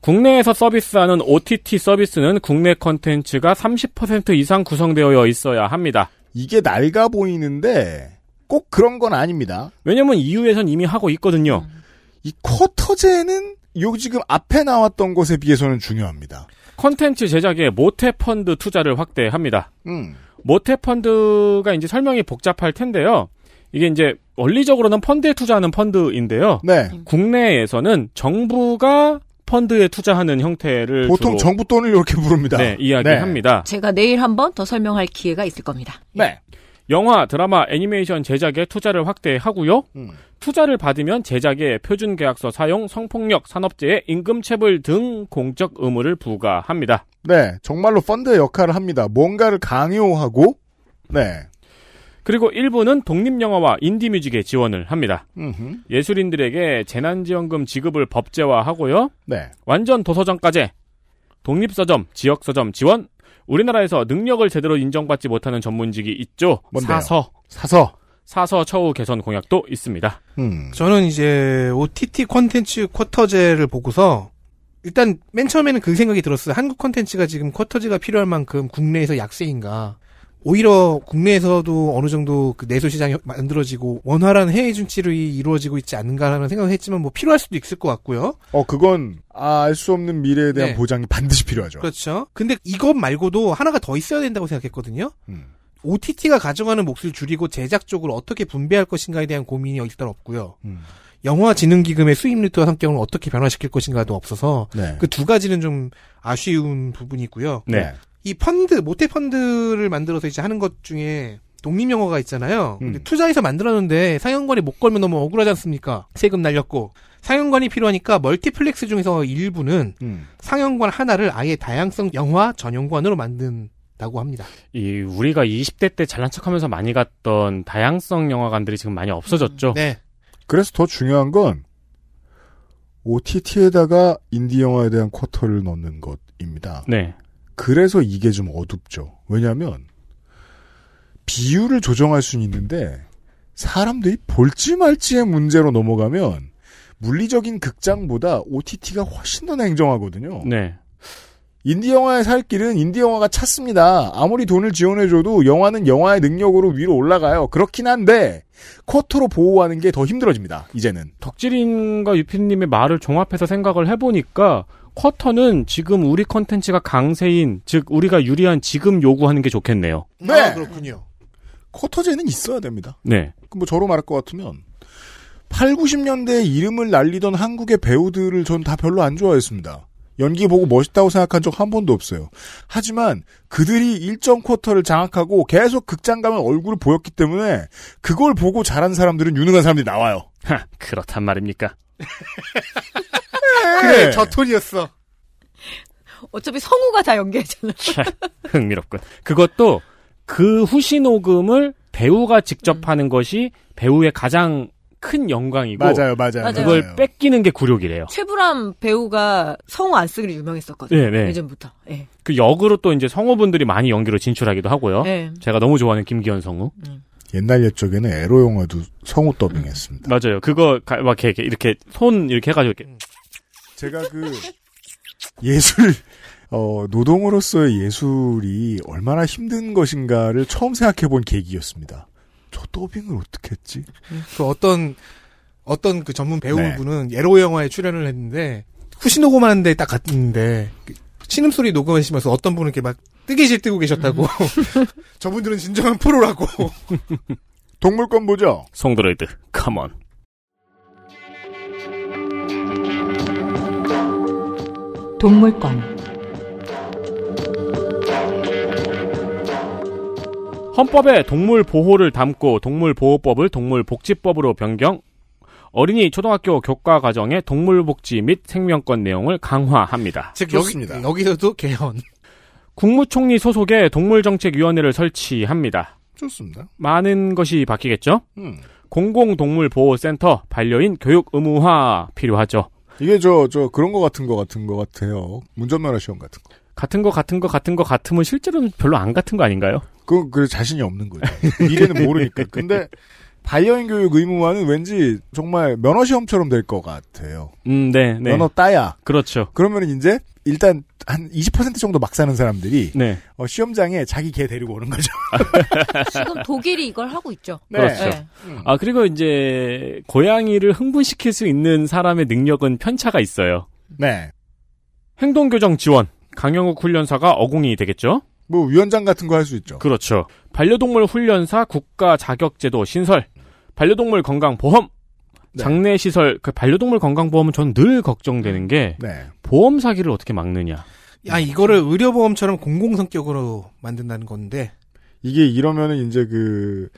[SPEAKER 4] 국내에서 서비스하는 OTT 서비스는 국내 컨텐츠가 30% 이상 구성되어 있어야 합니다.
[SPEAKER 3] 이게 낡아 보이는데 꼭 그런 건 아닙니다.
[SPEAKER 4] 왜냐면 EU에선 이미 하고 있거든요.
[SPEAKER 3] 음. 이 쿼터제는 요 지금 앞에 나왔던 것에 비해서는 중요합니다.
[SPEAKER 4] 컨텐츠 제작에 모태 펀드 투자를 확대합니다.
[SPEAKER 3] 음.
[SPEAKER 4] 모태 펀드가 이제 설명이 복잡할 텐데요. 이게 이제 원리적으로는 펀드에 투자하는 펀드인데요.
[SPEAKER 3] 네.
[SPEAKER 4] 국내에서는 정부가 펀드에 투자하는 형태를
[SPEAKER 3] 보통
[SPEAKER 4] 주로
[SPEAKER 3] 정부 아. 돈을 이렇게 부릅니다.
[SPEAKER 4] 네, 이야기합니다.
[SPEAKER 5] 제가 내일 한번 더 설명할 기회가 있을 겁니다.
[SPEAKER 3] 네.
[SPEAKER 4] 영화, 드라마, 애니메이션 제작에 투자를 확대하고요.
[SPEAKER 3] 음.
[SPEAKER 4] 투자를 받으면 제작에 표준 계약서 사용, 성폭력, 산업재해, 임금 체불 등 공적 의무를 부과합니다.
[SPEAKER 3] 네, 정말로 펀드의 역할을 합니다. 뭔가를 강요하고, 네.
[SPEAKER 4] 그리고 일부는 독립영화와 인디뮤직에 지원을 합니다.
[SPEAKER 3] 음흠.
[SPEAKER 4] 예술인들에게 재난지원금 지급을 법제화하고요.
[SPEAKER 3] 네.
[SPEAKER 4] 완전 도서정까지 독립서점, 지역서점 지원. 우리나라에서 능력을 제대로 인정받지 못하는 전문직이 있죠.
[SPEAKER 3] 뭔데요?
[SPEAKER 4] 사서,
[SPEAKER 3] 사서.
[SPEAKER 4] 사서 처우 개선 공약도 있습니다.
[SPEAKER 3] 음.
[SPEAKER 6] 저는 이제 OTT 콘텐츠 쿼터제를 보고서 일단 맨 처음에는 그 생각이 들었어요. 한국 콘텐츠가 지금 쿼터제가 필요할 만큼 국내에서 약세인가. 오히려 국내에서도 어느 정도 그 내수 시장이 만들어지고 원활한 해외 진출이 이루어지고 있지 않은가라는 생각을 했지만 뭐 필요할 수도 있을 것 같고요.
[SPEAKER 3] 어, 그건 알 수 없는 미래에 대한
[SPEAKER 6] 네.
[SPEAKER 3] 보장이 반드시 필요하죠.
[SPEAKER 6] 그렇죠. 근데 이것 말고도 하나가 더 있어야 된다고 생각했거든요.
[SPEAKER 3] 음.
[SPEAKER 6] OTT가 가져가는 몫을 줄이고 제작 쪽을 어떻게 분배할 것인가에 대한 고민이 일단 없고요.
[SPEAKER 3] 음.
[SPEAKER 6] 영화진흥기금의 수입 루트와 성격을 어떻게 변화시킬 것인가도 없어서
[SPEAKER 3] 네.
[SPEAKER 6] 그 두 가지는 좀 아쉬운 부분이고요.
[SPEAKER 4] 네.
[SPEAKER 6] 이 펀드 모태 펀드를 만들어서 이제 하는 것 중에 독립 영화가 있잖아요. 근데
[SPEAKER 3] 음.
[SPEAKER 6] 투자해서 만들었는데 상영관이 못 걸면 너무 억울하지 않습니까? 세금 날렸고 상영관이 필요하니까 멀티플렉스 중에서 일부는
[SPEAKER 3] 음.
[SPEAKER 6] 상영관 하나를 아예 다양성 영화 전용관으로 만든다고 합니다.
[SPEAKER 4] 이 우리가 20대 때 잘난 척하면서 많이 갔던 다양성 영화관들이 지금 많이 없어졌죠.
[SPEAKER 3] 음,
[SPEAKER 6] 네.
[SPEAKER 3] 그래서 더 중요한 건, OTT에다가 인디 영화에 대한 쿼터를 넣는 것입니다.
[SPEAKER 4] 네.
[SPEAKER 3] 그래서 이게 좀 어둡죠. 왜냐면, 비율을 조정할 수는 있는데, 사람들이 볼지 말지의 문제로 넘어가면, 물리적인 극장보다 OTT가 훨씬 더 냉정하거든요.
[SPEAKER 4] 네.
[SPEAKER 3] 인디 영화의 살 길은 인디 영화가 찾습니다. 아무리 돈을 지원해줘도 영화는 영화의 능력으로 위로 올라가요. 그렇긴 한데 쿼터로 보호하는 게 더 힘들어집니다. 이제는
[SPEAKER 4] 덕질인과 유피님의 말을 종합해서 생각을 해보니까 쿼터는 지금 우리 컨텐츠가 강세인 즉 우리가 유리한 지금 요구하는 게 좋겠네요.
[SPEAKER 3] 네.
[SPEAKER 6] 아, 그렇군요.
[SPEAKER 3] 쿼터제는 있어야 됩니다.
[SPEAKER 4] 네.
[SPEAKER 3] 그럼 뭐 저로 말할 것 같으면 8, 90년대에 이름을 날리던 한국의 배우들을 전 다 별로 안 좋아했습니다. 연기 보고 멋있다고 생각한 적 한 번도 없어요. 하지만 그들이 일정 쿼터를 장악하고 계속 극장 가면 얼굴을 보였기 때문에 그걸 보고 잘한 사람들은 유능한 사람들이 나와요.
[SPEAKER 4] 하, 그렇단 말입니까?
[SPEAKER 3] 네.
[SPEAKER 6] 톤이었어.
[SPEAKER 5] 어차피 성우가 다 연기하잖아요.
[SPEAKER 4] 참, 흥미롭군. 그것도
[SPEAKER 3] 음.
[SPEAKER 4] 그 후시 녹음을 배우가 직접 하는 것이 배우의 가장 큰 영광이고
[SPEAKER 3] 맞아요, 맞아요, 맞아요.
[SPEAKER 4] 그걸 뺏기는 게 굴욕이래요.
[SPEAKER 5] 최불암 배우가 성우 안 쓰기로 유명했었거든요.
[SPEAKER 4] 네, 네.
[SPEAKER 5] 예전부터. 예.
[SPEAKER 4] 그 역으로 또 이제 성우분들이 많이 연기로 진출하기도 하고요.
[SPEAKER 3] 어?
[SPEAKER 5] 네.
[SPEAKER 4] 제가 너무 좋아하는 김기현 성우.
[SPEAKER 3] 네. 옛날 옛적에는 에로 영화도 성우 더빙했습니다.
[SPEAKER 4] 맞아요. 그거 가- 막 이렇게 이렇게 손 이렇게 해가지고 이렇게
[SPEAKER 3] 음. 제가 그 예술 어, 노동으로서의 예술이 얼마나 힘든 것인가를 처음 생각해본 계기였습니다. 저 더빙을 어떻게 했지?
[SPEAKER 6] 그 어떤 어떤 그 전문
[SPEAKER 3] 네.
[SPEAKER 6] 배우분은 예로 영화에 출연을 했는데 후시 녹음하는 데 딱 갔는데 그 신음소리 녹음하시면서 어떤 분은 이렇게 막 뜨개질 뜨고 계셨다고
[SPEAKER 3] 음.
[SPEAKER 6] 저분들은 진정한 프로라고
[SPEAKER 3] 동물권 보죠.
[SPEAKER 4] 송드로이드 컴온.
[SPEAKER 2] 동물권
[SPEAKER 4] 헌법에 동물 보호를 담고 동물보호법을 동물복지법으로 변경, 어린이 초등학교 교과 과정에 동물복지 및 생명권 내용을 강화합니다.
[SPEAKER 6] 즉 여기, 서도 개헌
[SPEAKER 4] 국무총리 소속의 동물정책위원회를 설치합니다.
[SPEAKER 3] 좋습니다.
[SPEAKER 4] 많은 것이 바뀌겠죠?
[SPEAKER 3] 음.
[SPEAKER 4] 공공동물보호센터, 반려인 교육 의무화 필요하죠.
[SPEAKER 3] 이게 저, 저, 그런 거 같은 거 같은 거 같아요. 운전면허 시험 같은 거.
[SPEAKER 4] 같은 거 같은 거 같은 거 같으면 실제로는 별로 안 같은 거 아닌가요?
[SPEAKER 3] 그, 그 자신이 없는 거죠. 미래는 모르니까. 근데 반려인 교육 의무화는 왠지 정말 면허 시험처럼 될 것 같아요.
[SPEAKER 4] 음, 네, 네.
[SPEAKER 3] 면허 따야.
[SPEAKER 4] 그렇죠.
[SPEAKER 3] 그러면 이제 일단 한 20% 정도 막 사는 사람들이
[SPEAKER 4] 네.
[SPEAKER 3] 어, 시험장에 자기 개 데리고 오는 거죠.
[SPEAKER 5] 지금 독일이 이걸 하고 있죠.
[SPEAKER 3] 네.
[SPEAKER 4] 그렇죠.
[SPEAKER 5] 네.
[SPEAKER 4] 아, 그리고 이제, 고양이를 흥분시킬 수 있는 사람의 능력은 편차가 있어요.
[SPEAKER 3] 네.
[SPEAKER 4] 행동교정 지원. 강영욱 훈련사가 어공이 되겠죠?
[SPEAKER 3] 뭐, 위원장 같은 거 할 수 있죠.
[SPEAKER 4] 그렇죠. 반려동물 훈련사 국가 자격제도 신설. 반려동물 건강보험.
[SPEAKER 3] 네.
[SPEAKER 4] 장례시설. 그 반려동물 건강보험은 전 늘 걱정되는 게,
[SPEAKER 3] 네.
[SPEAKER 4] 보험 사기를 어떻게 막느냐.
[SPEAKER 6] 아 이거를 의료보험처럼 공공 성격으로 만든다는 건데
[SPEAKER 3] 이게 이러면은 이제 그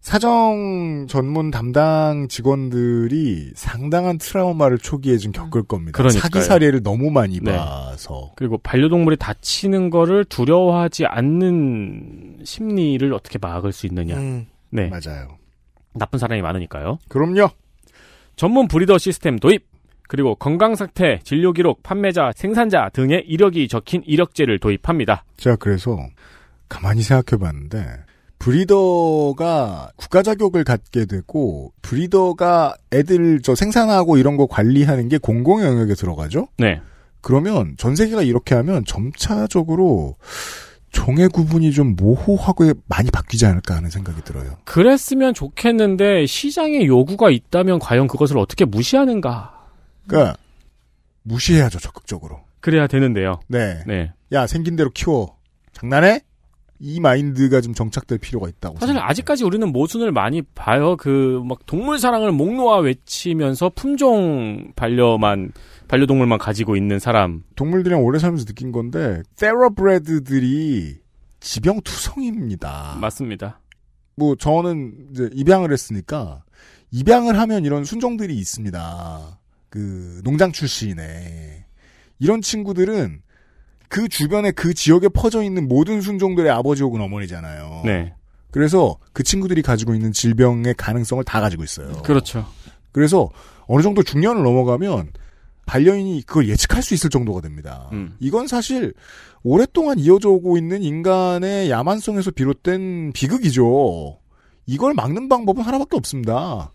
[SPEAKER 3] 사정 전문 담당 직원들이 상당한 트라우마를 초기에 좀 겪을 겁니다.
[SPEAKER 4] 음. 그러니까요.
[SPEAKER 3] 사기 사례를 너무 많이
[SPEAKER 4] 네.
[SPEAKER 3] 봐서.
[SPEAKER 4] 그리고 반려동물이 다치는 거를 두려워하지 않는 심리를 어떻게 막을 수 있느냐.
[SPEAKER 6] 음,
[SPEAKER 4] 네.
[SPEAKER 3] 맞아요.
[SPEAKER 4] 나쁜 사람이 많으니까요.
[SPEAKER 3] 그럼요.
[SPEAKER 4] 전문 브리더 시스템 도입, 그리고 건강 상태, 진료 기록, 판매자, 생산자 등의 이력이 적힌 이력제를 도입합니다.
[SPEAKER 3] 제가 그래서 가만히 생각해 봤는데 브리더가 국가 자격을 갖게 되고 브리더가 애들 저 생산하고 이런 거 관리하는 게 공공 영역에 들어가죠.
[SPEAKER 4] 네.
[SPEAKER 3] 그러면 전 세계가 이렇게 하면 점차적으로 종의 구분이 좀 모호하고 많이 바뀌지 않을까 하는 생각이 들어요.
[SPEAKER 4] 그랬으면 좋겠는데 시장의 요구가 있다면 과연 그것을 어떻게 무시하는가?
[SPEAKER 3] 그러니까
[SPEAKER 4] 음.
[SPEAKER 3] 무시해야죠 적극적으로.
[SPEAKER 4] 그래야 되는데요.
[SPEAKER 3] 네.
[SPEAKER 4] 네.
[SPEAKER 3] 야 생긴 대로 키워. 장난해? 이 마인드가 좀 정착될 필요가 있다고.
[SPEAKER 4] 사실 아직까지 우리는 모순을 많이 봐요. 그 막 동물 사랑을 목놓아 외치면서 품종 반려만 반려동물만 가지고 있는 사람.
[SPEAKER 3] 동물들이랑 오래 살면서 느낀 건데 세러브레드들이 지병 투성입니다.
[SPEAKER 4] 맞습니다.
[SPEAKER 3] 뭐 저는 이제 입양을 했으니까 입양을 하면 이런 순종들이 있습니다. 그 농장 출신에 이런 친구들은 그 주변에 그 지역에 퍼져 있는 모든 순종들의 아버지 혹은 어머니잖아요.
[SPEAKER 4] 네.
[SPEAKER 3] 그래서 그 친구들이 가지고 있는 질병의 가능성을 다 가지고 있어요.
[SPEAKER 4] 그렇죠.
[SPEAKER 3] 그래서 어느 정도 중년을 넘어가면 반려인이 그걸 예측할 수 있을 정도가 됩니다.
[SPEAKER 4] 음.
[SPEAKER 3] 이건 사실 오랫동안 이어져 오고 있는 인간의 야만성에서 비롯된 비극이죠. 이걸 막는 방법은 하나밖에 없습니다.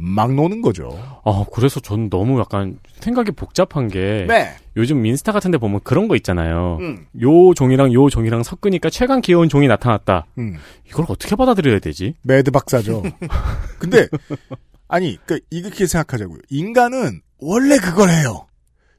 [SPEAKER 3] 막 노는 거죠.
[SPEAKER 4] 아, 그래서 저는 너무 약간 생각이 복잡한 게
[SPEAKER 3] 네.
[SPEAKER 4] 요즘 인스타 같은 데 보면 그런 거 있잖아요.
[SPEAKER 3] 음.
[SPEAKER 4] 요 종이랑 요 종이랑 섞으니까 최강 귀여운 종이 나타났다.
[SPEAKER 3] 음.
[SPEAKER 4] 이걸 어떻게 받아들여야 되지?
[SPEAKER 3] 매드 박사죠. 근데 아니 그 이렇게 생각하자고요. 인간은 원래 그걸 해요.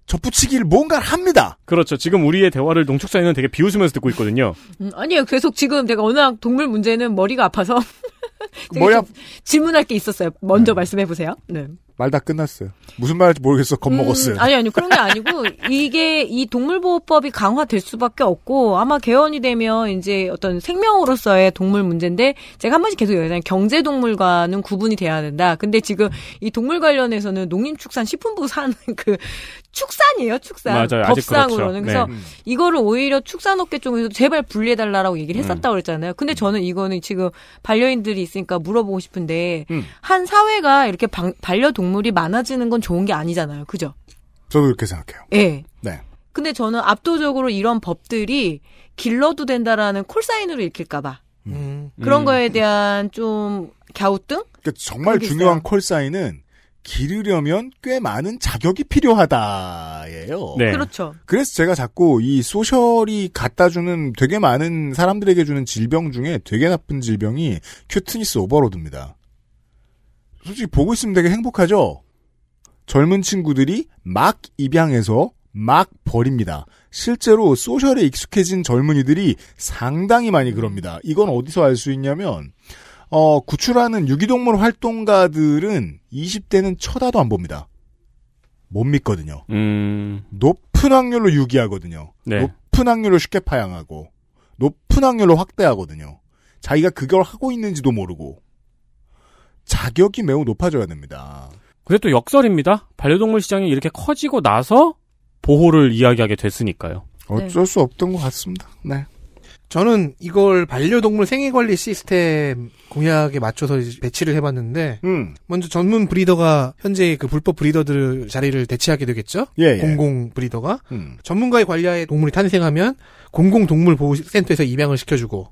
[SPEAKER 3] 접붙이기를 뭔가를 합니다.
[SPEAKER 4] 그렇죠. 지금 우리의 대화를 농축사에는 되게 비웃으면서 듣고 있거든요.
[SPEAKER 5] 음, 아니에요. 계속 지금 내가 워낙 동물 문제는 머리가 아파서 되게
[SPEAKER 3] 뭐야?
[SPEAKER 5] 네, 좀 질문할 게 있었어요. 먼저 말씀해 보세요. 네.
[SPEAKER 3] 말 다 끝났어요. 무슨 말할지 모르겠어. 겁먹었어요.
[SPEAKER 5] 음, 아니 아니 그런 게 아니고 이게 이 동물보호법이 강화될 수밖에 없고 아마 개헌이 되면 이제 어떤 생명으로서의 동물 문제인데 제가 한 번씩 계속 얘기하는 경제 동물과는 구분이 돼야 된다. 근데 지금 이 동물 관련해서는 농림축산식품부 사는 그 축산이에요, 축산.
[SPEAKER 4] 맞아요. 아직
[SPEAKER 5] 법상으로는.
[SPEAKER 4] 그렇죠.
[SPEAKER 5] 그래서
[SPEAKER 4] 네.
[SPEAKER 5] 이거를 오히려 축산업계 쪽에서 제발 분리해달라라고
[SPEAKER 4] 음.
[SPEAKER 5] 얘기를 했었다고 그랬잖아요. 근데 저는 이거는 지금 반려인들이 있으니까 물어보고 싶은데,
[SPEAKER 4] 음.
[SPEAKER 5] 한 사회가 이렇게 방- 반려동물이 많아지는 건 좋은 게 아니잖아요. 그죠?
[SPEAKER 3] 저도 그렇게 생각해요.
[SPEAKER 5] 예.
[SPEAKER 3] 네.
[SPEAKER 5] 근데 저는 압도적으로 이런 법들이 길러도 된다라는 콜사인으로 읽힐까봐. 그런
[SPEAKER 3] 음.
[SPEAKER 5] 거에 대한 좀 갸우뚱?
[SPEAKER 3] 그러니까 정말
[SPEAKER 5] 그러겠어요.
[SPEAKER 3] 중요한 콜사인은 기르려면 꽤 많은 자격이 필요하다예요.
[SPEAKER 4] 네.
[SPEAKER 5] 그렇죠.
[SPEAKER 3] 그래서 제가 자꾸 이 소셜이 갖다 주는 되게 많은 사람들에게 주는 질병 중에 되게 나쁜 질병이 큐트니스 오버로드입니다. 솔직히 보고 있으면 되게 행복하죠? 젊은 친구들이 막 입양해서 막 버립니다. 실제로 소셜에 익숙해진 젊은이들이 상당히 많이 그럽니다. 이건 어디서 알 수 있냐면, 어, 구출하는 유기동물 활동가들은 20대는 쳐다도 안 봅니다. 못 믿거든요.
[SPEAKER 4] 음.
[SPEAKER 3] 높은 확률로 유기하거든요.
[SPEAKER 4] 네.
[SPEAKER 3] 높은 확률로 쉽게 파양하고 높은 확률로 확대하거든요. 자기가 그걸 하고 있는지도 모르고 자격이 매우 높아져야 됩니다.
[SPEAKER 4] 근데 또 역설입니다. 반려동물 시장이 이렇게 커지고 나서 보호를 이야기하게 됐으니까요.
[SPEAKER 3] 어쩔 수 없던 것 같습니다. 네.
[SPEAKER 6] 저는 이걸 반려동물 생애관리 시스템 공약에 맞춰서 이제 배치를 해봤는데
[SPEAKER 3] 음.
[SPEAKER 6] 먼저 전문 브리더가 현재 그 불법 브리더들 자리를 대체하게 되겠죠.
[SPEAKER 3] 예, 예.
[SPEAKER 6] 공공 브리더가
[SPEAKER 3] 음.
[SPEAKER 6] 전문가의 관리하에 동물이 탄생하면 공공 동물 보호 센터에서 입양을 시켜주고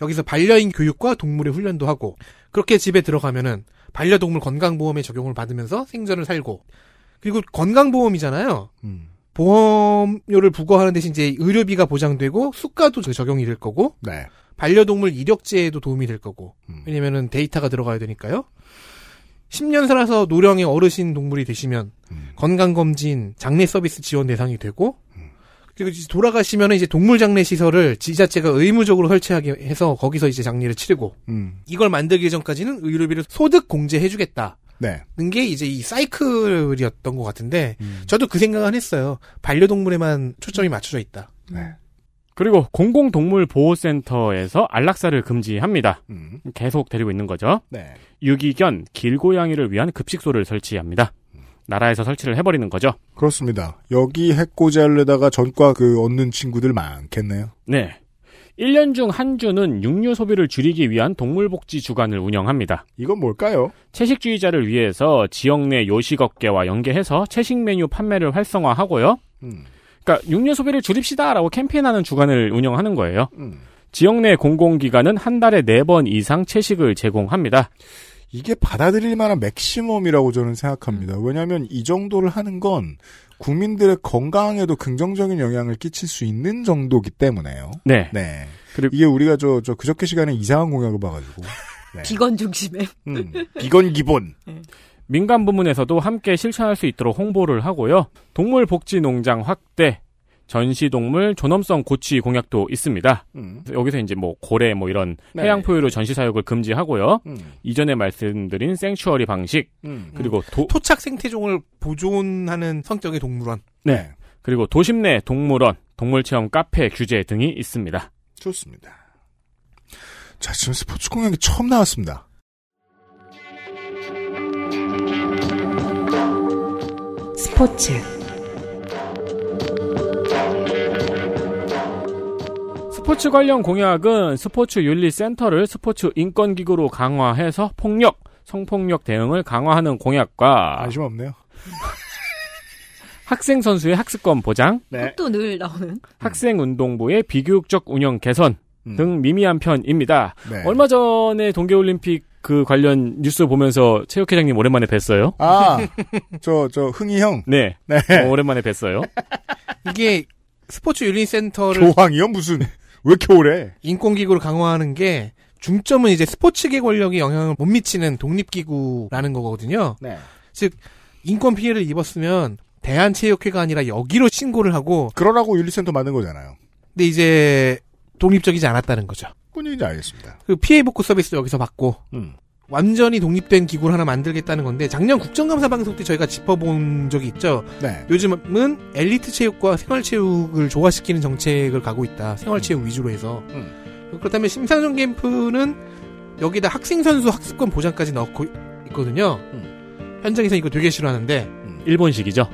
[SPEAKER 6] 여기서 반려인 교육과 동물의 훈련도 하고 그렇게 집에 들어가면은 반려동물 건강보험의 적용을 받으면서 생전을 살고 그리고 건강보험이잖아요.
[SPEAKER 3] 음.
[SPEAKER 6] 보험료를 부과하는 대신 이제 의료비가 보장되고 수가도 적용이 될 거고
[SPEAKER 3] 네. 음.
[SPEAKER 6] 반려동물 이력제에도 도움이 될 거고
[SPEAKER 3] 예.
[SPEAKER 6] 왜냐면은 데이터가 들어가야 되니까요. 10년 살아서 노령의 어르신 동물이 되시면 건강검진, 장례 서비스 지원 대상이 되고 그리고 이제 돌아가시면 이제 동물 장례 시설을 지자체가 의무적으로 설치하게 해서 거기서 이제 장례를 치르고
[SPEAKER 3] 음.
[SPEAKER 6] 이걸 만들기 전까지는 의료비를 소득 공제해주겠다.
[SPEAKER 3] 네.
[SPEAKER 6] 는 게 이제 이 사이클이었던 것 같은데 저도 그 생각은 했어요. 반려동물에만 초점이 맞춰져 있다.
[SPEAKER 3] 네.
[SPEAKER 4] 그리고 공공동물보호센터에서 안락사를 금지합니다. 계속 데리고 있는 거죠.
[SPEAKER 3] 음. 네.
[SPEAKER 4] 유기견, 길고양이를 위한 급식소를 설치합니다. 나라에서 설치를 해버리는 거죠.
[SPEAKER 3] 그렇습니다. 여기 해코지하려다가 전과 그 얻는 친구들 많겠네요.
[SPEAKER 4] 네. 1년 중 한 주는 육류 소비를 줄이기 위한 동물복지 주간을 운영합니다.
[SPEAKER 3] 이건 뭘까요?
[SPEAKER 4] 채식주의자를 위해서 지역 내 요식업계와 연계해서 채식 메뉴 판매를 활성화하고요.
[SPEAKER 3] 음.
[SPEAKER 4] 그러니까 육류 소비를 줄입시다라고 캠페인하는 주간을 운영하는 거예요.
[SPEAKER 3] 음.
[SPEAKER 4] 지역 내 공공기관은 한 달에 4번 이상 채식을 제공합니다.
[SPEAKER 3] 이게 받아들일 만한 맥시멈이라고 저는 생각합니다. 왜냐하면 이 정도를 하는 건 국민들의 건강에도 긍정적인 영향을 끼칠 수 있는 정도기 때문에요.
[SPEAKER 4] 네.
[SPEAKER 3] 네. 이게 우리가 저, 저 그저께 시간에 이상한 공약을 봐가지고 음.
[SPEAKER 5] 비건 중심에.
[SPEAKER 3] 비건 기본.
[SPEAKER 4] 민간 부문에서도 함께 실천할 수 있도록 홍보를 하고요. 동물 복지 농장 확대, 전시 동물 존엄성 고취 공약도 있습니다.
[SPEAKER 3] 음.
[SPEAKER 4] 여기서 이제 뭐 고래 뭐 이런
[SPEAKER 3] 네.
[SPEAKER 4] 해양 포유류 전시 사육을 금지하고요.
[SPEAKER 3] 음.
[SPEAKER 4] 이전에 말씀드린 생츄어리 방식
[SPEAKER 3] 음.
[SPEAKER 4] 그리고 도,
[SPEAKER 6] 토착 생태종을 보존하는 성격의 동물원.
[SPEAKER 4] 네. 그리고 도심 내 동물원, 동물체험 카페 규제 등이 있습니다.
[SPEAKER 3] 좋습니다. 자, 지금 스포츠 공약이 처음 나왔습니다.
[SPEAKER 2] 스포츠
[SPEAKER 4] 스포츠 관련 공약은 스포츠 윤리 센터를 스포츠 인권 기구로 강화해서 폭력, 성폭력 대응을 강화하는 공약과
[SPEAKER 3] 관심 없네요.
[SPEAKER 4] 학생 선수의 학습권 보장,
[SPEAKER 5] 또 늘 나오는.
[SPEAKER 4] 학생 운동부의 비교육적 운영 개선 등 미미한 편입니다.
[SPEAKER 3] 음. 네.
[SPEAKER 4] 얼마 전에 동계올림픽 그 관련 뉴스 보면서 체육회장님 오랜만에 뵀어요.
[SPEAKER 3] 아, 저, 저, 흥이 형.
[SPEAKER 4] 네.
[SPEAKER 3] 네.
[SPEAKER 4] 어, 오랜만에 뵀어요.
[SPEAKER 6] 이게 스포츠 윤리센터를
[SPEAKER 3] 교황이요? 무슨. 왜 이렇게 오래?
[SPEAKER 6] 인권기구를 강화하는 게 중점은 이제 스포츠계 권력이 영향을 못 미치는 독립기구라는 거거든요.
[SPEAKER 3] 네.
[SPEAKER 6] 즉 인권 피해를 입었으면 대한체육회가 아니라 여기로 신고를 하고
[SPEAKER 3] 그러라고 윤리센터 만든 거잖아요.
[SPEAKER 6] 근데 이제 독립적이지 않았다는 거죠.
[SPEAKER 3] 뿐인지 알겠습니다.
[SPEAKER 6] 그 피해 복구 서비스도 여기서 받고
[SPEAKER 3] 음.
[SPEAKER 6] 완전히 독립된 기구를 하나 만들겠다는 건데 작년 국정감사 방송 때 저희가 짚어본 적이 있죠.
[SPEAKER 3] 네.
[SPEAKER 6] 요즘은 엘리트 체육과 생활 체육을 조화시키는 정책을 가고 있다. 생활 체육 위주로 해서 그렇다면 심상정 캠프는 여기다 학생 선수 학습권 보장까지 넣고 있거든요. 현장에서 이거 되게 싫어하는데
[SPEAKER 4] 일본식이죠.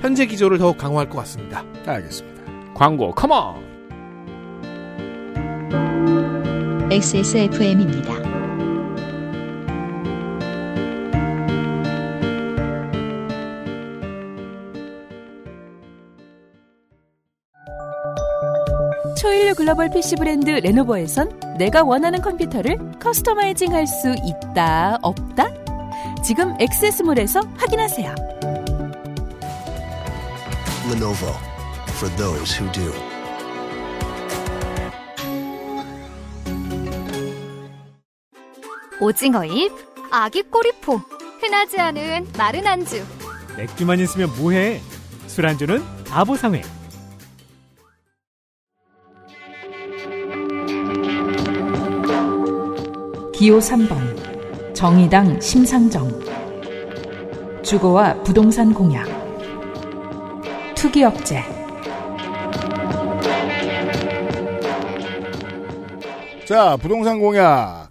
[SPEAKER 6] 현재 기조를 더욱 강화할 것 같습니다.
[SPEAKER 3] 알겠습니다.
[SPEAKER 4] 광고 컴온.
[SPEAKER 1] XSFM입니다.
[SPEAKER 7] 초일류 글로벌 PC 브랜드 레노버에선 내가 원하는 컴퓨터를 커스터마이징 할 수 있다, 없다? 지금 액세스몰에서 확인하세요.
[SPEAKER 8] Lenovo for those who do.
[SPEAKER 10] 오징어잎, 아기 꼬리포, 흔하지 않은 마른 안주.
[SPEAKER 12] 맥주만 있으면 뭐해? 술안주는 바보상회.
[SPEAKER 2] 기호 3번 정의당 심상정 주거와 부동산 공약 투기 억제
[SPEAKER 3] 자, 부동산 공약.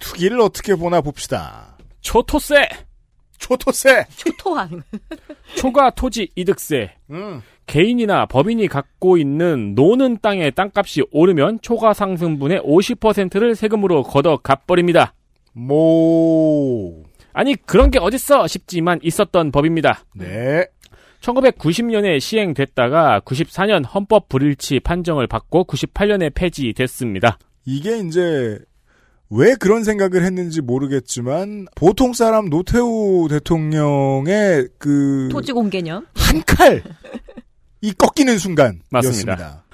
[SPEAKER 3] 투기를 어떻게 보나 봅시다.
[SPEAKER 4] 초토세!
[SPEAKER 3] 초토세!
[SPEAKER 5] 초토한.
[SPEAKER 3] 음.
[SPEAKER 4] 초과 토지 이득세. 개인이나 법인이 갖고 있는 노는 땅의 땅값이 오르면 초과 상승분의 50%를 세금으로 걷어 갚버립니다.
[SPEAKER 3] 모
[SPEAKER 4] 아니 그런 게 어딨어 싶지만 있었던 법입니다.
[SPEAKER 3] 네.
[SPEAKER 4] 1990년에 시행됐다가 94년 헌법 불일치 판정을 받고 98년에 폐지됐습니다.
[SPEAKER 3] 이게 이제 왜 그런 생각을 했는지 모르겠지만 보통 사람 노태우 대통령의 그
[SPEAKER 5] 토지 공개념.
[SPEAKER 3] 칼! 이 꺾이는 순간.
[SPEAKER 4] 맞습니다.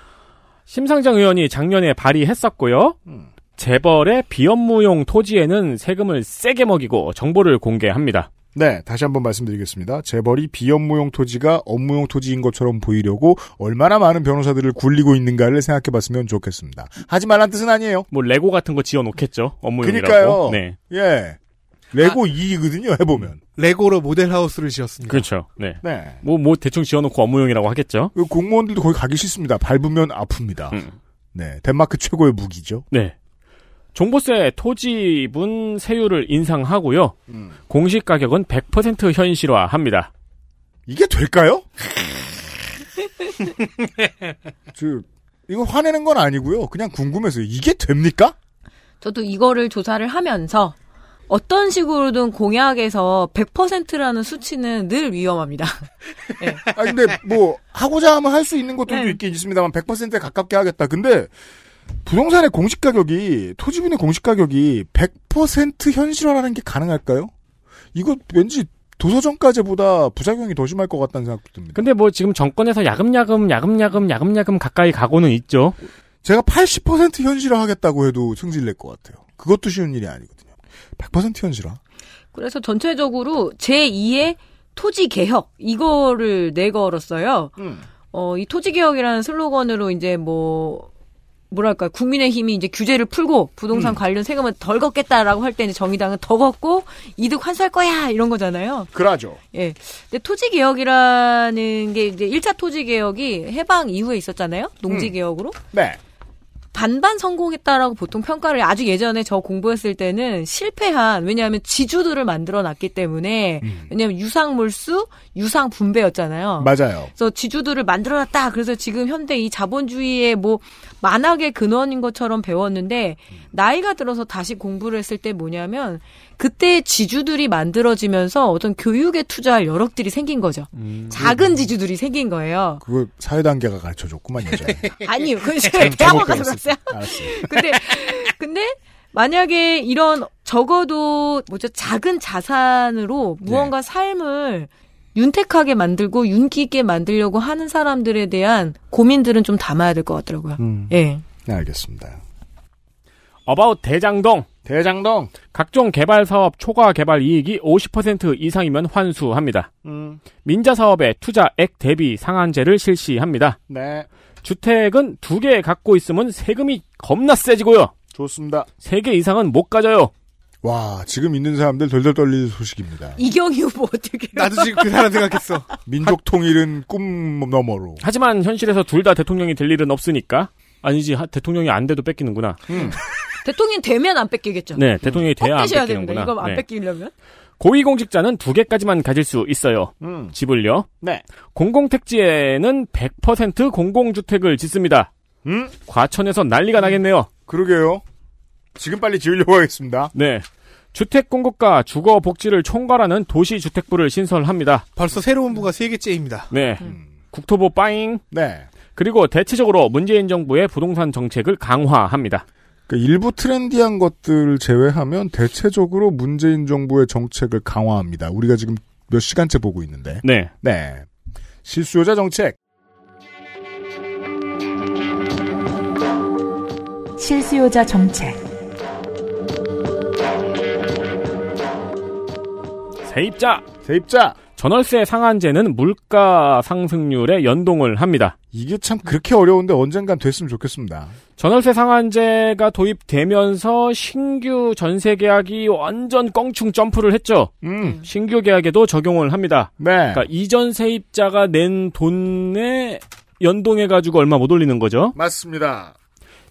[SPEAKER 4] 심상정 의원이 작년에 발의했었고요.
[SPEAKER 3] 음.
[SPEAKER 4] 재벌의 비업무용 토지에는 세금을 세게 먹이고 정보를 공개합니다.
[SPEAKER 3] 네, 다시 한번 말씀드리겠습니다. 재벌이 비업무용 토지가 업무용 토지인 것처럼 보이려고 얼마나 많은 변호사들을 굴리고 있는가를 생각해봤으면 좋겠습니다. 하지만 한 뜻은 아니에요.
[SPEAKER 4] 뭐 레고 같은 거 지어놓겠죠.
[SPEAKER 3] 그러니까요.
[SPEAKER 4] 업무용이라고. 네.
[SPEAKER 3] 예. 레고 2이거든요, 해보면.
[SPEAKER 6] 레고로 모델하우스를 지었습니다.
[SPEAKER 4] 그렇죠. 네.
[SPEAKER 3] 네.
[SPEAKER 4] 뭐, 뭐, 대충 지어놓고 업무용이라고 하겠죠?
[SPEAKER 3] 그 공무원들도 거기 가기 싫습니다. 밟으면 아픕니다. 네, 덴마크 최고의 무기죠.
[SPEAKER 4] 네. 종부세 토지분 세율을 인상하고요. 공시 가격은 100% 현실화합니다.
[SPEAKER 3] 이게 될까요? 저, 이거 화내는 건 아니고요. 그냥 궁금해서 이게 됩니까?
[SPEAKER 5] 저도 이거를 조사를 하면서 어떤 식으로든 공약에서 100%라는 수치는 늘 위험합니다.
[SPEAKER 3] 아 근데 뭐 하고자 하면 할 수 있는 것들도
[SPEAKER 5] 네.
[SPEAKER 3] 있긴 있습니다만 100%에 가깝게 하겠다. 근데 부동산의 공시 가격이 토지분의 공시 가격이 100% 현실화라는 게 가능할까요? 이거 왠지 도서정가제보다 부작용이 더 심할 것 같다는 생각도 듭니다.
[SPEAKER 5] 그-
[SPEAKER 4] 근데 뭐 지금 정권에서 야금야금, 야금야금, 야금야금 가까이 가고는 있죠.
[SPEAKER 3] 제가 80% 현실화 하겠다고 해도 승질 낼 것 같아요. 그것도 쉬운 일이 아니거든요. 100% 현실화.
[SPEAKER 5] 그래서 전체적으로 제2의 토지 개혁 이거를 내걸었어요. 어, 이 토지 개혁이라는 슬로건으로 이제 뭐 뭐랄까 국민의 힘이 이제 규제를 풀고 부동산 관련 세금은 덜 걷겠다라고 할 때 이제 정의당은 더 걷고 이득 환수할 거야 이런 거잖아요.
[SPEAKER 3] 그러죠.
[SPEAKER 5] 예. 근데 토지 개혁이라는 게 이제 1차 토지 개혁이 해방 이후에 있었잖아요. 농지
[SPEAKER 3] 음.
[SPEAKER 5] 개혁으로.
[SPEAKER 3] 네.
[SPEAKER 5] 반반 성공했다라고 보통 평가를 아주 예전에 저 공부했을 때는 실패한 왜냐하면 지주들을 만들어 놨기 때문에 왜냐하면 유상 몰수 유상 분배였잖아요.
[SPEAKER 3] 음. 맞아요.
[SPEAKER 5] 그래서 지주들을 만들어 놨다. 그래서 지금 현대 이 자본주의의 뭐 만악의 근원인 것처럼 배웠는데 나이가 들어서 다시 공부를 했을 때 뭐냐면 그때 지주들이 만들어지면서 어떤 교육에 투자할 여력들이 생긴 거죠.
[SPEAKER 3] 음,
[SPEAKER 5] 작은 지주들이 생긴 거예요.
[SPEAKER 3] 그걸 사회단계가 가르쳐줬구만 여자.
[SPEAKER 5] 아니요, 그건
[SPEAKER 3] 잘못
[SPEAKER 5] 대학원 가서
[SPEAKER 3] 배웠어.
[SPEAKER 5] 그랬어요. 근데 근데 만약에 이런 적어도 뭐죠 작은 자산으로
[SPEAKER 4] 네.
[SPEAKER 5] 무언가 삶을 윤택하게 만들고 윤기 있게 만들려고 하는 사람들에 대한 고민들은 좀 담아야 될 것 같더라고요.
[SPEAKER 4] 음.
[SPEAKER 5] 예.
[SPEAKER 3] 네, 알겠습니다.
[SPEAKER 4] 어바웃 대장동.
[SPEAKER 3] 대장동.
[SPEAKER 4] 각종 개발 사업 초과 개발 이익이 50% 이상이면 환수합니다. 민자 사업의 투자액 대비 상한제를 실시합니다.
[SPEAKER 3] 네.
[SPEAKER 4] 주택은 두 개 갖고 있으면 세금이 겁나 세지고요.
[SPEAKER 3] 좋습니다.
[SPEAKER 4] 세 개 이상은 못 가져요.
[SPEAKER 3] 와, 지금 있는 사람들 덜덜 떨릴 소식입니다.
[SPEAKER 5] 이경희 후보 어떻게
[SPEAKER 6] 나도 지금 그 사람 생각했어.
[SPEAKER 3] 민족 통일은 꿈 너머로.
[SPEAKER 4] 하지만 현실에서 둘 다 대통령이 될 일은 없으니까. 아니지, 하- 대통령이 안 돼도 뺏기는구나.
[SPEAKER 5] 대통령 되면 안 뺏기겠죠.
[SPEAKER 4] 네, 대통령이 돼야 안
[SPEAKER 5] 떼셔야 됩니다.
[SPEAKER 4] 뺏기는구나.
[SPEAKER 5] 이거 안
[SPEAKER 4] 네.
[SPEAKER 5] 뺏기려면
[SPEAKER 4] 고위공직자는 두 개까지만 가질 수 있어요.
[SPEAKER 3] 음.
[SPEAKER 4] 집을요.
[SPEAKER 3] 네.
[SPEAKER 4] 공공택지에는 100% 공공주택을 짓습니다.
[SPEAKER 3] 음?
[SPEAKER 4] 과천에서 난리가 나겠네요.
[SPEAKER 3] 그러게요. 지금 빨리 지으려고 하겠습니다.
[SPEAKER 4] 네. 주택공급과 주거복지를 총괄하는 도시주택부를 신설합니다.
[SPEAKER 6] 벌써 새로운 부가 세개째입니다
[SPEAKER 4] 네.
[SPEAKER 5] 음.
[SPEAKER 4] 국토부 빠잉.
[SPEAKER 3] 네.
[SPEAKER 4] 그리고 대체적으로 문재인 정부의 부동산 정책을 강화합니다.
[SPEAKER 3] 그 일부 트렌디한 것들을 제외하면 대체적으로 문재인 정부의 정책을 강화합니다. 우리가 지금 몇 시간째 보고 있는데.
[SPEAKER 4] 네.
[SPEAKER 3] 네. 실수요자 정책.
[SPEAKER 11] 실수요자 정책.
[SPEAKER 4] 세입자.
[SPEAKER 3] 세입자.
[SPEAKER 4] 전월세 상한제는 물가 상승률에 연동을 합니다.
[SPEAKER 3] 이게 참 그렇게 어려운데 언젠간 됐으면 좋겠습니다.
[SPEAKER 4] 전월세 상한제가 도입되면서 신규 전세 계약이 완전 껑충 점프를 했죠.
[SPEAKER 3] 음.
[SPEAKER 4] 신규 계약에도 적용을 합니다.
[SPEAKER 3] 네.
[SPEAKER 4] 그러니까 이전 세입자가 낸 돈에 연동해 가지고 얼마 못 올리는 거죠.
[SPEAKER 3] 맞습니다.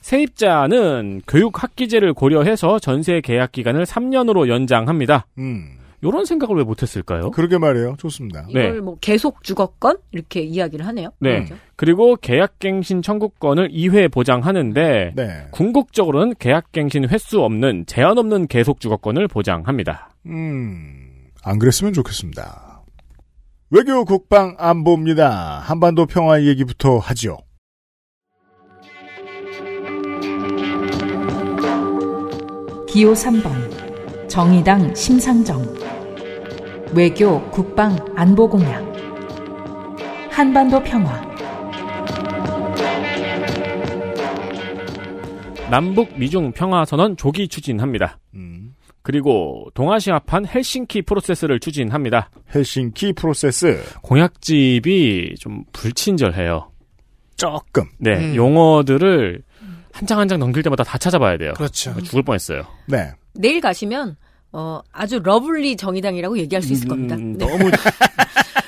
[SPEAKER 4] 세입자는 교육 학기제를 고려해서 전세 계약 기간을 3년으로 연장합니다.
[SPEAKER 3] 음.
[SPEAKER 4] 요런 생각을 왜 못했을까요?
[SPEAKER 3] 그러게 말이에요. 좋습니다.
[SPEAKER 4] 네.
[SPEAKER 5] 이걸 뭐 계속 주거권 이렇게 이야기를 하네요. 그렇죠?
[SPEAKER 4] 네.
[SPEAKER 5] 그죠?
[SPEAKER 4] 그리고 계약갱신 청구권을 2회 보장하는데
[SPEAKER 3] 네.
[SPEAKER 4] 궁극적으로는 계약갱신 횟수 없는 제한 없는 계속 주거권을 보장합니다.
[SPEAKER 3] 음. 안 그랬으면 좋겠습니다. 외교 국방 안보입니다. 한반도 평화 얘기부터 하죠.
[SPEAKER 13] 기호 3번 정의당 심상정 외교 국방 안보 공약 한반도 평화
[SPEAKER 4] 남북 미중 평화 선언 조기 추진합니다. 그리고 동아시아판 헬싱키 프로세스를 추진합니다.
[SPEAKER 3] 헬싱키 프로세스.
[SPEAKER 4] 공약집이 좀 불친절해요.
[SPEAKER 3] 조금.
[SPEAKER 4] 네,
[SPEAKER 3] 음.
[SPEAKER 4] 용어들을 한 장 한 장 넘길 때마다 다 찾아봐야 돼요.
[SPEAKER 6] 그렇죠.
[SPEAKER 4] 죽을 뻔했어요.
[SPEAKER 3] 네.
[SPEAKER 5] 내일 가시면 어 아주 러블리 정의당이라고 얘기할 수 있을 겁니다. 네.
[SPEAKER 4] 음, 너무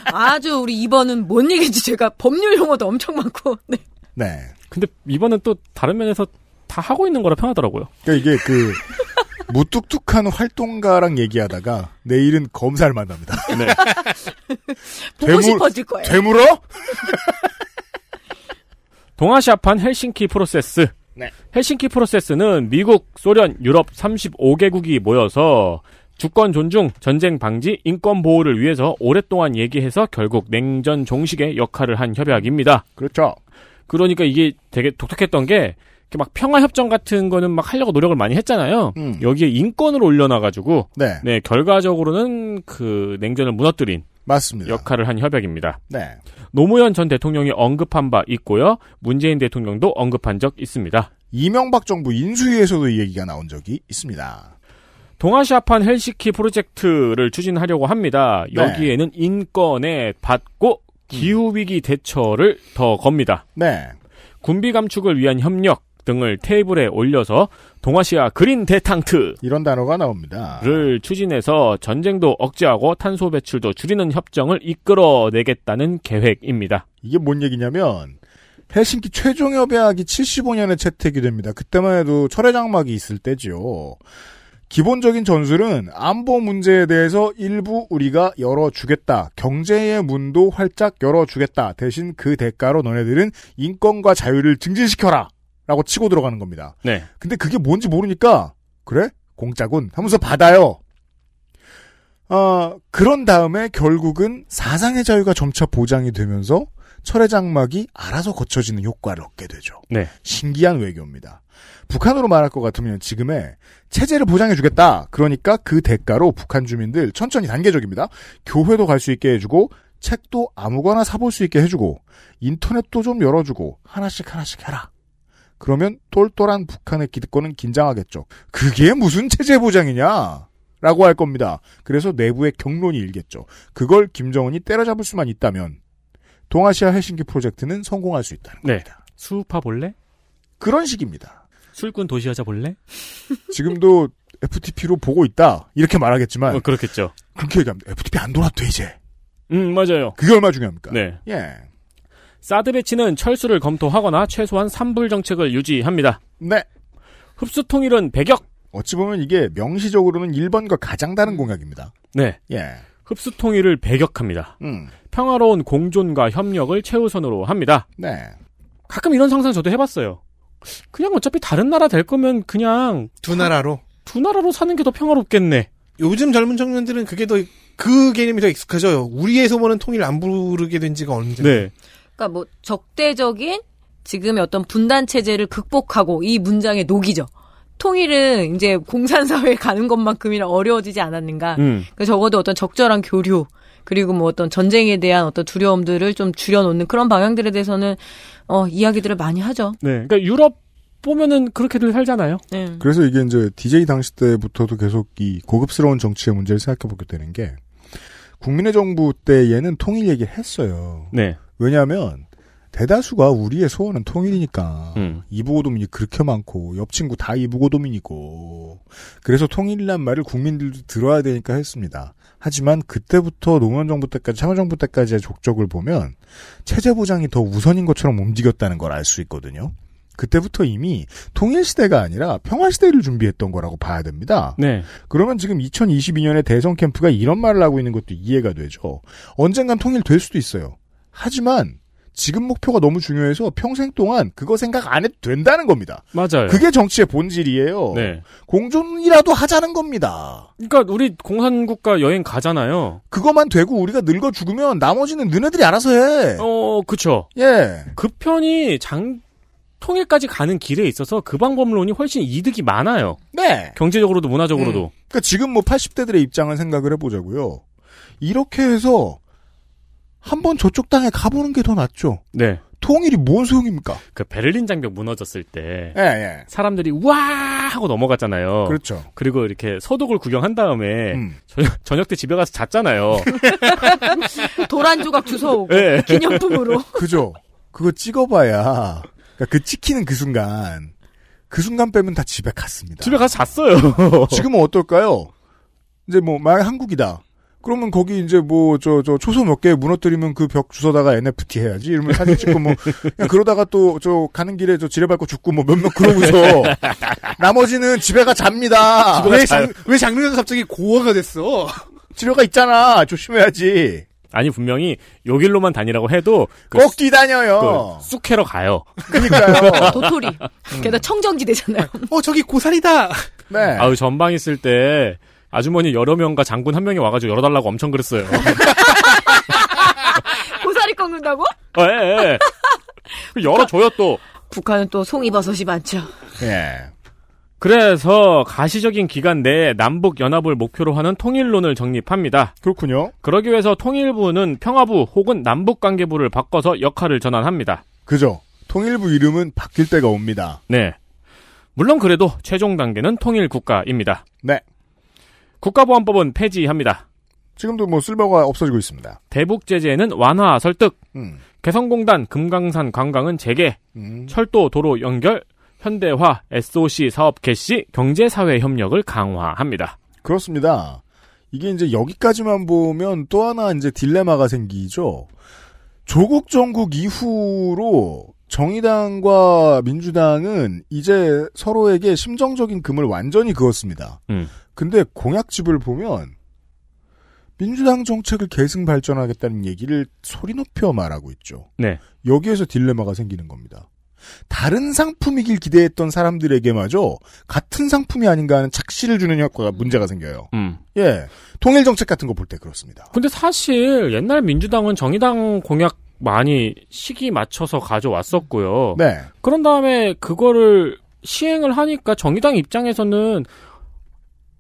[SPEAKER 5] 아주 우리 이번은 뭔 얘기인지 제가 법률 용어도 엄청 많고. 네.
[SPEAKER 3] 네.
[SPEAKER 4] 근데 이번은 또 다른 면에서 다 하고 있는 거라 편하더라고요.
[SPEAKER 3] 그러니까 이게 그 무뚝뚝한 활동가랑 얘기하다가 내일은 검사를 만납니다.
[SPEAKER 4] 네.
[SPEAKER 5] 보고 싶어질 거예요.
[SPEAKER 3] 되물어?
[SPEAKER 4] 동아시아판 헬싱키 프로세스.
[SPEAKER 3] 네.
[SPEAKER 4] 헬싱키 프로세스는 미국, 소련, 유럽 35개국이 모여서 주권 존중, 전쟁 방지, 인권 보호를 위해서 오랫동안 얘기해서 결국 냉전 종식의 역할을 한 협약입니다.
[SPEAKER 3] 그렇죠.
[SPEAKER 4] 그러니까 이게 되게 독특했던 게, 이렇게 막 평화협정 같은 거는 막 하려고 노력을 많이 했잖아요.
[SPEAKER 3] 음.
[SPEAKER 4] 여기에 인권을 올려놔가지고,
[SPEAKER 3] 네.
[SPEAKER 4] 네, 결과적으로는 그 냉전을 무너뜨린
[SPEAKER 3] 맞습니다.
[SPEAKER 4] 역할을 한 협약입니다.
[SPEAKER 3] 네.
[SPEAKER 4] 노무현 전 대통령이 언급한 바 있고요. 문재인 대통령도 언급한 적 있습니다.
[SPEAKER 3] 이명박 정부 인수위에서도 이 얘기가 나온 적이 있습니다.
[SPEAKER 4] 동아시아판 헬시키 프로젝트를 추진하려고 합니다.
[SPEAKER 3] 네.
[SPEAKER 4] 여기에는 인권에 받고 기후위기 대처를 더 겁니다.
[SPEAKER 3] 네.
[SPEAKER 4] 군비 감축을 위한 협력 등을 테이블에 올려서 동아시아 그린 대탕트
[SPEAKER 3] 이런 단어가 나옵니다.
[SPEAKER 4] 를 추진해서 전쟁도 억제하고 탄소 배출도 줄이는 협정을 이끌어내겠다는 계획입니다.
[SPEAKER 3] 이게 뭔 얘기냐면 헬싱키 최종협약이 75년에 채택이 됩니다. 그때만 해도 철회장막이 있을 때지요. 기본적인 전술은 안보 문제에 대해서 일부 우리가 열어주겠다. 경제의 문도 활짝 열어주겠다. 대신 그 대가로 너네들은 인권과 자유를 증진시켜라. 라고 치고 들어가는 겁니다.
[SPEAKER 4] 네.
[SPEAKER 3] 근데 그게 뭔지 모르니까 그래 공짜군 하면서 받아요. 아 그런 다음에 결국은 사상의 자유가 점차 보장이 되면서 철의 장막이 알아서 거쳐지는 효과를 얻게 되죠.
[SPEAKER 4] 네.
[SPEAKER 3] 신기한 외교입니다. 북한으로 말할 것 같으면 지금의 체제를 보장해주겠다. 그러니까 그 대가로 북한 주민들 천천히 단계적입니다. 교회도 갈 수 있게 해주고 책도 아무거나 사볼 수 있게 해주고 인터넷도 좀 열어주고 하나씩 하나씩 해라. 그러면 똘똘한 북한의 기득권은 긴장하겠죠. 그게 무슨 체제 보장이냐? 라고 할 겁니다. 그래서 내부의 경론이 일겠죠. 그걸 김정은이 때려잡을 수만 있다면 동아시아 헬싱키 프로젝트는 성공할 수 있다는
[SPEAKER 4] 네. 수우파 볼래?
[SPEAKER 3] 그런 식입니다.
[SPEAKER 4] 술꾼 도시여자 볼래?
[SPEAKER 3] 지금도 FTP로 보고 있다 이렇게 말하겠지만
[SPEAKER 4] 어, 그렇겠죠.
[SPEAKER 3] 그렇게 얘기합니다. FTP 안 돌아도 돼 이제.
[SPEAKER 4] 음, 맞아요.
[SPEAKER 3] 그게 얼마 나 중요합니까?
[SPEAKER 4] 네.
[SPEAKER 3] 예.
[SPEAKER 4] 사드 배치는 철수를 검토하거나 최소한 산불 정책을 유지합니다.
[SPEAKER 3] 네.
[SPEAKER 4] 흡수 통일은 배격. 음.
[SPEAKER 3] 어찌 보면 이게 명시적으로는 1번과 가장 다른 공약입니다.
[SPEAKER 4] 네. 흡수통일을 배격합니다.
[SPEAKER 3] 음.
[SPEAKER 4] 평화로운 공존과 협력을 최우선으로 합니다.
[SPEAKER 3] 네.
[SPEAKER 4] 음. 가끔 이런 상상 저도 해봤어요. 그냥 어차피 다른 나라 될 거면 그냥
[SPEAKER 6] 두 나라로
[SPEAKER 4] 두 나라로 사는 게 더 평화롭겠네.
[SPEAKER 6] 요즘 젊은 청년들은 그게 더 그 개념이 더 익숙해져요. 우리에서 보는 통일 안 부르게 된 지가 언제?
[SPEAKER 4] 네.
[SPEAKER 5] 그러니까 뭐 적대적인 지금의 어떤 분단 체제를 극복하고 이 문장의 녹이죠. 통일은 이제 공산사회에 가는 것만큼이나 어려워지지
[SPEAKER 3] 아.
[SPEAKER 5] 않았는가.
[SPEAKER 4] 음.
[SPEAKER 5] 그러니까 적어도 어떤 적절한 교류 그리고 뭐 어떤 전쟁에 대한 어떤 두려움들을 좀 줄여놓는 그런 방향들에 대해서는 어 이야기들을 많이 하죠.
[SPEAKER 4] 네. 그러니까 유럽 보면은 그렇게들 살잖아요.
[SPEAKER 5] 네.
[SPEAKER 3] 그래서 이게 이제 DJ 당시 때부터도 계속 이 고급스러운 정치의 문제를 생각해보게 되는 게 국민의 정부 때 얘는 통일 얘기를 했어요.
[SPEAKER 4] 네.
[SPEAKER 3] 왜냐하면 대다수가 우리의 소원은 통일이니까
[SPEAKER 4] 음.
[SPEAKER 3] 이부고도민이 그렇게 많고 옆 친구 다 이부고도민이고 그래서 통일이란 말을 국민들도 들어야 되니까 했습니다. 하지만 그때부터 노무현 정부 때까지 참여정부 때까지의 족적을 보면 체제 보장이 더 우선인 것처럼 움직였다는 걸 알 수 있거든요. 그때부터 이미 통일 시대가 아니라 평화 시대를 준비했던 거라고 봐야 됩니다.
[SPEAKER 4] 네.
[SPEAKER 3] 그러면 지금 2022년에 대선 캠프가 이런 말을 하고 있는 것도 이해가 되죠. 언젠간 통일될 수도 있어요. 하지만 지금 목표가 너무 중요해서 평생 동안 그거 생각 안 해도 된다는 겁니다.
[SPEAKER 4] 맞아요.
[SPEAKER 3] 그게 정치의 본질이에요.
[SPEAKER 4] 네.
[SPEAKER 3] 공존이라도 하자는 겁니다.
[SPEAKER 4] 그러니까 우리 공산국가 여행 가잖아요.
[SPEAKER 3] 그거만 되고 우리가 늙어 죽으면 나머지는 너네들이 알아서 해.
[SPEAKER 4] 어, 그쵸.
[SPEAKER 3] 예.
[SPEAKER 4] 그 편이 장, 통일까지 가는 길에 있어서 그 방법론이 훨씬 이득이 많아요.
[SPEAKER 3] 네.
[SPEAKER 4] 경제적으로도 문화적으로도.
[SPEAKER 3] 그러니까 지금 뭐 80대들의 입장을 생각을 해보자고요. 이렇게 해서 한번 저쪽 땅에 가보는 게 더 낫죠.
[SPEAKER 4] 네.
[SPEAKER 3] 통일이 뭔 소용입니까?
[SPEAKER 4] 그 베를린 장벽 무너졌을 때.
[SPEAKER 3] 예, 예.
[SPEAKER 4] 사람들이 와 하고 넘어갔잖아요. 예.
[SPEAKER 3] 그렇죠.
[SPEAKER 4] 그리고 이렇게 서독을 구경한 다음에
[SPEAKER 3] 음. 그렇죠.
[SPEAKER 4] 저녁, 저녁 때 집에 가서 잤잖아요.
[SPEAKER 5] 도란 조각 주워오고
[SPEAKER 4] 예.
[SPEAKER 5] 기념품으로.
[SPEAKER 3] 그죠. 그거 찍어봐야 그러니까 그 찍히는 그 순간 그 순간 빼면 다 집에 갔습니다.
[SPEAKER 4] 집에 가서 잤어요.
[SPEAKER 3] 지금은 어떨까요? 이제 뭐 만약 한국이다. 그러면 거기 이제 뭐 저 저 초소 몇 개 무너뜨리면 그 벽 주워다가 NFT 해야지 이러면 사진 찍고 뭐 그냥 그러다가 또 저 가는 길에 저 지뢰 밟고 죽고 뭐 몇몇 그러고서 나머지는 집에가 잡니다.
[SPEAKER 6] 왜, 장, 왜 장르가 갑자기 고어가 됐어?
[SPEAKER 3] 지뢰가 있잖아. 조심해야지.
[SPEAKER 4] 아니 분명히 요 길로만 다니라고 해도 그
[SPEAKER 3] 꼭 뛰다녀요.
[SPEAKER 4] 그 쑥해러 가요. 어.
[SPEAKER 3] 그러니까요.
[SPEAKER 5] 도토리.
[SPEAKER 4] 음.
[SPEAKER 5] 게다가 청정지 되잖아요.
[SPEAKER 6] 어 저기 고사리다.
[SPEAKER 3] 네.
[SPEAKER 4] 아유 전방 있을 때 아주머니 여러 명과 장군 한 명이 와가지고 열어달라고 엄청 그랬어요.
[SPEAKER 5] 고사리 꺾는다고?
[SPEAKER 4] 어, 예, 예. 그 열어줘요 또.
[SPEAKER 5] 북한은 또 송이버섯이 많죠.
[SPEAKER 3] 예.
[SPEAKER 4] 그래서 가시적인 기간 내에 남북 연합을 목표로 하는 통일론을 정립합니다.
[SPEAKER 3] 그렇군요.
[SPEAKER 4] 그러기 위해서 통일부는 평화부 혹은 남북관계부를 바꿔서 역할을 전환합니다.
[SPEAKER 3] 그죠. 통일부 이름은 바뀔 때가 옵니다.
[SPEAKER 4] 네. 물론 그래도 최종 단계는 통일 국가입니다.
[SPEAKER 3] 네.
[SPEAKER 4] 국가보안법은 폐지합니다.
[SPEAKER 3] 지금도 뭐 쓸모가 없어지고 있습니다.
[SPEAKER 4] 대북 제재는 완화 설득,
[SPEAKER 3] 음.
[SPEAKER 4] 개성공단 금강산 관광은 재개,
[SPEAKER 3] 음.
[SPEAKER 4] 철도 도로 연결, 현대화, SOC 사업 개시, 경제사회 협력을 강화합니다.
[SPEAKER 3] 그렇습니다. 이게 이제 여기까지만 보면 또 하나 이제 딜레마가 생기죠. 조국 정국 이후로 정의당과 민주당은 이제 서로에게 심정적인 금을 완전히 그었습니다.
[SPEAKER 4] 음.
[SPEAKER 3] 근데 공약집을 보면 민주당 정책을 계승 발전하겠다는 얘기를 소리 높여 말하고 있죠.
[SPEAKER 4] 네.
[SPEAKER 3] 여기에서 딜레마가 생기는 겁니다. 다른 상품이길 기대했던 사람들에게마저 같은 상품이 아닌가 하는 착시를 주는 효과가 문제가 생겨요.
[SPEAKER 4] 음.
[SPEAKER 3] 예. 통일 정책 같은 거 볼 때 그렇습니다.
[SPEAKER 4] 근데 사실 옛날 민주당은 정의당 공약 많이 시기 맞춰서 가져왔었고요.
[SPEAKER 3] 네.
[SPEAKER 4] 그런 다음에 그거를 시행을 하니까 정의당 입장에서는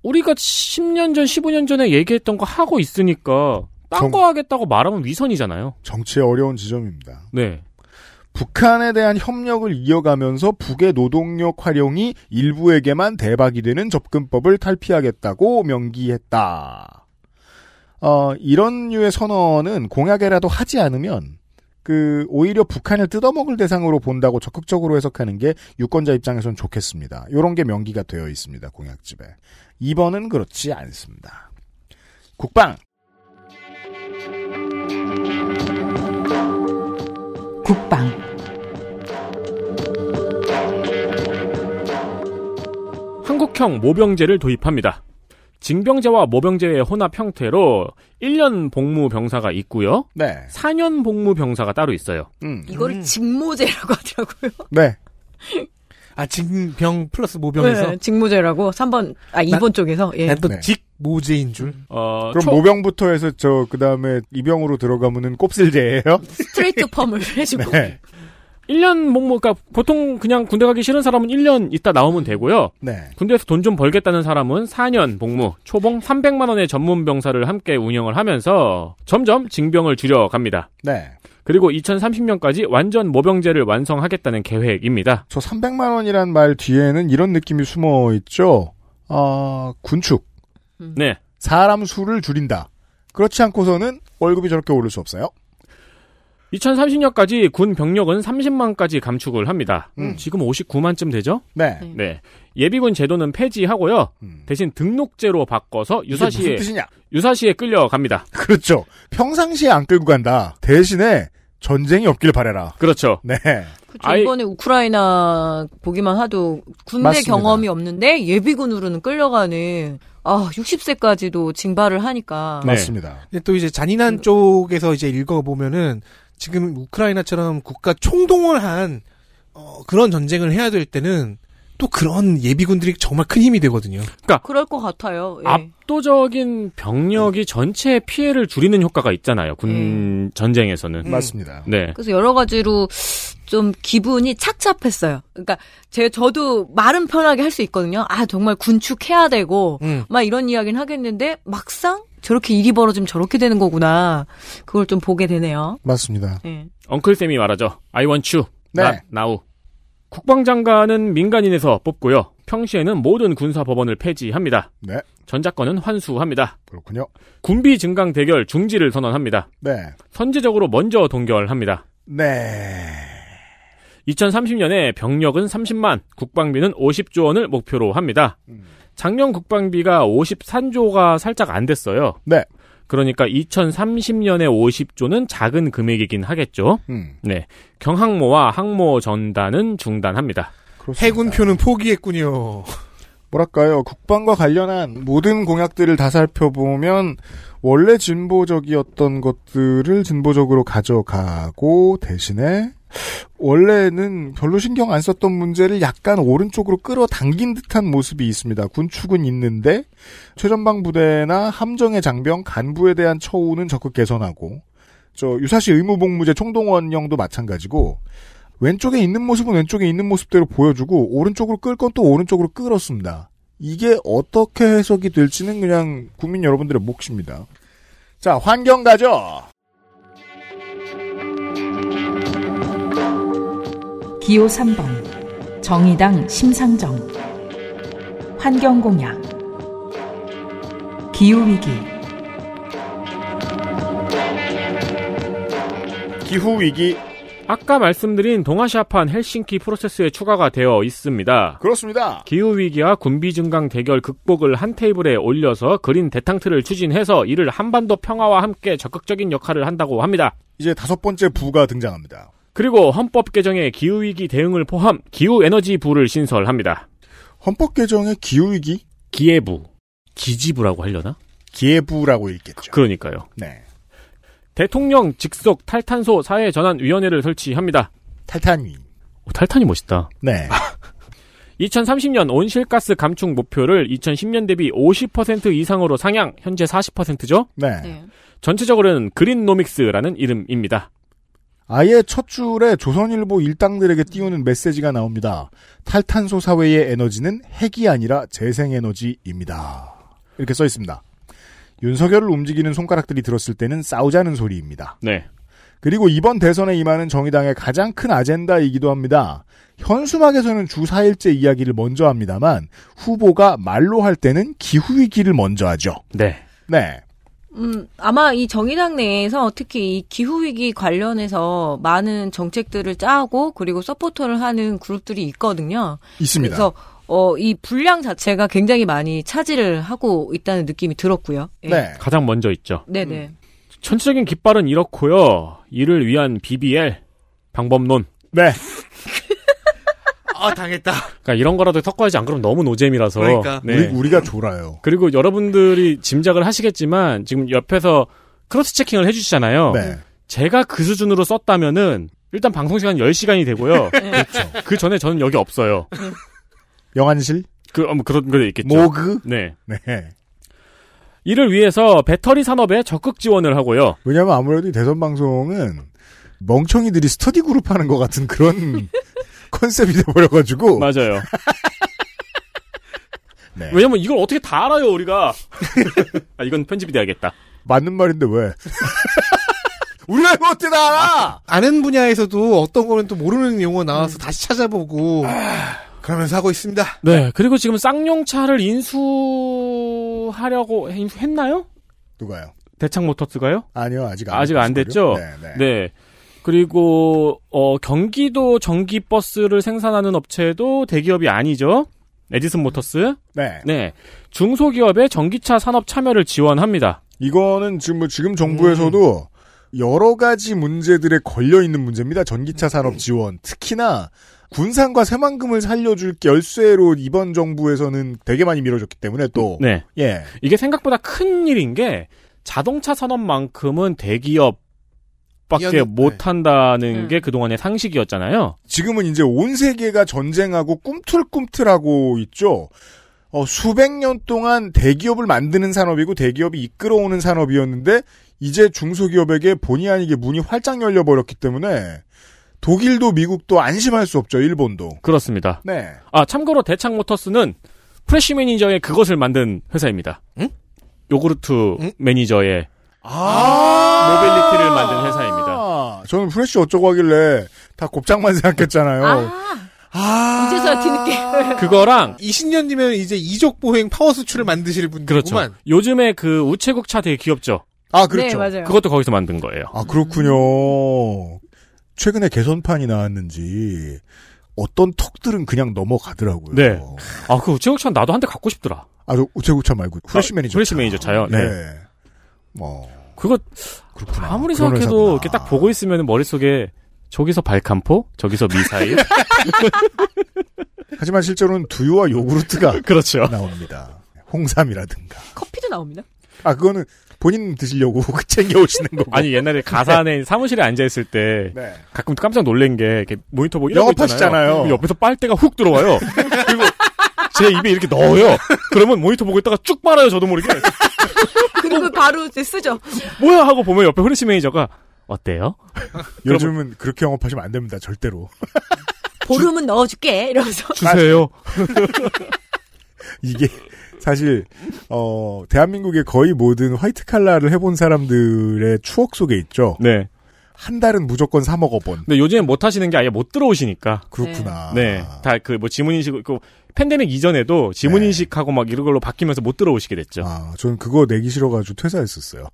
[SPEAKER 4] 우리가 10년 전, 15년 전에 얘기했던 거 하고 있으니까 딴
[SPEAKER 3] 정-
[SPEAKER 4] 거 하겠다고 말하면 위선이잖아요.
[SPEAKER 3] 정치의 어려운 지점입니다.
[SPEAKER 4] 네.
[SPEAKER 3] 북한에 대한 협력을 이어가면서 북의 노동력 활용이 일부에게만 대박이 되는 접근법을 탈피하겠다고 명기했다. 어, 이런 류의 선언은 공약에라도 하지 않으면 그 오히려 북한을 뜯어먹을 대상으로 본다고 적극적으로 해석하는 게 유권자 입장에선 좋겠습니다. 이런 게 명기가 되어 있습니다. 공약집에. 이번은 그렇지 않습니다. 국방
[SPEAKER 13] 국방
[SPEAKER 4] 한국형 모병제를 도입합니다. 징병제와 모병제의 혼합 형태로 1년 복무 병사가 있고요.
[SPEAKER 3] 네.
[SPEAKER 4] 4년 복무 병사가 따로 있어요.
[SPEAKER 3] 음.
[SPEAKER 5] 이거를 직모제라고 하더라고요.
[SPEAKER 3] 네.
[SPEAKER 6] 아, 징병 플러스 모병에서?
[SPEAKER 5] 네, 직모제라고 3번 아
[SPEAKER 3] 네.
[SPEAKER 5] 2번 쪽에서 예.
[SPEAKER 6] 난또 직모제인 줄.
[SPEAKER 4] 어,
[SPEAKER 3] 그럼 모병부터 해서 저 그다음에 이병으로 들어가면은 꼽슬제예요?
[SPEAKER 5] 스트레이트 펌을 해주고
[SPEAKER 3] 네.
[SPEAKER 4] 1년 복무, 그러니까 보통 그냥 군대 가기 싫은 사람은 1년 있다 나오면 되고요.
[SPEAKER 3] 네.
[SPEAKER 4] 군대에서 돈 좀 벌겠다는 사람은 4년 복무, 초봉 300만 원의 전문 병사를 함께 운영을 하면서 점점 징병을 줄여갑니다.
[SPEAKER 3] 네.
[SPEAKER 4] 그리고 2030년까지 완전 모병제를 완성하겠다는 계획입니다.
[SPEAKER 3] 저 300만 원이란 말 뒤에는 이런 느낌이 숨어 있죠. 아, 군축.
[SPEAKER 4] 네.
[SPEAKER 3] 사람 수를 줄인다. 그렇지 않고서는 월급이 저렇게 오를 수 없어요.
[SPEAKER 4] 2030년까지 군 병력은 30만까지 감축을 합니다.
[SPEAKER 3] 음.
[SPEAKER 4] 지금 59만쯤 되죠?
[SPEAKER 3] 네.
[SPEAKER 4] 네. 예비군 제도는 폐지하고요. 대신 등록제로 바꿔서 유사시에
[SPEAKER 3] 무슨 음. 뜻이냐?
[SPEAKER 4] 유사시에 끌려갑니다.
[SPEAKER 3] 그렇죠. 평상시에 안 끌고 간다. 대신에 전쟁이 없길 바라라.
[SPEAKER 4] 그렇죠.
[SPEAKER 3] 네.
[SPEAKER 5] 저 이번에 우크라이나 보기만 하도 군대
[SPEAKER 3] 맞습니다.
[SPEAKER 5] 경험이 없는데 예비군으로는 끌려가는 아 60세까지도 징발을
[SPEAKER 3] 음.
[SPEAKER 5] 하니까
[SPEAKER 3] 맞습니다.
[SPEAKER 6] 근데 또 이제 잔인한 쪽에서 이제 읽어보면은 지금 우크라이나처럼 국가 총동원을 한 어, 그런 전쟁을 해야 될 때는 또 그런 예비군들이 정말 큰 힘이 되거든요.
[SPEAKER 4] 그러니까
[SPEAKER 5] 그럴 것 같아요. 예.
[SPEAKER 4] 압도적인 병력이 전체 피해를 줄이는 효과가 있잖아요. 군 전쟁에서는.
[SPEAKER 3] 음. 맞습니다.
[SPEAKER 4] 네.
[SPEAKER 5] 그래서 여러 가지로 좀 기분이 착잡했어요. 그러니까 제 저도 말은 편하게 할 수 있거든요. 아 정말 군축해야 되고
[SPEAKER 6] 음.
[SPEAKER 5] 막 이런 이야기는 하겠는데 막상 저렇게 일이 벌어지면 저렇게 되는 거구나. 그걸 좀 보게 되네요.
[SPEAKER 3] 맞습니다.
[SPEAKER 5] 예.
[SPEAKER 4] 엉클쌤이 말하죠. I want you.
[SPEAKER 3] 네.
[SPEAKER 4] not now. 국방장관은 민간인에서 뽑고요. 평시에는 모든 군사법원을 폐지합니다.
[SPEAKER 3] 네.
[SPEAKER 4] 전작권은 환수합니다.
[SPEAKER 3] 그렇군요.
[SPEAKER 4] 군비 증강 대결 중지를 선언합니다.
[SPEAKER 3] 네.
[SPEAKER 4] 선제적으로 먼저 동결합니다.
[SPEAKER 3] 네.
[SPEAKER 4] 2030년에 병력은 30만, 국방비는 50조 원을 목표로 합니다. 작년 국방비가 53조가 살짝 안 됐어요.
[SPEAKER 3] 네.
[SPEAKER 4] 그러니까 2030년에 50조는 작은 금액이긴 하겠죠.
[SPEAKER 3] 음.
[SPEAKER 4] 네. 경항모와 항모 전단은 중단합니다.
[SPEAKER 6] 해군표는 포기했군요.
[SPEAKER 3] 뭐랄까요 국방과 관련한 모든 공약들을 다 살펴보면 원래 진보적이었던 것들을 진보적으로 가져가고 대신에 원래는 별로 신경 안 썼던 문제를 약간 오른쪽으로 끌어당긴 듯한 모습이 있습니다. 군축은 있는데 최전방 부대나 함정의 장병 간부에 대한 처우는 적극 개선하고 저 유사시 의무복무제 총동원령도 마찬가지고 왼쪽에 있는 모습은 왼쪽에 있는 모습대로 보여주고 오른쪽으로 끌 건 또 오른쪽으로 끌었습니다. 이게 어떻게 해석이 될지는 그냥 국민 여러분들의 몫입니다. 자, 환경 가죠.
[SPEAKER 13] 기호 3번 정의당 심상정 환경공약 기후위기
[SPEAKER 3] 기후 위기
[SPEAKER 4] 아까 말씀드린 동아시아판 헬싱키 프로세스에 추가가 되어 있습니다.
[SPEAKER 3] 그렇습니다.
[SPEAKER 4] 기후 위기와 군비 증강 대결 극복을 한 테이블에 올려서 그린 대탕트를 추진해서 이를 한반도 평화와 함께 적극적인 역할을 한다고 합니다.
[SPEAKER 3] 이제 다섯 번째 부가 등장합니다.
[SPEAKER 4] 그리고 헌법 개정에 기후 위기 대응을 포함 기후 에너지 부를 신설합니다.
[SPEAKER 3] 헌법 개정에 기후 위기
[SPEAKER 4] 기예부 기지부라고 하려나?
[SPEAKER 3] 기예부라고 읽겠죠.
[SPEAKER 4] 그러니까요.
[SPEAKER 3] 네.
[SPEAKER 4] 대통령 직속 탈탄소 사회 전환 위원회를 설치합니다.
[SPEAKER 3] 탈탄위.
[SPEAKER 4] 오, 탈탄이 멋있다.
[SPEAKER 3] 네.
[SPEAKER 4] 2030년 온실가스 감축 목표를 2010년 대비 50% 이상으로 상향, 현재 40%죠?
[SPEAKER 3] 네.
[SPEAKER 4] 전체적으로는 그린노믹스라는 이름입니다.
[SPEAKER 3] 아예 첫 줄에 조선일보 일당들에게 띄우는 메시지가 나옵니다. 탈탄소 사회의 에너지는 핵이 아니라 재생에너지입니다. 이렇게 써 있습니다. 윤석열을 움직이는 손가락들이 들었을 때는 싸우자는 소리입니다.
[SPEAKER 4] 네.
[SPEAKER 3] 그리고 이번 대선에 임하는 정의당의 가장 큰 아젠다이기도 합니다. 현수막에서는 주 4일째 이야기를 먼저 합니다만 후보가 말로 할 때는 기후위기를 먼저 하죠.
[SPEAKER 4] 네.
[SPEAKER 3] 네.
[SPEAKER 5] 음, 아마 이 정의당 내에서 특히 이 기후위기 관련해서 많은 정책들을 짜고 그리고 서포터를 하는 그룹들이 있거든요.
[SPEAKER 3] 있습니다.
[SPEAKER 5] 그래서 어, 이 분량 자체가 굉장히 많이 차지를 하고 있다는 느낌이 들었고요. 예.
[SPEAKER 3] 네.
[SPEAKER 4] 가장 먼저 있죠.
[SPEAKER 5] 네네.
[SPEAKER 4] 전체적인 깃발은 네. 이렇고요. 이를 위한 BBL 방법론.
[SPEAKER 3] 네.
[SPEAKER 6] 아 당했다.
[SPEAKER 4] 그러니까 이런 거라도 섞어야지 안 그러면 너무 노잼이라서. 네.
[SPEAKER 6] 그러니까.
[SPEAKER 3] 우리, 우리가 졸아요.
[SPEAKER 4] 그리고 여러분들이 짐작을 하시겠지만 지금 옆에서 크로스 체킹을 해주시잖아요.
[SPEAKER 3] 네.
[SPEAKER 4] 제가 그 수준으로 썼다면은 일단 방송 시간 10시간이 되고요.
[SPEAKER 6] 네.
[SPEAKER 4] 그렇죠. 그 전에 저는 여기 없어요.
[SPEAKER 3] 영안실?
[SPEAKER 4] 그, 어, 뭐 그런 게 있겠죠.
[SPEAKER 3] 모그?
[SPEAKER 4] 네.
[SPEAKER 3] 네.
[SPEAKER 4] 이를 위해서 배터리 산업에 적극 지원을 하고요.
[SPEAKER 3] 왜냐면 아무래도 이 대선 방송은 멍청이들이 스터디 그룹 하는 것 같은 그런 컨셉이 돼버려가지고.
[SPEAKER 4] 맞아요.
[SPEAKER 3] 네.
[SPEAKER 4] 왜냐면 이걸 어떻게 다 알아요, 우리가. 아, 이건 편집이 돼야겠다.
[SPEAKER 3] 맞는 말인데 왜? 우리가 이거 어떻게 다 알아?
[SPEAKER 6] 아는 분야에서도 어떤 거는 또 모르는 용어 나와서 다시 찾아보고 그러면서 하고 있습니다.
[SPEAKER 4] 네, 그리고 지금 쌍용차를 인수하려고 인수 했나요?
[SPEAKER 3] 누가요?
[SPEAKER 4] 대창 모터스가요?
[SPEAKER 3] 아니요, 아직 안
[SPEAKER 4] 아직 안 됐죠?
[SPEAKER 3] 됐을걸요? 네,
[SPEAKER 4] 그리고 어, 경기도 전기 버스를 생산하는 업체도 대기업이 아니죠. 에디슨 모터스.
[SPEAKER 3] 네.
[SPEAKER 4] 네. 중소기업의 전기차 산업 참여를 지원합니다.
[SPEAKER 3] 이거는 지금 뭐 지금 정부에서도 여러 가지 문제들에 걸려 있는 문제입니다. 전기차 산업 지원, 특히나 군산과 새만금을 살려줄 게 열쇠로 이번 정부에서는 되게 많이 밀어줬기 때문에 또
[SPEAKER 4] 네.
[SPEAKER 3] 예,
[SPEAKER 4] 이게 생각보다 큰 일인 게 자동차 산업만큼은 대기업밖에
[SPEAKER 3] 이연- 네.
[SPEAKER 4] 못 한다는 게 그동안의 상식이었잖아요.
[SPEAKER 3] 지금은 이제 온 세계가 전쟁하고 꿈틀꿈틀하고 있죠. 어, 수백 년 동안 대기업을 만드는 산업이고 대기업이 이끌어오는 산업이었는데 이제 중소기업에게 본의 아니게 문이 활짝 열려버렸기 때문에 독일도 미국도 안심할 수 없죠. 일본도.
[SPEAKER 4] 그렇습니다.
[SPEAKER 3] 네.
[SPEAKER 4] 아, 참고로 대창 모터스는 프레시 매니저의 그것을 만든 회사입니다.
[SPEAKER 6] 응?
[SPEAKER 4] 요구르트 매니저의
[SPEAKER 6] 아.
[SPEAKER 4] 모빌리티를 만든 회사입니다.
[SPEAKER 3] 아, 저는 프레쉬 어쩌고 하길래 다 곱창만 생각했잖아요.
[SPEAKER 5] 어. 이제서야 뒤늦게. 네,
[SPEAKER 4] 그거랑
[SPEAKER 6] 20년이면 이제 이족 보행 파워 수출을 만드실
[SPEAKER 4] 그렇죠.
[SPEAKER 6] 분들이구만.
[SPEAKER 4] 요즘에 그 우체국 차 되게 귀엽죠.
[SPEAKER 3] 아,
[SPEAKER 5] 그렇죠. 네, 맞아요.
[SPEAKER 4] 그것도 거기서 만든 거예요.
[SPEAKER 3] 아, 그렇군요. 최근에 개선판이 나왔는지 어떤 턱들은 그냥 넘어가더라고요.
[SPEAKER 4] 네. 아, 그 우체국 차 나도 한 대 갖고 싶더라.
[SPEAKER 3] 아, 저 우체국차 말고 프레쉬 매니저.
[SPEAKER 4] 프레시 매니저 차요. 네.
[SPEAKER 3] 뭐
[SPEAKER 4] 그거 아무리
[SPEAKER 3] 그런
[SPEAKER 4] 생각해도 이렇게 딱 보고 있으면 머릿속에 저기서 발칸포, 저기서 미사일.
[SPEAKER 3] 하지만 실제로는 두유와 요구르트가
[SPEAKER 4] 그렇죠.
[SPEAKER 3] 나옵니다. 홍삼이라든가.
[SPEAKER 5] 커피도 나옵니다.
[SPEAKER 3] 아, 그거는 본인 드시려고 챙겨오시는 거고.
[SPEAKER 4] 아니 옛날에 가산에 사무실에 앉아 있을 때
[SPEAKER 3] 네.
[SPEAKER 4] 가끔 깜짝 놀란 게 이렇게 모니터 보고 이런 거
[SPEAKER 3] 영업하시잖아요.
[SPEAKER 4] 있잖아요. 옆에서 빨대가 훅 들어와요. 그리고 제 입에 이렇게 넣어요. 그러면 모니터 보고 있다가 쭉 빨아요. 저도 모르게.
[SPEAKER 5] 아, 그리고 바로 이제 쓰죠.
[SPEAKER 4] 뭐야 하고 보면 옆에 흐르시 매니저가 어때요?
[SPEAKER 3] 요즘은 그렇게 영업하시면 안 됩니다. 절대로.
[SPEAKER 5] 보름은 넣어줄게. 이러면서.
[SPEAKER 4] 주세요.
[SPEAKER 3] 이게 사실 어 대한민국의 거의 모든 화이트 칼라를 해본 사람들의 추억 속에 있죠.
[SPEAKER 4] 네.
[SPEAKER 3] 한 달은 무조건 사 먹어본.
[SPEAKER 4] 근데 요즘엔 못 하시는 게 아예 못 들어오시니까.
[SPEAKER 3] 그렇구나.
[SPEAKER 4] 네. 다 그 뭐 지문인식, 그 팬데믹 이전에도 지문인식하고 막 이런 걸로 바뀌면서 못 들어오시게 됐죠.
[SPEAKER 3] 네. 아, 저는 그거 내기 싫어가지고 퇴사했었어요.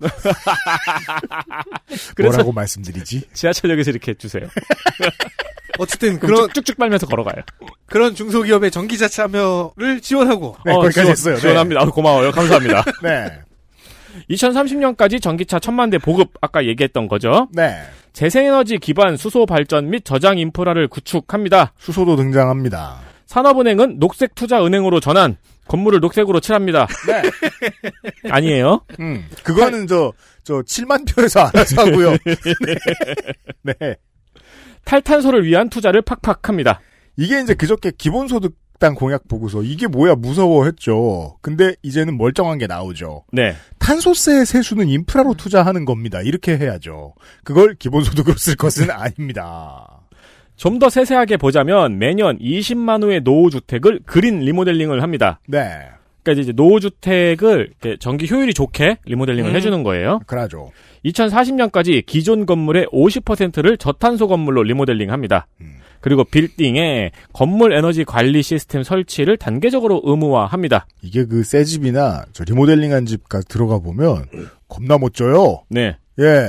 [SPEAKER 4] 그래서-
[SPEAKER 3] 뭐라고 말씀드리지?
[SPEAKER 4] 지하철역에서 이렇게 해주세요.
[SPEAKER 6] 어쨌든
[SPEAKER 4] 그럼
[SPEAKER 6] 그런
[SPEAKER 4] 쭉쭉 빨면서 걸어가요.
[SPEAKER 6] 그런 중소기업의 전기차 참여를 지원하고
[SPEAKER 3] 네, 거기까지 했어요. 네.
[SPEAKER 4] 지원합니다. 아우, 고마워요. 감사합니다.
[SPEAKER 3] 네.
[SPEAKER 4] 2030년까지 전기차 천만 대 보급 아까 얘기했던 거죠.
[SPEAKER 3] 네.
[SPEAKER 4] 재생에너지 기반 수소 발전 및 저장 인프라를 구축합니다.
[SPEAKER 3] 수소도 등장합니다.
[SPEAKER 4] 산업은행은 녹색 투자 은행으로 전환. 건물을 녹색으로 칠합니다.
[SPEAKER 3] 네.
[SPEAKER 4] 아니에요.
[SPEAKER 3] 음. 그거는 저, 저 7만 표에서 알아서 하고요. 네. 네.
[SPEAKER 4] 탈탄소를 위한 투자를 팍팍 합니다.
[SPEAKER 3] 이게 이제 그저께 기본소득당 공약 보고서 이게 뭐야 무서워했죠. 근데 이제는 멀쩡한 게 나오죠.
[SPEAKER 4] 네.
[SPEAKER 3] 탄소세 세수는 인프라로 투자하는 겁니다. 이렇게 해야죠. 그걸 기본소득으로 쓸 것은 아닙니다.
[SPEAKER 4] 좀 더 세세하게 보자면 매년 20만 호의 노후 주택을 그린 리모델링을 합니다.
[SPEAKER 3] 네.
[SPEAKER 4] 그러니까 이제 노후 주택을 이렇게 전기 효율이 좋게 리모델링을
[SPEAKER 3] 음.
[SPEAKER 4] 해주는 거예요.
[SPEAKER 3] 그러죠.
[SPEAKER 4] 2040년까지 기존 건물의 50%를 저탄소 건물로 리모델링 합니다. 그리고 빌딩에 건물 에너지 관리 시스템 설치를 단계적으로 의무화합니다.
[SPEAKER 3] 이게 그 새 집이나 저 리모델링한 집가 들어가 보면 겁나 멋져요.
[SPEAKER 4] 네.
[SPEAKER 3] 예.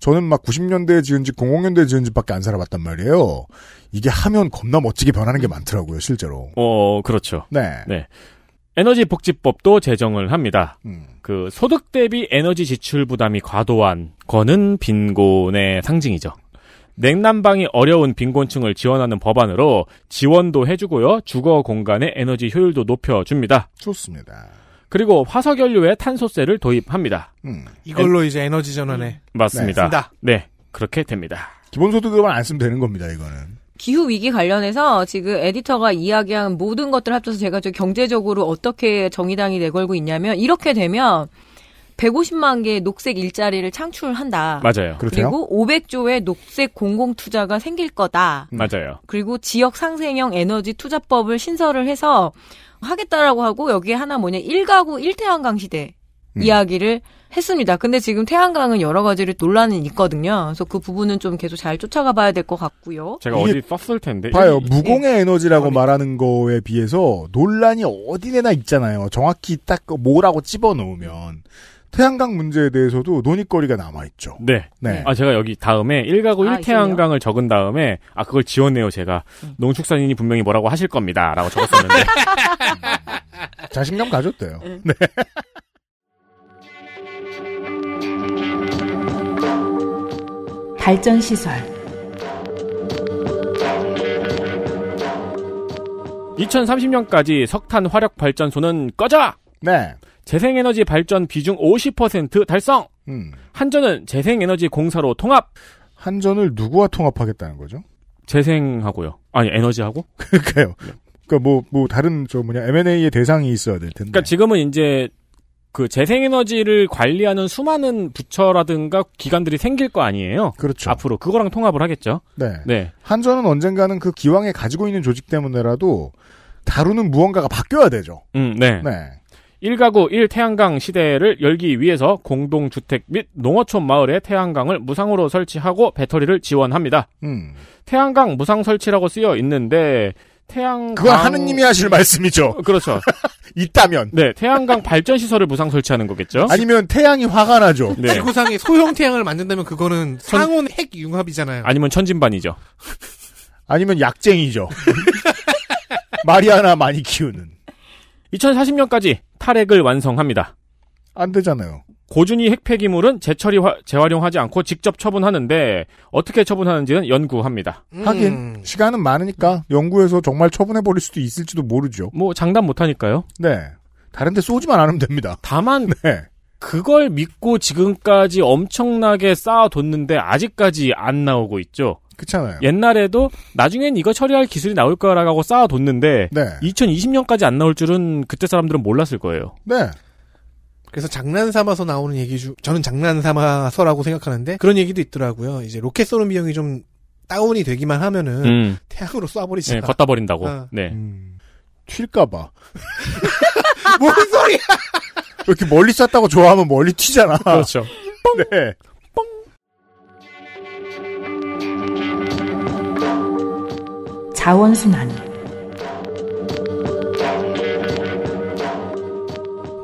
[SPEAKER 3] 저는 막 90년대에 지은 집, 00년대에 지은 집밖에 안 살아봤단 말이에요. 이게 하면 겁나 멋지게 변하는 게 많더라고요, 실제로.
[SPEAKER 4] 어, 그렇죠.
[SPEAKER 3] 네.
[SPEAKER 4] 네. 에너지 복지법도 제정을 합니다.
[SPEAKER 3] 음.
[SPEAKER 4] 그 소득 대비 에너지 지출 부담이 과도한 거는 빈곤의 상징이죠. 냉난방이 어려운 빈곤층을 지원하는 법안으로 지원도 해주고요. 주거 공간의 에너지 효율도 높여줍니다.
[SPEAKER 3] 좋습니다.
[SPEAKER 4] 그리고 화석연료에 탄소세를 도입합니다.
[SPEAKER 3] 음.
[SPEAKER 6] 이걸로 이제 에너지 전환에
[SPEAKER 4] 맞습니다.
[SPEAKER 6] 씁니다.
[SPEAKER 4] 네, 그렇게 됩니다.
[SPEAKER 3] 기본소득으로만 안 쓰면 되는 겁니다, 이거는.
[SPEAKER 5] 기후 위기 관련해서 지금 에디터가 이야기한 모든 것들 합쳐서 제가 좀 경제적으로 어떻게 정의당이 내걸고 있냐면 이렇게 되면 150만 개의 녹색 일자리를 창출한다.
[SPEAKER 4] 맞아요.
[SPEAKER 3] 그렇죠?
[SPEAKER 5] 그리고 500조의 녹색 공공 투자가 생길 거다.
[SPEAKER 4] 음. 맞아요.
[SPEAKER 5] 그리고 지역 상생형 에너지 투자법을 신설을 해서 하겠다라고 하고 여기에 하나 뭐냐 1가구 1태양강 시대 이야기를 했습니다. 근데 지금 태양강은 여러 가지를 논란이 있거든요. 그래서 그 부분은 좀 계속 잘 쫓아가 봐야 될 것 같고요.
[SPEAKER 4] 제가
[SPEAKER 3] 이게
[SPEAKER 4] 어디 썼을 텐데.
[SPEAKER 3] 봐요.
[SPEAKER 4] 이-
[SPEAKER 3] 무공의 에너지라고 말하는 거에 비해서 논란이 어디에나 있잖아요. 정확히 딱그 뭐라고 집어넣으면. 태양강 문제에 대해서도 논의거리가 남아있죠.
[SPEAKER 4] 네.
[SPEAKER 3] 네.
[SPEAKER 4] 아, 제가 여기 다음에 1가구
[SPEAKER 5] 아,
[SPEAKER 4] 1태양강을 적은 다음에, 아, 그걸 지원해요, 제가. 농축산인이 분명히 뭐라고 하실 겁니다. 라고 적었었는데.
[SPEAKER 3] 자신감 가졌대요.
[SPEAKER 5] 예.
[SPEAKER 3] 네.
[SPEAKER 13] 발전 시설
[SPEAKER 4] 2030년까지 석탄 화력 발전소는 꺼져!
[SPEAKER 3] 네.
[SPEAKER 4] 재생에너지 발전 비중 50% 달성! 한전은 재생에너지 공사로 통합!
[SPEAKER 3] 음. 한전을 누구와 통합하겠다는 거죠?
[SPEAKER 4] 재생하고요. 아니, 에너지하고?
[SPEAKER 3] 그러니까요.
[SPEAKER 4] 네.
[SPEAKER 3] 그러니까 뭐, 뭐 다른 저 뭐냐 M&A의 대상이 있어야 될 텐데.
[SPEAKER 4] 그러니까 지금은 이제 그 재생에너지를 관리하는 수많은 부처라든가 기관들이 생길 거 아니에요?
[SPEAKER 3] 그렇죠.
[SPEAKER 4] 앞으로 그거랑 통합을 하겠죠.
[SPEAKER 3] 네.
[SPEAKER 4] 네.
[SPEAKER 3] 한전은 언젠가는 그 기왕에 가지고 있는 조직 때문에라도 다루는 무언가가 바뀌어야 되죠.
[SPEAKER 4] 음, 네. 1가구 1태양강 시대를 열기 위해서 공동주택 및 농어촌 마을에 태양강을 무상으로 설치하고 배터리를 지원합니다.
[SPEAKER 3] 음.
[SPEAKER 4] 태양강 무상 설치라고 쓰여 있는데 태양
[SPEAKER 3] 그건 하느님이 하실
[SPEAKER 4] 네.
[SPEAKER 3] 말씀이죠.
[SPEAKER 4] 그렇죠.
[SPEAKER 3] 있다면.
[SPEAKER 4] 네, 태양강 발전 시설을 무상 설치하는 거겠죠?
[SPEAKER 3] 아니면 태양이 화가 나죠.
[SPEAKER 4] 네.
[SPEAKER 6] 지구상에 소형 태양을 만든다면 그거는 상온 핵 융합이잖아요.
[SPEAKER 4] 아니면 천진반이죠.
[SPEAKER 3] 아니면 약쟁이죠. 마리아나 많이 키우는.
[SPEAKER 4] 2040년까지 탈핵을 완성합니다.
[SPEAKER 3] 안 되잖아요.
[SPEAKER 4] 고준위 핵 폐기물은 재처리 화- 재활용하지 않고 직접 처분하는데 어떻게 처분하는지는 연구합니다.
[SPEAKER 6] 음.
[SPEAKER 3] 하긴 시간은 많으니까 연구해서 정말 처분해 버릴 수도 있을지도 모르죠.
[SPEAKER 4] 뭐 장담 못 하니까요.
[SPEAKER 3] 네. 다른데 쏘지만 않으면 됩니다.
[SPEAKER 4] 다만
[SPEAKER 3] 네.
[SPEAKER 4] 그걸 믿고 지금까지 엄청나게 쌓아뒀는데 아직까지 안 나오고 있죠.
[SPEAKER 3] 그렇잖아요.
[SPEAKER 4] 옛날에도 나중엔 이거 처리할 기술이 나올 거라고 쌓아뒀는데
[SPEAKER 3] 네.
[SPEAKER 4] 2020년까지 안 나올 줄은 그때 사람들은 몰랐을 거예요.
[SPEAKER 3] 네.
[SPEAKER 6] 그래서 장난 삼아서 나오는 얘기 중, 저는 장난 삼아서라고 생각하는데, 그런 얘기도 있더라고요. 이제 로켓 쏘는 비용이 좀 다운이 되기만 하면은,
[SPEAKER 4] 음.
[SPEAKER 6] 태양으로 쏴버리지.
[SPEAKER 4] 네, 걷다 버린다고.
[SPEAKER 6] 아.
[SPEAKER 4] 네.
[SPEAKER 3] 음. 튈까봐.
[SPEAKER 6] 뭔 소리야!
[SPEAKER 3] 이렇게 멀리 쐈다고 좋아하면 멀리 튀잖아.
[SPEAKER 4] 그렇죠.
[SPEAKER 3] 네.
[SPEAKER 13] 자원순환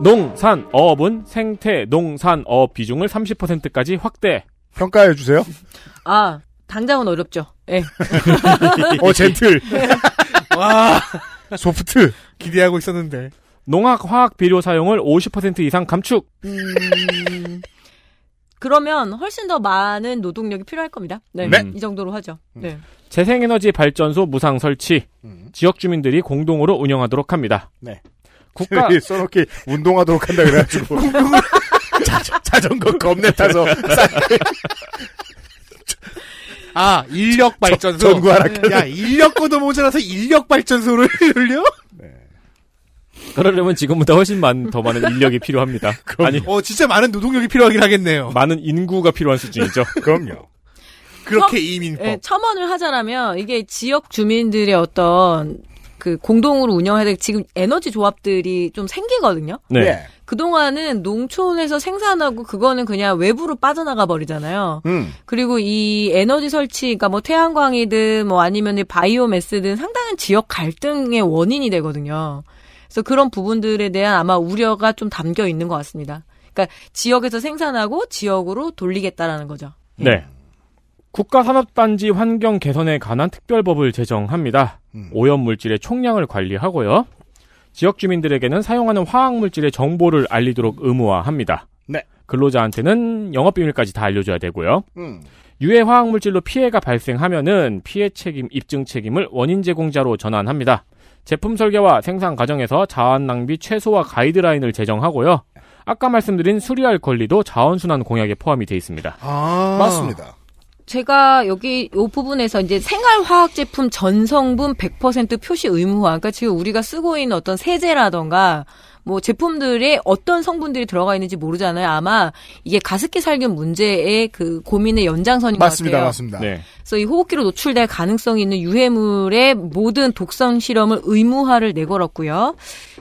[SPEAKER 4] 농산업은 생태 농산업 비중을 30%까지 확대.
[SPEAKER 3] 평가해 주세요.
[SPEAKER 5] 아 당장은 어렵죠. 예.
[SPEAKER 3] 어, 젠틀.
[SPEAKER 6] 와.
[SPEAKER 3] 소프트.
[SPEAKER 6] 기대하고 있었는데.
[SPEAKER 4] 농학 화학 비료 사용을 50% 이상 감축.
[SPEAKER 5] 음, 그러면 훨씬 더 많은 노동력이 필요할 겁니다. 네,
[SPEAKER 4] 네.
[SPEAKER 5] 이 정도로 하죠. 네.
[SPEAKER 4] 재생에너지 발전소 무상 설치. 지역 주민들이 공동으로 운영하도록 합니다.
[SPEAKER 3] 음. 네.
[SPEAKER 4] 국가
[SPEAKER 3] 써놓기 운동하도록 한다 그래가지고. 자, 전거 겁내 타서.
[SPEAKER 6] 아, 인력 발전소. 음.
[SPEAKER 3] 전구하라.
[SPEAKER 6] 야, 인력고도 모자라서 인력 발전소를 올려?
[SPEAKER 4] 그러려면 지금보다 훨씬 많, 더 많은 인력이 필요합니다. 아니,
[SPEAKER 6] 어, 진짜 많은 노동력이 필요하긴 하겠네요.
[SPEAKER 4] 많은 인구가 필요한 수준이죠.
[SPEAKER 3] 그럼요.
[SPEAKER 6] 그렇게
[SPEAKER 5] 처-
[SPEAKER 6] 이민법.
[SPEAKER 5] 예, 첨언을 하자라면 이게 지역 주민들의 어떤 그 공동으로 운영해야 될 지금 에너지 조합들이 좀 생기거든요.
[SPEAKER 3] 예.
[SPEAKER 4] 네.
[SPEAKER 5] 그동안은 농촌에서 생산하고 그거는 그냥 외부로 빠져나가 버리잖아요.
[SPEAKER 3] 음.
[SPEAKER 5] 그리고 이 에너지 설치, 그러니까 뭐 태양광이든 뭐 아니면 이 바이오매스든 상당한 지역 갈등의 원인이 되거든요. 그래서 그런 부분들에 대한 아마 우려가 좀 담겨 있는 것 같습니다. 그러니까 지역에서 생산하고 지역으로 돌리겠다라는 거죠.
[SPEAKER 4] 네. 국가산업단지 환경 개선에 관한 특별법을 제정합니다. 오염물질의 총량을 관리하고요. 지역 주민들에게는 사용하는 화학물질의 정보를 알리도록 의무화합니다.
[SPEAKER 3] 네.
[SPEAKER 4] 근로자한테는 영업비밀까지 다 알려줘야 되고요. 유해 화학 물질로 피해가 발생하면은 피해 책임 입증 책임을 원인 제공자로 전환합니다. 제품 설계와 생산 과정에서 자원 낭비 최소화 가이드라인을 제정하고요. 아까 말씀드린 수리할 권리도 자원순환 공약에 포함이 돼 있습니다.
[SPEAKER 6] 아.
[SPEAKER 3] 맞습니다.
[SPEAKER 5] 제가 여기 요 부분에서 이제 생활화학 제품 전성분 100% 표시 의무화. 그러니까 지금 우리가 쓰고 있는 어떤 세제라던가 뭐 제품들에 어떤 성분들이 들어가 있는지 모르잖아요. 아마 이게 가습기 살균 문제의 그 고민의 연장선인
[SPEAKER 3] 맞습니다,
[SPEAKER 5] 것 같아요.
[SPEAKER 3] 맞습니다. 네.
[SPEAKER 5] 그래서 이 호흡기로 노출될 가능성이 있는 유해물의 모든 독성 실험을 의무화를 내걸었고요.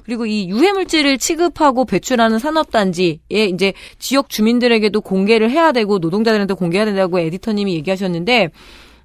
[SPEAKER 5] 그리고 이 유해물질을 취급하고 배출하는 산업단지에 이제 지역 주민들에게도 공개를 해야 되고 노동자들한테 공개해야 된다고 에디터님이 얘기하셨는데,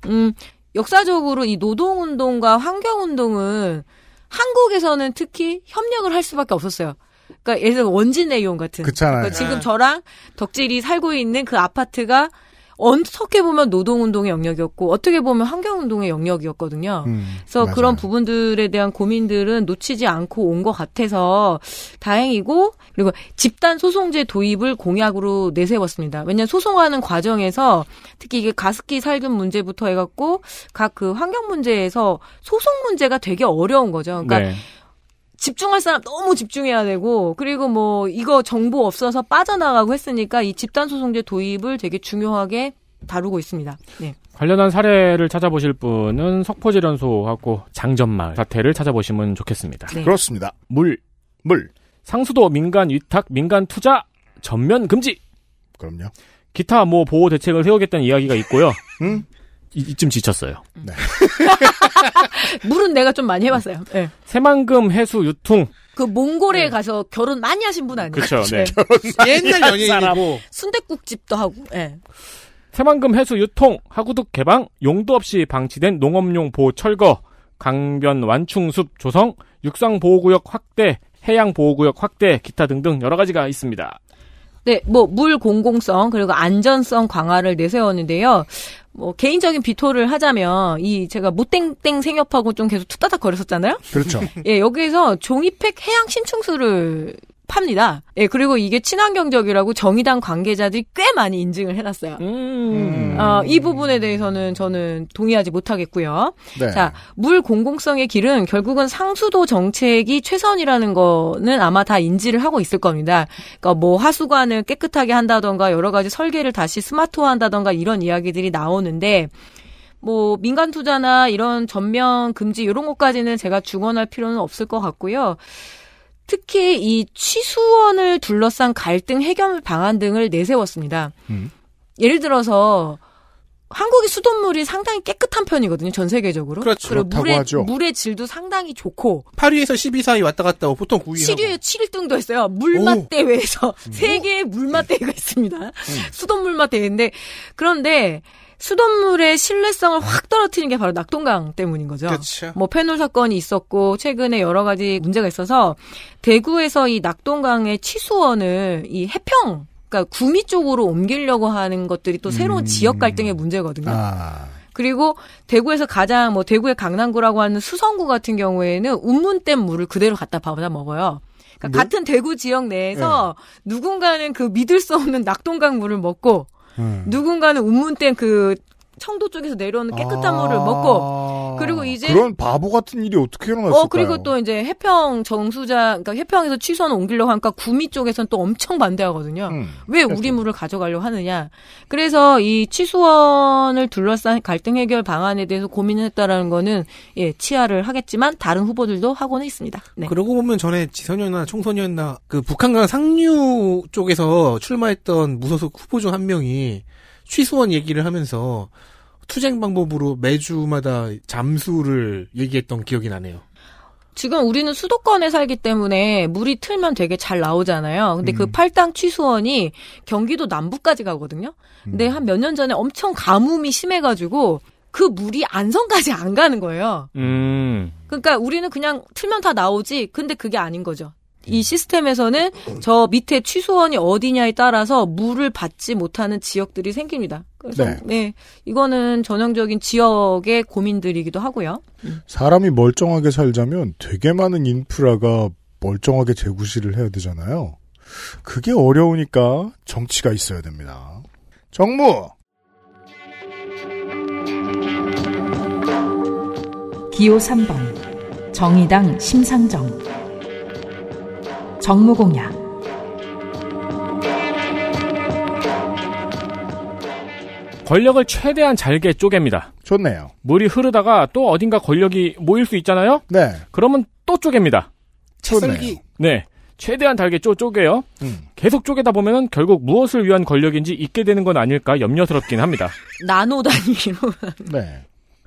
[SPEAKER 5] 음, 역사적으로 이 노동운동과 환경운동은 한국에서는 특히 협력을 할 수밖에 없었어요. 그러니까 예를 들어 원진 내용 같은.
[SPEAKER 3] 그렇잖아요.
[SPEAKER 5] 그러니까 지금 저랑 덕질이 살고 있는 그 아파트가 어떻게 보면 노동운동의 영역이었고 어떻게 보면 환경운동의 영역이었거든요.
[SPEAKER 3] 음,
[SPEAKER 5] 그래서 그런 부분들에 대한 고민들은 놓치지 않고 온 것 같아서 다행이고 그리고 집단 소송제 도입을 공약으로 내세웠습니다. 왜냐하면 소송하는 과정에서 특히 이게 가습기 살균 문제부터 해갖고 각 그 환경 문제에서 소송 문제가 되게 어려운 거죠. 그러니까
[SPEAKER 4] 네.
[SPEAKER 5] 집중할 사람 너무 집중해야 되고 그리고 뭐 이거 정보 없어서 빠져나가고 했으니까 이 집단 소송제 도입을 되게 중요하게 다루고 있습니다. 네.
[SPEAKER 4] 관련한 사례를 찾아보실 분은 석포지련소하고 장전마을 사태를 찾아보시면 좋겠습니다.
[SPEAKER 5] 네.
[SPEAKER 3] 그렇습니다.
[SPEAKER 4] 물.
[SPEAKER 3] 물.
[SPEAKER 4] 상수도 민간 위탁 민간 투자 전면 금지.
[SPEAKER 3] 그럼요.
[SPEAKER 4] 기타 뭐 보호 대책을 세우겠다는 이야기가 있고요.
[SPEAKER 3] 음?
[SPEAKER 4] 이, 이쯤 지쳤어요.
[SPEAKER 5] 물은 내가 좀 많이 해봤어요. 네.
[SPEAKER 4] 새만금 해수 유통.
[SPEAKER 5] 그 몽골에 가서 결혼 많이 하신 분 아니에요?
[SPEAKER 4] 네. 그쵸, 네.
[SPEAKER 6] 음. 옛날 연예인이고.
[SPEAKER 5] 순대국집도 하고. 예.
[SPEAKER 4] 새만금 해수 유통, 하구둑 개방, 용도 없이 방치된 농업용 보호 철거, 강변 완충숲 조성, 육상 보호구역 확대, 해양 보호구역 확대, 기타 등등 여러 가지가 있습니다.
[SPEAKER 5] 네, 뭐 물 공공성 그리고 안전성 강화를 내세웠는데요. 뭐 개인적인 비토를 하자면 이 제가 못땡땡 생협하고 좀 계속 투다닥 거렸었잖아요.
[SPEAKER 3] 그렇죠.
[SPEAKER 5] 예, 여기에서 종이팩 해양 심층수를 팝니다. 예, 그리고 이게 친환경적이라고 정의당 관계자들이 꽤 많이 인증을 해놨어요. 음.
[SPEAKER 4] 음.
[SPEAKER 5] 어, 이 부분에 대해서는 저는 동의하지 못하겠고요.
[SPEAKER 3] 네.
[SPEAKER 5] 자, 물 공공성의 길은 결국은 상수도 정책이 최선이라는 거는 아마 다 인지를 하고 있을 겁니다. 그러니까 뭐 하수관을 깨끗하게 한다던가 여러 가지 설계를 다시 스마트화한다던가 이런 이야기들이 나오는데 뭐 민간 투자나 이런 전면 금지 이런 것까지는 제가 중원할 필요는 없을 것 같고요. 특히 이 취수원을 둘러싼 갈등 해결 방안 등을 내세웠습니다.
[SPEAKER 3] 음.
[SPEAKER 5] 예를 들어서 한국의 수돗물이 상당히 깨끗한 편이거든요, 전 세계적으로.
[SPEAKER 6] 그렇죠.
[SPEAKER 5] 리고
[SPEAKER 6] 그렇다고
[SPEAKER 5] 물의,
[SPEAKER 6] 하죠.
[SPEAKER 5] 물의 질도 상당히 좋고,
[SPEAKER 6] 8위에서 12 사이 왔다 갔다 하고 음. 보통 9위.
[SPEAKER 5] 7위에 7등도 했어요. 물맛 대회에서 세계의 물맛 대회가 있습니다.
[SPEAKER 6] 음.
[SPEAKER 5] 수돗물 맛 대회인데 그런데 수돗물의 신뢰성을 확 떨어뜨린 게 바로 낙동강 때문인 거죠.
[SPEAKER 6] 그쵸.
[SPEAKER 5] 뭐 페놀 사건이 있었고 최근에 여러 가지 문제가 있어서 대구에서 이 낙동강의 취수원을 이 해평 그러니까 구미 쪽으로 옮기려고 하는 것들이 또 새로운
[SPEAKER 6] 음.
[SPEAKER 5] 지역 갈등의 문제거든요.
[SPEAKER 3] 아.
[SPEAKER 5] 그리고 대구에서 가장 뭐 대구의 강남구라고 하는 수성구 같은 경우에는 운문댐 물을 그대로 갖다 받아 먹어요. 그러니까
[SPEAKER 3] 네?
[SPEAKER 5] 같은 대구 지역 내에서 누군가는 그 믿을 수 없는 낙동강 물을 먹고
[SPEAKER 3] 음.
[SPEAKER 5] 누군가는 운문댐 그 청도 쪽에서 내려오는
[SPEAKER 3] 아.
[SPEAKER 5] 깨끗한 물을
[SPEAKER 3] 어,
[SPEAKER 5] 먹고 그리고 이제
[SPEAKER 3] 그런 바보 같은 일이 어떻게 일어났을까요?
[SPEAKER 5] 어 그리고 또 이제 해평 정수자 그러니까 해평에서 취소는 옮기려고 하니까 구미 쪽에서는 또 엄청 반대하거든요.
[SPEAKER 3] 음.
[SPEAKER 5] 왜
[SPEAKER 6] 그렇죠.
[SPEAKER 5] 우리 물을 가져가려고 하느냐. 그래서 이 취수원을 둘러싼 갈등 해결 방안에 대해서 고민을 했다라는 거는 예, 치아를 하겠지만 다른 후보들도 하고는 있습니다. 네.
[SPEAKER 6] 그러고 보면 전에 지선이나 총선이었나 그 북한강 상류 쪽에서 출마했던 무소속 후보 중 한 명이 취수원 얘기를 하면서 투쟁 방법으로 매주마다 잠수를 얘기했던 기억이 나네요.
[SPEAKER 5] 지금 우리는 수도권에 살기 때문에 물이 틀면 되게 잘 나오잖아요. 근데 그
[SPEAKER 6] 음.
[SPEAKER 5] 팔당 취수원이 경기도 남부까지 가거든요. 근데
[SPEAKER 6] 음.
[SPEAKER 5] 한 몇 년 전에 엄청 가뭄이 심해가지고 그 물이 안성까지 안 가는 거예요.
[SPEAKER 4] 음.
[SPEAKER 5] 그러니까 우리는 그냥 틀면 다 나오지. 근데 그게 아닌 거죠.
[SPEAKER 3] 음.
[SPEAKER 5] 이 시스템에서는 저 밑에 취소원이 어디냐에 따라서 물을 받지 못하는 지역들이 생깁니다. 그래서
[SPEAKER 3] 네.
[SPEAKER 5] 네. 이거는 전형적인 지역의 고민들이기도 하고요.
[SPEAKER 3] 사람이 멀쩡하게 살자면 되게 많은 인프라가 멀쩡하게 재구시를 해야 되잖아요. 그게 어려우니까 정치가 있어야 됩니다. 정무
[SPEAKER 13] 기호 3번 정의당 심상정 정무공약
[SPEAKER 4] 권력을 최대한 잘게 쪼갭니다.
[SPEAKER 3] 좋네요.
[SPEAKER 4] 물이 흐르다가 또 어딘가 권력이 모일 수 있잖아요?
[SPEAKER 3] 네.
[SPEAKER 4] 그러면 또 쪼갭니다.
[SPEAKER 6] 채썰기.
[SPEAKER 4] 네. 최대한 달게 쪼, 쪼개요.
[SPEAKER 3] 음.
[SPEAKER 4] 계속 쪼개다 보면 결국 무엇을 위한 권력인지 잊게 되는 건 아닐까 염려스럽긴 합니다.
[SPEAKER 5] 나노 단위로.
[SPEAKER 3] 네.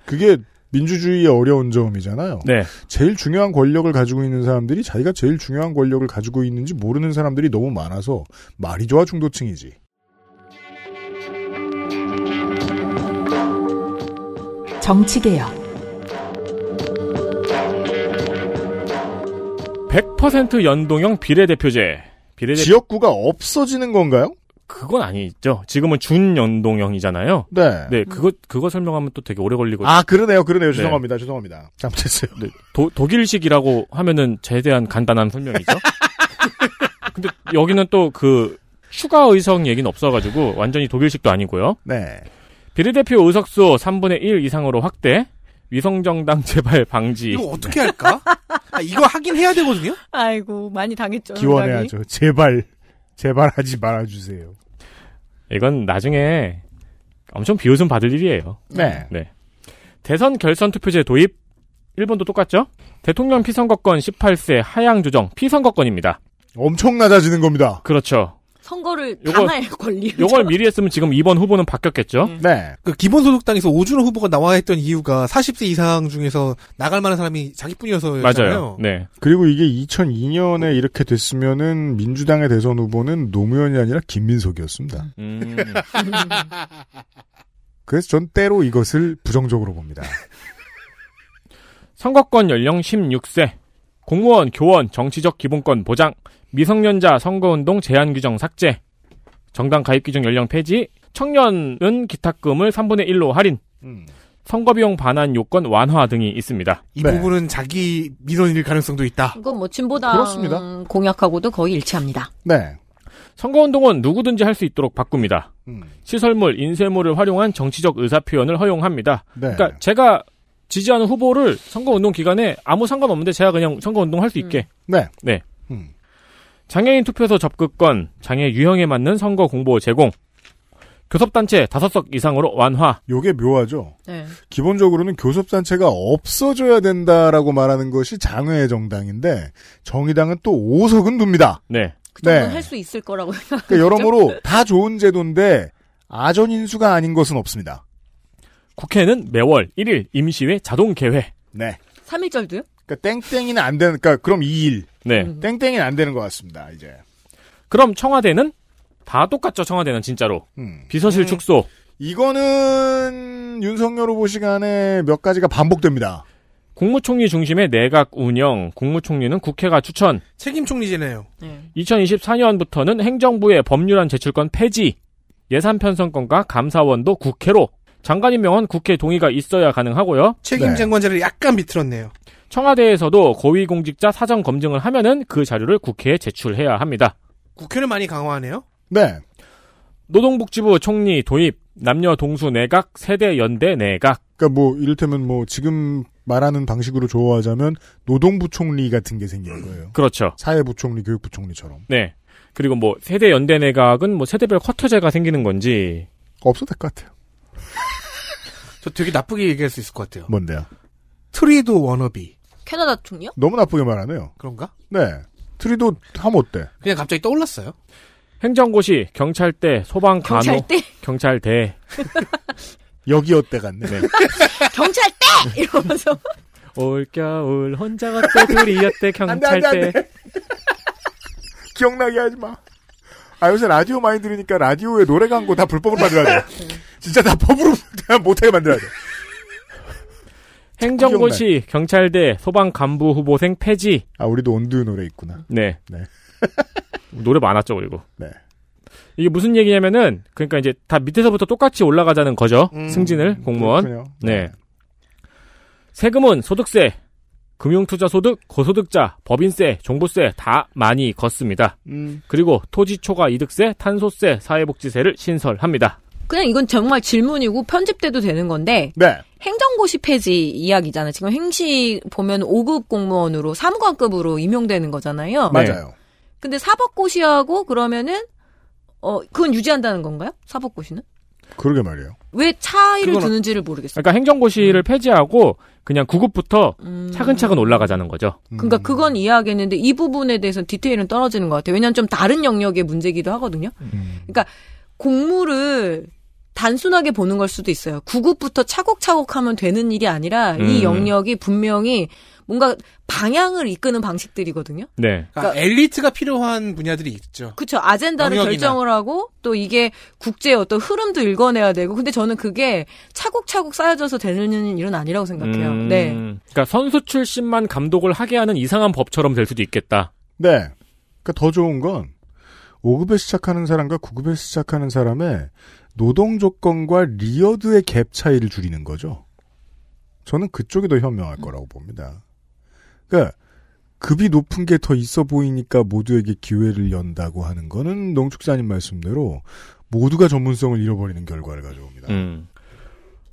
[SPEAKER 3] 그게 민주주의의 어려운 점이잖아요.
[SPEAKER 4] 네.
[SPEAKER 3] 제일 중요한 권력을 가지고 있는 사람들이 자기가 제일 중요한 권력을 가지고 있는지 모르는 사람들이 너무 많아서 말이 좋아 중도층이지.
[SPEAKER 4] 네,
[SPEAKER 13] 정치개혁
[SPEAKER 4] 100% 연동형 비례대표제. 비례대표...
[SPEAKER 3] 지역구가 없어지는 건가요?
[SPEAKER 4] 그건 아니죠. 지금은 준연동형이잖아요.
[SPEAKER 3] 네.
[SPEAKER 4] 네, 그거 그거 설명하면 또 되게 오래 걸리고.
[SPEAKER 3] 아 그러네요, 그러네요.
[SPEAKER 4] 네.
[SPEAKER 3] 죄송합니다, 죄송합니다. 잘못했어요.
[SPEAKER 4] 네, 도, 독일식이라고 하면은 제대한 간단한 설명이죠. 근데 여기는 또 그 추가 의석 얘기는 없어가지고 완전히 독일식도 아니고요.
[SPEAKER 3] 네.
[SPEAKER 4] 비례대표 의석수 3분의 1 이상으로 확대, 위성정당 재발 방지.
[SPEAKER 6] 이거 어떻게 할까? 아, 이거 하긴 해야 되거든요?
[SPEAKER 5] 아이고, 많이 당했죠.
[SPEAKER 3] 기원해야죠. 제발, 제발 하지 말아주세요.
[SPEAKER 4] 이건 나중에 엄청 비웃음 받을 일이에요.
[SPEAKER 3] 네.
[SPEAKER 4] 네. 대선 결선 투표제 도입. 일본도 똑같죠? 대통령 피선거권 18세 하향 조정 피선거권입니다.
[SPEAKER 3] 엄청 낮아지는 겁니다.
[SPEAKER 4] 그렇죠.
[SPEAKER 5] 선거를
[SPEAKER 4] 요거-
[SPEAKER 5] 당할 권리.
[SPEAKER 4] 요걸 미리 했으면 지금 이번 후보는 바뀌었겠죠?
[SPEAKER 3] 네.
[SPEAKER 6] 그 기본소득당에서 오준호 후보가 나와 했던 이유가 40세 이상 중에서 나갈 만한 사람이 자기뿐이어서.
[SPEAKER 4] 맞아요. 네.
[SPEAKER 3] 그리고 이게 2002년에 이렇게 됐으면은 민주당의 대선 후보는 노무현이 아니라 김민석이었습니다.
[SPEAKER 4] 음.
[SPEAKER 3] 그래서 전 때로 이것을 부정적으로 봅니다.
[SPEAKER 4] 선거권 연령 16세, 공무원, 교원, 정치적 기본권 보장, 미성년자 선거운동 제한 규정 삭제, 정당 가입 기준 연령 폐지, 청년은 기탁금을 3분의 1로 할인, 선거비용 반환 요건 완화 등이 있습니다.
[SPEAKER 6] 이
[SPEAKER 3] 네.
[SPEAKER 6] 부분은 자기 민원일 가능성도 있다.
[SPEAKER 5] 이건 뭐 진보당
[SPEAKER 3] 그렇습니다.
[SPEAKER 5] 공약하고도 거의 일치합니다.
[SPEAKER 3] 네.
[SPEAKER 4] 선거운동은 누구든지 할 수 있도록 바꿉니다.
[SPEAKER 3] 음.
[SPEAKER 4] 시설물, 인쇄물을 활용한 정치적 의사표현을 허용합니다.
[SPEAKER 3] 네.
[SPEAKER 4] 그러니까 제가 지지하는 후보를 선거운동 기간에 아무 상관없는데 제가 그냥 선거운동 할 수 있게
[SPEAKER 3] 네.
[SPEAKER 4] 네.
[SPEAKER 3] 음.
[SPEAKER 4] 장애인 투표소 접근권, 장애 유형에 맞는 선거 공보 제공, 교섭단체 5석 이상으로 완화.
[SPEAKER 3] 요게 묘하죠.
[SPEAKER 5] 네.
[SPEAKER 3] 기본적으로는 교섭단체가 없어져야 된다라고 말하는 것이 장외의 정당인데 정의당은 또 5석은 둡니다.
[SPEAKER 4] 네.
[SPEAKER 5] 그 정도는 할 수 있을 거라고 생각.
[SPEAKER 3] 그러니까 여러모로 다 좋은 제도인데 아전 인수가 아닌 것은 없습니다.
[SPEAKER 4] 국회는 매월 1일 임시회 자동 개회.
[SPEAKER 3] 네.
[SPEAKER 5] 3일절도요?
[SPEAKER 3] 그러니까 땡땡이는 안 되는 그러니까 그럼 2일
[SPEAKER 4] 네.
[SPEAKER 3] 땡땡이는 안 되는 것 같습니다. 이제.
[SPEAKER 4] 그럼 청와대는 다 똑같죠, 청와대는 진짜로.
[SPEAKER 3] 음.
[SPEAKER 4] 비서실 축소.
[SPEAKER 3] 이거는 윤석열 후보 시간에 몇 가지가 반복됩니다.
[SPEAKER 4] 국무총리 중심의 내각 운영, 국무총리는 국회가 추천.
[SPEAKER 6] 책임 총리제네요.
[SPEAKER 4] 2024년부터는 행정부의 법률안 제출권 폐지, 예산 편성권과 감사원도 국회로, 장관 임명은 국회 동의가 있어야 가능하고요.
[SPEAKER 6] 책임
[SPEAKER 3] 네.
[SPEAKER 6] 장관제를 약간 비틀었네요.
[SPEAKER 4] 청와대에서도 고위공직자 사전 검증을 하면은 그 자료를 국회에 제출해야 합니다.
[SPEAKER 6] 국회를 많이 강화하네요.
[SPEAKER 3] 네.
[SPEAKER 4] 노동복지부 총리 도입, 남녀 동수 내각, 세대 연대 내각.
[SPEAKER 3] 그러니까 뭐 이를테면 뭐 지금 말하는 방식으로 조어하자면 노동부 총리 같은 게 생긴 거예요.
[SPEAKER 4] 그렇죠.
[SPEAKER 3] 사회부 총리, 교육부 총리처럼
[SPEAKER 4] 네. 그리고 뭐 세대 연대 내각은 뭐 세대별 쿼터제가 생기는 건지
[SPEAKER 3] 없어 될것 같아요.
[SPEAKER 6] 저 되게 나쁘게 얘기할 수 있을 것 같아요.
[SPEAKER 3] 뭔데요?
[SPEAKER 6] 뭐, 트리도 워너비.
[SPEAKER 5] 캐나다 총리요?
[SPEAKER 3] 너무 나쁘게 말하네요.
[SPEAKER 6] 그런가?
[SPEAKER 3] 네. 트리도 하면 어때?
[SPEAKER 6] 그냥 갑자기 떠올랐어요.
[SPEAKER 4] 행정고시, 경찰대, 소방 간호,
[SPEAKER 5] 경찰대?
[SPEAKER 4] 경찰대,
[SPEAKER 3] 여기 어때 같네.
[SPEAKER 5] 경찰대! 이러면서.
[SPEAKER 4] 올겨울 혼자 갔대 둘이었대 경찰대
[SPEAKER 3] 기억나게 하지 마. 아 요새 라디오 많이 들으니까 라디오에 노래 광고 다 불법으로 만들어야 돼. 진짜 다 법으로 못하게 만들어야 돼.
[SPEAKER 4] 행정고시 경찰대 소방 간부 후보생 폐지
[SPEAKER 3] 아 우리도 온두 노래 있구나.
[SPEAKER 4] 네,
[SPEAKER 3] 네.
[SPEAKER 4] 노래 많았죠 그리고
[SPEAKER 3] 네.
[SPEAKER 4] 이게 무슨 얘기냐면은 그러니까 이제 다 밑에서부터 똑같이 올라가자는 거죠
[SPEAKER 6] 음,
[SPEAKER 4] 승진을 공무원
[SPEAKER 3] 그렇군요.
[SPEAKER 4] 네 세금은 소득세 금융투자소득 고소득자 법인세 종부세 다 많이 걷습니다
[SPEAKER 3] 음.
[SPEAKER 4] 그리고 토지초과 이득세 탄소세 사회복지세를 신설합니다
[SPEAKER 5] 그냥 이건 정말 질문이고 편집돼도 되는 건데
[SPEAKER 3] 네.
[SPEAKER 5] 행정고시 폐지 이야기잖아. 지금 행시 보면 5급 공무원으로 사무관급으로 임용되는 거잖아요.
[SPEAKER 3] 맞아요.
[SPEAKER 5] 근데 사법고시하고 그러면은 어 그건 유지한다는 건가요? 사법고시는?
[SPEAKER 4] 네.
[SPEAKER 3] 그러게 말이에요.
[SPEAKER 5] 왜 차이를
[SPEAKER 4] 그건-
[SPEAKER 5] 두는지를 모르겠어요.
[SPEAKER 4] 그러니까 행정고시를 폐지하고 그냥 9급부터 차근차근 올라가자는 거죠.
[SPEAKER 6] 음.
[SPEAKER 5] 그러니까 그건 이해하겠는데 이 부분에 대해서는 디테일은 떨어지는 것 같아요. 왜냐하면 좀 다른 영역의 문제기도 하거든요.
[SPEAKER 6] 음.
[SPEAKER 5] 그러니까 공무를 단순하게 보는 걸 수도 있어요. 구급부터 차곡차곡 하면 되는 일이 아니라
[SPEAKER 6] 음.
[SPEAKER 5] 이 영역이 분명히 뭔가 방향을 이끄는 방식들이거든요.
[SPEAKER 4] 네.
[SPEAKER 6] 그러니까 엘리트가 필요한 분야들이 있죠.
[SPEAKER 5] 그쵸. 아젠다를
[SPEAKER 6] 영역이나.
[SPEAKER 5] 결정을 하고 또 이게 국제 어떤 흐름도 읽어내야 되고 근데 저는 그게 차곡차곡 쌓여져서 되는 일은 아니라고 생각해요.
[SPEAKER 4] 음,
[SPEAKER 5] 네.
[SPEAKER 4] 그러니까 선수 출신만 감독을 하게 하는 이상한 법처럼 될 수도 있겠다.
[SPEAKER 3] 네. 그러니까 더 좋은 건 5급에 시작하는 사람과 9급에 시작하는 사람의 노동 조건과 리어드의 갭 차이를 줄이는 거죠. 저는 그쪽이 더 현명할 거라고 봅니다. 그러니까 급이 높은 게 더 있어 보이니까 모두에게 기회를 연다고 하는 거는 농축사님 말씀대로 모두가 전문성을 잃어버리는 결과를 가져옵니다.
[SPEAKER 4] 음.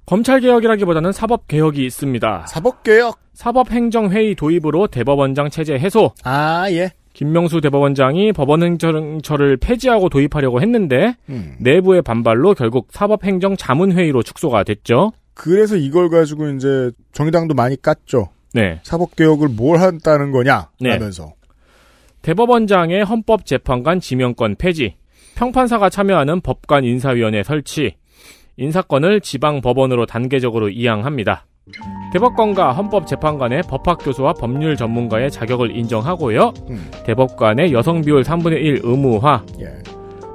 [SPEAKER 4] 검찰 개혁이라기보다는 사법 개혁이 있습니다.
[SPEAKER 3] 사법 개혁.
[SPEAKER 4] 사법 행정 회의 도입으로 대법원장 체제 해소.
[SPEAKER 3] 아, 예.
[SPEAKER 4] 김명수 대법원장이 법원행정처를 폐지하고 도입하려고 했는데
[SPEAKER 3] 음.
[SPEAKER 4] 내부의 반발로 결국 사법행정 자문회의로 축소가 됐죠.
[SPEAKER 3] 그래서 이걸 가지고 이제 정의당도 많이 깠죠.
[SPEAKER 4] 네.
[SPEAKER 3] 사법 개혁을 뭘 한다는 거냐
[SPEAKER 4] 네.
[SPEAKER 3] 하면서
[SPEAKER 4] 대법원장의 헌법재판관 지명권 폐지, 평판사가 참여하는 법관 인사위원회 설치, 인사권을 지방 법원으로 단계적으로 이양합니다. 대법관과 헌법재판관의 법학교수와 법률 전문가의 자격을 인정하고요.
[SPEAKER 3] 음.
[SPEAKER 4] 대법관의 여성 비율 3분의 1 의무화,
[SPEAKER 3] 예.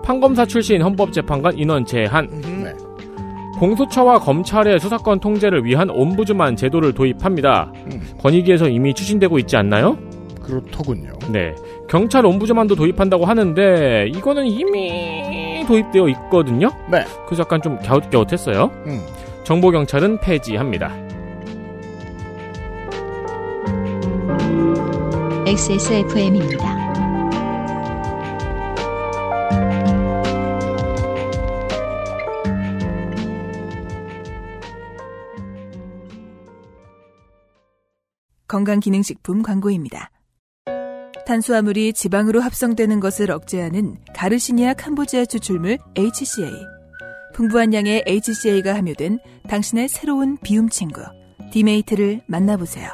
[SPEAKER 4] 판검사 출신 헌법재판관 인원 제한,
[SPEAKER 3] 네.
[SPEAKER 4] 공수처와 검찰의 수사권 통제를 위한 옴부즈만 제도를 도입합니다.
[SPEAKER 3] 음,
[SPEAKER 4] 권익위에서 이미 추진되고 있지 않나요?
[SPEAKER 3] 그렇더군요.
[SPEAKER 4] 네. 경찰 옴부즈만도 도입한다고 하는데 이거는 이미 도입되어 있거든요.
[SPEAKER 3] 네.
[SPEAKER 4] 그래서 약간 좀 갸웃갸웃했어요.
[SPEAKER 3] 음.
[SPEAKER 4] 정보 경찰은 폐지합니다.
[SPEAKER 1] XSFM입니다.
[SPEAKER 11] 건강기능식품 광고입니다. 탄수화물이 지방으로 합성되는 것을 억제하는 가르시니아 캄보지아 추출물 HCA. 풍부한 양의 HCA가 함유된 당신의 새로운 비움 친구 디메이트를 만나보세요.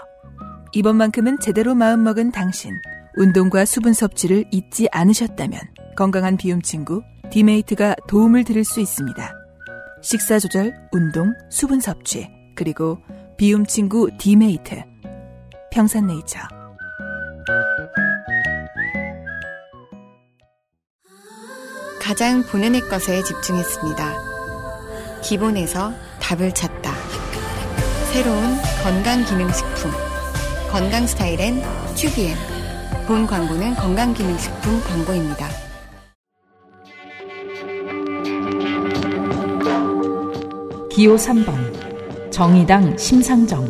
[SPEAKER 11] 이번만큼은 제대로 마음먹은 당신. 운동과 수분 섭취를 잊지 않으셨다면 건강한 비움 친구 디메이트가 도움을 드릴 수 있습니다. 식사 조절, 운동, 수분 섭취, 그리고 비움 친구 디메이트. 평산네이처.
[SPEAKER 9] 가장 본연의 것에 집중했습니다. 기본에서 답을 찾다. 새로운 건강기능식품. 건강 스타일엔 튜비엔. 본 광고는 건강기능식품 광고입니다.
[SPEAKER 13] 기호 3번 정의당 심상정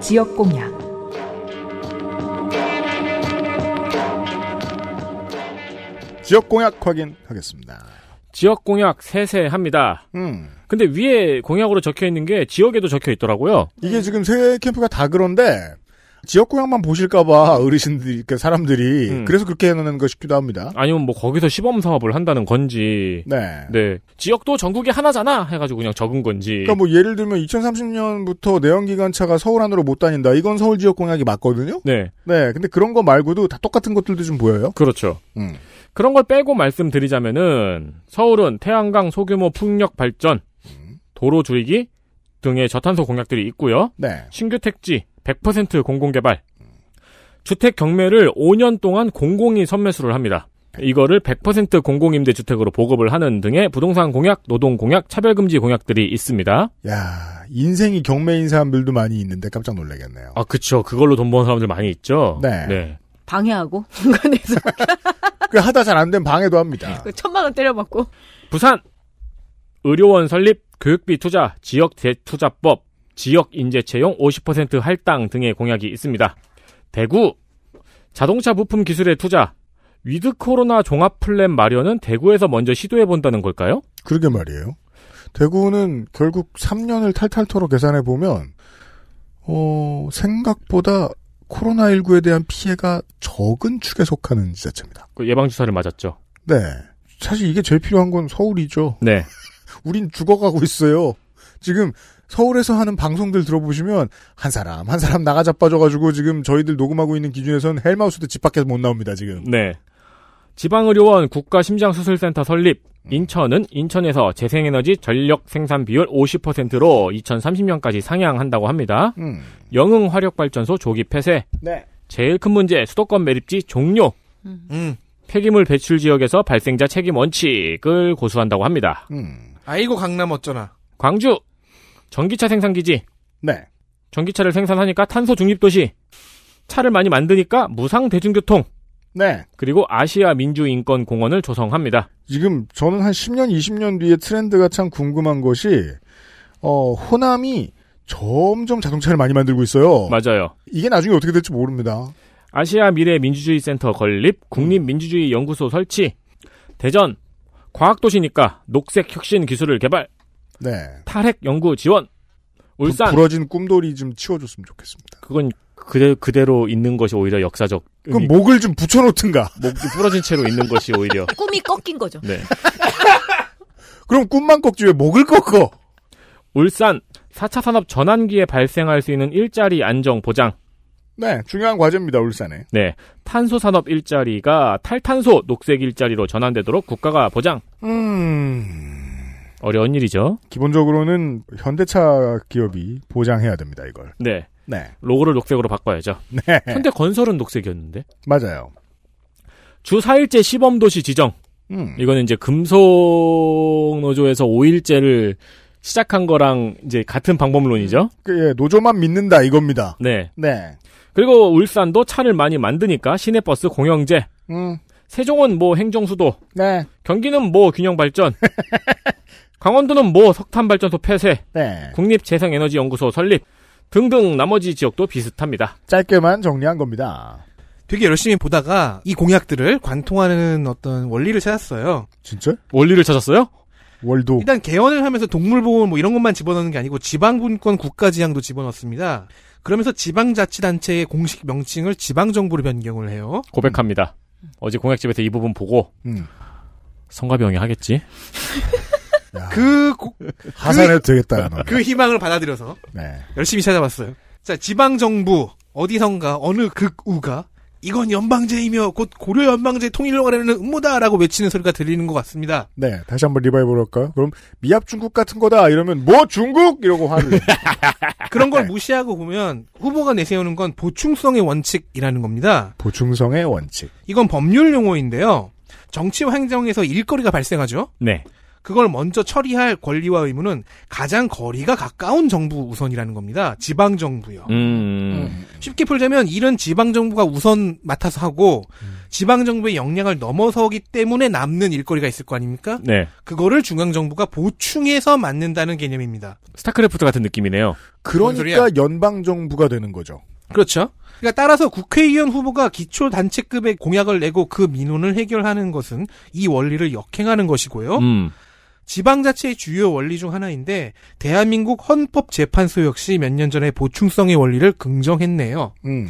[SPEAKER 13] 지역 공약
[SPEAKER 3] 지역 공약 확인하겠습니다.
[SPEAKER 4] 지역 공약 세세합니다.
[SPEAKER 3] 음.
[SPEAKER 4] 근데 위에 공약으로 적혀 있는 게 지역에도 적혀 있더라고요.
[SPEAKER 3] 이게 지금 세 캠프가 다 그런데 지역 공약만 보실까봐 어르신들이 그러니까 사람들이
[SPEAKER 4] 음.
[SPEAKER 3] 그래서 그렇게 해놓는 것 싶기도 합니다.
[SPEAKER 4] 아니면 뭐 거기서 시범 사업을 한다는 건지.
[SPEAKER 3] 네.
[SPEAKER 4] 네. 지역도 전국에 하나잖아 해가지고 그냥 적은 건지.
[SPEAKER 3] 그러니까 뭐 예를 들면 2030년부터 내연기관차가 서울 안으로 못 다닌다. 이건 서울 지역 공약이 맞거든요.
[SPEAKER 4] 네.
[SPEAKER 3] 네. 근데 그런 거 말고도 다 똑같은 것들도 좀 보여요.
[SPEAKER 4] 그렇죠.
[SPEAKER 3] 음.
[SPEAKER 4] 그런 걸 빼고 말씀드리자면은 서울은 태양광 소규모 풍력 발전, 도로 줄이기 등의 저탄소 공약들이 있고요.
[SPEAKER 3] 네.
[SPEAKER 4] 신규 택지 100% 공공개발, 주택 경매를 5년 동안 공공이 선매수를 합니다. 이거를 100% 공공임대 주택으로 보급을 하는 등의 부동산 공약, 노동 공약, 차별금지 공약들이 있습니다.
[SPEAKER 3] 야 인생이 경매인 사람들도 많이 있는데 깜짝 놀라겠네요.
[SPEAKER 4] 아, 그쵸. 그걸로 돈 버는 사람들 많이 있죠. 네.
[SPEAKER 5] 방해하고
[SPEAKER 3] 그 하다 잘 안 된 방해도 합니다.
[SPEAKER 5] 그 천만 원 때려받고
[SPEAKER 4] 부산 의료원 설립, 교육비 투자, 지역 대투자법, 지역 인재 채용 50% 할당 등의 공약이 있습니다. 대구 자동차 부품 기술의 투자, 위드 코로나 종합 플랜 마련은 대구에서 먼저 시도해 본다는 걸까요?
[SPEAKER 3] 그러게 말이에요. 대구는 결국 3년을 탈탈 털어 계산해 보면 어, 생각보다 코로나19에 대한 피해가 적은 축에 속하는 지자체입니다.
[SPEAKER 4] 그 예방주사를 맞았죠.
[SPEAKER 3] 네. 사실 이게 제일 필요한 건 서울이죠.
[SPEAKER 4] 네.
[SPEAKER 3] 우린 죽어가고 있어요. 지금 서울에서 하는 방송들 들어보시면 한 사람 한 사람 나가 자빠져가지고 지금 저희들 녹음하고 있는 기준에선 헬마우스도 집 밖에서 못 나옵니다 지금.
[SPEAKER 4] 네. 지방의료원 국가심장수술센터 설립.
[SPEAKER 3] 음.
[SPEAKER 4] 인천은 인천에서 재생에너지 전력 생산 비율 50%로 2030년까지 상향한다고 합니다.
[SPEAKER 3] 음.
[SPEAKER 4] 영흥 화력발전소 조기 폐쇄.
[SPEAKER 3] 네.
[SPEAKER 4] 제일 큰 문제 수도권 매립지 종료.
[SPEAKER 6] 음.
[SPEAKER 4] 폐기물 배출 지역에서 발생자 책임 원칙을 고수한다고 합니다.
[SPEAKER 3] 음.
[SPEAKER 6] 아이고 강남 어쩌나.
[SPEAKER 4] 광주 전기차 생산기지.
[SPEAKER 3] 네.
[SPEAKER 4] 전기차를 생산하니까 탄소 중립 도시. 차를 많이 만드니까 무상 대중교통.
[SPEAKER 3] 네.
[SPEAKER 4] 그리고 아시아 민주인권공원을 조성합니다.
[SPEAKER 3] 지금 저는 한 10년, 20년 뒤에 트렌드가 참 궁금한 것이 어, 호남이 점점 자동차를 많이 만들고 있어요.
[SPEAKER 4] 맞아요.
[SPEAKER 3] 이게 나중에 어떻게 될지 모릅니다.
[SPEAKER 4] 아시아 미래 민주주의 센터 건립,
[SPEAKER 3] 음.
[SPEAKER 4] 국립민주주의 연구소 설치, 대전 과학도시니까 녹색 혁신 기술을 개발,
[SPEAKER 3] 네.
[SPEAKER 4] 탈핵 연구 지원, 울산
[SPEAKER 3] 부, 부러진 꿈돌이 좀 치워줬으면 좋겠습니다.
[SPEAKER 4] 그건 그대, 그대로 있는 것이 오히려 역사적.
[SPEAKER 3] 그럼 목을 좀 붙여놓든가.
[SPEAKER 4] 목이 부러진 채로 있는 것이 오히려.
[SPEAKER 5] 꿈이 꺾인 거죠.
[SPEAKER 4] 네.
[SPEAKER 3] 그럼 꿈만 꺾지 왜 목을 꺾어?
[SPEAKER 4] 울산 4차 산업 전환기에 발생할 수 있는 일자리 안정 보장.
[SPEAKER 3] 네, 중요한 과제입니다, 울산에.
[SPEAKER 4] 네. 탄소 산업 일자리가 탈탄소 녹색 일자리로 전환되도록 국가가 보장.
[SPEAKER 3] 음.
[SPEAKER 4] 어려운 일이죠.
[SPEAKER 3] 기본적으로는 현대차 기업이 보장해야 됩니다, 이걸.
[SPEAKER 4] 네.
[SPEAKER 3] 네.
[SPEAKER 4] 로고를 녹색으로 바꿔야죠.
[SPEAKER 3] 네.
[SPEAKER 4] 현대 건설은 녹색이었는데.
[SPEAKER 3] 맞아요.
[SPEAKER 4] 주 4일째 시범도시 지정.
[SPEAKER 3] 음.
[SPEAKER 4] 이거는 이제 금속노조에서 5일째를 시작한 거랑 이제 같은 방법론이죠.
[SPEAKER 3] 그, 예, 노조만 믿는다, 이겁니다.
[SPEAKER 4] 네.
[SPEAKER 3] 네.
[SPEAKER 4] 그리고 울산도 차를 많이 만드니까 시내버스 공영제.
[SPEAKER 3] 음.
[SPEAKER 4] 세종은 뭐 행정수도.
[SPEAKER 3] 네.
[SPEAKER 4] 경기는 뭐 균형발전. 강원도는 뭐 석탄발전소 폐쇄.
[SPEAKER 3] 네.
[SPEAKER 4] 국립재생에너지연구소 설립. 등등 나머지 지역도 비슷합니다.
[SPEAKER 3] 짧게만 정리한 겁니다.
[SPEAKER 6] 되게 열심히 보다가 이 공약들을 관통하는 어떤 원리를 찾았어요.
[SPEAKER 3] 진짜?
[SPEAKER 4] 원리를 찾았어요?
[SPEAKER 3] 월도.
[SPEAKER 6] 일단 개헌을 하면서 동물보호 뭐 이런 것만 집어넣는 게 아니고 지방분권 국가지향도 집어넣습니다. 그러면서 지방자치단체의 공식 명칭을 지방정부로 변경을 해요.
[SPEAKER 4] 고백합니다. 어제 공약집에서 이 부분 보고
[SPEAKER 3] 음.
[SPEAKER 4] 성가병이 하겠지.
[SPEAKER 6] 그, 고-
[SPEAKER 3] 하산해도 되겠다. 너는.
[SPEAKER 6] 그 희망을 받아들여서
[SPEAKER 3] 네.
[SPEAKER 6] 열심히 찾아봤어요. 자, 지방정부 어디선가 어느 극우가 이건 연방제이며 곧 고려 연방제 통일로 가려는 음모다라고 외치는 소리가 들리는 것 같습니다.
[SPEAKER 3] 네. 다시 한번 리바이벌 할까요? 그럼 미합 중국 같은 거다 이러면 뭐 중국 이러고 화를. 내요.
[SPEAKER 6] 그런 걸 무시하고 보면 후보가 내세우는 건 보충성의 원칙이라는 겁니다.
[SPEAKER 3] 보충성의 원칙.
[SPEAKER 6] 이건 법률 용어인데요. 정치 환경에서 일거리가 발생하죠.
[SPEAKER 4] 네.
[SPEAKER 6] 그걸 먼저 처리할 권리와 의무는 가장 거리가 가까운 정부 우선이라는 겁니다. 지방 정부요.
[SPEAKER 4] 음.
[SPEAKER 6] 쉽게 풀자면 일은 지방 정부가 우선 맡아서 하고 지방 정부의 역량을 넘어서기 때문에 남는 일거리가 있을 거 아닙니까?
[SPEAKER 4] 네.
[SPEAKER 6] 그거를 중앙 정부가 보충해서 맡는다는 개념입니다.
[SPEAKER 4] 스타크래프트 같은 느낌이네요.
[SPEAKER 3] 그러니까
[SPEAKER 6] 소리야?
[SPEAKER 3] 연방 정부가 되는 거죠.
[SPEAKER 6] 그렇죠. 그러니까 따라서 국회의원 후보가 기초 단체급의 공약을 내고 그 민원을 해결하는 것은 이 원리를 역행하는 것이고요.
[SPEAKER 4] 음.
[SPEAKER 6] 지방자치의 주요 원리 중 하나인데 대한민국 헌법재판소 역시 몇 년 전에 보충성의 원리를 긍정했네요.
[SPEAKER 3] 음.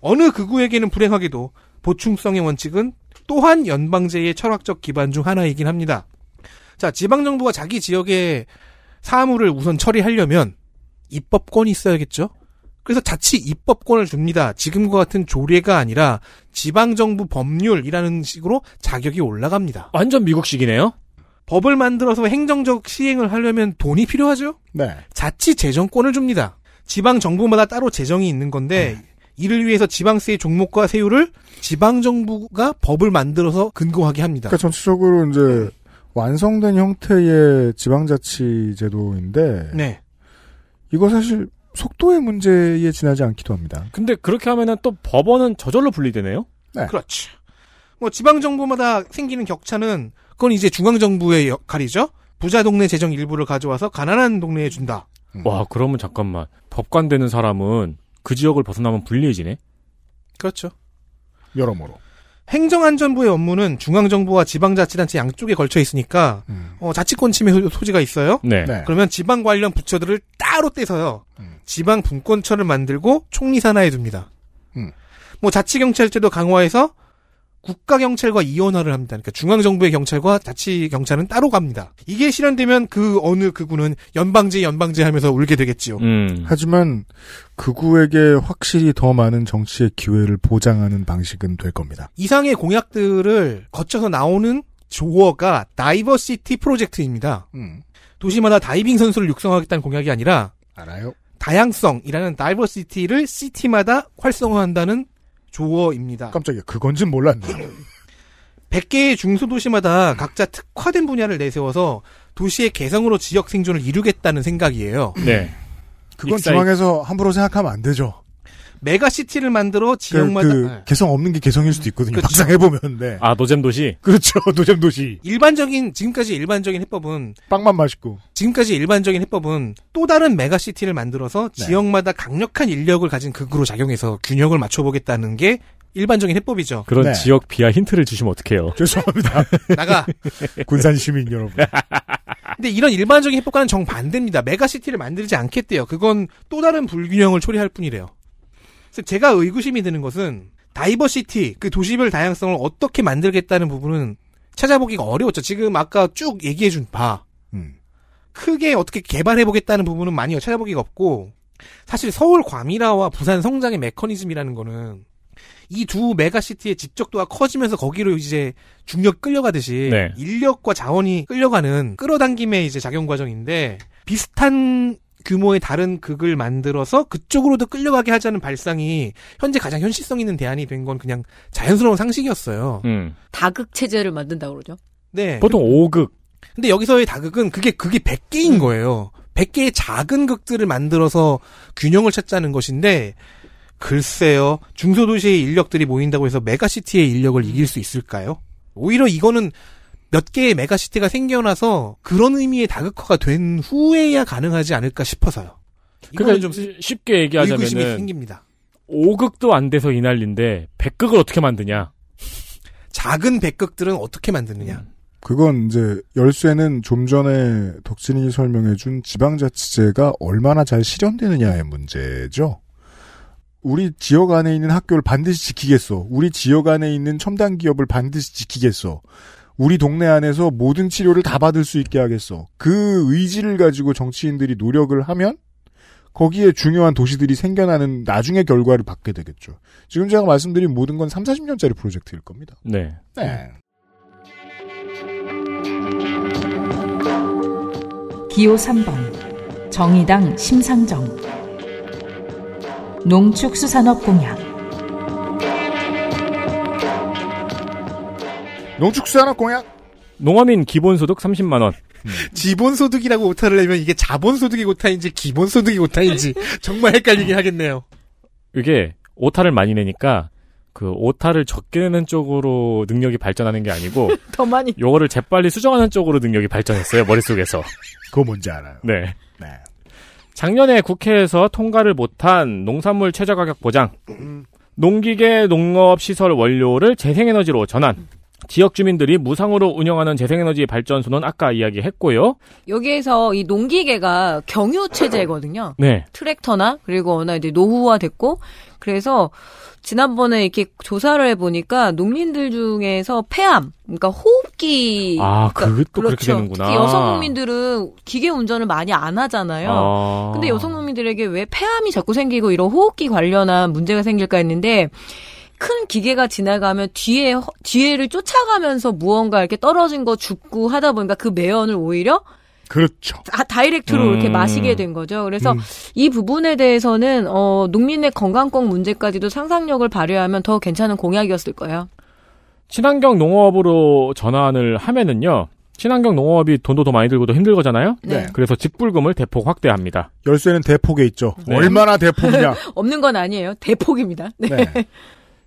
[SPEAKER 6] 어느 극우에게는 불행하게도 보충성의 원칙은 또한 연방제의 철학적 기반 중 하나이긴 합니다. 자, 지방정부가 자기 지역의 사무를 우선 처리하려면 입법권이 있어야겠죠? 그래서 자치 입법권을 줍니다. 지금과 같은 조례가 아니라 지방정부 법률이라는 식으로 자격이 올라갑니다.
[SPEAKER 4] 완전 미국식이네요.
[SPEAKER 6] 법을 만들어서 행정적 시행을 하려면 돈이 필요하죠?
[SPEAKER 3] 네.
[SPEAKER 6] 자치 재정권을 줍니다. 지방 정부마다 따로 재정이 있는 건데
[SPEAKER 3] 네.
[SPEAKER 6] 이를 위해서 지방세의 종목과 세율을 지방 정부가 법을 만들어서 근거하게 합니다.
[SPEAKER 3] 그러니까 전체적으로 이제 완성된 형태의 지방자치 제도인데
[SPEAKER 6] 네.
[SPEAKER 3] 이거 사실 속도의 문제에 지나지 않기도 합니다.
[SPEAKER 4] 근데 그렇게 하면은 또 법원은 저절로 분리되네요.
[SPEAKER 3] 네.
[SPEAKER 6] 그렇죠. 뭐 지방 정부마다 생기는 격차는 그건 이제 중앙 정부의 역할이죠. 부자 동네 재정 일부를 가져와서 가난한 동네에 준다.
[SPEAKER 3] 음.
[SPEAKER 4] 와, 그러면 잠깐만. 법관 되는 사람은 그 지역을 벗어나면 불리해지네.
[SPEAKER 6] 그렇죠.
[SPEAKER 3] 여러모로.
[SPEAKER 6] 행정안전부의 업무는 중앙정부와 지방자치단체 양쪽에 걸쳐 있으니까
[SPEAKER 3] 음.
[SPEAKER 6] 어, 자치권 침해 소- 소지가 있어요.
[SPEAKER 4] 네. 네.
[SPEAKER 6] 그러면 지방 관련 부처들을 따로 떼서요. 지방 분권처를 만들고 총리 산하에 둡니다.
[SPEAKER 3] 음.
[SPEAKER 6] 뭐 자치경찰제도 강화해서 국가경찰과 이원화를 합니다. 그러니까 중앙정부의 경찰과 자치경찰은 따로 갑니다. 이게 실현되면 그 어느 극우는 연방제 연방제 하면서 울게 되겠지요.
[SPEAKER 4] 음.
[SPEAKER 3] 하지만 극우에게 확실히 더 많은 정치의 기회를 보장하는 방식은 될 겁니다.
[SPEAKER 6] 이상의 공약들을 거쳐서 나오는 조어가 다이버시티 프로젝트입니다. 도시마다 다이빙 선수를 육성하겠다는 공약이 아니라
[SPEAKER 3] 알아요?
[SPEAKER 6] 다양성이라는 다이버시티를 시티마다 활성화한다는 조어입니다.
[SPEAKER 3] 깜짝이야. 그건진 몰랐네요.
[SPEAKER 6] 100개의
[SPEAKER 3] 음.
[SPEAKER 6] 중소도시마다 각자 특화된 분야를 내세워서 도시의 개성으로 지역 생존을 이루겠다는 생각이에요.
[SPEAKER 4] 네.
[SPEAKER 3] 그건 중앙에서 함부로 생각하면 안 되죠.
[SPEAKER 6] 메가시티를 만들어
[SPEAKER 3] 그,
[SPEAKER 6] 지역마다 네.
[SPEAKER 3] 그 개성 없는 게 개성일 수도 있거든요. 막상 해보면. 네.
[SPEAKER 4] 아 노잼 도시.
[SPEAKER 3] 그렇죠. 노잼 도시.
[SPEAKER 6] 일반적인 지금까지 일반적인 해법은
[SPEAKER 3] 빵만 맛있고
[SPEAKER 6] 지금까지 일반적인 해법은 또 다른 메가시티를 만들어서
[SPEAKER 3] 네.
[SPEAKER 6] 지역마다 강력한 인력을 가진 극으로 작용해서 균형을 맞춰보겠다는 게 일반적인 해법이죠.
[SPEAKER 4] 그런 지역 비하 힌트를 주시면 어떡해요.
[SPEAKER 3] 죄송합니다.
[SPEAKER 6] 나가.
[SPEAKER 3] 군산 시민 여러분.
[SPEAKER 6] 근데 이런 일반적인 해법과는 정반대입니다. 메가시티를 만들지 않겠대요. 그건 또 다른 불균형을 초래할 뿐이래요. 그래서 제가 의구심이 드는 것은 다이버시티, 그 도시별 다양성을 어떻게 만들겠다는 부분은 찾아보기가 어려웠죠. 지금 아까 쭉 얘기해준 바.
[SPEAKER 3] 음.
[SPEAKER 6] 크게 어떻게 개발해보겠다는 부분은 많이 찾아보기가 없고, 사실 서울 과밀화와 부산 성장의 메커니즘이라는 거는 이 두 메가시티의 집적도가 커지면서 거기로 이제 중력 끌려가듯이
[SPEAKER 4] 네.
[SPEAKER 6] 인력과 자원이 끌려가는 끌어당김의 이제 작용 과정인데 비슷한 규모의 다른 극을 만들어서 그쪽으로도 끌려가게 하자는 발상이 현재 가장 현실성 있는 대안이 된 건 그냥 자연스러운
[SPEAKER 4] 음.
[SPEAKER 6] 상식이었어요.
[SPEAKER 5] 다극 체제를 만든다고 그러죠.
[SPEAKER 6] 네.
[SPEAKER 4] 보통 5극.
[SPEAKER 6] 근데 여기서의 다극은 그게 그게
[SPEAKER 4] 음.
[SPEAKER 6] 100개인 거예요. 100개의 작은 극들을 만들어서 균형을 찾자는 것인데 글쎄요. 중소도시의 인력들이 모인다고 해서 메가시티의 인력을 이길 수 있을까요? 오히려 이거는 몇 개의 메가시티가 생겨나서 그런 의미의 다극화가 된 후에야 가능하지 않을까 싶어서요. 이거는
[SPEAKER 4] 그러니까
[SPEAKER 6] 좀
[SPEAKER 4] 시- 쉽게
[SPEAKER 6] 의구심이
[SPEAKER 4] 얘기하자면은
[SPEAKER 6] 생깁니다.
[SPEAKER 4] 5극도 안 돼서 이 난리인데 100극을 어떻게 만드냐.
[SPEAKER 6] 작은 백극들은 어떻게 만드느냐.
[SPEAKER 4] 음.
[SPEAKER 3] 그건 이제 열쇠는 좀 전에 덕진이 설명해준 지방자치제가 얼마나 잘 실현되느냐의 문제죠. 우리 지역 안에 있는 학교를 반드시 지키겠어. 우리 지역 안에 있는 첨단 기업을 반드시 지키겠어. 우리 동네 안에서 모든 치료를 다 받을 수 있게 하겠어. 그 의지를 가지고 정치인들이 노력을 하면 거기에 중요한 도시들이 생겨나는 나중에 결과를 받게 되겠죠. 지금 제가 말씀드린 모든 건 3, 40년짜리 프로젝트일 겁니다.
[SPEAKER 4] 네.
[SPEAKER 3] 네.
[SPEAKER 13] 기호 3번 정의당 심상정 농축수산업 공약
[SPEAKER 3] 농축수산업 공약
[SPEAKER 4] 농어민 기본소득 30만 원.
[SPEAKER 6] 지본소득이라고 오타를 내면 이게 자본소득이 오타인지 기본소득이 오타인지 정말
[SPEAKER 4] 음.
[SPEAKER 6] 헷갈리게 하겠네요.
[SPEAKER 4] 이게 오타를 많이 내니까 그 오타를 적게 내는 쪽으로 능력이 발전하는 게 아니고
[SPEAKER 5] 더 많이.
[SPEAKER 4] 요거를 재빨리 수정하는 쪽으로 능력이 발전했어요. 머릿속에서.
[SPEAKER 3] 그거 뭔지 알아요.
[SPEAKER 4] 네. 작년에 국회에서 통과를 못한 농산물 최저가격 보장, 농기계 농업 시설 원료를 재생에너지로 전환, 지역 주민들이 무상으로 운영하는 재생에너지 발전소는 아까 이야기했고요.
[SPEAKER 5] 여기에서 이 농기계가 경유 체제거든요.
[SPEAKER 4] 네.
[SPEAKER 5] 트랙터나 그리고 워낙 이제 노후화됐고 그래서 지난번에 이렇게 조사를 해 보니까 농민들 중에서 폐암, 그러니까 호흡기
[SPEAKER 4] 아, 그게 또 그렇게
[SPEAKER 5] 그렇죠.
[SPEAKER 4] 되는구나.
[SPEAKER 5] 특히 여성 농민들은 기계 운전을 많이 안 네. 하잖아요.
[SPEAKER 4] 아.
[SPEAKER 5] 근데 여성 농민들에게 왜 폐암이 자꾸 생기고 이런 호흡기 관련한 문제가 생길까 했는데 큰 기계가 지나가면 뒤에 허- 뒤에를 쫓아가면서 무언가 이렇게 떨어진 거 죽고 하다 보니까 그 매연을 오히려
[SPEAKER 3] 그렇죠.
[SPEAKER 5] 다, 다이렉트로 이렇게 마시게 된 거죠. 그래서 이 부분에 대해서는 어, 농민의 건강권 문제까지도 상상력을 발휘하면 더 괜찮은 공약이었을 거예요.
[SPEAKER 4] 친환경 농업으로 전환을 하면은요. 친환경 농업이 돈도 더 많이 들고도 힘들 거잖아요.
[SPEAKER 5] 네.
[SPEAKER 4] 그래서 직불금을 대폭 확대합니다.
[SPEAKER 3] 열쇠는 대폭에 있죠. 얼마나 대폭이냐.
[SPEAKER 5] 없는 건 아니에요. 대폭입니다. 네.
[SPEAKER 3] 네.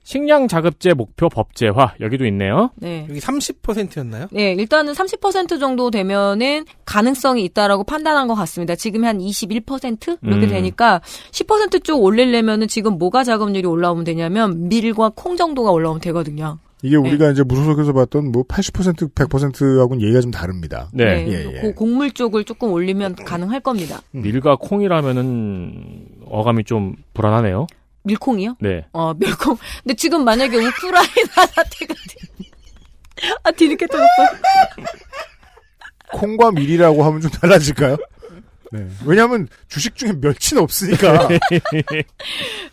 [SPEAKER 4] 식량 자급제 목표 법제화 여기도 있네요.
[SPEAKER 5] 네.
[SPEAKER 6] 여기 30%였나요?
[SPEAKER 5] 네, 일단은 30% 정도 되면은 가능성이 있다라고 판단한 것 같습니다. 지금 한 21% 이렇게
[SPEAKER 4] 음.
[SPEAKER 5] 되니까 10%쪽 올리려면은 지금 뭐가 자금률이 올라오면 되냐면 밀과 콩 정도가 올라오면 되거든요.
[SPEAKER 3] 이게 우리가 이제 무소속에서 봤던 뭐 80% 100%하고는 얘기가 좀 다릅니다.
[SPEAKER 4] 예,
[SPEAKER 5] 네. 그 곡물 쪽을 조금 올리면 가능할 겁니다.
[SPEAKER 4] 밀과 콩이라면은 어감이 좀 불안하네요.
[SPEAKER 5] 밀콩이요?
[SPEAKER 4] 네.
[SPEAKER 5] 어, 밀콩. 근데 지금 만약에 우크라이나 사태가 되- 아, 뒤늦게 터졌어.
[SPEAKER 3] 콩과 밀이라고 하면 좀 달라질까요? 네. 왜냐하면 주식 중에 멸치는 없으니까.
[SPEAKER 4] 네.
[SPEAKER 3] 네,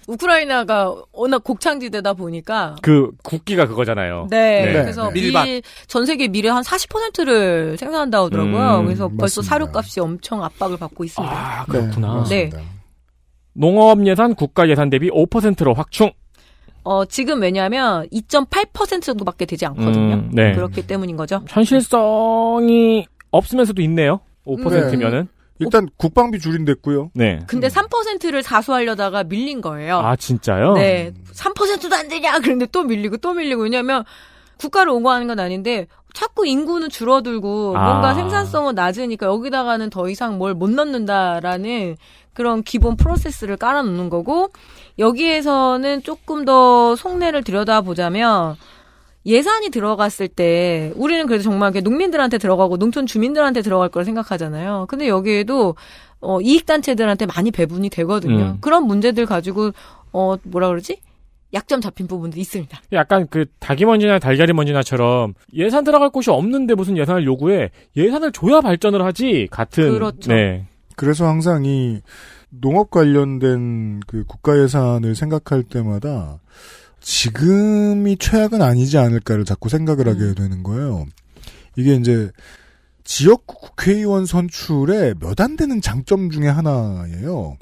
[SPEAKER 5] 우크라이나가 워낙 곡창지대다 보니까
[SPEAKER 4] 그 국기가 그거잖아요.
[SPEAKER 5] 네, 그래서 밀, 전 세계 밀의 한 40%를 생산한다고 하더라고요.
[SPEAKER 4] 음,
[SPEAKER 5] 그래서 벌써
[SPEAKER 4] 맞습니다.
[SPEAKER 5] 사료값이 엄청 압박을 받고 있습니다. 아,
[SPEAKER 4] 그렇구나.
[SPEAKER 5] 네.
[SPEAKER 4] 농업 예산 국가 예산 대비 5%로 확충.
[SPEAKER 5] 어, 지금 왜냐하면 2.8% 정도밖에 되지 않거든요.
[SPEAKER 4] 음, 네.
[SPEAKER 5] 그렇기 때문인 거죠.
[SPEAKER 4] 현실성이 없으면서도 있네요.
[SPEAKER 5] 음.
[SPEAKER 4] 5%면은.
[SPEAKER 3] 일단 국방비 줄인댔고요.
[SPEAKER 4] 네.
[SPEAKER 5] 근데 3%를 사수하려다가 밀린 거예요.
[SPEAKER 4] 아 진짜요?
[SPEAKER 5] 네. 3%도 안 되냐? 그런데 또 밀리고 또 밀리고. 왜냐면 국가를 옹호하는 건 아닌데 자꾸 인구는 줄어들고
[SPEAKER 4] 아.
[SPEAKER 5] 뭔가 생산성은 낮으니까 여기다가는 더 이상 뭘 못 넣는다라는 그런 기본 프로세스를 깔아놓는 거고 여기에서는 조금 더 속내를 들여다보자면 예산이 들어갔을 때 우리는 그래도 정말 이렇게 농민들한테 들어가고 농촌 주민들한테 들어갈 거라 생각하잖아요. 근데 여기에도 어, 이익단체들한테 많이 배분이 되거든요.
[SPEAKER 4] 음.
[SPEAKER 5] 그런 문제들 가지고 어 뭐라 그러지? 약점 잡힌 부분도 있습니다.
[SPEAKER 4] 약간 그 닭이 먼지나 달걀이 먼지나처럼 예산 들어갈 곳이 없는데 무슨 예산을 요구해 예산을 줘야 발전을 하지 같은
[SPEAKER 5] 그렇죠.
[SPEAKER 4] 네.
[SPEAKER 3] 그래서 항상 이 농업 관련된 그 국가 예산을 생각할 때마다 지금이 최악은 아니지 않을까를 자꾸 생각을 하게 되는 거예요. 이게 이제 지역 국회의원 선출의 몇 안 되는 장점 중에 하나예요.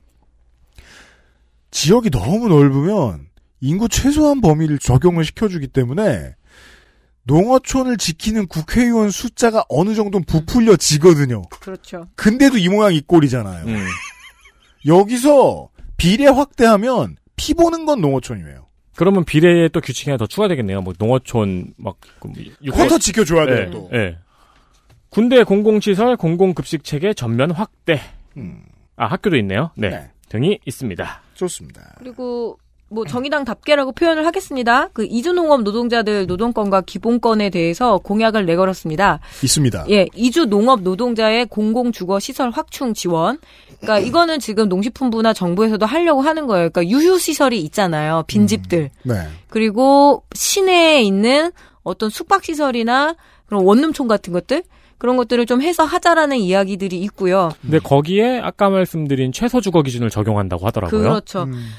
[SPEAKER 3] 지역이 너무 넓으면 인구 최소한 범위를 적용을 시켜주기 때문에 농어촌을 지키는 국회의원 숫자가 어느 정도 부풀려지거든요.
[SPEAKER 5] 그렇죠.
[SPEAKER 3] 근데도 이 모양 이 꼴이잖아요.
[SPEAKER 4] 음.
[SPEAKER 3] 여기서 비례 확대하면 피 보는 건 농어촌이에요.
[SPEAKER 4] 그러면 비례에 또 규칙이 하나 더 추가되겠네요. 뭐 농어촌 막육그뭐
[SPEAKER 3] 쿼터 지켜줘야 돼요, 또.
[SPEAKER 4] 네. 군대 공공시설 공공급식 체계 전면 확대. 아 학교도 있네요. 네. 등이 있습니다.
[SPEAKER 3] 음, 좋습니다.
[SPEAKER 5] 그리고 뭐 정의당답게라고 표현을 하겠습니다. 그 이주농업 노동자들 노동권과 기본권에 대해서 공약을 내걸었습니다.
[SPEAKER 3] 있습니다.
[SPEAKER 5] 예, 이주 농업 노동자의 공공 주거 시설 확충 지원. 그러니까 이거는 지금 농식품부나 정부에서도 하려고 하는 거예요. 그러니까 유휴 시설이 있잖아요. 빈집들.
[SPEAKER 4] 음.
[SPEAKER 3] 네.
[SPEAKER 5] 그리고 시내에 있는 어떤 숙박 시설이나 그런 원룸촌 같은 것들 그런 것들을 좀 해서 하자라는 이야기들이 있고요.
[SPEAKER 4] 근데 거기에 아까 말씀드린 최소 주거 기준을 적용한다고 하더라고요.
[SPEAKER 5] 그렇죠.
[SPEAKER 3] 음,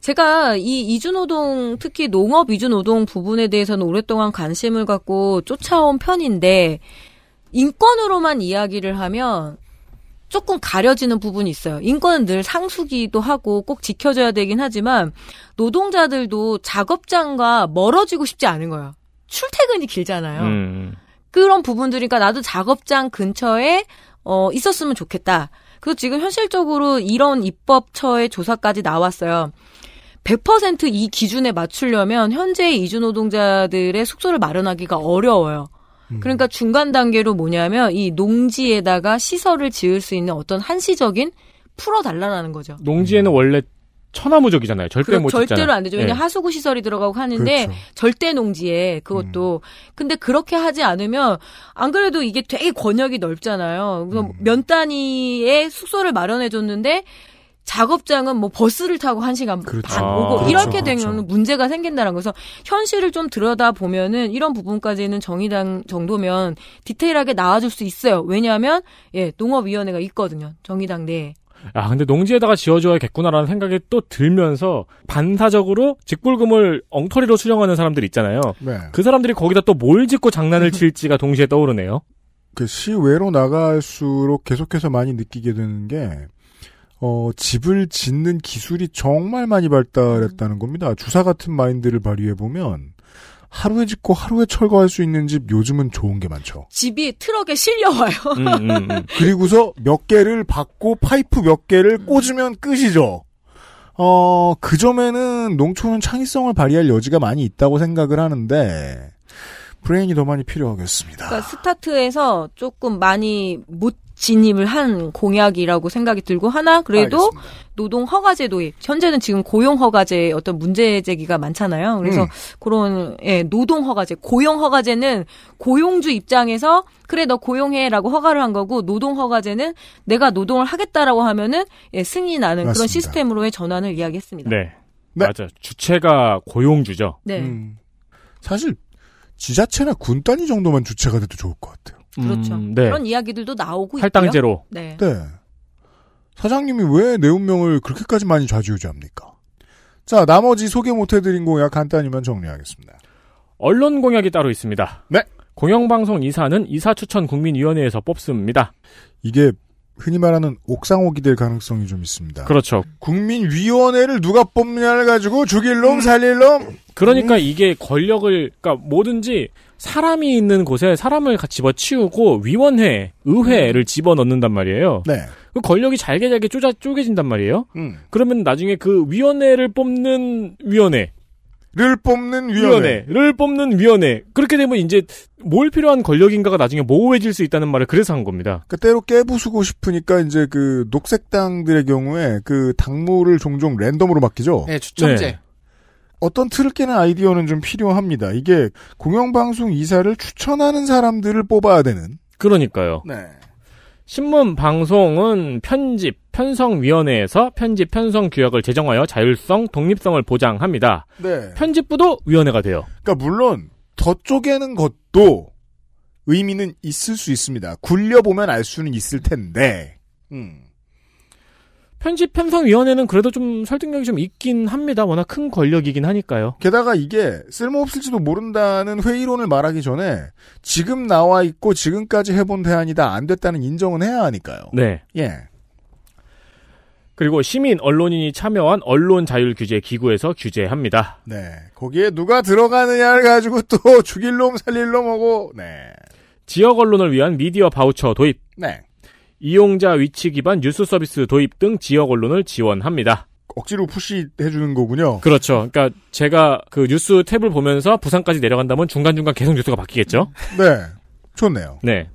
[SPEAKER 5] 제가 이 이주노동 특히 농업 이주노동 부분에 대해서는 오랫동안 관심을 갖고 쫓아온 편인데 인권으로만 이야기를 하면 조금 가려지는 부분이 있어요. 인권은 늘 상수기도 하고 꼭 지켜줘야 되긴 하지만 노동자들도 작업장과 멀어지고 싶지 않은 거예요. 출퇴근이 길잖아요.
[SPEAKER 4] 음.
[SPEAKER 5] 그런 부분들이니까 나도 작업장 근처에 어 있었으면 좋겠다. 그래서 지금 현실적으로 이런 입법처의 조사까지 나왔어요. 100%이 기준에 맞추려면 현재 이주 노동자들의 숙소를 마련하기가 어려워요.
[SPEAKER 3] 음.
[SPEAKER 4] 음.
[SPEAKER 5] 그러니까 중간 단계로 뭐냐면 이 농지에다가 시설을 지을 수 있는 어떤 한시적인 풀어 달라라는 거죠.
[SPEAKER 4] 농지에는 원래 천하무적이잖아요. 절대
[SPEAKER 5] 그럼
[SPEAKER 4] 못 짓잖아요.
[SPEAKER 5] 절대로 안 되죠. 왜냐
[SPEAKER 4] 예.
[SPEAKER 5] 면 하수구 시설이 들어가고 하는데
[SPEAKER 4] 그렇죠.
[SPEAKER 3] 네.
[SPEAKER 5] 절대 농지에 그것도
[SPEAKER 4] 음.
[SPEAKER 5] 근데 그렇게 하지 않으면 안 그래도 이게 되게 권역이 넓잖아요. 그래서
[SPEAKER 4] 음.
[SPEAKER 5] 면 단위의 숙소를 마련해 줬는데 작업장은 뭐 버스를 타고 한 시간 반
[SPEAKER 4] 아,
[SPEAKER 5] 오고
[SPEAKER 4] 그렇죠,
[SPEAKER 5] 이렇게 되면
[SPEAKER 4] 그렇죠.
[SPEAKER 5] 문제가 생긴다는 거서 현실을 좀 들여다 보면은 이런 부분까지는 정의당 정도면 디테일하게 나와줄 수 있어요. 왜냐하면 예 농업위원회가 있거든요. 정의당 내에.
[SPEAKER 4] 아, 근데 농지에다가 지어줘야겠구나라는 생각이 또 들면서 반사적으로 직불금을 엉터리로 수령하는 사람들 있잖아요. 그 사람들이 거기다 또 뭘 짓고 장난을 칠지가 동시에 떠오르네요.
[SPEAKER 3] 그 시외로 나갈수록 계속해서 많이 느끼게 되는 게, 어, 집을 짓는 기술이 정말 많이 발달했다는 겁니다. 주사 같은 마인드를 발휘해보면, 하루에 짓고 하루에 철거할 수 있는 집 요즘은 좋은 게 많죠.
[SPEAKER 5] 집이 트럭에 실려와요.
[SPEAKER 4] 음,
[SPEAKER 3] 그리고서 몇 개를 받고 파이프 몇 개를 꽂으면 끝이죠. 어, 그 점에는 농촌은 창의성을 발휘할 여지가 많이 있다고 생각을 하는데, 브레인이 더 많이 필요하겠습니다.
[SPEAKER 5] 그러니까 스타트에서 조금 그러니까 많이 못 진입을 한 공약이라고 생각이 들고 하나 그래도
[SPEAKER 14] 알겠습니다.
[SPEAKER 5] 노동 허가제 도입 현재는 지금 고용 허가제 어떤 문제 제기가 많잖아요. 그래서
[SPEAKER 14] 음.
[SPEAKER 5] 그런 예, 노동 허가제, 고용 허가제는 고용주 입장에서 그래 너 고용해라고 허가를 한 거고 노동 허가제는 내가 노동을 하겠다라고 하면은 예, 승인하는 그런
[SPEAKER 4] 맞습니다.
[SPEAKER 5] 시스템으로의 전환을 이야기했습니다.
[SPEAKER 4] 네. 맞아. 주체가 고용주죠.
[SPEAKER 5] 네.
[SPEAKER 3] 음, 사실 지자체나 군 단위 정도만 주체가 돼도 좋을 것 같아요.
[SPEAKER 5] 그렇죠.
[SPEAKER 3] 네.
[SPEAKER 5] 그런 이야기들도 나오고 있고요.
[SPEAKER 3] 할당제로.
[SPEAKER 5] 네.
[SPEAKER 3] 사장님이 왜 내 운명을 그렇게까지 많이 좌지우지합니까? 자, 나머지 소개 못해드린 공약 간단히만 정리하겠습니다.
[SPEAKER 4] 언론 공약이 따로 있습니다.
[SPEAKER 3] 네.
[SPEAKER 4] 공영방송 이사는 이사 추천 국민위원회에서 뽑습니다.
[SPEAKER 3] 이게 흔히 말하는 옥상옥이 될 가능성이 좀 있습니다.
[SPEAKER 4] 그렇죠.
[SPEAKER 3] 국민위원회를 누가 뽑느냐를 가지고 죽일 놈 살릴 놈.
[SPEAKER 4] 그러니까 이게 권력을 그러니까 뭐든지 사람이 있는 곳에 사람을 같이 집어치우고 위원회, 의회를 집어넣는단 말이에요.
[SPEAKER 3] 네.
[SPEAKER 4] 그 권력이 잘게 잘게 쪼자 쪼개진단 말이에요. 그러면 나중에 그 위원회를 뽑는 위원회
[SPEAKER 3] 를 뽑는
[SPEAKER 4] 위원회. 를 뽑는 위원회 그렇게 되면 이제 뭘 필요한 권력인가가 나중에 모호해질 수 있다는 말을 그래서 한 겁니다.
[SPEAKER 3] 그 때로 깨부수고 싶으니까 이제 그 녹색당들의 경우에 그 당무를 종종 랜덤으로 맡기죠.
[SPEAKER 6] 네, 추첨제. 네.
[SPEAKER 3] 어떤 틀을 깨는 아이디어는 좀 필요합니다. 이게 공영방송 이사를 추천하는 사람들을 뽑아야 되는.
[SPEAKER 4] 그러니까요. 신문 방송은 편집 편성위원회에서 편집 편성 규약을 제정하여 자율성 독립성을 보장합니다.
[SPEAKER 3] 네.
[SPEAKER 4] 편집부도 위원회가 돼요.
[SPEAKER 3] 그러니까 물론 더 쪼개는 것도 의미는 있을 수 있습니다. 굴려보면 알 수는 있을 텐데. 음.
[SPEAKER 4] 편집 편성 위원회는 그래도 좀 설득력이 좀 있긴 합니다. 워낙 큰 권력이긴 하니까요.
[SPEAKER 3] 게다가 이게 쓸모없을지도 모른다는 회의론을 말하기 전에 지금 나와 있고 지금까지 해본 대안이다 안 됐다는 인정은 해야 하니까요.
[SPEAKER 4] 네.
[SPEAKER 3] 예.
[SPEAKER 4] 그리고 시민 언론인이 참여한 언론 자율 규제 기구에서 규제합니다.
[SPEAKER 3] 네. 거기에 누가 들어가느냐를 가지고 또 죽일 놈 살릴 놈 하고 네.
[SPEAKER 4] 지역 언론을 위한 미디어 바우처 도입,
[SPEAKER 3] 네.
[SPEAKER 4] 이용자 위치 기반 뉴스 서비스 도입 등 지역 언론을 지원합니다.
[SPEAKER 3] 억지로 푸시해 주는 거군요.
[SPEAKER 4] 그렇죠. 그러니까 제가 그 뉴스 탭을 보면서 부산까지 내려간다면 중간중간 계속 뉴스가 바뀌겠죠.
[SPEAKER 3] 네. 좋네요.
[SPEAKER 4] 네.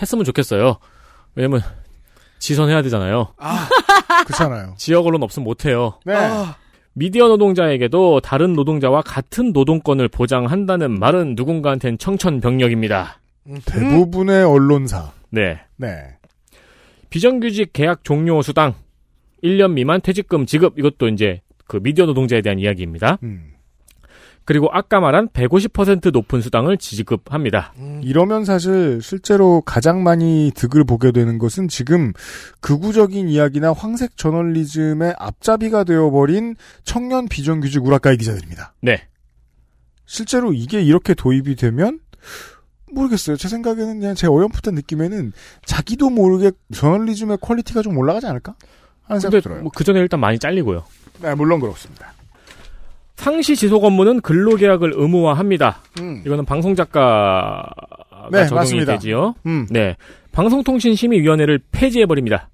[SPEAKER 4] 했으면 좋겠어요. 왜냐면 지선해야 되잖아요.
[SPEAKER 3] 그렇잖아요.
[SPEAKER 4] 지역 언론 없으면 못 해요.
[SPEAKER 3] 네.
[SPEAKER 6] 아.
[SPEAKER 4] 미디어 노동자에게도 다른 노동자와 같은 노동권을 보장한다는 말은 누군가한텐 청천벽력입니다.
[SPEAKER 3] 대부분의 언론사.
[SPEAKER 4] 네.
[SPEAKER 3] 네.
[SPEAKER 4] 비정규직 계약 종료 수당 1년 미만 퇴직금 지급 이것도 이제 그 미디어 노동자에 대한 이야기입니다.
[SPEAKER 3] 음.
[SPEAKER 4] 그리고 아까 말한 150% 높은 수당을 지급합니다.
[SPEAKER 6] 음.
[SPEAKER 3] 이러면 사실 실제로 가장 많이 득을 보게 되는 것은 지금 극우적인 이야기나 황색 저널리즘의 앞잡이가 되어버린 청년 비정규직 우라카이 기자들입니다.
[SPEAKER 4] 네.
[SPEAKER 3] 실제로 이게 이렇게 도입이 되면 모르겠어요. 제 생각에는 그냥 제 어렴풋한 느낌에는 자기도 모르게 저널리즘의 퀄리티가 좀 올라가지 않을까? 하는 생각
[SPEAKER 4] 근데
[SPEAKER 3] 들어요.
[SPEAKER 4] 뭐 그전에 일단 많이 잘리고요.
[SPEAKER 3] 네, 물론 그렇습니다.
[SPEAKER 4] 상시 지속 업무는 근로계약을 의무화합니다.
[SPEAKER 3] 음.
[SPEAKER 4] 이거는 방송작가가
[SPEAKER 3] 네,
[SPEAKER 4] 아, 적용이
[SPEAKER 3] 맞습니다.
[SPEAKER 4] 되지요.
[SPEAKER 3] 음.
[SPEAKER 4] 네, 방송통신심의위원회를 폐지해버립니다.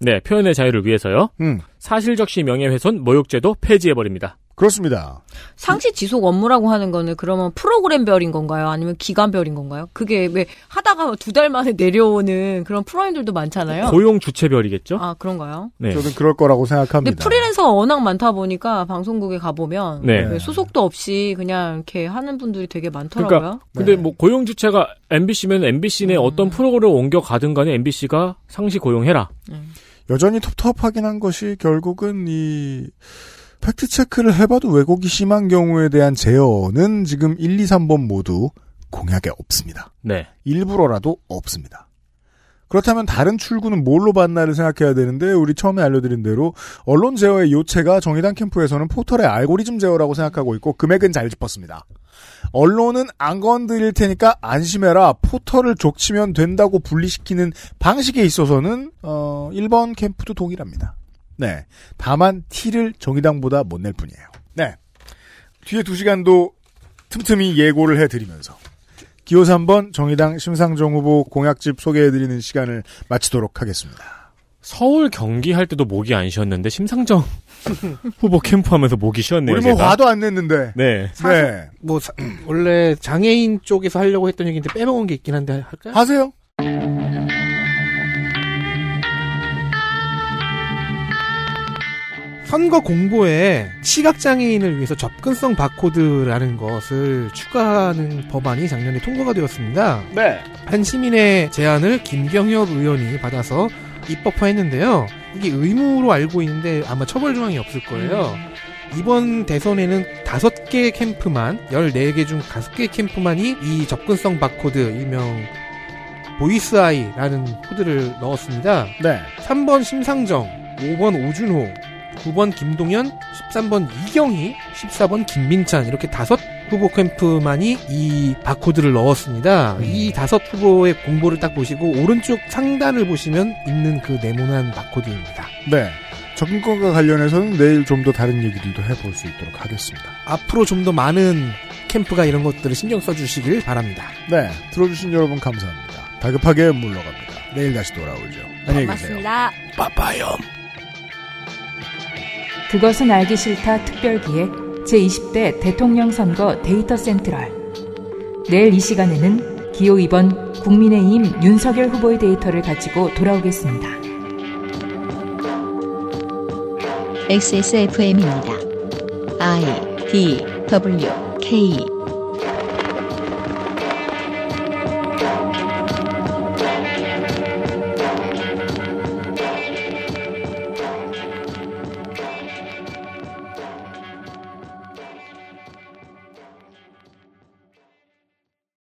[SPEAKER 4] 네, 표현의 자유를 위해서요.
[SPEAKER 3] 음.
[SPEAKER 4] 사실적시 명예훼손 모욕죄도 폐지해버립니다.
[SPEAKER 3] 그렇습니다.
[SPEAKER 5] 상시 지속 업무라고 하는 거는 그러면 프로그램별인 건가요? 아니면 기간별인 건가요? 그게 왜 하다가 두 달 만에 내려오는 그런 프로그램들도 많잖아요.
[SPEAKER 4] 고용 주체별이겠죠?
[SPEAKER 5] 아 그런가요?
[SPEAKER 4] 네.
[SPEAKER 3] 저는 그럴 거라고
[SPEAKER 5] 근데
[SPEAKER 3] 생각합니다.
[SPEAKER 5] 프리랜서가 워낙 많다 보니까 방송국에 가보면
[SPEAKER 4] 네.
[SPEAKER 5] 왜 소속도 없이 그냥 이렇게 하는 분들이 되게 많더라고요.
[SPEAKER 4] 그러니까 근데 뭐 고용 주체가 MBC면 MBC 내 어떤 프로그램을 옮겨 가든 간에 MBC가 상시 고용해라.
[SPEAKER 3] 여전히 텁텁하긴 한 것이 결국은 이 팩트 체크를 해봐도 왜곡이 심한 경우에 대한 제어는 지금 1, 2, 3번 모두 공약에 없습니다.
[SPEAKER 4] 네.
[SPEAKER 3] 일부러라도 없습니다. 그렇다면 다른 출구는 뭘로 봤나를 생각해야 되는데 우리 처음에 알려드린 대로 언론 제어의 요체가 정의당 캠프에서는 포털의 알고리즘 제어라고 생각하고 있고 금액은 잘 짚었습니다. 언론은 안 건드릴 테니까 안심해라 포털을 족치면 된다고 분리시키는 방식에 있어서는 어 1번 캠프도 동일합니다. 네. 다만 티를 정의당보다 못 낼 뿐이에요. 네. 뒤에 두 시간도 틈틈이 예고를 해드리면서 기호 3번 정의당 심상정 후보 공약집 소개해드리는 시간을 마치도록 하겠습니다.
[SPEAKER 4] 서울 경기 할 때도 목이 안 쉬었는데 심상정 후보 캠프하면서 목이 쉬었네요.
[SPEAKER 3] 우리 뭐
[SPEAKER 4] 제가.
[SPEAKER 3] 화도 안 냈는데.
[SPEAKER 4] 네.
[SPEAKER 3] 네.
[SPEAKER 6] 뭐 사- 원래 장애인 쪽에서 하려고 했던 얘기인데 빼먹은 게 있긴 한데 할까요?
[SPEAKER 3] 하세요.
[SPEAKER 6] 선거 공보에 시각장애인을 위해서 접근성 바코드라는 것을 추가하는 법안이 작년에 통과가 되었습니다.
[SPEAKER 3] 네.
[SPEAKER 6] 한 시민의 제안을 김경엽 의원이 받아서 입법화했는데요. 이게 의무로 알고 있는데 아마 처벌 조항이 없을 거예요.
[SPEAKER 3] 음.
[SPEAKER 6] 이번 대선에는 다섯 개 캠프만, 14개 중 다섯 개 캠프만이 이 접근성 바코드, 일명 보이스 아이라는 코드를 넣었습니다.
[SPEAKER 3] 네.
[SPEAKER 6] 3번 심상정, 5번 오준호, 9번 김동현, 13번 이경희, 14번 김민찬 이렇게 다섯 후보 캠프만이 이 바코드를 넣었습니다.
[SPEAKER 3] 네.
[SPEAKER 6] 이 다섯 후보의 공보를 딱 보시고 오른쪽 상단을 보시면 있는 그 네모난 바코드입니다.
[SPEAKER 3] 네. 접근권과 관련해서는 내일 좀 더 다른 얘기들도 해볼 수 있도록 하겠습니다.
[SPEAKER 6] 앞으로 좀 더 많은 캠프가 이런 것들을 신경 써주시길 바랍니다.
[SPEAKER 3] 네. 들어주신 여러분 감사합니다. 다급하게 물러갑니다. 내일 다시 돌아오죠.
[SPEAKER 5] 네,
[SPEAKER 3] 안녕히 계세요.
[SPEAKER 5] 고맙습니다.
[SPEAKER 3] 빠빠염.
[SPEAKER 13] 그것은 알기 싫다 특별기획 제20대 대통령 선거 데이터 센트럴. 내일 이 시간에는 기호 2번 국민의힘 윤석열 후보의 데이터를 가지고 돌아오겠습니다.
[SPEAKER 1] XSFM입니다. I D W K